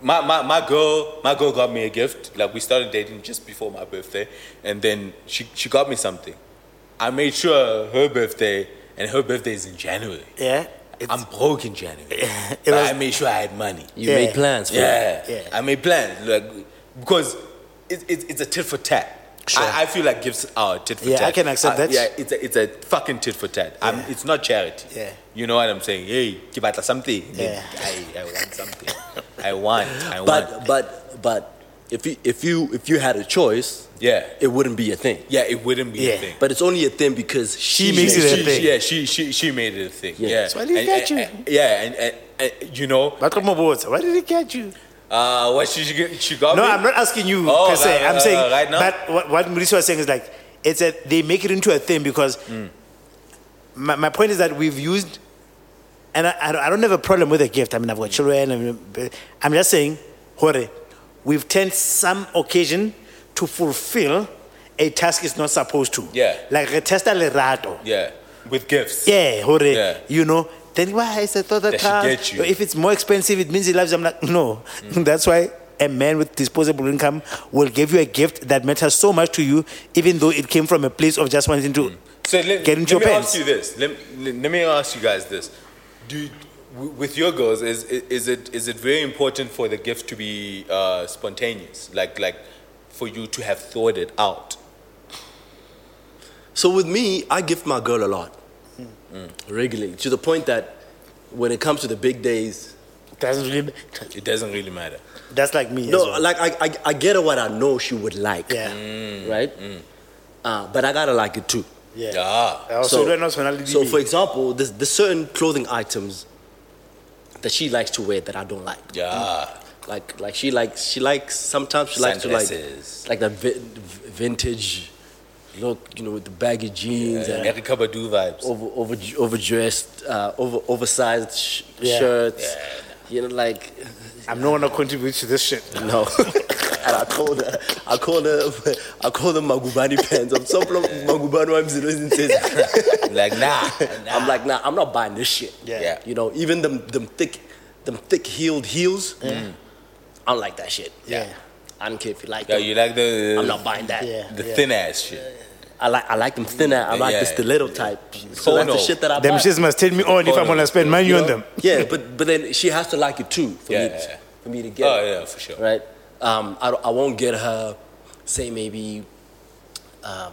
Speaker 2: My, my my girl my girl got me a gift. Like we started dating just before my birthday, and then she she got me something. I made sure her birthday and her birthday is in January.
Speaker 3: Yeah.
Speaker 2: I'm broke in January.
Speaker 3: [laughs] It
Speaker 2: but
Speaker 3: was-
Speaker 2: I made sure I had money.
Speaker 1: You
Speaker 3: Yeah.
Speaker 1: make plans for it.
Speaker 2: Yeah.
Speaker 3: Yeah.
Speaker 2: I made plans. Like, because it, it, it's a tit for tat.
Speaker 3: Sure.
Speaker 2: I, I feel like gifts are tit for
Speaker 3: Yeah,
Speaker 2: tat.
Speaker 3: I can accept
Speaker 2: Uh,
Speaker 3: that.
Speaker 2: Yeah, it's a, it's a fucking tit for tat. I'm, it's not charity.
Speaker 3: Yeah.
Speaker 2: You know what I'm saying? Hey, give out something.
Speaker 3: Yeah.
Speaker 2: I, I want something. I want. I want.
Speaker 1: But but but if you if you if you had a choice,
Speaker 2: Yeah.
Speaker 1: it wouldn't be a thing.
Speaker 2: yeah, it wouldn't be a
Speaker 3: Yeah.
Speaker 2: thing.
Speaker 1: But it's only a thing because she,
Speaker 3: makes it a
Speaker 2: she,
Speaker 3: thing.
Speaker 2: Yeah, she she she made it a thing. Yeah.
Speaker 1: Yeah.
Speaker 2: yeah.
Speaker 1: That's
Speaker 3: why they get you.
Speaker 2: and- yeah, and, and, and you know,
Speaker 3: But come on, why did he get you?
Speaker 2: uh, what she she got- she got
Speaker 3: No,
Speaker 2: me?
Speaker 3: I'm not asking you
Speaker 2: Oh,
Speaker 3: per se.
Speaker 2: right,
Speaker 3: I'm
Speaker 2: right,
Speaker 3: saying,
Speaker 2: right, right now?
Speaker 3: but what, what Mauricio was saying is like, it's a, they make it into a thing because
Speaker 2: Hmm.
Speaker 3: my, my point is that we've used, and I, I don't- I don't have a problem with a gift. I mean, I've got children. I mean, but I'm just saying, hore, we've turned some occasion to fulfill a task it's not supposed to.
Speaker 2: Yeah.
Speaker 3: Like, retesta lerato.
Speaker 2: Yeah, with gifts.
Speaker 3: Yeah, hore.
Speaker 2: Yeah.
Speaker 3: You know, then why is it thought that
Speaker 2: That should
Speaker 3: car-
Speaker 2: get you.
Speaker 3: If it's more expensive, it means he loves. you. I'm like, no.
Speaker 1: Mm.
Speaker 3: That's why a man with disposable income will give you a gift that matters so much to you, even though it came from a place of just wanting to.
Speaker 1: Mm.
Speaker 2: So let,
Speaker 3: Get into
Speaker 2: let me
Speaker 3: your
Speaker 2: ask
Speaker 3: pants.
Speaker 2: you this. Let, let, let me ask you guys this. Do you- w- with your girls is is it is it very important for the gift to be uh, spontaneous? Like like for you to have thought it out.
Speaker 1: So with me, I gift my girl a lot, regularly, to the point that when it comes to the big days,
Speaker 3: Doesn't really.
Speaker 2: It doesn't really matter.
Speaker 3: That's like me.
Speaker 1: no,
Speaker 3: as well.
Speaker 1: like I, I, I get her what I know she would like,
Speaker 3: yeah,
Speaker 1: right?
Speaker 3: mm.
Speaker 1: Uh, but I gotta like it too.
Speaker 3: yeah.
Speaker 2: Ah.
Speaker 3: I also learn also when I
Speaker 1: so
Speaker 3: leave.
Speaker 1: for example, there's, there's certain clothing items that she likes to wear that I don't like.
Speaker 2: Yeah.
Speaker 1: Like like she likes she likes sometimes she
Speaker 3: Mm.
Speaker 1: likes
Speaker 2: Sunglasses.
Speaker 1: to like like that vi- v- vintage look, you know, with the baggy jeans and
Speaker 2: Erica Badu vibes.
Speaker 3: Oh.
Speaker 1: over over overdressed, uh, over oversized sh-
Speaker 3: Yeah.
Speaker 1: shirts. You know, like
Speaker 3: I'm not gonna contribute to this shit.
Speaker 1: [laughs] no. Oh. and I called her, I called her, I called her Magubani pants. I'm so plump, Magubani I'm zero in this.
Speaker 2: Like nah.
Speaker 1: I'm like, nah, I'm not buying this shit.
Speaker 3: [laughs] Yeah.
Speaker 2: Yeah.
Speaker 1: You know, even them them thick, them thick heeled heels. I don't like that shit.
Speaker 3: Yeah.
Speaker 1: I don't care if you like
Speaker 2: Yeah,
Speaker 1: them.
Speaker 2: you like the
Speaker 1: I'm not buying that.
Speaker 3: Yeah.
Speaker 2: the thin ass shit.
Speaker 1: I like I like them thinner. I like
Speaker 2: Yeah. Oh,
Speaker 1: the stiletto type. So that's
Speaker 2: Kono.
Speaker 1: the shit that I
Speaker 3: Them
Speaker 1: buy.
Speaker 3: shits must turn me on if I'm gonna spend money
Speaker 1: You
Speaker 3: on
Speaker 1: know?
Speaker 3: them.
Speaker 1: Yeah, but but then she has to like it too for
Speaker 2: Yeah,
Speaker 1: me
Speaker 2: yeah, yeah.
Speaker 1: for me to get.
Speaker 2: Oh
Speaker 1: it,
Speaker 2: yeah, for sure.
Speaker 1: Right. Um, I don't- I won't get her, say maybe, um,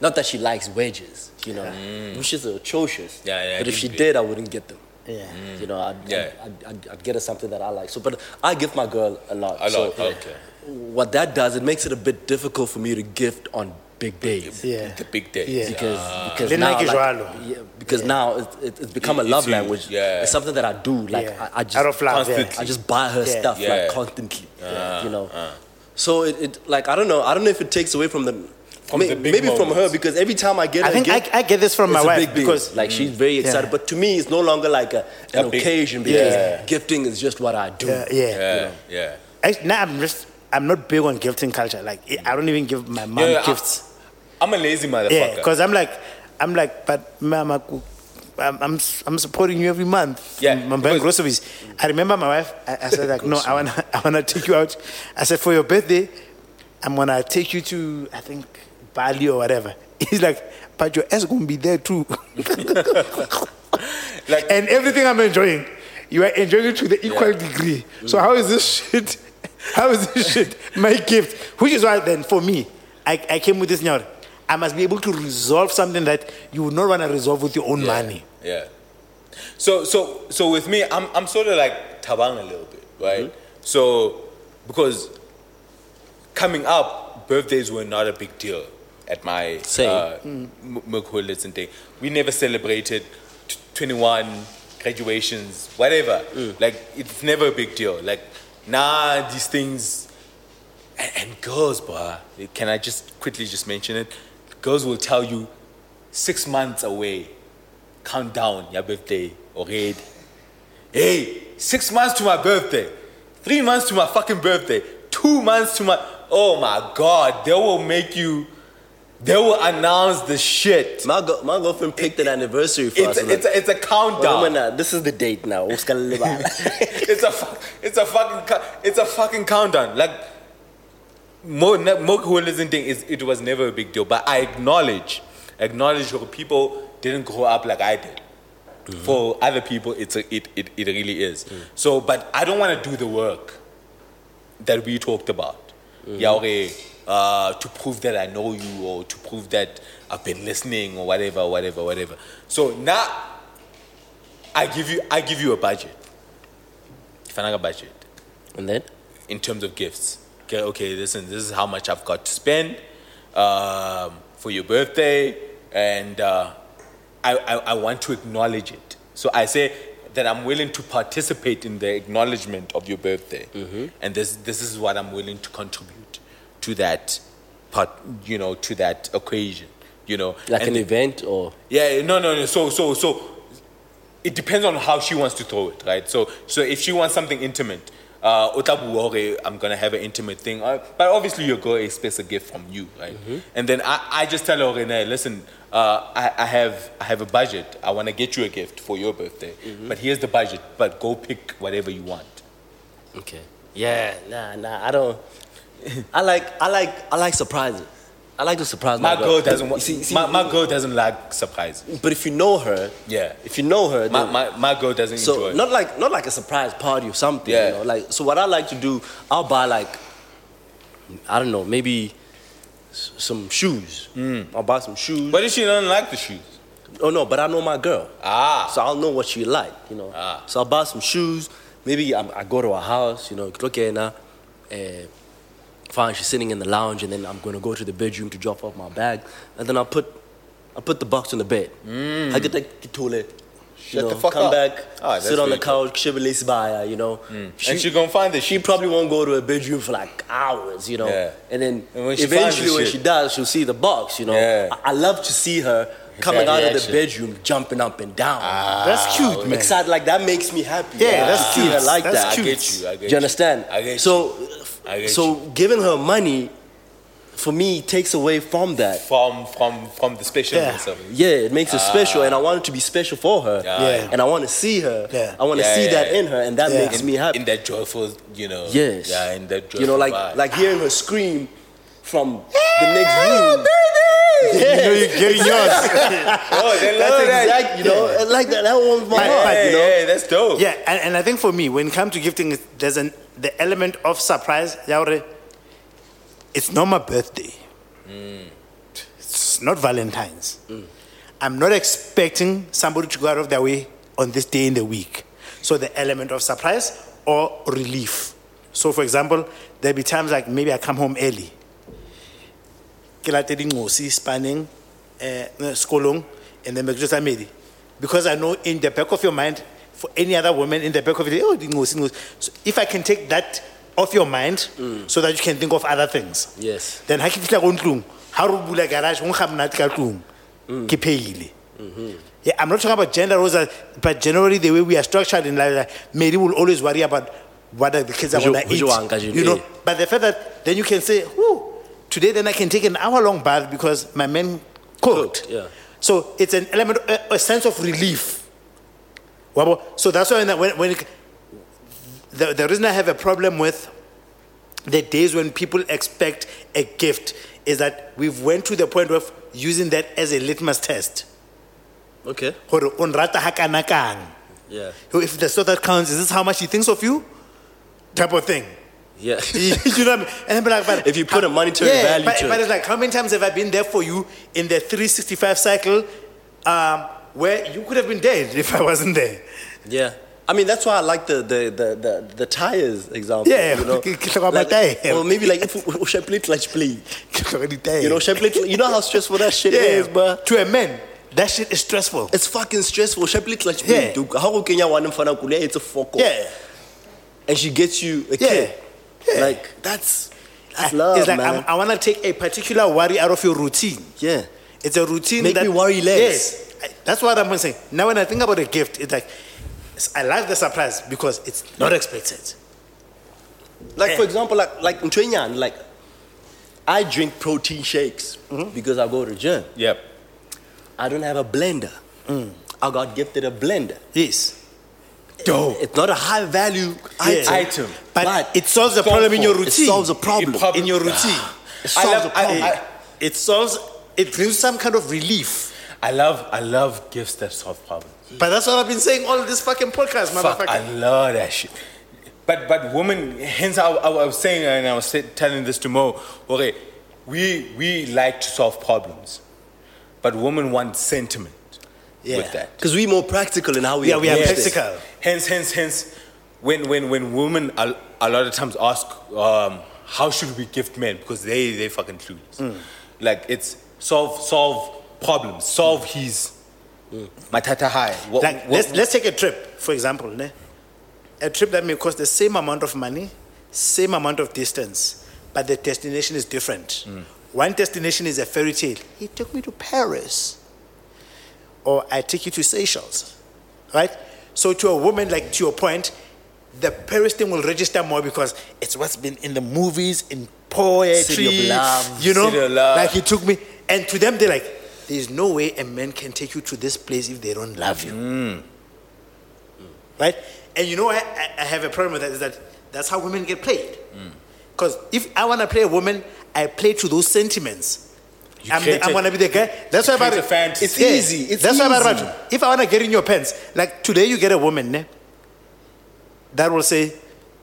Speaker 1: not that she likes wedges, you know, which is atrocious.
Speaker 2: Mm. Yeah, yeah, I
Speaker 1: But if she
Speaker 2: didn't-
Speaker 1: did, I wouldn't get them.
Speaker 3: Yeah.
Speaker 1: You know, I'd,
Speaker 2: Yeah.
Speaker 1: I'd, I'd, I'd get her something that I like. So, but I give my girl a lot.
Speaker 2: A
Speaker 1: So
Speaker 2: lot, okay.
Speaker 1: What that does, it makes it a bit difficult for me to gift on big days
Speaker 3: Yeah.
Speaker 2: The big days.
Speaker 3: Yeah.
Speaker 1: because because
Speaker 3: Le
Speaker 1: now
Speaker 3: Nike
Speaker 1: like,
Speaker 3: Joalo.
Speaker 1: yeah, because now it, it, it's become a
Speaker 2: It's
Speaker 1: love
Speaker 2: huge,
Speaker 1: language.
Speaker 2: yeah.
Speaker 1: It's something that I do. Like
Speaker 3: Yeah.
Speaker 1: I, I just
Speaker 3: Out of love, yeah.
Speaker 1: I just buy her
Speaker 3: Yeah.
Speaker 1: stuff
Speaker 2: Yeah. Uh,
Speaker 1: like constantly. You know. So it, it like I don't know I don't know if it takes away from the.
Speaker 2: From
Speaker 1: may-
Speaker 2: the big
Speaker 1: maybe from her
Speaker 2: moments.
Speaker 1: because every time I get,
Speaker 3: I
Speaker 1: her
Speaker 3: think
Speaker 1: a
Speaker 3: I,
Speaker 1: gift,
Speaker 3: I get this from
Speaker 1: it's
Speaker 3: my
Speaker 1: a
Speaker 3: wife
Speaker 1: big deal.
Speaker 3: because Mm.
Speaker 1: like she's very excited, but to me it's no longer like a, an
Speaker 2: A big-
Speaker 1: occasion because
Speaker 2: Yeah.
Speaker 1: gifting is just what I do.
Speaker 3: yeah, yeah.
Speaker 2: Yeah, yeah.
Speaker 3: Actually, now I'm just I'm not big on gifting culture. Like I I don't even give my mom
Speaker 2: Yeah, Mm-hmm. yeah, I-
Speaker 3: gifts.
Speaker 2: I'm a lazy motherfucker.
Speaker 3: Yeah, because I'm like, I'm like, but ma'am, I cook- I'm, I'm, I'm supporting you every month. Mm,
Speaker 2: Yeah,
Speaker 3: I'm buying
Speaker 2: because-
Speaker 3: groceries. I remember my wife. I, I said like, no, I wanna, [laughs] I wanna take you out. I said for your birthday, I'm gonna take you to I think Bali or whatever. [laughs] He's like, but your ass gonna be there too. [laughs]
Speaker 2: like
Speaker 3: and everything I'm enjoying, you are enjoying it to the equal
Speaker 2: Yeah.
Speaker 3: degree. So how is this shit? [laughs] How is this shit my gift? Which is why then for me, I, I came with this now. I must be able to resolve something that you would not want to resolve with your own money.
Speaker 2: Yeah. So so so with me, I'm I'm sort of like tabang a little bit, right? So because coming up, birthdays were not a big deal at my
Speaker 1: Same.
Speaker 2: uh, m- Mkhulits and thing. We never celebrated t- 21 graduations, whatever. Like it's never a big deal. Like nah, these things and, and girls, bruh, can I just quickly just mention it? Girls will tell you six months away, countdown your birthday already. Hey, six months to my birthday, three months to my fucking birthday, two months to my. Oh my god, they will make you. They will announce the shit.
Speaker 1: My, go- my girlfriend picked an anniversary for
Speaker 2: It's
Speaker 1: us.
Speaker 2: a, it's a, it's a countdown.
Speaker 1: Woman, uh, this is the date
Speaker 2: [laughs]
Speaker 1: now.
Speaker 2: it's a fu- it's a fucking cou- it's a fucking countdown. Like more ne- more holism thing is it was never a big deal, but I acknowledge acknowledge how people didn't grow up like I did. For other people, it's a, it, it, it really is. So, but I don't want to do the work that we talked about. Yeah, okay, uh, to prove that I know you or to prove that I've been listening or whatever, whatever, whatever. So now I give you I give you a budget. If I a budget
Speaker 1: And then?
Speaker 2: in terms of gifts. Okay, okay, listen, this is how much I've got to spend um, for your birthday, and uh, I, I, I want to acknowledge it. So I say that I'm willing to participate in the acknowledgement of your birthday, and this, this is what I'm willing to contribute to that part, you know, to that equation, you know.
Speaker 1: Like
Speaker 2: And
Speaker 1: an
Speaker 2: the-
Speaker 1: event or?
Speaker 2: yeah, no, no, no. So, so, so, it depends on how she wants to throw it, right? So, so if she wants something intimate, uh, "Otabu, okay, I'm gonna have an intimate thing. Uh, but obviously, your girl expects a gift from you, right? And then I, I just tell her, okay, nah, listen, uh, I, I have, I have a budget. I want to get you a gift for your birthday, but here's the budget. But go pick whatever you want.
Speaker 1: Okay. [laughs] Yeah, nah, nah. I don't. I like, I like, I like surprises. I like to surprise
Speaker 2: My
Speaker 1: my,
Speaker 2: girl doesn't
Speaker 1: You
Speaker 2: want.
Speaker 1: See, see,
Speaker 2: my, my girl doesn't like surprises.
Speaker 1: But if you know her,
Speaker 2: Yeah.
Speaker 1: If you know her,
Speaker 2: My,
Speaker 1: then,
Speaker 2: my, my girl doesn't
Speaker 1: so
Speaker 2: enjoy.
Speaker 1: not like not like a surprise party or something.
Speaker 2: Yeah.
Speaker 1: You know? Like so, what I like to do, I'll buy like, I don't know, maybe s- some shoes. I'll buy some shoes.
Speaker 2: But if she doesn't like the shoes,
Speaker 1: oh no, but I know my girl.
Speaker 2: ah,
Speaker 1: So I'll know what she like, you know.
Speaker 2: Ah.
Speaker 1: So I'll buy some shoes. Maybe I'm, I go to her house, you know, look at her. Uh, fine, she's sitting in the lounge, and then I'm going to go to the bedroom to drop off my bag. And then I'll put, I'll put the box on the bed.
Speaker 2: Mm.
Speaker 1: I get the kitole.
Speaker 2: Shut the fuck
Speaker 1: come
Speaker 2: up.
Speaker 1: back,
Speaker 2: Ah, that's
Speaker 1: sit on the
Speaker 2: really cool.
Speaker 1: couch, shibboleth by her, you know.
Speaker 2: and she gonna find the
Speaker 1: she
Speaker 2: shoes.
Speaker 1: probably won't go to her bedroom for like hours, you know.
Speaker 2: Yeah.
Speaker 1: And then
Speaker 2: And when she finds
Speaker 1: eventually,
Speaker 2: the
Speaker 1: when
Speaker 2: shit.
Speaker 1: she does, she'll see the box, you know.
Speaker 2: Yeah.
Speaker 1: I, I love to see her coming out of the
Speaker 2: reaction.
Speaker 1: bedroom, jumping up and down.
Speaker 2: Ah,
Speaker 3: That's cute, man.
Speaker 1: Excited like that makes me happy.
Speaker 3: Yeah,
Speaker 1: I
Speaker 3: that's
Speaker 1: see
Speaker 3: cute.
Speaker 1: her like
Speaker 3: That's
Speaker 1: that.
Speaker 2: I
Speaker 3: cute.
Speaker 2: get you. I
Speaker 1: Do
Speaker 2: get
Speaker 1: you understand?
Speaker 2: I get
Speaker 1: so,
Speaker 2: I get
Speaker 1: so giving her money, for me, takes away from that.
Speaker 2: from from from the specialness of it.
Speaker 1: Yeah, it makes it special, and I want it to be special for her.
Speaker 2: Yeah. [laughs] Yeah.
Speaker 1: And I want to see her.
Speaker 3: Yeah.
Speaker 1: I want to
Speaker 2: Yeah,
Speaker 1: see
Speaker 2: yeah,
Speaker 1: that
Speaker 2: yeah.
Speaker 1: in her, and that
Speaker 3: Yeah.
Speaker 1: makes me happy.
Speaker 2: In that joyful, you know.
Speaker 1: yes.
Speaker 2: Yeah, in that joyful.
Speaker 1: you know, like
Speaker 2: vibe.
Speaker 1: like hearing her scream from the next room.
Speaker 3: You know, you're getting yours.
Speaker 2: oh, they love
Speaker 1: That's
Speaker 2: that.
Speaker 1: exactly, you know, like that. That warms my
Speaker 3: But-
Speaker 1: heart.
Speaker 3: but-
Speaker 2: Yeah,
Speaker 1: you know?
Speaker 2: yeah, that's dope.
Speaker 3: yeah, and, and I think for me, when it comes to gifting, there's an the element of surprise. yeah, already- It's not my birthday.
Speaker 2: Mm.
Speaker 3: It's not Valentine's. I'm not expecting somebody to go out of their way on this day in the week. So the element of surprise or relief. So for example, there'll be times like maybe I come home early. ke latele ngosi spanning eh ne- sekolong and then bekujwetsa medi because i know in the back of your mind for any other woman in the back of it oh dingosi ngosi so if i can take that off your mind so that you can think of other things
Speaker 1: Yes.
Speaker 3: then ha ke fihla ko ntlong ha re bula garage go nkga monate ka tlong ke pheile Yeah, I'm not talking about gender roles, uh, but generally the way we are structured in life, like, Mary will always worry about what are the kids are
Speaker 1: Who you- who
Speaker 3: going to eat.
Speaker 1: you want, 'cause you-
Speaker 3: You know,
Speaker 1: yeah.
Speaker 3: but the fact that then you can say, "Whoo, today then I can take an hour long bath because my man cooked."
Speaker 1: Cooked, yeah.
Speaker 3: So it's an element, a, a sense of relief. Wabo. So that's why when, when it, the, the reason I have a problem with the days when people expect a gift is that we've went to the point of using that as a litmus test.
Speaker 1: Okay.
Speaker 3: Gore o nrata ha kana kang.
Speaker 1: Yeah.
Speaker 3: If the sort that counts, is this how much he thinks of you? Type of [laughs] thing.
Speaker 1: [laughs] Yeah.
Speaker 3: you know what I mean? And I'm like, but
Speaker 1: If you put a monetary value
Speaker 3: but,
Speaker 1: to
Speaker 3: but
Speaker 1: it.
Speaker 3: it's like, how many times have I been there for you in the 365 cycle um, where you could have been dead if I wasn't there?
Speaker 1: yeah. I mean that's why I like the the the the, the tires example.
Speaker 3: Yeah,
Speaker 1: you know,
Speaker 3: [laughs]
Speaker 1: [laughs]
Speaker 3: ke- ke tlhoka mathaere.
Speaker 1: or maybe like if [laughs] o- o shape it like play.
Speaker 3: [laughs] Ke already dead.
Speaker 1: You know, shape it- You know how stressful that shit is,
Speaker 3: yeah,
Speaker 1: but
Speaker 3: to a man, that shit is stressful.
Speaker 1: it's fucking stressful. Shape it like play.
Speaker 3: Yeah.
Speaker 1: dude. How can you want to kulia? It's a fuck off.
Speaker 3: Yeah.
Speaker 1: And she gets you a
Speaker 3: Yeah.
Speaker 1: kid.
Speaker 3: Yeah.
Speaker 1: Like that's that's
Speaker 3: I-
Speaker 1: love,
Speaker 3: it's like
Speaker 1: man.
Speaker 3: I'm- i want to take a particular worry out of your routine.
Speaker 1: yeah.
Speaker 3: It's a routine
Speaker 1: Make
Speaker 3: that
Speaker 1: me worry less.
Speaker 3: Yes, I- that's what I'm saying. Now, when I think about a gift, it's like it's- I like the surprise because it's not expected.
Speaker 1: Like for
Speaker 3: Yeah.
Speaker 1: example, like like in Trinidad, like I drink protein shakes
Speaker 3: Mm-hmm.
Speaker 1: because I go to gym.
Speaker 2: Yep.
Speaker 1: I don't have a blender.
Speaker 3: Mm.
Speaker 1: I got gifted a blender.
Speaker 3: Yes,
Speaker 1: It's not a high value
Speaker 3: Yeah.
Speaker 1: item,
Speaker 2: Item.
Speaker 3: but, it solves a problem in your routine.
Speaker 1: It solves a problem.
Speaker 2: It prob-
Speaker 3: in your routine.
Speaker 1: It solves
Speaker 2: I love-
Speaker 1: a problem.
Speaker 2: I- I-
Speaker 3: it solves. It brings some kind of relief.
Speaker 2: I love I love gifts that solve problems.
Speaker 3: But that's what I've been saying all this fucking podcast,
Speaker 2: Fuck, I
Speaker 3: motherfucker.
Speaker 2: love that shit. But but women, hence I, I was saying uh, and I was say- telling this to Mo. Okay, we we like to solve problems, but women want sentiment with that.
Speaker 1: Because we're more practical in how we
Speaker 3: Yeah, we are
Speaker 1: approach this.
Speaker 3: practical.
Speaker 2: Hence, hence, hence, when when when women a, a lot of times ask, um, how should we gift men? Because they they fucking clueless.
Speaker 1: Mm.
Speaker 2: Like it's solve solve problems, solve his
Speaker 1: Mm.
Speaker 2: matata high. What,
Speaker 3: Like,
Speaker 2: what-
Speaker 3: let's, let's take a trip, for example. Ne? A trip that may cost the same amount of money, same amount of distance, but the destination is different.
Speaker 2: Mm.
Speaker 3: One destination is a fairy tale. He took me to Paris. Or I take you to Seychelles. Right? So, to a woman, like to your point, the Paris thing will register more because it's what's been in the movies, in poetry.
Speaker 2: City of love.
Speaker 3: You know?
Speaker 2: City of love.
Speaker 3: Like he took me. And to them, they're like, there's no way a man can take you to this place if they don't love you
Speaker 2: Mm.
Speaker 3: right? And you know, I, I I have a problem with that is that that's how women get played.
Speaker 2: Mm.
Speaker 3: Because if I want to play a woman, I play to those sentiments. I'm, the,
Speaker 2: create
Speaker 3: I'm
Speaker 2: a-
Speaker 3: gonna be the guy. That's why
Speaker 2: create
Speaker 3: about
Speaker 2: a fantasy.
Speaker 1: It's easy, it's
Speaker 3: That's why
Speaker 1: easy.
Speaker 3: about if I wanna get in your pants, like today you get a woman, ne? that will say,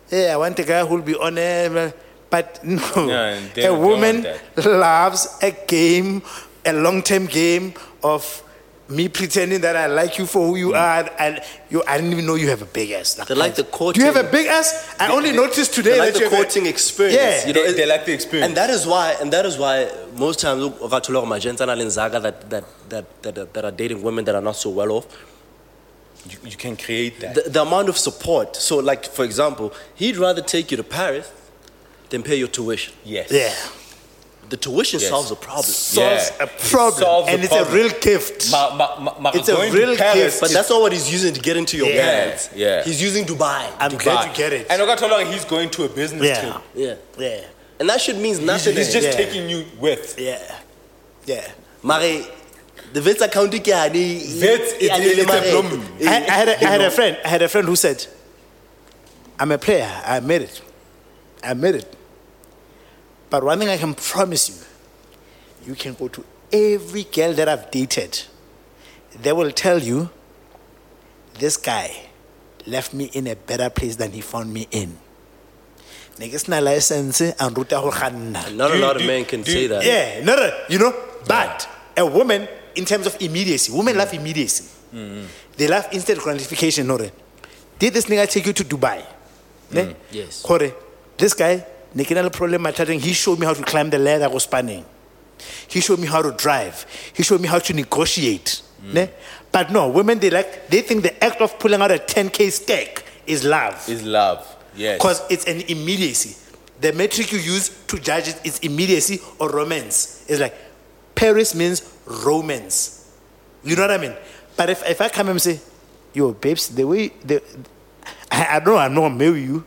Speaker 3: "Hey, I want a guy who'll be on a." But no,
Speaker 2: Yeah, and they
Speaker 3: a
Speaker 2: don't want
Speaker 3: woman
Speaker 2: that.
Speaker 3: loves a game, a long-term game of me pretending that I like you for who
Speaker 2: Mm.
Speaker 3: you are, and you. I didn't even know you have a big ass.
Speaker 1: They like the
Speaker 3: Do
Speaker 1: courting.
Speaker 3: you have a big ass? I only noticed today
Speaker 1: They like
Speaker 3: that
Speaker 1: the
Speaker 3: you have a-
Speaker 1: courting experience.
Speaker 3: Yeah.
Speaker 1: you know,
Speaker 2: They-
Speaker 1: it-
Speaker 2: they like the experience.
Speaker 1: And that is why, and that is why most times Ogatolo Magentana and Zaga that that, that that that that are dating women that are not so well off,
Speaker 2: you, you can create that.
Speaker 1: the, the amount of support. So, like for example, he'd rather take you to Paris than pay your tuition.
Speaker 2: yes.
Speaker 3: Yeah,
Speaker 1: The tuition
Speaker 2: Yes.
Speaker 1: solves a problem.
Speaker 3: solves
Speaker 2: Yeah.
Speaker 3: a problem,
Speaker 2: Solves the
Speaker 3: and it's
Speaker 2: problem.
Speaker 3: a real gift.
Speaker 2: Ma, ma, ma, ma,
Speaker 3: It's a
Speaker 2: going to
Speaker 3: real
Speaker 2: Paris
Speaker 3: gift,
Speaker 1: But that's not what he's using to get into your
Speaker 3: Yeah.
Speaker 1: parents.
Speaker 2: Yeah.
Speaker 1: He's using Dubai.
Speaker 3: I'm
Speaker 1: Dubai.
Speaker 3: glad you get it.
Speaker 2: And Ogatolong, he's going to a business
Speaker 3: Yeah.
Speaker 2: trip.
Speaker 1: Yeah.
Speaker 3: Yeah,
Speaker 1: And that shit means nothing.
Speaker 2: He's, he's just
Speaker 3: Yeah.
Speaker 2: taking you with.
Speaker 3: yeah, yeah.
Speaker 1: Mare, the vets account ke a ne-
Speaker 2: Vets, it-
Speaker 1: e a ne
Speaker 2: it-
Speaker 1: le
Speaker 2: it's a
Speaker 1: mare.
Speaker 2: problem.
Speaker 1: Eh,
Speaker 3: I, I, had a,
Speaker 1: you
Speaker 3: I had
Speaker 1: know.
Speaker 3: a friend. I had a friend who said, "I'm a player. I made it. I made it. But one thing I can promise you, you can go to every girl that I've dated. They will tell you, this guy left me in a better place than he found me in. Niggas na license and ruta ho kganna.
Speaker 1: Not a
Speaker 2: Do you-
Speaker 1: lot of
Speaker 2: do you-
Speaker 1: men can
Speaker 2: do
Speaker 1: say
Speaker 2: you-
Speaker 1: that.
Speaker 3: Yeah, no, no, you know, but a woman, in terms of immediacy, women love immediacy.
Speaker 1: Mm-hmm.
Speaker 3: They love instant gratification. No, re. did this nigga take you to Dubai? Ne?
Speaker 1: Mm, Yes.
Speaker 3: Kore, this guy, ne ke na le problem mathateng, he showed me how to climb the ladder go spanning. He showed me how to drive. He showed me how to negotiate.
Speaker 1: Mm.
Speaker 3: Ne? But no, women, they like, they think the act of pulling out a 10K stack is love.
Speaker 2: Is love. Yes.
Speaker 3: Because it's an immediacy. The metric you use to judge it is immediacy or romance. It's like Paris means romance. You know what I mean? But if, if I come and say, yo, babes, the way the I, I don't know, I'm not gonna marry you,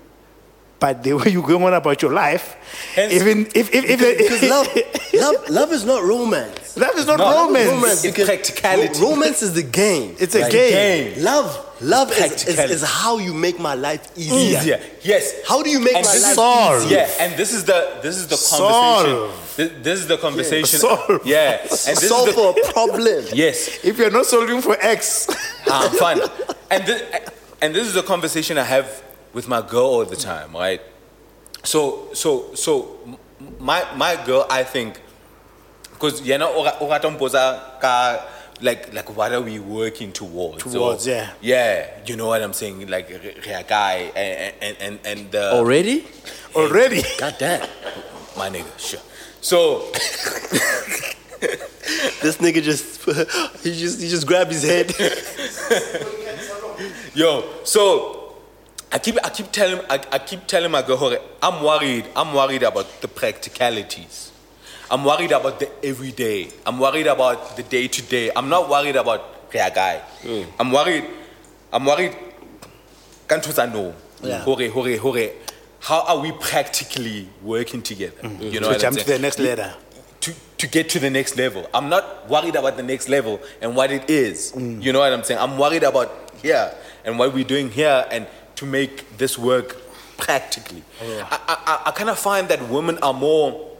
Speaker 3: but the way you're going on about your life,
Speaker 2: Hence-
Speaker 3: even if if if,
Speaker 1: Because [laughs] love, love, love is not romance.
Speaker 3: [laughs] love is not
Speaker 2: No,
Speaker 3: romance.
Speaker 1: Romance
Speaker 2: It's
Speaker 1: because
Speaker 2: practicality.
Speaker 1: ro- romance is the game.
Speaker 3: It's a
Speaker 1: Like,
Speaker 3: game.
Speaker 2: game.
Speaker 1: Love, love is, is,
Speaker 2: Practicality.
Speaker 1: is how you make my life easier.
Speaker 2: easier. Yes.
Speaker 1: How do you make
Speaker 2: And
Speaker 1: my
Speaker 2: this
Speaker 1: life
Speaker 2: is-
Speaker 3: Solve.
Speaker 1: easier?
Speaker 2: Yeah, and this is the this is the
Speaker 3: Solve.
Speaker 2: conversation. This, this is the conversation.
Speaker 3: Solve.
Speaker 2: Yeah, and this
Speaker 1: Solve
Speaker 2: is the,
Speaker 1: for
Speaker 2: [laughs]
Speaker 1: a problem.
Speaker 2: yes.
Speaker 3: If you're not solving for X, [laughs]
Speaker 2: Ah, fun. And this, and this is a conversation I have with my girl all the time, right? So so so m- my my girl, I think, because you know, ora- ora tompoza ka- like like what are we working towards?
Speaker 3: Towards, yeah.
Speaker 2: Yeah, you know what I'm saying? Like re- re- guy and and and, and the
Speaker 1: Already?
Speaker 3: already.
Speaker 1: God damn.
Speaker 2: my nigga, sure. So
Speaker 1: This nigga just [laughs] he just he just grabbed his head.
Speaker 2: Yo, so I keep I keep telling I, I keep telling my girl, "Hore, I'm worried. I'm worried about the practicalities. I'm worried about the everyday. I'm worried about the day to day. I'm not worried about yeah, guy.
Speaker 3: Mm.
Speaker 2: I'm worried. I'm worried. Can't I know? Hore, hore, hore. How are we practically working together? You know, what I'm
Speaker 3: To Mm. jump to
Speaker 2: saying?
Speaker 3: the next ladder.
Speaker 2: to, to get to the next level. I'm not worried about the next level and what it is.
Speaker 3: Mm.
Speaker 2: You know what I'm saying? I'm worried about here and what we're doing here and to make this work practically. I, I, I, I kind of find that women are more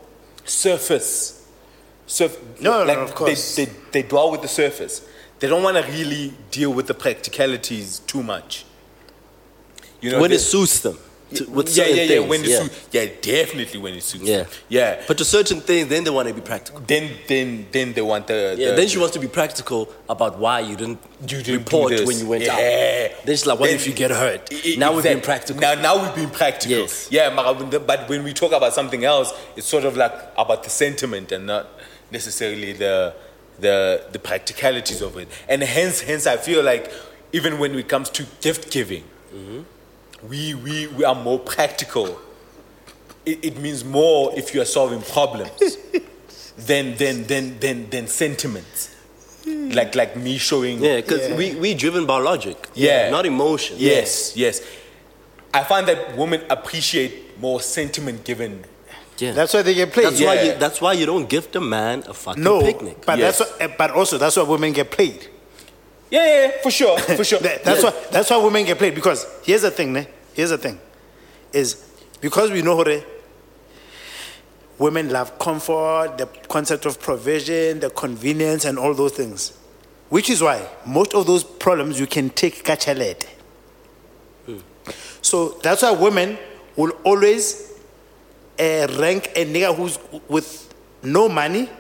Speaker 2: surface surf.
Speaker 3: No, no,
Speaker 2: like,
Speaker 3: of course.
Speaker 2: They, they, they dwell with the surface. They don't want to really deal with the practicalities too much. You know,
Speaker 1: when
Speaker 2: they-
Speaker 1: it suits them. To, with
Speaker 2: yeah,
Speaker 1: certain
Speaker 2: yeah, yeah.
Speaker 1: things.
Speaker 2: When it
Speaker 1: yeah.
Speaker 2: suits, yeah, definitely when it suits.
Speaker 1: Yeah.
Speaker 2: them. yeah.
Speaker 1: But to certain things, then they want to be practical.
Speaker 2: then, then, then they want the.
Speaker 1: Yeah,
Speaker 2: the-
Speaker 1: then she wants to be practical about why you didn't,
Speaker 2: You didn't do
Speaker 1: report
Speaker 2: this.
Speaker 1: when you went out.
Speaker 2: Yeah.
Speaker 1: Then she's like, what
Speaker 2: Then-
Speaker 1: if you get hurt?
Speaker 2: I- I-
Speaker 1: now we've
Speaker 2: exact-
Speaker 1: been practical.
Speaker 2: Now, now we've been practical.
Speaker 1: Yes.
Speaker 2: Yeah, mara- when the- but when we talk about something else, it's sort of like about the sentiment and not necessarily the the the practicalities of it. And hence, hence, I feel like even when it comes to gift giving,
Speaker 1: Mm-hmm.
Speaker 2: we, we we are more practical. It, it means more if you are solving
Speaker 1: [laughs]
Speaker 2: problems than than than than than sentiments. Like like me showing
Speaker 1: Hmm. yeah, because we we driven by logic.
Speaker 2: Yeah.
Speaker 1: not emotion.
Speaker 2: Yes, yes. I find that women appreciate more sentiment given.
Speaker 1: yeah. That's,
Speaker 3: That's why they get played.
Speaker 1: that's why you,
Speaker 2: yeah.
Speaker 1: that's why you don't gift a man a fucking
Speaker 3: no,
Speaker 1: picnic.
Speaker 3: but
Speaker 2: Yes.
Speaker 3: that's why, eh, but also that's why women get played.
Speaker 2: Yeah, yeah, yeah, for sure,
Speaker 1: [laughs]
Speaker 2: for sure.
Speaker 3: That- that's
Speaker 2: yeah.
Speaker 3: why that's why women get played because here's the thing, ne? Here's the thing, is because we know hore, women love comfort, the concept of provision, the convenience, and all those things, which is why most of those problems you can take kachalete. So that's why women will always uh, rank a nigga who's with no money,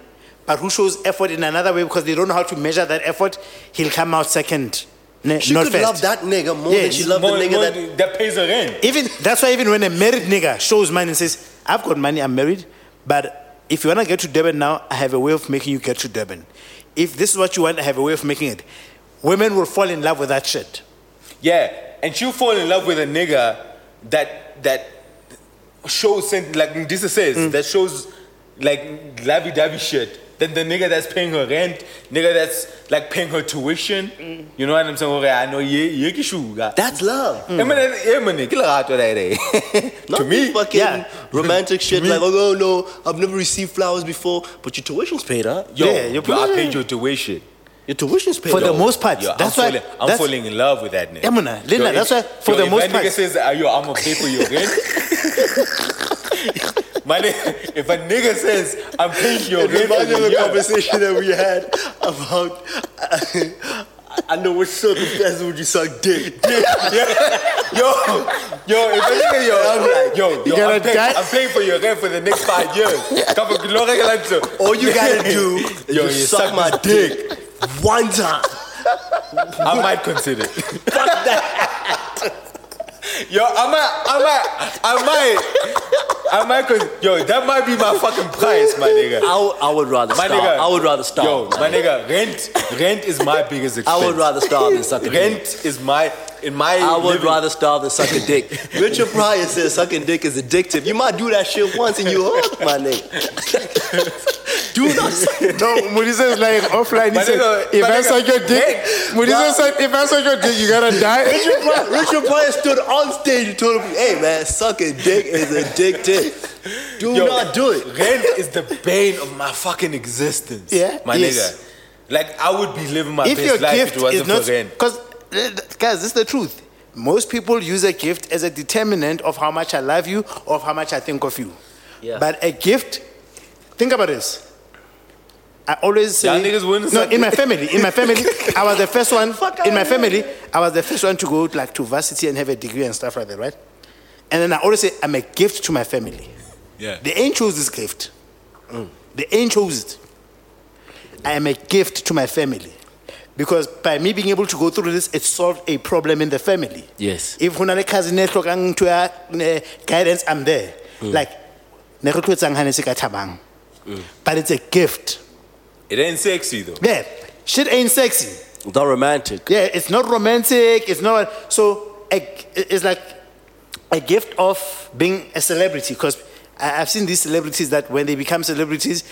Speaker 3: but who shows effort in another way because they don't know how to measure that effort. He'll come out second. Ne-
Speaker 1: she
Speaker 3: not
Speaker 1: could
Speaker 3: first.
Speaker 1: love that nigga more than
Speaker 3: Yes.
Speaker 1: she loved
Speaker 2: more,
Speaker 1: the nigga
Speaker 2: more
Speaker 1: that.
Speaker 2: that, pays a rent.
Speaker 3: Even that's why even when a married nigga shows money and says, "I've got money, I'm married," but if you wanna get to Durban now, I have a way of making you get to Durban. If this is what you want, I have a way of making it. Women will fall in love with that shit.
Speaker 2: Yeah, and she'll fall in love with a nigga that that shows sent like this says
Speaker 1: Mm.
Speaker 2: that shows like lovey dovey shit. Then the nigga that's paying her rent, nigga that's like paying her tuition.
Speaker 1: Mm.
Speaker 2: You know what I'm saying? Okay, I know ye ye kishuga.
Speaker 1: That's love.
Speaker 2: I mean, I mean, eh, ke lerato la ere.
Speaker 1: Mm. [laughs] Not
Speaker 2: To me,
Speaker 1: fucking
Speaker 3: yeah.
Speaker 1: romantic shit
Speaker 2: me.
Speaker 1: like, oh no, I've never received flowers before, but your tuition's paid, huh?
Speaker 2: Yo,
Speaker 3: Yeah,
Speaker 2: you
Speaker 3: you're
Speaker 2: I
Speaker 3: probably-
Speaker 2: paid your tuition.
Speaker 1: Your tuition's paid.
Speaker 3: For the
Speaker 1: yo.
Speaker 3: most part,
Speaker 2: Yo,
Speaker 3: that's
Speaker 2: I'm
Speaker 3: why.
Speaker 2: falling, I'm
Speaker 3: that's-
Speaker 2: falling in love with that nigga.
Speaker 3: Yeah, mona, Lena,
Speaker 2: if-
Speaker 3: that's why for
Speaker 2: yo,
Speaker 3: the
Speaker 2: if
Speaker 3: most
Speaker 2: that
Speaker 3: part-
Speaker 2: nigga says, ah, yo, I'm gonna pay for your rent. [laughs] My nigga, if a nigga says, I'm paying your
Speaker 1: It
Speaker 2: rent,
Speaker 1: reminds me
Speaker 2: every
Speaker 1: of the
Speaker 2: year,
Speaker 1: conversation that we had about. I know what circumstances would you suck dick.
Speaker 2: yo, yo, if a nigga, yo, I'm like, yo, yo,
Speaker 3: gotta
Speaker 2: I'm paying,
Speaker 3: die.
Speaker 2: I'm paying for your rent for the next five years.
Speaker 3: [laughs]
Speaker 2: Come on, glory to God, so-
Speaker 1: All you
Speaker 2: [laughs]
Speaker 1: gotta do is
Speaker 2: yo,
Speaker 1: you suck my
Speaker 2: this
Speaker 1: dick one time.
Speaker 2: I might consider. Fuck that. [laughs] Yo, I might, I might, I might, I might. Cons- yo, that might be my fucking price, my nigga.
Speaker 1: I would- I would rather
Speaker 2: My
Speaker 1: starve.
Speaker 2: nigga,
Speaker 1: I would rather starve.
Speaker 2: Yo, my nigga, rent, rent is my biggest
Speaker 1: I
Speaker 2: expense.
Speaker 1: would rather starve than suck a dick.
Speaker 2: Rent is my in my.
Speaker 1: I would
Speaker 2: living-
Speaker 1: rather starve than suck a [laughs] dick. Richard Pryor says sucking dick is addictive. You might do that shit once and you hooked, my nigga. do not suck
Speaker 3: No, Mudiso is lying offline. He
Speaker 2: My
Speaker 3: said,
Speaker 2: nigga,
Speaker 3: "If
Speaker 2: my
Speaker 3: I
Speaker 2: nigga,
Speaker 3: suck your dick,
Speaker 2: hey,
Speaker 3: Mudiso said, if I suck your dick,
Speaker 2: [laughs]
Speaker 3: you gotta die."
Speaker 1: Richard Pryor, Richard Pryor stood on stage and told him, hey man, sucking dick is addictive. Do
Speaker 2: Yo,
Speaker 1: not do it.
Speaker 2: Rent is the bane of my fucking existence.
Speaker 3: Yeah,
Speaker 2: my
Speaker 3: yes.
Speaker 2: nigga. Like I would be living my
Speaker 3: if
Speaker 2: best
Speaker 3: your
Speaker 2: life
Speaker 3: gift
Speaker 2: if it wasn't
Speaker 3: is not
Speaker 2: for rent.
Speaker 3: because guys this is the truth most people use a gift as a determinant of how much i love you or of how much i think of you
Speaker 1: Yeah.
Speaker 3: but a gift think about this I always say,
Speaker 2: Y'all niggas wouldn't
Speaker 3: no,
Speaker 2: suck
Speaker 3: in my
Speaker 2: dick.
Speaker 3: family, in
Speaker 2: [laughs]
Speaker 3: my family, I was the first one.
Speaker 1: Fuck out
Speaker 3: in my
Speaker 1: of here.
Speaker 3: family, I was the first one to go like to varsity and have a degree and stuff like that, right? And then I always say, I'm a gift to my family.
Speaker 2: Yeah.
Speaker 3: They ain't chose this gift. They ain't chose it. I am a gift to my family. Because by me being able to go through this, it solved a problem in the family.
Speaker 1: Yes.
Speaker 3: If when I cousin e to guidance, I'm there. Like, ne re tloetsang ha ne se ka thabang. but it's a gift.
Speaker 2: It ain't sexy though.
Speaker 3: Yeah, shit ain't sexy.
Speaker 1: Not romantic.
Speaker 3: Yeah, it's not romantic. It's not so. A, it's like a gift of being a celebrity because I've seen these celebrities that when they become celebrities,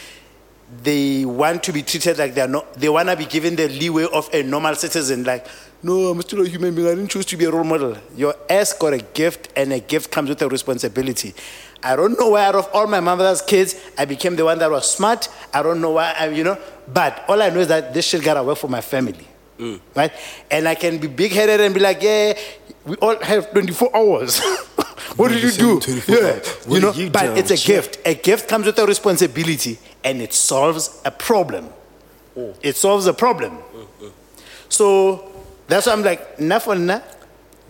Speaker 3: they want to be treated like they're not. They wanna be given the leeway of a normal citizen. Like, no, I'm still a human being. I didn't choose to be a role model. Your ass got a gift, and a gift comes with a responsibility. I don't know why out of all my mother's kids, I became the one that was smart. I don't know why, I, you know. But all I know is that this shit gotta work for my family
Speaker 1: Mm.
Speaker 3: right? And I can be big headed and be like, yeah, we all have 24 hours. [laughs] what did you do?
Speaker 1: 24
Speaker 3: Yeah,
Speaker 1: hours. What
Speaker 3: you know.
Speaker 1: did you
Speaker 3: but
Speaker 1: do?
Speaker 3: it's a
Speaker 1: Sure.
Speaker 3: gift. A gift comes with a responsibility, and it solves a problem.
Speaker 2: Mm.
Speaker 3: It solves a problem.
Speaker 2: Mm-hmm.
Speaker 3: So that's why I'm like, enough on that.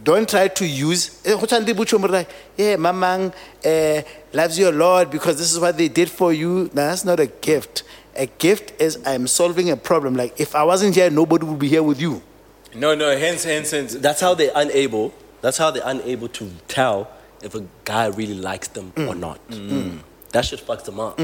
Speaker 3: Don't try to use. eh, go tshwana le bo chomi re like, Yeah, mamang eh, loves you a lot because this is what they did for you. No, that's not a gift. A gift is I'm solving a problem. Like if I wasn't here, nobody would be here with you.
Speaker 2: No, no, hence, hence, hence.
Speaker 1: That's how they're unable. That's how they're unable to tell if a guy really likes them or not. Mm. That shit fucks them up.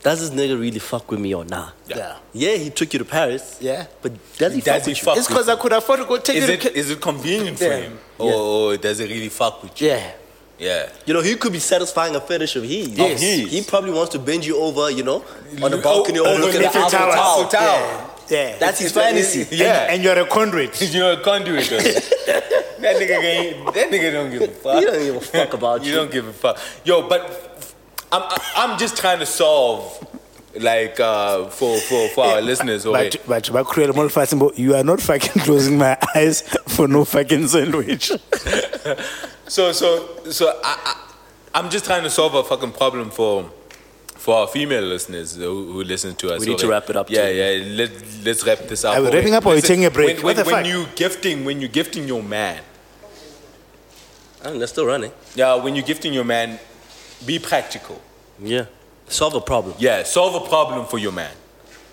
Speaker 1: Does this nigga really fuck with me or not?
Speaker 2: Yeah.
Speaker 3: Yeah.
Speaker 1: Yeah, he took you to Paris.
Speaker 3: Yeah.
Speaker 1: But does he
Speaker 2: Does
Speaker 1: fuck
Speaker 2: he
Speaker 1: with you?
Speaker 2: fuck
Speaker 3: It's because I could afford to go take
Speaker 2: Is
Speaker 3: you
Speaker 2: it,
Speaker 3: to
Speaker 2: is it convenient for
Speaker 3: Yeah.
Speaker 2: him? Or, or does it really fuck with you?
Speaker 3: Yeah.
Speaker 2: Yeah.
Speaker 1: You know, he could be satisfying a [laughs] fetish of his.
Speaker 3: Yes.
Speaker 2: his.
Speaker 1: He probably wants to bend you over, you know, on a
Speaker 2: Oh,
Speaker 1: balcony
Speaker 2: oh,
Speaker 1: overlooking the
Speaker 2: Eiffel
Speaker 1: Eiffel
Speaker 2: Tower.
Speaker 1: Tower.
Speaker 2: Eiffel Tower.
Speaker 3: Yeah.
Speaker 1: That's his
Speaker 2: It's a-
Speaker 1: fantasy.
Speaker 2: Yeah.
Speaker 3: And, and you're
Speaker 2: [laughs]
Speaker 3: a conduit.
Speaker 2: You're a conduit.
Speaker 1: [laughs]
Speaker 2: though. that nigga, can, that nigga don't give a
Speaker 1: [laughs]
Speaker 2: fuck.
Speaker 1: He don't give a fuck about
Speaker 2: you
Speaker 1: you.
Speaker 2: don't give a fuck, yo. But f- I'm I- I'm just trying to solve, like, uh, for for for
Speaker 1: [laughs]
Speaker 2: our listeners. or
Speaker 3: But but but cruel more fasting, but you are not fucking closing my eyes for no fucking sandwich.
Speaker 2: So so so I, I I'm just trying to solve a fucking problem for for our female listeners who, who listen to us.
Speaker 1: We need to
Speaker 2: Okay.
Speaker 1: wrap it up
Speaker 2: Yeah
Speaker 1: too.
Speaker 2: yeah. Let let's wrap this up.
Speaker 3: Are we
Speaker 2: Okay.
Speaker 3: wrapping up or are we
Speaker 2: Listen,
Speaker 3: taking a break?
Speaker 2: When,
Speaker 3: What
Speaker 2: when,
Speaker 3: the
Speaker 2: when
Speaker 3: fuck?
Speaker 2: you gifting when you gifting your man,
Speaker 1: And they're still running.
Speaker 2: yeah, when you gifting your man, be practical.
Speaker 1: Yeah. Solve a problem.
Speaker 2: Yeah, solve a problem for your man.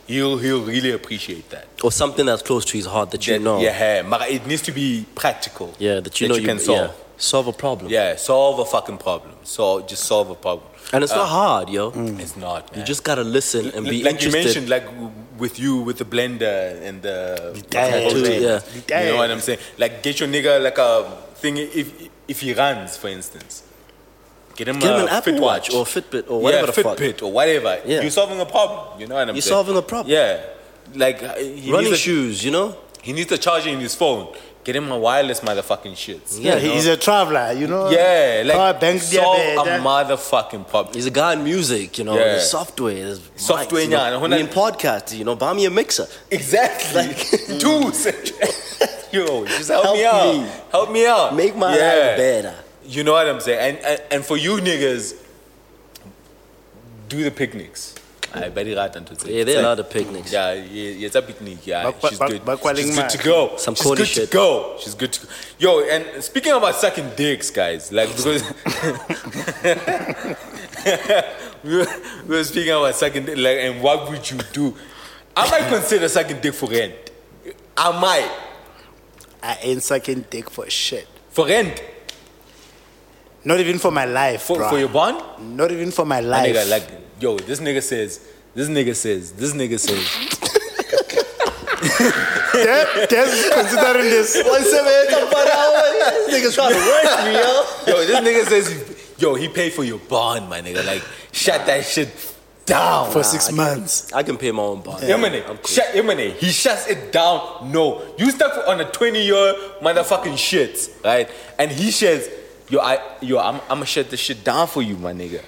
Speaker 2: He'll he'll really appreciate that.
Speaker 1: Or something that's close to his heart that you
Speaker 2: That-
Speaker 1: know.
Speaker 2: Yeah, but it needs to be practical.
Speaker 1: Yeah, that you know
Speaker 2: you can solve.
Speaker 1: Yeah. Solve a problem.
Speaker 2: Yeah. solve a fucking problem. So just solve a problem.
Speaker 1: And it's
Speaker 2: Uh,
Speaker 1: not hard, yo.
Speaker 2: It's not. Man.
Speaker 1: You just gotta listen and be
Speaker 2: like
Speaker 1: interested.
Speaker 2: you mentioned, like w- with you with the blender and the
Speaker 3: Tattoos,
Speaker 2: whole thing.
Speaker 1: yeah.
Speaker 2: You know what I'm saying? Like get your nigga like a thing if if he runs, for instance. Get him,
Speaker 1: Get him
Speaker 2: a
Speaker 1: an Apple
Speaker 2: Fit
Speaker 1: Watch or Fitbit or whatever
Speaker 2: yeah,
Speaker 1: the fuck.
Speaker 2: Fitbit or whatever.
Speaker 1: Yeah.
Speaker 2: You're solving a problem. You know what I'm
Speaker 1: You're
Speaker 2: saying?
Speaker 1: solving a problem.
Speaker 2: Yeah. Like uh, he
Speaker 1: Running
Speaker 2: needs a,
Speaker 1: shoes, you know?
Speaker 2: he needs a charger in his phone. Get him a wireless motherfucking shit.
Speaker 1: Yeah,
Speaker 3: Yeah, he's a traveler, you know.
Speaker 2: Yeah, like
Speaker 3: Power bank
Speaker 2: solve
Speaker 3: diabetes,
Speaker 2: a
Speaker 3: eh?
Speaker 2: motherfucking problem.
Speaker 1: He's a guy in music, you know,
Speaker 2: Yeah.
Speaker 1: there's software, there's mics,
Speaker 2: Software,
Speaker 1: you know,
Speaker 2: yeah, and
Speaker 1: we
Speaker 2: when
Speaker 1: in
Speaker 2: I-
Speaker 1: podcast, you know, buy me a mixer.
Speaker 2: Exactly.
Speaker 1: [laughs]
Speaker 2: Dude, yo, just help,
Speaker 1: Help
Speaker 2: me out.
Speaker 1: me.
Speaker 2: Help me out.
Speaker 1: Make my life better.
Speaker 2: You know what I'm saying? And and, and for you niggas, do the picnics. I bet he right until
Speaker 1: Yeah, there are a lot of picnics.
Speaker 2: Yeah, yeah, it's a picnic. Yeah,
Speaker 3: But- but-
Speaker 2: she's
Speaker 3: but-
Speaker 2: good.
Speaker 3: but calling
Speaker 2: she's good to
Speaker 3: Mark.
Speaker 2: go.
Speaker 1: Some
Speaker 2: she's
Speaker 1: corny
Speaker 2: good
Speaker 1: shit.
Speaker 2: to go. She's good to go. Yo, and speaking about sucking dicks, guys, like [laughs] because we, were, we were speaking about sucking dick, like, and what would you do? I might consider sucking dick for rent. I might
Speaker 3: I ain't sucking dick for shit.
Speaker 2: for rent
Speaker 3: Not even for my life,
Speaker 2: for,
Speaker 3: bruh.
Speaker 2: for your bond.
Speaker 3: Not even for my
Speaker 2: My
Speaker 3: life.
Speaker 2: Nigga,
Speaker 3: [laughs]
Speaker 2: like, yo, this nigga says, this nigga says, this nigga says.
Speaker 3: Yeah,
Speaker 2: [laughs]
Speaker 3: just considering this.
Speaker 1: Niggas trying to work me, yo.
Speaker 2: Yo, this nigga says, he- yo, he paid for your bond, my nigga. Like, shut that shit down.
Speaker 3: For six months.
Speaker 1: I can pay my own bar.
Speaker 2: Imminent,
Speaker 1: I'm cool.
Speaker 2: shut imminent. He shuts it down. No, you stuck on a twenty-year motherfucking shit, right? And he says, "Yo, I, yo, I'm, I'ma shut this shit down for you, my nigga.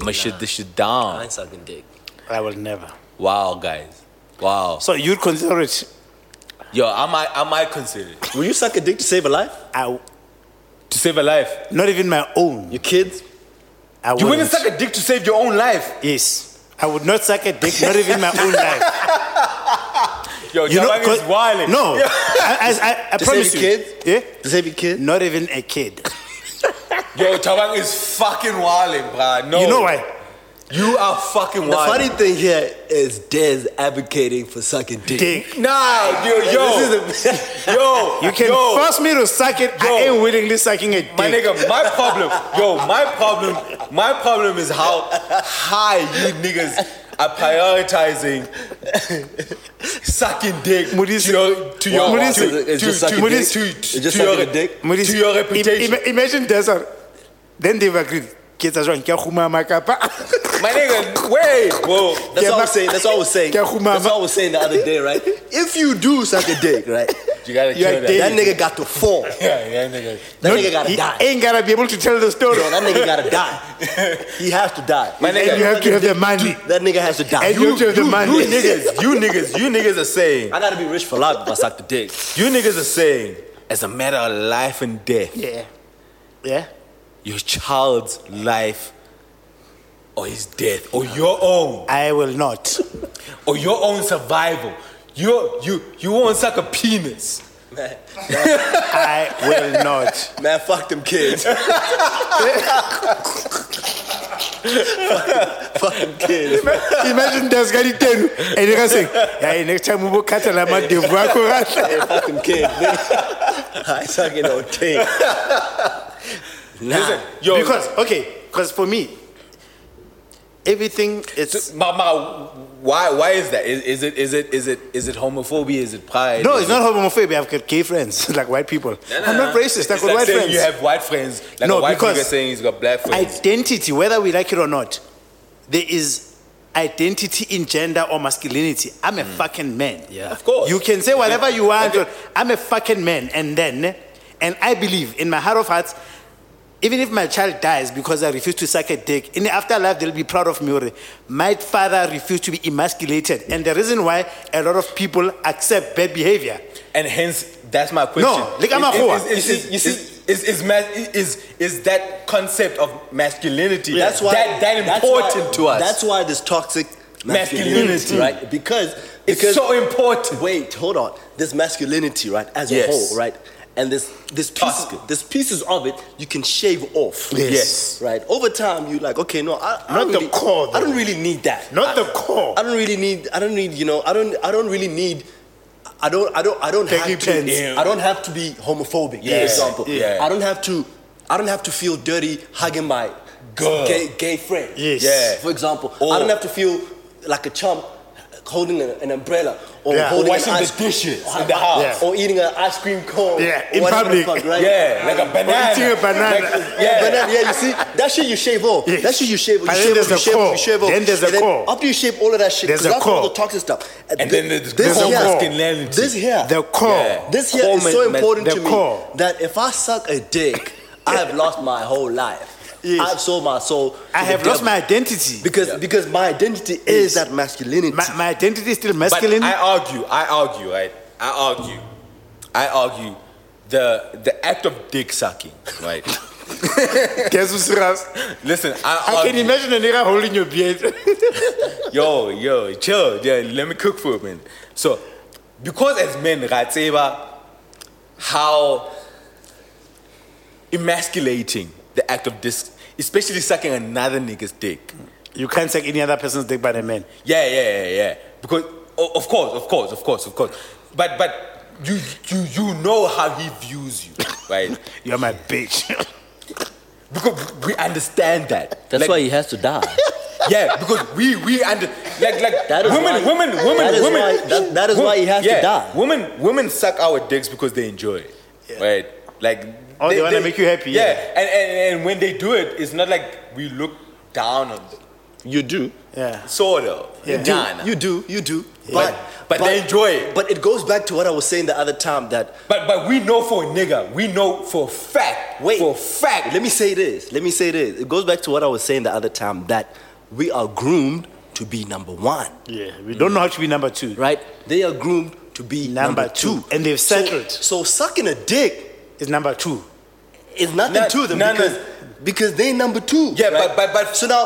Speaker 2: I'ma shut this shit
Speaker 1: I
Speaker 2: down."
Speaker 1: ain't sucking dick.
Speaker 3: I will never.
Speaker 2: Wow, guys, wow.
Speaker 3: So you'd consider it.
Speaker 2: Yo, I might, I might consider it.
Speaker 1: Will you suck a dick to save a life?
Speaker 3: I,
Speaker 2: to save a life.
Speaker 3: not even my own.
Speaker 1: Your kids?
Speaker 3: I
Speaker 2: You wouldn't
Speaker 3: wouldn't.
Speaker 2: suck a dick to save your own life.
Speaker 3: Yes. I would not suck a dick, not even my own life.
Speaker 2: Yo,
Speaker 3: You
Speaker 2: you
Speaker 3: know,
Speaker 2: know, is
Speaker 3: cause-
Speaker 2: wild. [laughs]
Speaker 3: No, I, I, I, I
Speaker 1: save
Speaker 3: promise you.
Speaker 1: your
Speaker 3: Yeah,
Speaker 1: To save your kids?
Speaker 3: not even a kid.
Speaker 2: Yo, Chabang is fucking wilding, bruh. No.
Speaker 3: You know why?
Speaker 2: You are fucking
Speaker 1: The funny
Speaker 2: wilding.
Speaker 1: thing here is Dez advocating for sucking dick.
Speaker 3: Dick.
Speaker 2: Nah, yo, yo, [laughs]
Speaker 1: This is a-
Speaker 2: yo.
Speaker 3: You can
Speaker 2: yo,
Speaker 3: force me to suck it. I
Speaker 2: Yo.
Speaker 3: ain't willingly sucking a dick.
Speaker 2: My nigga, my problem, yo, my problem, my problem is how high you niggas are prioritizing sucking dick
Speaker 3: Modise-
Speaker 2: to your to your
Speaker 3: Modise-
Speaker 2: to, to,
Speaker 1: It's just
Speaker 2: to,
Speaker 1: sucking
Speaker 2: to,
Speaker 1: dick.
Speaker 2: to,
Speaker 1: It's just
Speaker 2: to your,
Speaker 1: sucking dick.
Speaker 3: Modise,
Speaker 2: to your
Speaker 3: im-
Speaker 2: reputation.
Speaker 3: im- imagine there's a. Then they've agreed. Kids are drunk. Ke a khumama kapa. [laughs]
Speaker 2: My nigga, wait, whoa.
Speaker 1: That's
Speaker 3: Yeah,
Speaker 1: all I
Speaker 3: ma-
Speaker 1: was saying. That's all I was [laughs] saying.
Speaker 3: Yeah, Humama.
Speaker 1: That's all I was saying the other day, right? If you do suck a dick, right?
Speaker 2: You gotta
Speaker 3: You are
Speaker 2: kill that.
Speaker 3: dead.
Speaker 1: That nigga got to fall. That
Speaker 2: Yeah, yeah, nigga.
Speaker 1: nigga gotta
Speaker 3: He
Speaker 1: die.
Speaker 3: ain't gotta be able to tell the story.
Speaker 1: Yo, that nigga gotta
Speaker 3: [laughs]
Speaker 1: die. He has to die.
Speaker 2: My nigga,
Speaker 3: and you have to have the money.
Speaker 1: [laughs] That nigga has to die.
Speaker 3: And you have to have the money.
Speaker 2: You
Speaker 3: [laughs]
Speaker 2: niggas, you niggas, you niggas are saying,
Speaker 1: I gotta be rich for life if I suck the dick.
Speaker 2: you niggas are saying, as a matter of life and death,
Speaker 3: Yeah. Yeah.
Speaker 2: your child's life or his death or your own
Speaker 3: I will not.
Speaker 2: or your own survival. You you you won't suck a penis.
Speaker 1: Man,
Speaker 3: I will not.
Speaker 1: man, fuck them kids. fuck them kids.
Speaker 3: Imagine there's got it ten. And you can say, yeah, next time we will cut a lama devu
Speaker 2: [laughs]
Speaker 3: ako kahle."
Speaker 1: Hey, fuck them kids. nigga. [laughs] I suck it on dick. Nah.
Speaker 2: Yo,
Speaker 3: Because, okay, because for me, everything it's
Speaker 2: so, ma- ma- why why is that? Is, is it is it is it is it homophobia? Is it pride?
Speaker 3: No,
Speaker 2: Is
Speaker 3: it's
Speaker 2: it-
Speaker 3: not homophobia. I've got gay friends, [laughs] like white people. I'm not racist. I've
Speaker 2: It's
Speaker 3: got
Speaker 2: like
Speaker 3: white
Speaker 2: saying
Speaker 3: friends.
Speaker 2: You have white friends. Like
Speaker 3: No,
Speaker 2: a white
Speaker 3: because
Speaker 2: nigga saying he's got black friends.
Speaker 3: identity, whether we like it or not, there is identity in gender or masculinity. I'm a fucking man.
Speaker 1: Yeah. Of
Speaker 2: course.
Speaker 3: You can say whatever you want.
Speaker 2: Okay.
Speaker 3: I'm a fucking man. And then, and I believe in my heart of hearts, even if my child dies because I refuse to suck a dick, in the afterlife they'll be proud of me. already. My father refused to be emasculated. And the reason why a lot of people accept bad behavior.
Speaker 2: and hence, that's my question.
Speaker 3: look at my
Speaker 2: Is-
Speaker 3: whore.
Speaker 2: Is, is,
Speaker 1: You
Speaker 2: is,
Speaker 1: see-
Speaker 2: is, is, is, ma- is, is that concept of masculinity
Speaker 1: That's why
Speaker 2: that, that
Speaker 1: that's
Speaker 2: important
Speaker 1: why-
Speaker 2: to us?
Speaker 1: That's why this toxic
Speaker 2: Masculinity.
Speaker 1: masculinity, right? Because
Speaker 2: it's
Speaker 1: because
Speaker 2: so important.
Speaker 1: wait, hold on. This masculinity, right, as
Speaker 2: Yes.
Speaker 1: a whole, right, and this this pieces,
Speaker 2: Toxic.
Speaker 1: this pieces of it you can shave off.
Speaker 3: Yes.
Speaker 2: Yes.
Speaker 1: Right. Over time, you like, okay, no, I, I
Speaker 3: Not
Speaker 1: don't
Speaker 3: the
Speaker 1: really,
Speaker 3: core,
Speaker 1: I don't
Speaker 3: though.
Speaker 1: really need that.
Speaker 3: Not
Speaker 1: I-
Speaker 3: the core.
Speaker 1: I don't really need. I don't need. You know, I don't. I don't really need. I don't. I don't. I don't
Speaker 3: Baggy
Speaker 1: have to.
Speaker 3: pants.
Speaker 1: I don't have to be homophobic.
Speaker 2: Yeah.
Speaker 1: For example,
Speaker 2: Yeah.
Speaker 1: I don't have to. I don't have to feel dirty hugging my
Speaker 2: Girl.
Speaker 1: gay gay friend.
Speaker 3: Yes.
Speaker 2: Yeah.
Speaker 1: For example,
Speaker 2: Or-
Speaker 1: I don't have to feel like a chump holding an, an umbrella or
Speaker 3: Yeah.
Speaker 1: holding
Speaker 2: Or washing
Speaker 1: an
Speaker 2: the
Speaker 1: ice cream-
Speaker 2: dishes
Speaker 1: or-
Speaker 2: in the house.
Speaker 3: Yeah.
Speaker 1: or eating an ice cream cone.
Speaker 3: Yeah,
Speaker 1: or
Speaker 3: in
Speaker 1: whatever the
Speaker 3: public.
Speaker 1: fuck, right?
Speaker 2: Yeah,
Speaker 1: Oh,
Speaker 2: like a banana.
Speaker 3: eating a banana.
Speaker 2: Like- yeah.
Speaker 1: But then, yeah, you see, that shit you shave off.
Speaker 3: Yes.
Speaker 1: That shit you shave off.
Speaker 3: But
Speaker 1: You
Speaker 3: then
Speaker 1: shave
Speaker 3: there's
Speaker 1: off, you
Speaker 3: a
Speaker 1: shave off,
Speaker 3: core.
Speaker 1: you shave off.
Speaker 3: Then there's a
Speaker 1: and
Speaker 3: core.
Speaker 1: After you shave all of that shit,
Speaker 3: There's
Speaker 1: 'cause
Speaker 3: a
Speaker 1: that's all
Speaker 3: core.
Speaker 1: the toxic stuff.
Speaker 2: And then there's
Speaker 1: this
Speaker 2: core
Speaker 1: here,
Speaker 2: masculinity.
Speaker 1: This here,
Speaker 3: The core.
Speaker 2: Yeah.
Speaker 1: this here
Speaker 2: core
Speaker 1: is so
Speaker 2: ma-
Speaker 1: important
Speaker 3: the
Speaker 1: to me
Speaker 3: core.
Speaker 1: that if I suck a dick, I have lost my whole life.
Speaker 3: Yes.
Speaker 1: I've sold my soul. to
Speaker 3: I
Speaker 1: the
Speaker 3: have lost
Speaker 1: devil.
Speaker 3: my identity.
Speaker 1: Because because my identity is that masculinity.
Speaker 3: My, my identity is still
Speaker 2: But
Speaker 3: masculine.
Speaker 2: I argue, I argue, right? I argue, I argue, the the act of dick sucking, right? [laughs]
Speaker 3: Guess who's serious?
Speaker 2: Listen, I,
Speaker 3: I
Speaker 2: argue,
Speaker 3: can imagine a nigga holding your beard.
Speaker 2: yo, yo, chill, yeah, let me cook for a minute. So, because as men, Ratseba, how emasculating the act of this, especially sucking another nigga's dick.
Speaker 3: You can't take any other person's dick by the man.
Speaker 2: Yeah, yeah, yeah, yeah. Because o- of course, of course, of course, of course. But but you you you know how he views you,
Speaker 1: [laughs]
Speaker 2: right?
Speaker 3: You're my bitch. [laughs]
Speaker 2: because we understand that.
Speaker 1: That's
Speaker 2: Like,
Speaker 1: why he has to [laughs] die.
Speaker 2: Yeah, because we we under like like
Speaker 1: That is
Speaker 2: women
Speaker 1: why-
Speaker 2: women women
Speaker 1: that is
Speaker 2: women.
Speaker 1: why- that- that is
Speaker 2: wo-
Speaker 1: why he has to
Speaker 2: yeah,
Speaker 1: die.
Speaker 2: Women women suck our dicks because they enjoy it, right? Like
Speaker 3: Oh, they wanna make you happy,
Speaker 2: Yeah,
Speaker 3: yeah.
Speaker 2: And, and and when they do it, it's not like we look down on them.
Speaker 1: you do.
Speaker 3: Yeah.
Speaker 2: Sort of.
Speaker 3: Yeah.
Speaker 1: do,
Speaker 2: Nah, nah.
Speaker 1: You do, you do.
Speaker 2: But- but they enjoy it.
Speaker 1: But it goes back to what I was saying the other time that
Speaker 2: But but we know for a nigga, we know for a fact.
Speaker 1: Wait.
Speaker 2: for a fact.
Speaker 1: let me say this. Let me say this. It goes back to what I was saying the other time that we are groomed to be number one,
Speaker 3: Yeah. We don't know how to be number two.
Speaker 1: right? They are groomed to be number,
Speaker 3: Number
Speaker 1: two.
Speaker 3: two. And they've
Speaker 1: So-
Speaker 3: settled.
Speaker 1: So, sucking a dick
Speaker 3: It's number two.
Speaker 1: is nothing
Speaker 2: No,
Speaker 1: to them
Speaker 2: no, no.
Speaker 1: because because they number two.
Speaker 2: Yeah,
Speaker 1: right?
Speaker 2: but but but
Speaker 1: so now.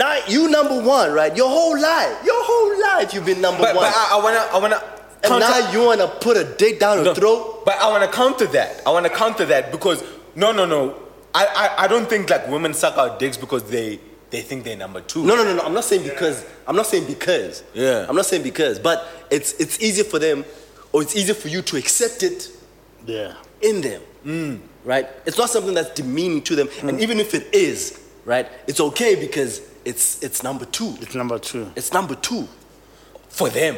Speaker 1: Now you number one, right? Your whole life, your whole life, you've been number
Speaker 2: but,
Speaker 1: one,
Speaker 2: but I, I wanna I wanna
Speaker 1: and
Speaker 2: counter-
Speaker 1: now you wanna put a dick down her
Speaker 2: No,
Speaker 1: throat.
Speaker 2: But I want to counter that. I want to counter that because no, no, no. I, I, I don't think like women suck our dicks because they they think they're number two.
Speaker 1: No, no, no, no. I'm not saying because. I'm not saying because.
Speaker 2: Yeah.
Speaker 1: I'm not saying because. But it's it's easier for them, or it's easier for you to accept it
Speaker 3: Yeah.
Speaker 1: in them. Right. It's not something that's demeaning to them,
Speaker 2: Mm.
Speaker 1: and even if it is, right, it's okay because it's it's number two.
Speaker 3: It's number two.
Speaker 1: It's number two.
Speaker 2: for them.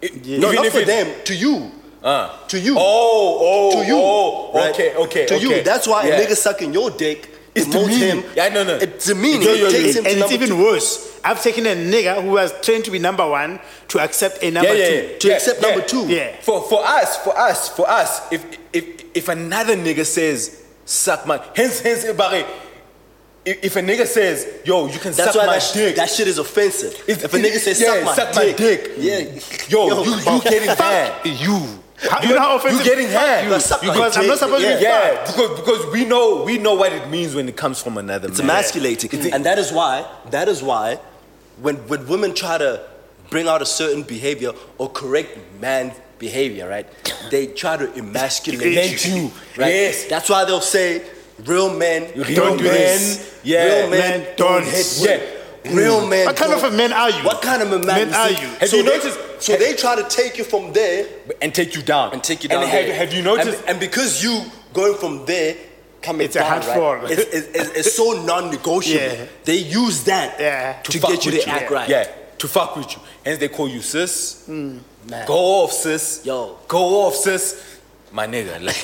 Speaker 2: It-
Speaker 1: No,
Speaker 2: even
Speaker 1: not
Speaker 2: if
Speaker 1: for
Speaker 2: it-
Speaker 1: them. To you.
Speaker 2: Uh.
Speaker 1: To you.
Speaker 2: Oh, oh,
Speaker 1: to you.
Speaker 2: Oh,
Speaker 1: right?
Speaker 2: okay, okay,
Speaker 1: To
Speaker 2: okay.
Speaker 1: you. That's why
Speaker 2: Yeah.
Speaker 1: a nigga sucking your dick
Speaker 2: It's
Speaker 1: promotes
Speaker 2: demeaning.
Speaker 1: him.
Speaker 2: Yeah, no, no.
Speaker 1: It's demeaning.
Speaker 2: Yo,
Speaker 1: It
Speaker 2: yo, yo,
Speaker 1: takes
Speaker 2: yo.
Speaker 1: him to
Speaker 3: And it's
Speaker 1: number
Speaker 3: even
Speaker 1: two.
Speaker 3: worse. I've taken a nigga who was trained to be number one to accept a number
Speaker 2: yeah, yeah,
Speaker 3: two.
Speaker 2: yeah,
Speaker 1: to
Speaker 2: yeah,
Speaker 1: accept
Speaker 2: yeah.
Speaker 1: number two.
Speaker 3: Yeah.
Speaker 2: For for us, for us, for us. If if if another nigga says suck my hence hence Ibare, if, if a nigga says yo you can
Speaker 1: That's
Speaker 2: suck
Speaker 1: why
Speaker 2: my
Speaker 1: that, sh-
Speaker 2: dick.
Speaker 1: that shit is offensive.
Speaker 2: It's-
Speaker 1: if a nigga says
Speaker 2: yeah,
Speaker 1: suck, my,
Speaker 2: suck my
Speaker 1: dick,
Speaker 2: dick.
Speaker 1: yeah,
Speaker 2: Yo, you, you getting mad. You.
Speaker 3: How- you know how offensive?
Speaker 2: You're getting
Speaker 3: Fuck
Speaker 2: hair.
Speaker 3: you.
Speaker 1: That's up-
Speaker 3: Because I'm not supposed
Speaker 2: yeah.
Speaker 3: to be.
Speaker 2: Yeah, because because we know we know what it means when it comes from another
Speaker 1: It's
Speaker 2: man.
Speaker 1: emasculating, and that is why that is why when when women try to bring out a certain behavior or correct man behavior, right? They try to emasculate
Speaker 2: Emasculate
Speaker 1: you,
Speaker 2: you.
Speaker 1: right?
Speaker 2: Yes.
Speaker 1: That's why they'll say, "Real men,
Speaker 2: Don't
Speaker 1: real
Speaker 2: do
Speaker 1: men,
Speaker 2: this. Yeah.
Speaker 1: real men,
Speaker 3: Men
Speaker 1: don't
Speaker 3: don't.
Speaker 1: hit women. Real men.
Speaker 3: What kind
Speaker 1: don't-
Speaker 3: of a man are you?
Speaker 1: What kind of a man,
Speaker 3: Men are you?
Speaker 2: Have
Speaker 1: so
Speaker 2: you
Speaker 1: they-
Speaker 2: noticed-
Speaker 1: So they try to take you from there
Speaker 2: and take you down
Speaker 1: and take you down.
Speaker 2: And have,
Speaker 1: there.
Speaker 2: have you noticed?
Speaker 1: And, and because you going from there coming
Speaker 3: It's a
Speaker 1: down,
Speaker 3: hard
Speaker 1: right?
Speaker 3: fall.
Speaker 1: It's, it's, it's, it's so non-negotiable.
Speaker 3: Yeah.
Speaker 1: They use that
Speaker 3: Yeah.
Speaker 1: to,
Speaker 2: fuck
Speaker 1: get you to
Speaker 2: with
Speaker 1: act right. Mm,
Speaker 2: Yeah, to fuck with you. Hence they call you sis.
Speaker 1: Man.
Speaker 2: Go off, sis.
Speaker 1: Yo.
Speaker 2: Go off, sis. My nigga,
Speaker 1: [laughs]
Speaker 2: like.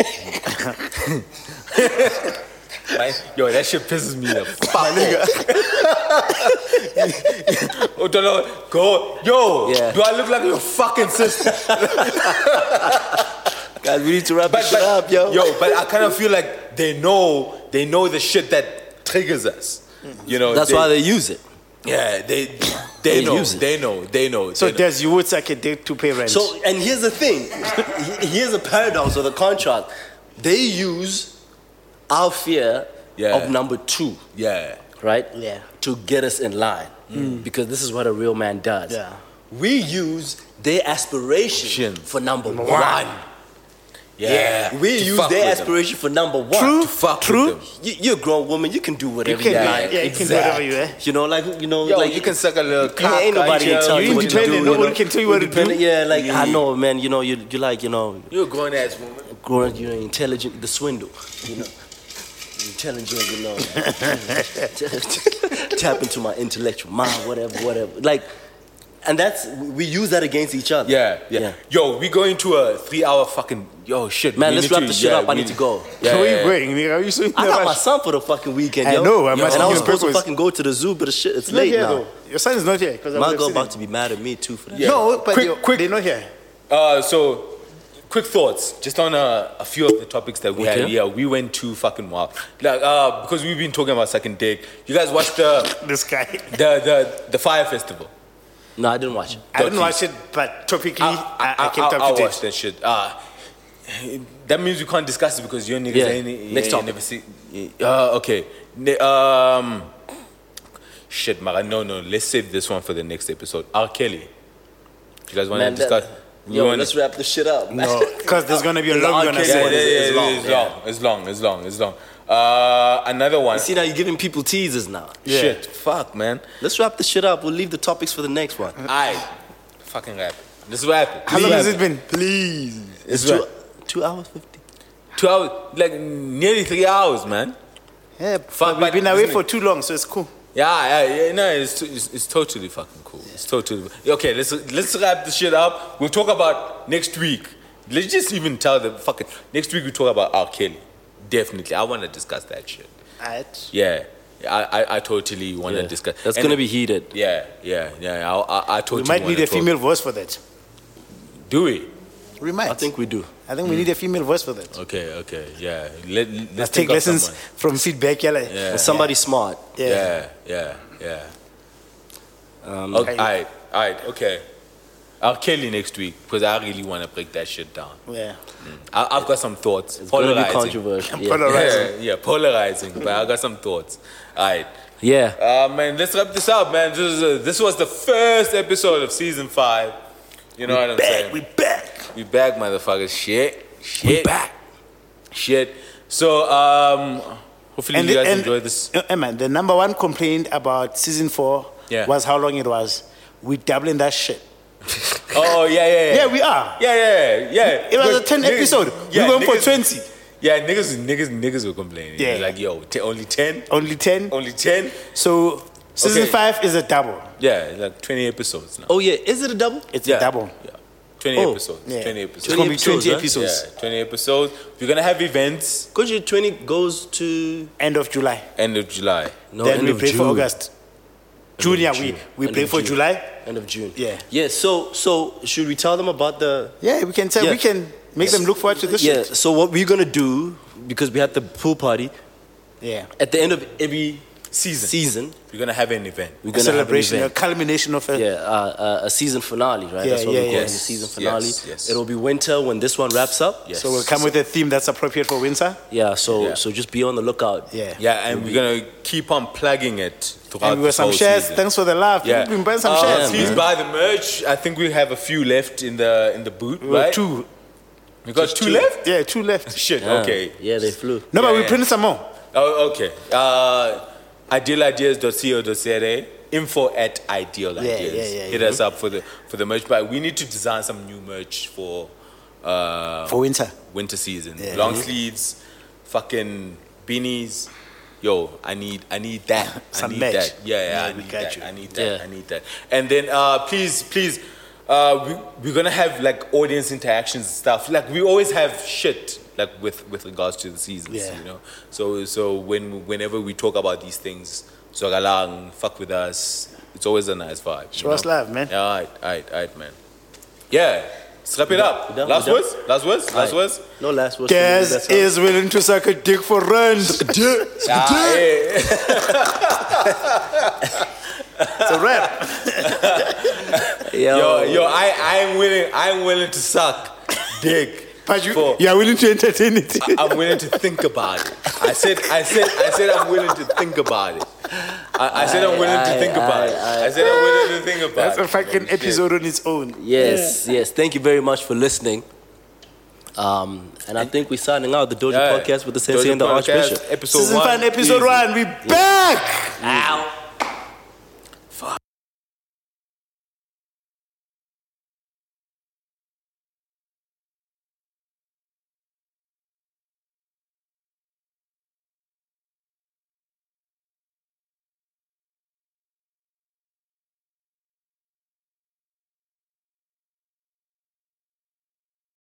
Speaker 2: My- yo, that shit pisses me
Speaker 1: [laughs]
Speaker 2: off. My nigga. [laughs] oh, don't know. Go. Yo,
Speaker 1: Yeah.
Speaker 2: do I look like your fucking
Speaker 1: [laughs]
Speaker 2: sister?
Speaker 1: Guys, we need to wrap
Speaker 2: But,
Speaker 1: this
Speaker 2: but-
Speaker 1: shit up, yo.
Speaker 2: but I kind of feel like they know, they know the shit that triggers us. You know,
Speaker 1: Mm. That's why they use it.
Speaker 2: Yeah, they they,
Speaker 1: They
Speaker 2: know,
Speaker 1: use it.
Speaker 2: they know, they know.
Speaker 3: So
Speaker 2: they know.
Speaker 3: there's you would suck a dick to pay rent.
Speaker 1: So, and here's the thing. [laughs] He- here's a paradox of the contract. They use our fear
Speaker 2: Yeah.
Speaker 1: of number two.
Speaker 2: yeah.
Speaker 1: right?
Speaker 4: Yeah.
Speaker 1: To get us in line. Because this is what a real man does.
Speaker 4: Yeah.
Speaker 1: We use their aspiration
Speaker 2: Shin.
Speaker 1: for number one.
Speaker 2: Yeah.
Speaker 1: We
Speaker 2: To
Speaker 1: use
Speaker 2: fuck
Speaker 1: their
Speaker 2: with them.
Speaker 1: aspiration for number one.
Speaker 2: To fuck
Speaker 3: True.
Speaker 2: with them.
Speaker 1: You, you're a grown woman, you can do whatever you,
Speaker 3: you can,
Speaker 1: like.
Speaker 3: yeah, you can do whatever you eh?
Speaker 1: You know, like, you know,
Speaker 2: Yo,
Speaker 1: like
Speaker 2: you can suck a little cock.
Speaker 1: ain't nobody
Speaker 2: can't
Speaker 1: in
Speaker 2: you?
Speaker 1: charge
Speaker 3: you
Speaker 1: of what you do.
Speaker 3: independent,
Speaker 1: you
Speaker 3: nobody
Speaker 1: know?
Speaker 3: can tell you what to do.
Speaker 1: Independent, Yeah, like I
Speaker 2: Yeah.
Speaker 1: know, man. You know, you you like, you know,
Speaker 2: You're a grown ass woman.
Speaker 1: growing, you're intelligent. The swindle, you know, intelligent, you know. [laughs] Tap into my intellectual mind, whatever, whatever. Like, and that's we use that against each other.
Speaker 2: Yeah, yeah, Yo, we going to a three-hour fucking yo shit.
Speaker 1: Man,
Speaker 2: we
Speaker 1: let's
Speaker 2: need
Speaker 1: wrap
Speaker 2: to-
Speaker 1: this shit
Speaker 2: yeah,
Speaker 1: up. I
Speaker 2: we-
Speaker 1: need to go.
Speaker 2: Yeah,
Speaker 3: Where
Speaker 2: yeah,
Speaker 3: you
Speaker 2: yeah.
Speaker 3: going, nigga? Are you so in
Speaker 1: I
Speaker 3: a
Speaker 1: got my
Speaker 3: rush?
Speaker 1: son for the fucking weekend.
Speaker 3: I
Speaker 1: yo.
Speaker 3: know, I'm
Speaker 1: and
Speaker 3: asking
Speaker 1: I was
Speaker 3: you
Speaker 1: supposed to
Speaker 3: purpose.
Speaker 1: fucking go to the zoo, but the shit, it's
Speaker 3: He's not
Speaker 1: late
Speaker 3: here
Speaker 1: now.
Speaker 3: though. Your son is not here because
Speaker 1: My girl about to be mad at me too for that.
Speaker 2: Yeah.
Speaker 3: No, but
Speaker 2: Quick,
Speaker 3: you're-
Speaker 2: quick.
Speaker 3: they're not here.
Speaker 2: Uh, so, quick thoughts just on uh, a few of the topics that we had.
Speaker 1: Okay.
Speaker 2: Yeah, we went too fucking wild. Like, uh, because we've been talking about second dick. You guys watched the
Speaker 3: This guy.
Speaker 2: the the, the fire festival.
Speaker 1: No, I didn't watch it.
Speaker 3: I didn't
Speaker 2: Dodgy.
Speaker 3: watch it, but topically, I, I, kept
Speaker 2: I
Speaker 3: up to date.
Speaker 2: watched that shit. Uh, that means we can't discuss it because your niggas
Speaker 1: Yeah,
Speaker 2: ain't, ain't
Speaker 1: next topic.
Speaker 2: never see. Uh, okay. Ne- um, shit, Mara. No, no. Let's save this one for the next episode. R. Kelly. You guys want to
Speaker 1: Man, that-
Speaker 2: discuss? we
Speaker 1: yo,
Speaker 2: wanna-
Speaker 1: let's wrap this shit up. man.
Speaker 3: No, because there's gonna
Speaker 2: [laughs]
Speaker 3: be a
Speaker 1: The
Speaker 3: long
Speaker 1: R.
Speaker 3: one. I
Speaker 1: Kelly
Speaker 2: yeah,
Speaker 1: one
Speaker 2: yeah,
Speaker 1: is-
Speaker 3: said.
Speaker 2: yeah,
Speaker 1: is
Speaker 2: yeah,
Speaker 1: long,
Speaker 2: It's long. It's long. It's long. It's long. Uh, another one.
Speaker 1: See now you're giving people teasers now.
Speaker 3: Yeah.
Speaker 2: Shit. Fuck, man.
Speaker 1: Let's wrap this shit up. We'll leave the topics for the next one.
Speaker 2: I fucking rap. This rap.
Speaker 3: How long has it been? Please.
Speaker 1: It's
Speaker 2: Right.
Speaker 1: two, two hours fifty.
Speaker 2: Two hours, like nearly three hours, man.
Speaker 3: Yeah,
Speaker 2: Fuck,
Speaker 3: but we've been
Speaker 2: but
Speaker 3: away
Speaker 2: isn't
Speaker 3: for
Speaker 2: it-
Speaker 3: too long, so it's cool.
Speaker 2: Yeah, yeah, yeah no, it's, it's, it's totally fucking cool. It's totally okay. Let's let's wrap this shit up. We'll talk about next week. Let's just even tell the fucking next week we talk about R. Kelly. Definitely, I want to discuss that shit.
Speaker 3: Alright.
Speaker 2: Yeah, I I, I totally want to
Speaker 1: Yeah.
Speaker 2: discuss.
Speaker 1: That's
Speaker 2: And-
Speaker 1: gonna be heated.
Speaker 2: Yeah, yeah, yeah. I I, I totally
Speaker 3: We might
Speaker 2: wanna
Speaker 3: need a
Speaker 2: talk.
Speaker 3: female voice for that.
Speaker 2: Do we?
Speaker 3: We might.
Speaker 1: I think we do.
Speaker 3: I think we need a female voice for that.
Speaker 2: Okay, okay, yeah. Let let's,
Speaker 3: Let's
Speaker 2: Mm. think
Speaker 3: take
Speaker 2: of
Speaker 3: lessons
Speaker 2: someone.
Speaker 3: from feedback, yeah. like-
Speaker 2: Yeah.
Speaker 1: And somebody smart.
Speaker 3: Yeah.
Speaker 2: Yeah, yeah, yeah.
Speaker 1: Um,
Speaker 2: Okay, all right, all right, okay. I'll kill you next week because I really want to break that shit down.
Speaker 3: Yeah.
Speaker 2: I, I've got some thoughts.
Speaker 1: it's gonna be
Speaker 2: Polarizing.
Speaker 1: controversial. Yeah.
Speaker 3: Polar-
Speaker 2: Yeah,
Speaker 3: [laughs] Polarizing.
Speaker 2: yeah, polarizing. but I got some thoughts. All right.
Speaker 1: Yeah.
Speaker 2: Uh, man, let's wrap this up, man. This, is, uh, this was the first episode of season five. You know what I'm saying?
Speaker 3: We back.
Speaker 2: We back, motherfuckers. Shit. Shit. back. Shit. So, um, hopefully
Speaker 3: And,
Speaker 2: you guys
Speaker 3: and,
Speaker 2: enjoy this.
Speaker 3: Uh, Emma, the number one complaint about season four
Speaker 2: Yeah.
Speaker 3: was how long it was. We doubling that shit.
Speaker 2: Oh, yeah, yeah, yeah.
Speaker 3: Yeah, we are.
Speaker 2: Yeah, yeah, yeah.
Speaker 3: It was a
Speaker 2: Because
Speaker 3: 10
Speaker 2: niggas-
Speaker 3: episode.
Speaker 2: yeah,
Speaker 3: we went for
Speaker 2: niggas-
Speaker 3: 20.
Speaker 2: Yeah, niggas, niggas, niggas were complaining.
Speaker 3: Yeah.
Speaker 2: Yeah. Like, yo, t- only 10?
Speaker 3: Only 10.
Speaker 2: Only 10?
Speaker 3: So season
Speaker 2: Okay.
Speaker 3: five is a double.
Speaker 2: Yeah, like 20 episodes now.
Speaker 1: Oh yeah, is it a double?
Speaker 3: It's
Speaker 2: Yeah.
Speaker 3: a double.
Speaker 2: Yeah. 20
Speaker 1: Oh.
Speaker 2: episodes.
Speaker 3: Yeah.
Speaker 2: 20
Speaker 3: It's
Speaker 2: episodes.
Speaker 3: going to be 20
Speaker 1: huh?
Speaker 3: episodes.
Speaker 2: Yeah, 20 episodes. We're going to have events
Speaker 1: Koji twenty goes to
Speaker 3: End of July.
Speaker 2: end of July.
Speaker 1: no
Speaker 3: then
Speaker 1: end
Speaker 3: we
Speaker 1: of
Speaker 3: play
Speaker 1: June.
Speaker 3: for August. Junior,
Speaker 1: June.
Speaker 3: we, we
Speaker 1: End
Speaker 3: play
Speaker 1: of
Speaker 3: for
Speaker 1: June.
Speaker 3: July.
Speaker 1: End of June.
Speaker 3: Yeah.
Speaker 1: Yeah. So so should we tell them about the?
Speaker 3: Yeah, we can tell.
Speaker 1: Yeah.
Speaker 3: We can make them look forward to this
Speaker 1: Yeah.
Speaker 3: shit.
Speaker 1: So what we're gonna do because we had the pool party
Speaker 3: Yeah.
Speaker 1: at the end of every
Speaker 2: season.
Speaker 4: season.
Speaker 2: We're gonna have an event.
Speaker 4: We're
Speaker 3: A
Speaker 4: gonna
Speaker 3: celebration,
Speaker 4: Have
Speaker 3: a
Speaker 4: an event.
Speaker 3: culmination of a.
Speaker 4: Yeah, uh, uh, a season finale, right?
Speaker 3: Yeah,
Speaker 4: That's what
Speaker 3: yeah,
Speaker 4: we call it,
Speaker 3: yes.
Speaker 4: the season
Speaker 2: Yes,
Speaker 4: finale.
Speaker 2: yes.
Speaker 4: It'll be winter when this one wraps up.
Speaker 2: Yes.
Speaker 3: So we'll come with a theme that's appropriate for winter.
Speaker 4: Yeah. So
Speaker 2: Yeah.
Speaker 4: so just be on the lookout.
Speaker 3: Yeah.
Speaker 2: Yeah, and we're gonna keep on plugging it throughout
Speaker 3: And we got
Speaker 2: this
Speaker 3: some
Speaker 2: whole
Speaker 3: shares.
Speaker 2: season.
Speaker 3: Thanks for the love.
Speaker 2: Yeah.
Speaker 3: We've been buying some
Speaker 2: Uh,
Speaker 3: shares.
Speaker 2: Please
Speaker 4: man.
Speaker 2: buy the merch. I think we have a few left in the in the boot.
Speaker 3: We got
Speaker 2: right?
Speaker 3: Two.
Speaker 2: We got two, left.
Speaker 3: Yeah, two left.
Speaker 2: Shit.
Speaker 4: Yeah.
Speaker 2: Okay.
Speaker 4: Yeah, they flew.
Speaker 3: No,
Speaker 2: Yeah,
Speaker 3: but we
Speaker 2: yeah.
Speaker 3: printed some more.
Speaker 2: Oh, okay. Uh, idealideas.co.za. Info at ideal
Speaker 3: yeah,
Speaker 2: ideas.
Speaker 3: yeah,
Speaker 2: Hit us up for the for the merch. But we need to design some new merch for uh,
Speaker 3: For winter.
Speaker 2: winter season.
Speaker 3: Yeah.
Speaker 2: Long sleeves, fucking beanies. Yo, I need I need that.
Speaker 3: [laughs] Some
Speaker 2: I need
Speaker 3: match.
Speaker 2: that. Yeah, yeah,
Speaker 3: Yeah,
Speaker 2: I
Speaker 3: we
Speaker 2: need
Speaker 3: got
Speaker 2: that.
Speaker 3: you.
Speaker 2: I need that.
Speaker 4: Yeah.
Speaker 2: I need that. And then uh, please, please, uh, we, we're gonna have like audience interactions and stuff. Like we always have shit like with with regards to the seasons,
Speaker 3: Yeah.
Speaker 2: you know. So so when whenever we talk about these things, Zogalang, fuck with us. It's always a nice vibe. you
Speaker 3: Show us
Speaker 2: know?
Speaker 3: love, man.
Speaker 2: Yeah, all right, all right, all right, man. Yeah. Let's wrap it up.
Speaker 4: we done,
Speaker 2: Last
Speaker 4: we done.
Speaker 2: words? Last words? Last
Speaker 4: Right.
Speaker 2: words?
Speaker 4: No last words.
Speaker 3: Des
Speaker 4: That's all.
Speaker 3: is willing to suck a dick for rent. it's
Speaker 2: Ah, eh.
Speaker 3: a wrap.
Speaker 4: Oh,
Speaker 2: Yo, yo, I, I'm willing, I'm willing to suck dick.
Speaker 3: But you,
Speaker 2: for-
Speaker 3: you are willing to entertain it.
Speaker 2: I'm willing to think about it. I said, I said, I said, I'm willing to think about it. I, I said, I'm willing to
Speaker 4: Aye,
Speaker 2: think
Speaker 4: aye,
Speaker 2: about it.
Speaker 4: aye,
Speaker 2: I said, I'm willing to think about
Speaker 3: That's
Speaker 2: it.
Speaker 3: a fucking
Speaker 2: Shit.
Speaker 3: episode on its own.
Speaker 4: Yes, yes. Thank you very much for listening. Um, and I think we're signing out the Doja
Speaker 2: Yeah.
Speaker 4: podcast with the Sensei and the
Speaker 2: Doja Podcast,
Speaker 4: Archbishop.
Speaker 2: Episode
Speaker 3: Season
Speaker 2: one.
Speaker 3: five, episode
Speaker 2: easy.
Speaker 3: one. We back.
Speaker 4: Ow.